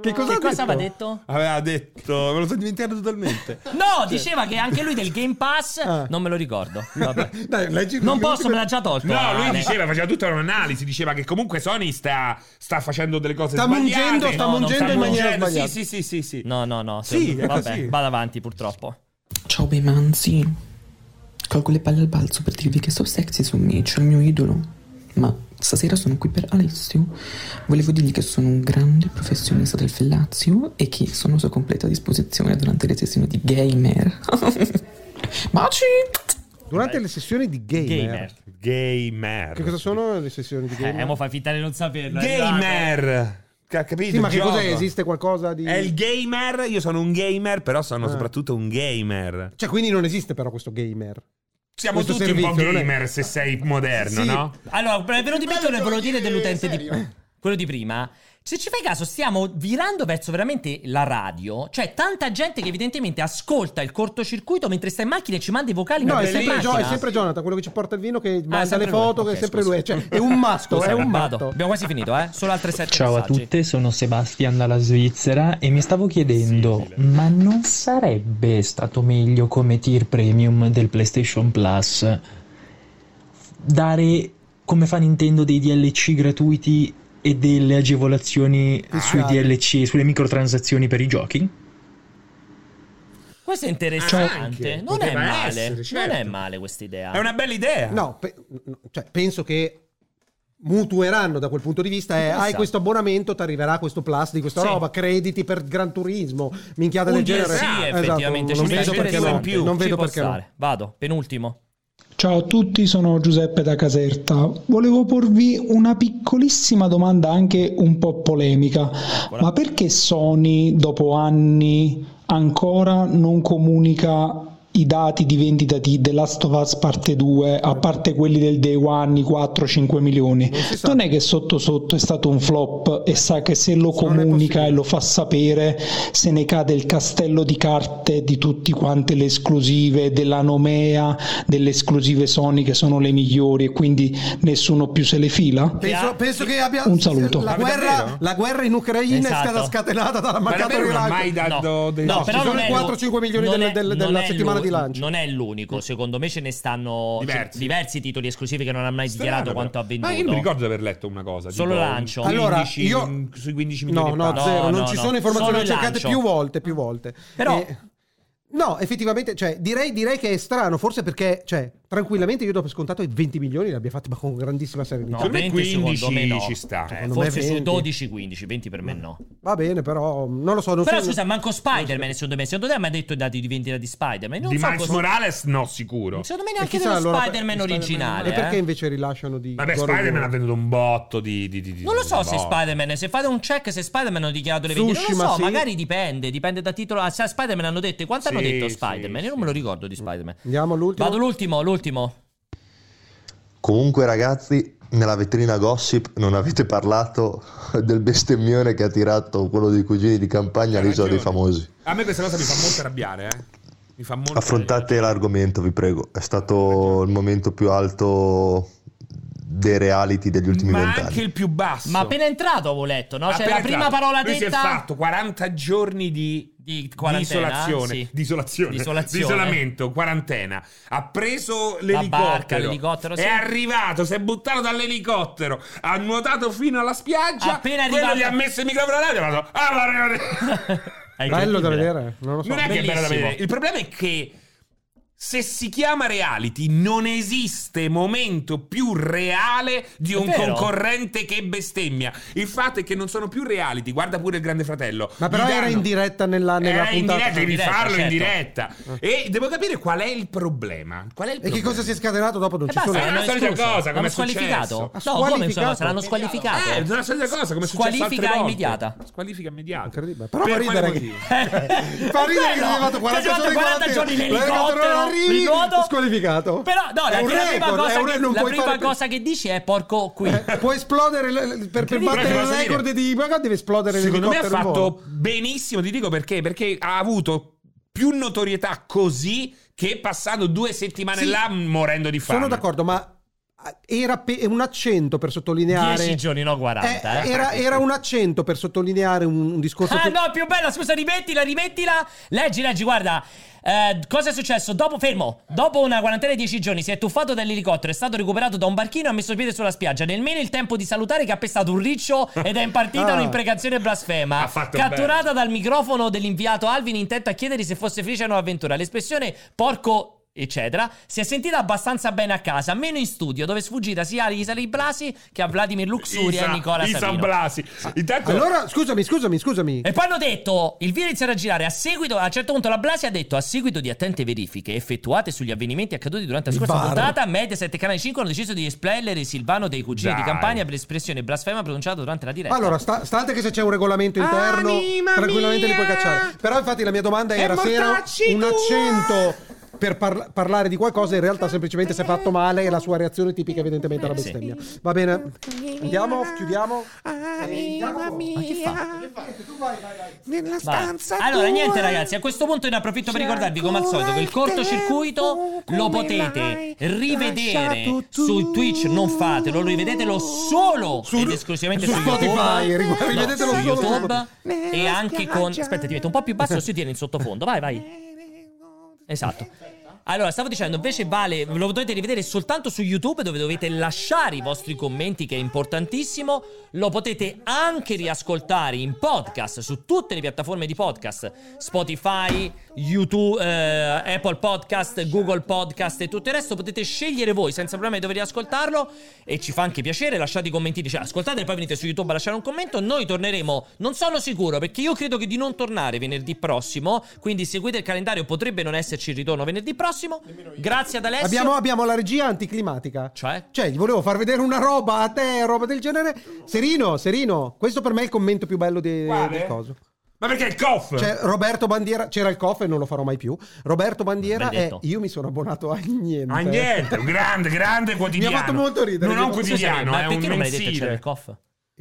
Speaker 1: Che cosa, aveva detto?
Speaker 2: Aveva detto, me lo sto dimenticando totalmente.
Speaker 1: No, diceva che anche lui del Game Pass.
Speaker 3: Ah.
Speaker 1: Non me lo ricordo. Vabbè.
Speaker 3: Dai, leggi
Speaker 1: non posso, me l'ha già tolto.
Speaker 2: No, lui
Speaker 1: Ale.
Speaker 2: diceva, faceva tutta un'analisi, diceva che comunque Sony sta, sta facendo delle cose
Speaker 3: Sta
Speaker 2: sbagliate.
Speaker 3: mungendo, sta
Speaker 2: No, non
Speaker 3: mungendo in maniera
Speaker 2: mungendo.
Speaker 3: sbagliata.
Speaker 2: Sì, sì, sì, sì, sì.
Speaker 1: No, no, no.
Speaker 2: Sì,
Speaker 3: eh,
Speaker 1: se-
Speaker 2: è
Speaker 1: vabbè,
Speaker 2: così.
Speaker 1: vado avanti, purtroppo.
Speaker 19: Ciao bei manzi. Colgo le palle al balzo per dirvi che So Sexy su me, cioè il mio idolo. Ma stasera sono qui per Alessio. Volevo dirgli che sono un grande professionista del fellazio e che sono a sua completa disposizione durante le sessioni di gamer. Baci!
Speaker 3: Durante le sessioni di gamer.
Speaker 1: Gamer.
Speaker 2: Gamer.
Speaker 3: Che cosa sono le sessioni di
Speaker 1: Eh,
Speaker 3: gamer?
Speaker 1: mo fai finta di non saperlo. è arrivato.
Speaker 2: Gamer. Che ha capito?
Speaker 3: Sì, ma che
Speaker 2: Gioco.
Speaker 3: cos'è? Esiste qualcosa di...
Speaker 2: È il gamer, io sono un gamer, però sono
Speaker 3: Ah.
Speaker 2: soprattutto un gamer.
Speaker 3: Cioè, quindi non esiste però questo gamer.
Speaker 2: Siamo
Speaker 3: Questo
Speaker 2: tutti un po'
Speaker 3: servizio, non è-
Speaker 2: gamer se sei moderno,
Speaker 3: Sì.
Speaker 2: no?
Speaker 1: Allora, per venuto di Pittore volevo dire dell'utente di... Quello di prima. Se ci fai caso, stiamo virando verso veramente la radio. Cioè, tanta gente che evidentemente ascolta il cortocircuito mentre sta in macchina e ci manda i vocali.
Speaker 3: No, è
Speaker 1: mentre sta in
Speaker 3: sempre, Gio- è
Speaker 1: macchina.
Speaker 3: sempre Jonathan, quello che ci porta il vino, che manda le
Speaker 1: Ah, sempre lui.
Speaker 3: foto,
Speaker 1: Ok,
Speaker 3: che è sempre
Speaker 1: scusa.
Speaker 3: lui. Cioè, è un matto,
Speaker 1: Scusa,
Speaker 3: è un
Speaker 1: vado.
Speaker 3: matto.
Speaker 1: Abbiamo quasi finito, eh? Solo altre sette
Speaker 14: Ciao a
Speaker 1: messaggi.
Speaker 14: tutte, sono Sebastian dalla Svizzera e mi stavo chiedendo, ma non sarebbe stato meglio come tier premium del PlayStation Plus dare, come fa Nintendo, dei DLC gratuiti e delle agevolazioni sui
Speaker 3: Fiscali.
Speaker 14: DLC, sulle microtransazioni per i giochi?
Speaker 1: Questo è
Speaker 3: Ah, Anche,
Speaker 1: interessante. Non è
Speaker 3: poteva
Speaker 1: male.
Speaker 3: essere, certo.
Speaker 1: Non è male questa idea.
Speaker 2: bella idea.
Speaker 3: No, pe- no, cioè, penso che mutueranno da quel punto di vista. È, hai
Speaker 1: Interessante.
Speaker 3: questo abbonamento, ti arriverà questo plus di questa
Speaker 1: Esatto. Sì.
Speaker 3: roba, crediti per Gran Turismo, minchiate
Speaker 1: Un
Speaker 3: del
Speaker 1: DLC,
Speaker 3: genere. Esatto,
Speaker 1: effettivamente.
Speaker 3: non
Speaker 1: ci
Speaker 3: vedo
Speaker 1: sta
Speaker 3: perché no.
Speaker 1: in più.
Speaker 3: Non
Speaker 1: Ci
Speaker 3: vedo
Speaker 1: può
Speaker 3: perché no.
Speaker 1: stare. Vado, penultimo.
Speaker 14: Ciao a tutti, sono Giuseppe da Caserta. Volevo porvi una piccolissima domanda anche un po' polemica. Ma perché Sony dopo anni ancora non comunica i dati di vendita di The Last of Us parte 2, a parte quelli del Day One, i 4-5 milioni? Non è che sotto sotto è stato un flop e sa che se lo comunica e lo fa sapere se ne cade il castello di carte di tutti quante le esclusive, della nomea, delle esclusive Sony che sono le migliori e quindi nessuno più se le fila?
Speaker 3: Penso, penso che abbia
Speaker 14: Un saluto.
Speaker 3: La,
Speaker 14: Ma
Speaker 3: guerra,
Speaker 14: davvero?
Speaker 3: la guerra in Ucraina
Speaker 14: Esatto.
Speaker 3: è stata scatenata dalla
Speaker 2: Ma
Speaker 3: mancata
Speaker 2: davvero non ha
Speaker 3: rilancio.
Speaker 2: mai dato dei-
Speaker 3: no,
Speaker 2: No,
Speaker 3: ci
Speaker 2: però
Speaker 3: sono
Speaker 1: non è
Speaker 3: 4-5 milioni
Speaker 1: non
Speaker 3: delle-
Speaker 1: è-
Speaker 3: delle-
Speaker 1: non
Speaker 3: della
Speaker 1: è
Speaker 3: settimana
Speaker 1: l'u-
Speaker 3: di lancio.
Speaker 1: Non è l'unico, secondo me ce ne stanno cioè, diversi, titoli esclusivi che non hanno mai dichiarato
Speaker 2: Strano,
Speaker 1: quanto ha
Speaker 2: però.
Speaker 1: venduto.
Speaker 2: Ma io non mi ricordo di aver letto una cosa.
Speaker 1: Solo
Speaker 2: tipo,
Speaker 1: lancio.
Speaker 2: 15,
Speaker 3: Allora, io-
Speaker 2: un- sui 15 milioni
Speaker 3: No,
Speaker 2: e
Speaker 3: no,
Speaker 2: passa.
Speaker 3: zero, non ci
Speaker 1: no.
Speaker 3: sono informazioni,
Speaker 1: Solo
Speaker 3: le ho
Speaker 1: il
Speaker 3: cercate
Speaker 1: lancio.
Speaker 3: più volte, più volte.
Speaker 1: Però-
Speaker 3: no, effettivamente, cioè, direi, direi che è strano, forse perché, cioè, tranquillamente io dopo scontato i 20 milioni li abbia fatti, ma con grandissima serenità.
Speaker 1: No, 20 secondo me no.
Speaker 2: ci sta,
Speaker 1: Cioè,
Speaker 3: Secondo me
Speaker 1: forse
Speaker 3: 20.
Speaker 1: su 12-15, 20 per me no.
Speaker 3: Va bene, però, non lo so. Non
Speaker 1: Però
Speaker 3: so-
Speaker 1: scusa, manco Spider-Man secondo me. Secondo te mi ha detto i dati di vendita di Spider-Man? Non
Speaker 2: Di
Speaker 1: so
Speaker 2: Miles
Speaker 1: cosa-
Speaker 2: Morales, no, sicuro.
Speaker 1: Secondo me
Speaker 3: E
Speaker 1: neanche
Speaker 3: chissà,
Speaker 1: dello
Speaker 3: allora,
Speaker 1: Spider-Man
Speaker 3: Spider-Man-
Speaker 1: originale.
Speaker 3: E perché
Speaker 1: eh.
Speaker 3: invece rilasciano di...
Speaker 2: Vabbè,
Speaker 3: God of
Speaker 2: Spider-Man
Speaker 3: War?
Speaker 2: ha venduto un botto di. di- di- di-
Speaker 1: Non lo so
Speaker 2: un
Speaker 1: se
Speaker 2: botto.
Speaker 1: Spider-Man, se fate un check se Spider-Man hanno dichiarato le vendite, non
Speaker 3: Tsushima,
Speaker 1: lo so,
Speaker 3: sì.
Speaker 1: magari dipende, dipende da titolo. Ah, se a Spider-Man hanno detto, quanto hanno
Speaker 3: Sì,
Speaker 1: detto
Speaker 3: sì,
Speaker 1: Spider-Man? Io non me lo ricordo di Spider-Man.
Speaker 3: Andiamo all'ultimo.
Speaker 1: Vado l'ultimo, l'ultimo.
Speaker 20: Comunque, ragazzi, nella vetrina gossip non avete parlato del bestemmione che ha tirato quello dei cugini di campagna all'isola dei famosi.
Speaker 2: A me questa cosa mi fa molto arrabbiare, eh. Mi fa molto.
Speaker 20: Affrontate l'argomento, vi prego. È stato il momento più alto dei reality degli ultimi
Speaker 2: Ma
Speaker 20: vent'anni.
Speaker 2: anche il più basso.
Speaker 1: Ma appena entrato avevo letto, no? Cioè
Speaker 2: Appena
Speaker 1: la prima
Speaker 2: entrato.
Speaker 1: parola
Speaker 2: Lui si è
Speaker 1: detta
Speaker 2: fatto 40 giorni di,
Speaker 1: di quarantena,
Speaker 2: isolazione,
Speaker 1: sì.
Speaker 2: di isolazione,
Speaker 1: Di isolazione.
Speaker 2: di isolamento, quarantena. Ha preso l'elicottero,
Speaker 1: barca, l'elicottero, sì.
Speaker 2: è arrivato, si è buttato dall'elicottero, ha nuotato fino alla spiaggia.
Speaker 1: Appena
Speaker 2: quello
Speaker 1: arrivato-
Speaker 2: gli ha messo il microfono alla radio e ha fatto, "Ah, ma ragazzi".
Speaker 3: Bello da vedere, non lo so.
Speaker 2: Non è che è bello da vedere. Il problema è che se si chiama reality, non esiste momento più reale di
Speaker 1: È
Speaker 2: un
Speaker 1: vero.
Speaker 2: concorrente che bestemmia. Il fatto è che non sono più reality. Guarda pure il Grande Fratello.
Speaker 3: Ma però
Speaker 2: Gli
Speaker 3: era
Speaker 2: danno-
Speaker 3: in diretta nella, nella
Speaker 2: Era in
Speaker 3: puntata.
Speaker 2: diretta, devi
Speaker 1: diretta,
Speaker 2: farlo in
Speaker 1: certo.
Speaker 2: diretta. E devo capire qual è il problema. Qual è il
Speaker 3: Ah. E che
Speaker 2: problema?
Speaker 3: cosa si è scatenato dopo? Non
Speaker 1: E
Speaker 3: ci sono...
Speaker 1: basta,
Speaker 2: È
Speaker 1: l'hanno
Speaker 2: la solita
Speaker 1: escluso.
Speaker 2: cosa, come
Speaker 1: L'hanno
Speaker 2: è successo?
Speaker 1: squalificato.
Speaker 2: Ha
Speaker 1: No, come
Speaker 2: squalificato?
Speaker 1: sono, saranno squalificato.
Speaker 2: Eh, è una solita cosa, come è successo
Speaker 1: Squalifica
Speaker 2: altre volte.
Speaker 1: immediata.
Speaker 2: Squalifica immediata.
Speaker 3: Incredibile. Però
Speaker 2: Per
Speaker 3: fa
Speaker 2: quale
Speaker 3: ridere che...
Speaker 2: motivo?
Speaker 3: fa ridere che è arrivato 40 giorni
Speaker 1: Bello. Ci Eh, è arrivato 40 giorni in elicottero,
Speaker 3: non arrivi,
Speaker 1: rinuoto.
Speaker 3: squalificato.
Speaker 1: Però no,
Speaker 3: È
Speaker 1: la,
Speaker 3: un
Speaker 1: prima
Speaker 3: record, è
Speaker 1: cosa,
Speaker 3: un re-
Speaker 1: che,
Speaker 3: non
Speaker 1: la
Speaker 3: puoi
Speaker 1: prima
Speaker 3: fare-
Speaker 1: cosa che dici è porco qui.
Speaker 3: Eh, può esplodere le- le- per, per battere
Speaker 2: Però
Speaker 3: il
Speaker 2: ti posso
Speaker 3: record di Braga deve esplodere
Speaker 2: Secondo me ha
Speaker 3: l'elicottero in volo.
Speaker 2: fatto benissimo, ti dico perché, perché ha avuto più notorietà così che passando due settimane
Speaker 3: Sì.
Speaker 2: là morendo di fame.
Speaker 3: Sono d'accordo, ma era pe- un accento per sottolineare.
Speaker 1: 10 giorni, no 40.
Speaker 3: Eh,
Speaker 1: eh.
Speaker 3: era, era un accento per sottolineare un, un discorso.
Speaker 1: Ah
Speaker 3: che-
Speaker 1: no, più bella, scusa, rimettila, rimettila. Leggi, leggi, guarda. Eh, cosa è successo? Dopo, fermo, dopo una quarantena di dieci giorni si è tuffato dall'elicottero, è stato recuperato da un barchino e ha messo il piede sulla spiaggia. Nemmeno il tempo di salutare che ha pestato un riccio ed è impartita
Speaker 2: Ah.
Speaker 1: un'imprecazione blasfema.
Speaker 2: Ha fatto
Speaker 1: catturata dal microfono dell'inviato Alvin intento a chiedergli se fosse felice la nuova avventura. L'espressione porco eccetera, si è sentita abbastanza bene a casa, meno in studio, dove è sfuggita sia a Isali Blasi che a Vladimir Luxuria e
Speaker 2: Isa-
Speaker 1: Nicola
Speaker 2: Isa
Speaker 1: Savino.
Speaker 2: Blasi. Intanto
Speaker 3: Ah. Allora, scusami, scusami, scusami.
Speaker 1: E poi hanno detto, il virus era a girare a seguito, a un certo punto la Blasi ha detto, a seguito di attente verifiche effettuate sugli avvenimenti accaduti durante la
Speaker 3: Il
Speaker 1: scorsa
Speaker 3: VAR.
Speaker 1: puntata, Mediaset e Canale 5 hanno deciso di espellere Silvano dei Cugini
Speaker 3: Dai.
Speaker 1: di Campania per l'espressione blasfema pronunciata durante la diretta.
Speaker 3: Allora, sta- stante che se c'è un regolamento interno,
Speaker 1: Anima
Speaker 3: tranquillamente li
Speaker 1: mia!
Speaker 3: puoi cacciare. Però, infatti, la mia domanda
Speaker 1: E
Speaker 3: era se era
Speaker 1: mortacci
Speaker 3: un
Speaker 1: tua!
Speaker 3: accento per par- parlare di qualcosa, in realtà semplicemente si è fatto male e la sua reazione tipica, evidentemente, è la
Speaker 1: Sì.
Speaker 3: bestemmia. Va bene, andiamo, chiudiamo.
Speaker 21: Anima mia, nella stanza
Speaker 1: Allora,
Speaker 21: tua.
Speaker 1: niente, ragazzi, a questo punto io ne approfitto per ricordarvi, come al solito, che il cortocircuito lo potete rivedere su Twitch. Non fatelo, rivedetelo solo ed esclusivamente
Speaker 3: su
Speaker 1: su,
Speaker 3: Spotify,
Speaker 1: YouTube.
Speaker 3: riguarda- rivedetelo
Speaker 1: su
Speaker 3: solo su
Speaker 1: YouTube.
Speaker 21: Spotify.
Speaker 1: E anche con.
Speaker 21: spiaggia.
Speaker 1: Aspetta, ti metto un po' più basso, si tiene in sottofondo. Vai, vai. Esatto. Allora, stavo dicendo, invece vale, lo dovete rivedere soltanto su YouTube dove dovete lasciare i vostri commenti che è importantissimo, lo potete anche riascoltare in podcast su tutte le piattaforme di podcast, Spotify, YouTube, eh, Apple Podcast, Google Podcast e tutto il resto, potete scegliere voi senza problema di dover riascoltarlo e ci fa anche piacere, lasciate i commentini, cioè ascoltate e poi venite su YouTube a lasciare un commento, noi torneremo, non sono sicuro perché io credo che di non tornare venerdì prossimo, quindi seguite il calendario, potrebbe non esserci il ritorno venerdì prossimo, grazie ad Alessio.
Speaker 3: Abbiamo, abbiamo la regia anticlimatica.
Speaker 1: Cioè?
Speaker 3: Cioè, gli volevo far vedere una roba a te, roba del genere. Serino, Serino, questo per me è il commento più bello de-
Speaker 2: Quale?
Speaker 3: del coso.
Speaker 2: Ma perché il coff?
Speaker 3: Cioè, Roberto Bandiera, c'era il coff e non lo farò mai più. Roberto Bandiera
Speaker 2: Ben
Speaker 3: è
Speaker 2: detto.
Speaker 3: io mi sono abbonato a niente.
Speaker 2: A niente, un grande, grande quotidiano.
Speaker 3: eh. Mi ha fatto molto ridere.
Speaker 2: Non è un
Speaker 3: Scusami,
Speaker 2: quotidiano,
Speaker 1: ma
Speaker 2: è
Speaker 1: perché
Speaker 2: un
Speaker 1: non me l'hai detto che
Speaker 2: mensile.
Speaker 1: c'era il coff?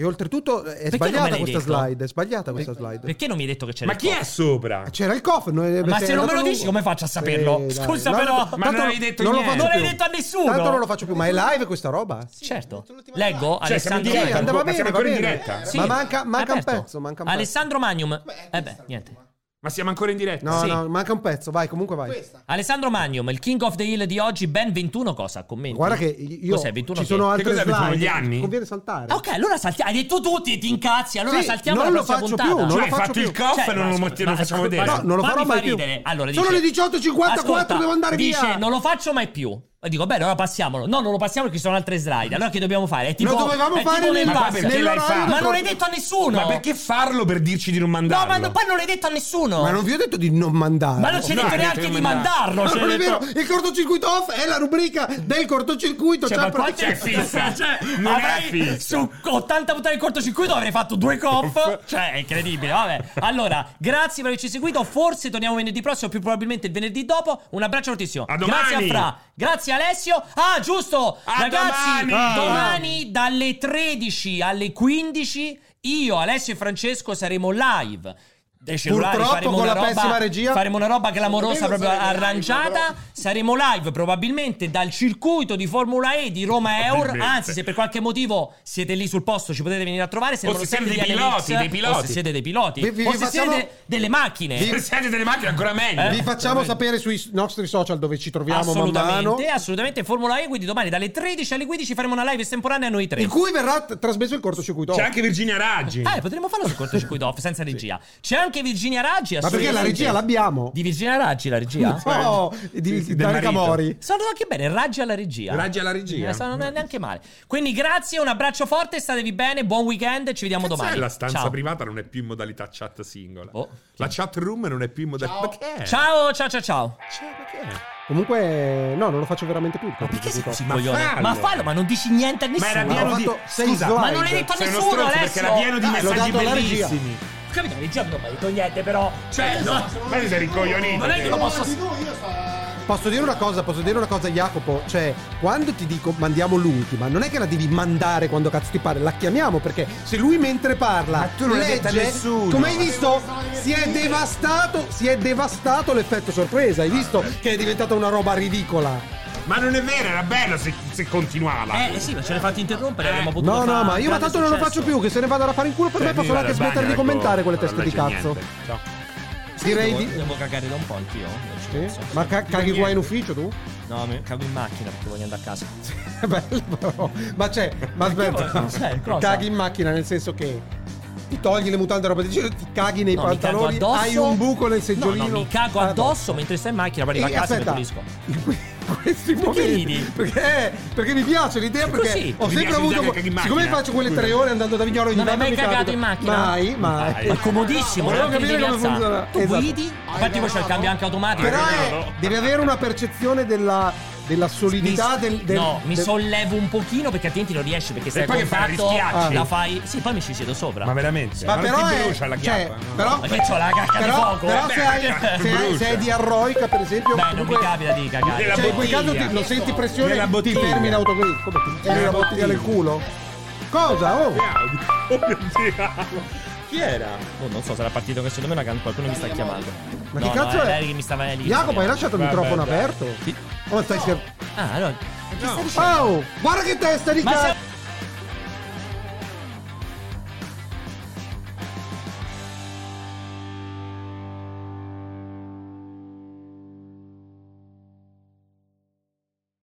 Speaker 3: E oltretutto eh, è
Speaker 1: Perché non me
Speaker 3: sbagliata
Speaker 1: l'hai
Speaker 3: questa
Speaker 1: detto?
Speaker 3: slide, è sbagliata questa slide. Ah,
Speaker 1: Perché non mi hai detto che c'era
Speaker 2: Ma
Speaker 1: il
Speaker 2: chi
Speaker 1: coff?
Speaker 2: è sopra?
Speaker 3: C'era il cof.
Speaker 1: Ma se non me lo dici, come faccio a saperlo? Scusa, però. Ma non
Speaker 3: l'hai
Speaker 1: avevi detto niente. Non l'hai detto a nessuno.
Speaker 3: Tanto non lo faccio più, ma è live questa roba?
Speaker 1: Certo. Leggo
Speaker 3: Cioè, siamo in
Speaker 1: Alessandro
Speaker 3: diretta,
Speaker 1: Magnum.
Speaker 3: andava bene,
Speaker 2: siamo
Speaker 3: va
Speaker 2: ancora in
Speaker 3: bene.
Speaker 2: diretta?
Speaker 1: Sì.
Speaker 3: Ma manca, manca un
Speaker 1: Aperto.
Speaker 3: pezzo, manca un pezzo.
Speaker 1: Alessandro Magnum. Eh beh, niente.
Speaker 2: Ma siamo ancora in diretta?
Speaker 3: No,
Speaker 1: Sì.
Speaker 3: no, manca un pezzo, vai, comunque vai.
Speaker 1: Alessandro Magnum, il King of the Hill di oggi, ben 21 cosa? Commenti.
Speaker 3: Guarda che io
Speaker 1: Cos'è, 21
Speaker 3: ci
Speaker 1: che?
Speaker 3: sono altre
Speaker 1: Che cos'è,
Speaker 3: slide.
Speaker 1: 21 gli anni?
Speaker 3: Conviene saltare.
Speaker 1: Ah, ok, allora saltiamo. Hai detto tutti, ti incazzi. Allora
Speaker 3: Sì,
Speaker 1: saltiamo
Speaker 3: non
Speaker 1: la
Speaker 3: lo
Speaker 1: prossima
Speaker 3: faccio
Speaker 1: puntata.
Speaker 3: più, non
Speaker 2: Cioè, lo hai faccio fatto il più. coff e non lo
Speaker 1: ma-
Speaker 2: metti- non lo
Speaker 1: ma-
Speaker 2: facciamo
Speaker 1: ma-
Speaker 2: vedere.
Speaker 1: ma-
Speaker 2: No, non
Speaker 3: lo
Speaker 1: fammi
Speaker 3: farò
Speaker 1: far
Speaker 3: mai più.
Speaker 1: ridere. Allora,
Speaker 3: Sono
Speaker 1: dice-
Speaker 3: le 18.54,
Speaker 1: Ascolta,
Speaker 3: devo andare
Speaker 1: dice,
Speaker 3: via.
Speaker 1: non lo faccio mai più. E dico, beh, allora passiamolo. No, non lo passiamo perché ci sono altre slide. Allora che dobbiamo fare? È tipo,
Speaker 3: Lo dovevamo
Speaker 1: è tipo
Speaker 3: fare
Speaker 1: nel
Speaker 3: nel-
Speaker 1: bus.
Speaker 2: Ma perché l'hai
Speaker 1: Nell'orario
Speaker 2: fatto?
Speaker 1: Ma non l'hai detto a nessuno.
Speaker 2: Ma perché farlo per dirci di non
Speaker 1: No,
Speaker 2: mandarlo?
Speaker 1: ma no- poi non l'hai detto a nessuno.
Speaker 3: Ma non vi ho detto di non mandarlo.
Speaker 1: Ma non ci hai
Speaker 2: No,
Speaker 1: detto
Speaker 2: hai detto
Speaker 1: neanche
Speaker 2: di
Speaker 1: di
Speaker 2: mandarlo.
Speaker 1: mandarlo.
Speaker 3: Ma
Speaker 1: ci hai
Speaker 3: non è
Speaker 1: detto-
Speaker 3: vero, il cortocircuito off è la rubrica del cortocircuito.
Speaker 1: Cioè,
Speaker 3: c'è
Speaker 1: ma
Speaker 3: il
Speaker 1: qua
Speaker 3: progetto.
Speaker 1: c'è fissa. Cioè,
Speaker 2: Non è
Speaker 1: avrei-
Speaker 2: fissa.
Speaker 1: su 80 puntate di cortocircuito avrei fatto due coff. cioè, è incredibile. Vabbè. Allora, grazie per averci seguito. Forse torniamo venerdì prossimo, più probabilmente il venerdì dopo. Un abbraccio fortissimo.
Speaker 2: A
Speaker 1: Grazie a
Speaker 2: domani.
Speaker 1: Fra. Grazie Alessio. Ah, giusto.
Speaker 2: A
Speaker 1: Ragazzi,
Speaker 2: domani.
Speaker 1: domani dalle 13 alle 15 io, Alessio e Francesco saremo live. Dei cellulari,
Speaker 3: Purtroppo
Speaker 1: faremo
Speaker 3: con
Speaker 1: una
Speaker 3: la
Speaker 1: roba-
Speaker 3: pessima regia.
Speaker 1: faremo una roba clamorosa
Speaker 3: Secondo me
Speaker 1: proprio
Speaker 3: non saremo live,
Speaker 1: arrangiata
Speaker 3: però.
Speaker 1: saremo live probabilmente dal circuito di Formula E di Roma Eur.
Speaker 2: Probabilmente.
Speaker 1: Anzi, se per qualche motivo siete lì sul posto, ci potete venire a trovare. Se
Speaker 2: O
Speaker 1: non
Speaker 2: se
Speaker 1: lo
Speaker 2: siete
Speaker 1: siete
Speaker 2: dei
Speaker 1: di
Speaker 2: piloti,
Speaker 1: LNX,
Speaker 2: dei piloti.
Speaker 1: O se siete dei piloti.
Speaker 3: Vi- vi-
Speaker 1: o
Speaker 3: vi
Speaker 1: se
Speaker 3: facciamo-
Speaker 1: siete de- delle macchine.
Speaker 2: Se siete delle macchine ancora meglio.
Speaker 1: Eh?
Speaker 3: Vi facciamo sapere sui nostri social dove ci troviamo man mano.
Speaker 1: Assolutamente, assolutamente. Formula E, quindi domani dalle 13 alle 15 faremo una live estemporanea noi tre.
Speaker 3: In cui verrà t- trasmesso il cortocircuito.
Speaker 2: C'è
Speaker 3: off.
Speaker 2: anche Virginia Raggi.
Speaker 1: Eh, potremmo farlo sul cortocircuito off senza regia. C'è anche Virginia Raggi.
Speaker 3: Ma perché la
Speaker 1: assolutamente.
Speaker 3: regia l'abbiamo?
Speaker 1: Di Virginia Raggi la regia?
Speaker 3: No, di,
Speaker 2: Sì,
Speaker 3: di,
Speaker 2: sì, del
Speaker 3: Dario
Speaker 2: marito.
Speaker 3: Camori.
Speaker 1: Sono anche bene, raggi alla regia.
Speaker 2: Raggi alla regia.
Speaker 1: Eh, sono- non è neanche male. Quindi grazie, un abbraccio forte, statevi bene, buon weekend, ci vediamo
Speaker 2: Sai,
Speaker 1: domani.
Speaker 2: Eh, La stanza
Speaker 1: ciao.
Speaker 2: privata non è più in modalità chat singola.
Speaker 1: Oh.
Speaker 2: La chat room non è più in modalità. Ma che è? Cioè,
Speaker 1: ciao, ciao, ciao, ciao.
Speaker 3: Comunque, no, non lo faccio veramente più. il cortocircuito off.
Speaker 1: Ma fallo.
Speaker 2: fallo.
Speaker 1: ma fallo, ma non dici niente a
Speaker 2: Ma
Speaker 1: nessuno.
Speaker 2: era
Speaker 3: Ma ho
Speaker 2: pieno di.
Speaker 3: fatto sei
Speaker 2: Scusa,
Speaker 3: slide.
Speaker 1: ma non l'hai detto a
Speaker 2: sei uno
Speaker 1: nessuno,
Speaker 2: stronzo,
Speaker 1: Alessio.
Speaker 2: perché era pieno di
Speaker 1: Dai,
Speaker 3: l'ho
Speaker 2: messaggi
Speaker 3: dato alla regia.
Speaker 2: bellissimi.
Speaker 1: Capito, la regia non mi ha detto niente, però.
Speaker 2: Cioè, no, Eh, ma sei ricoglionito.
Speaker 1: Ma Eh, non è che lo posso.
Speaker 3: Posso dire una cosa, posso dire una cosa, Jacopo. Cioè, quando ti dico mandiamo l'ultima, non è che la devi mandare quando cazzo ti pare, la chiamiamo perché se lui mentre parla.
Speaker 2: Ma tu non l'hai
Speaker 3: legge,
Speaker 2: detta a nessuno.
Speaker 3: Come hai visto? Si è devastato, si è devastato l'effetto sorpresa. Hai visto che è diventata una roba ridicola.
Speaker 2: Ma non è vero, era bello se, se continuava.
Speaker 1: Eh sì, ma ce l'hai fatto interrompere. avremmo potuto
Speaker 3: No, no,
Speaker 1: fare
Speaker 3: ma
Speaker 1: un
Speaker 3: io ma
Speaker 1: grande
Speaker 3: tanto non lo
Speaker 1: successo.
Speaker 3: faccio più, che se ne vada a fare in culo
Speaker 2: Cioè,
Speaker 3: per me posso anche smettere
Speaker 1: ecco,
Speaker 2: ecco,
Speaker 3: di commentare quelle teste di cazzo. Direi
Speaker 1: devo,
Speaker 3: di-
Speaker 1: devo cagare da un po' anch'io. non ci penso.
Speaker 3: Ma ca- caghi qua in ufficio tu?
Speaker 1: No, mi cago in macchina perché voglio andare a casa.
Speaker 3: Bello, però. Ma c'è, ma
Speaker 1: voglio- sai,
Speaker 3: aspetta,
Speaker 1: cosa?
Speaker 3: caghi in macchina nel senso che ti togli le mutande e roba di giro, ti caghi nei
Speaker 1: No, mi cago
Speaker 3: pantaloni,
Speaker 1: addosso.
Speaker 3: hai un buco nel seggiolino.
Speaker 1: No, no, mi cago addosso mentre stai in macchina, poi arrivo
Speaker 3: E
Speaker 1: a casa
Speaker 3: aspetta,
Speaker 1: e mi pulisco.
Speaker 3: questi
Speaker 1: Perché
Speaker 3: momenti.
Speaker 1: ridi?
Speaker 3: Perché, perché mi piace l'idea,
Speaker 1: È
Speaker 3: perché
Speaker 1: così.
Speaker 3: ho
Speaker 1: Ti
Speaker 3: sempre
Speaker 1: piace
Speaker 3: avuto.
Speaker 1: l'idea che caghi in
Speaker 3: Siccome
Speaker 1: macchina?
Speaker 3: faccio quelle tre ore andando da Vignolo ogni
Speaker 1: Non hai
Speaker 3: tanto
Speaker 1: mai
Speaker 3: mi
Speaker 1: cagato
Speaker 3: capita.
Speaker 1: in macchina?
Speaker 3: Mai, mai.
Speaker 1: Ma comodissimo, eh?
Speaker 3: Volevo
Speaker 1: neanche
Speaker 3: capire
Speaker 1: ti devi
Speaker 3: come
Speaker 1: alzare.
Speaker 3: funziona.
Speaker 1: Tu
Speaker 3: Esatto.
Speaker 1: guidi, infatti poi c'è il cambio anche automatico.
Speaker 3: Però è- devi avere una percezione della, della solidità
Speaker 1: Mi-
Speaker 3: del, del-
Speaker 1: no, mi
Speaker 3: del-
Speaker 1: sollevo un pochino perché altrimenti non riesci perché stai a
Speaker 3: poi che fai?
Speaker 1: contatto,
Speaker 3: Rischiacci?
Speaker 1: la fai. Sì, poi mi ci siedo sopra.
Speaker 2: Ma veramente?
Speaker 3: Ma però
Speaker 2: ti
Speaker 3: è-
Speaker 2: brucia la
Speaker 3: cioè,
Speaker 2: chiappa.
Speaker 3: però-
Speaker 1: Ma che c'ho la cacca di
Speaker 3: Però,
Speaker 1: fuoco?
Speaker 3: però
Speaker 1: Beh,
Speaker 3: se, hai,
Speaker 1: cacca
Speaker 3: se,
Speaker 1: di
Speaker 3: hai,
Speaker 1: brucia.
Speaker 3: se hai diarroica, per esempio.
Speaker 1: Beh, non mi capita di cagare.
Speaker 3: Cioè, in quel caso ti- lo senti pressione
Speaker 2: Nella
Speaker 3: ti
Speaker 2: bottiglia.
Speaker 3: fermi in autogrill. Come ti tiri la bottiglia nel culo? Cosa? Oh!
Speaker 2: Chi era?
Speaker 1: Oh, non so, sarà partito che secondo me una can- qualcuno mi sta chiamando.
Speaker 3: Ma
Speaker 1: no,
Speaker 3: che cazzo
Speaker 1: no,
Speaker 3: è?
Speaker 1: Lei che mi stava lì.
Speaker 3: Jacopo, hai lasciato il
Speaker 1: Vabbè,
Speaker 3: microfono
Speaker 1: dai.
Speaker 3: aperto? Oh, stai scherzando?
Speaker 1: Ah, no.
Speaker 3: Oh, guarda che testa di
Speaker 1: Ma
Speaker 3: cazzo!
Speaker 1: se-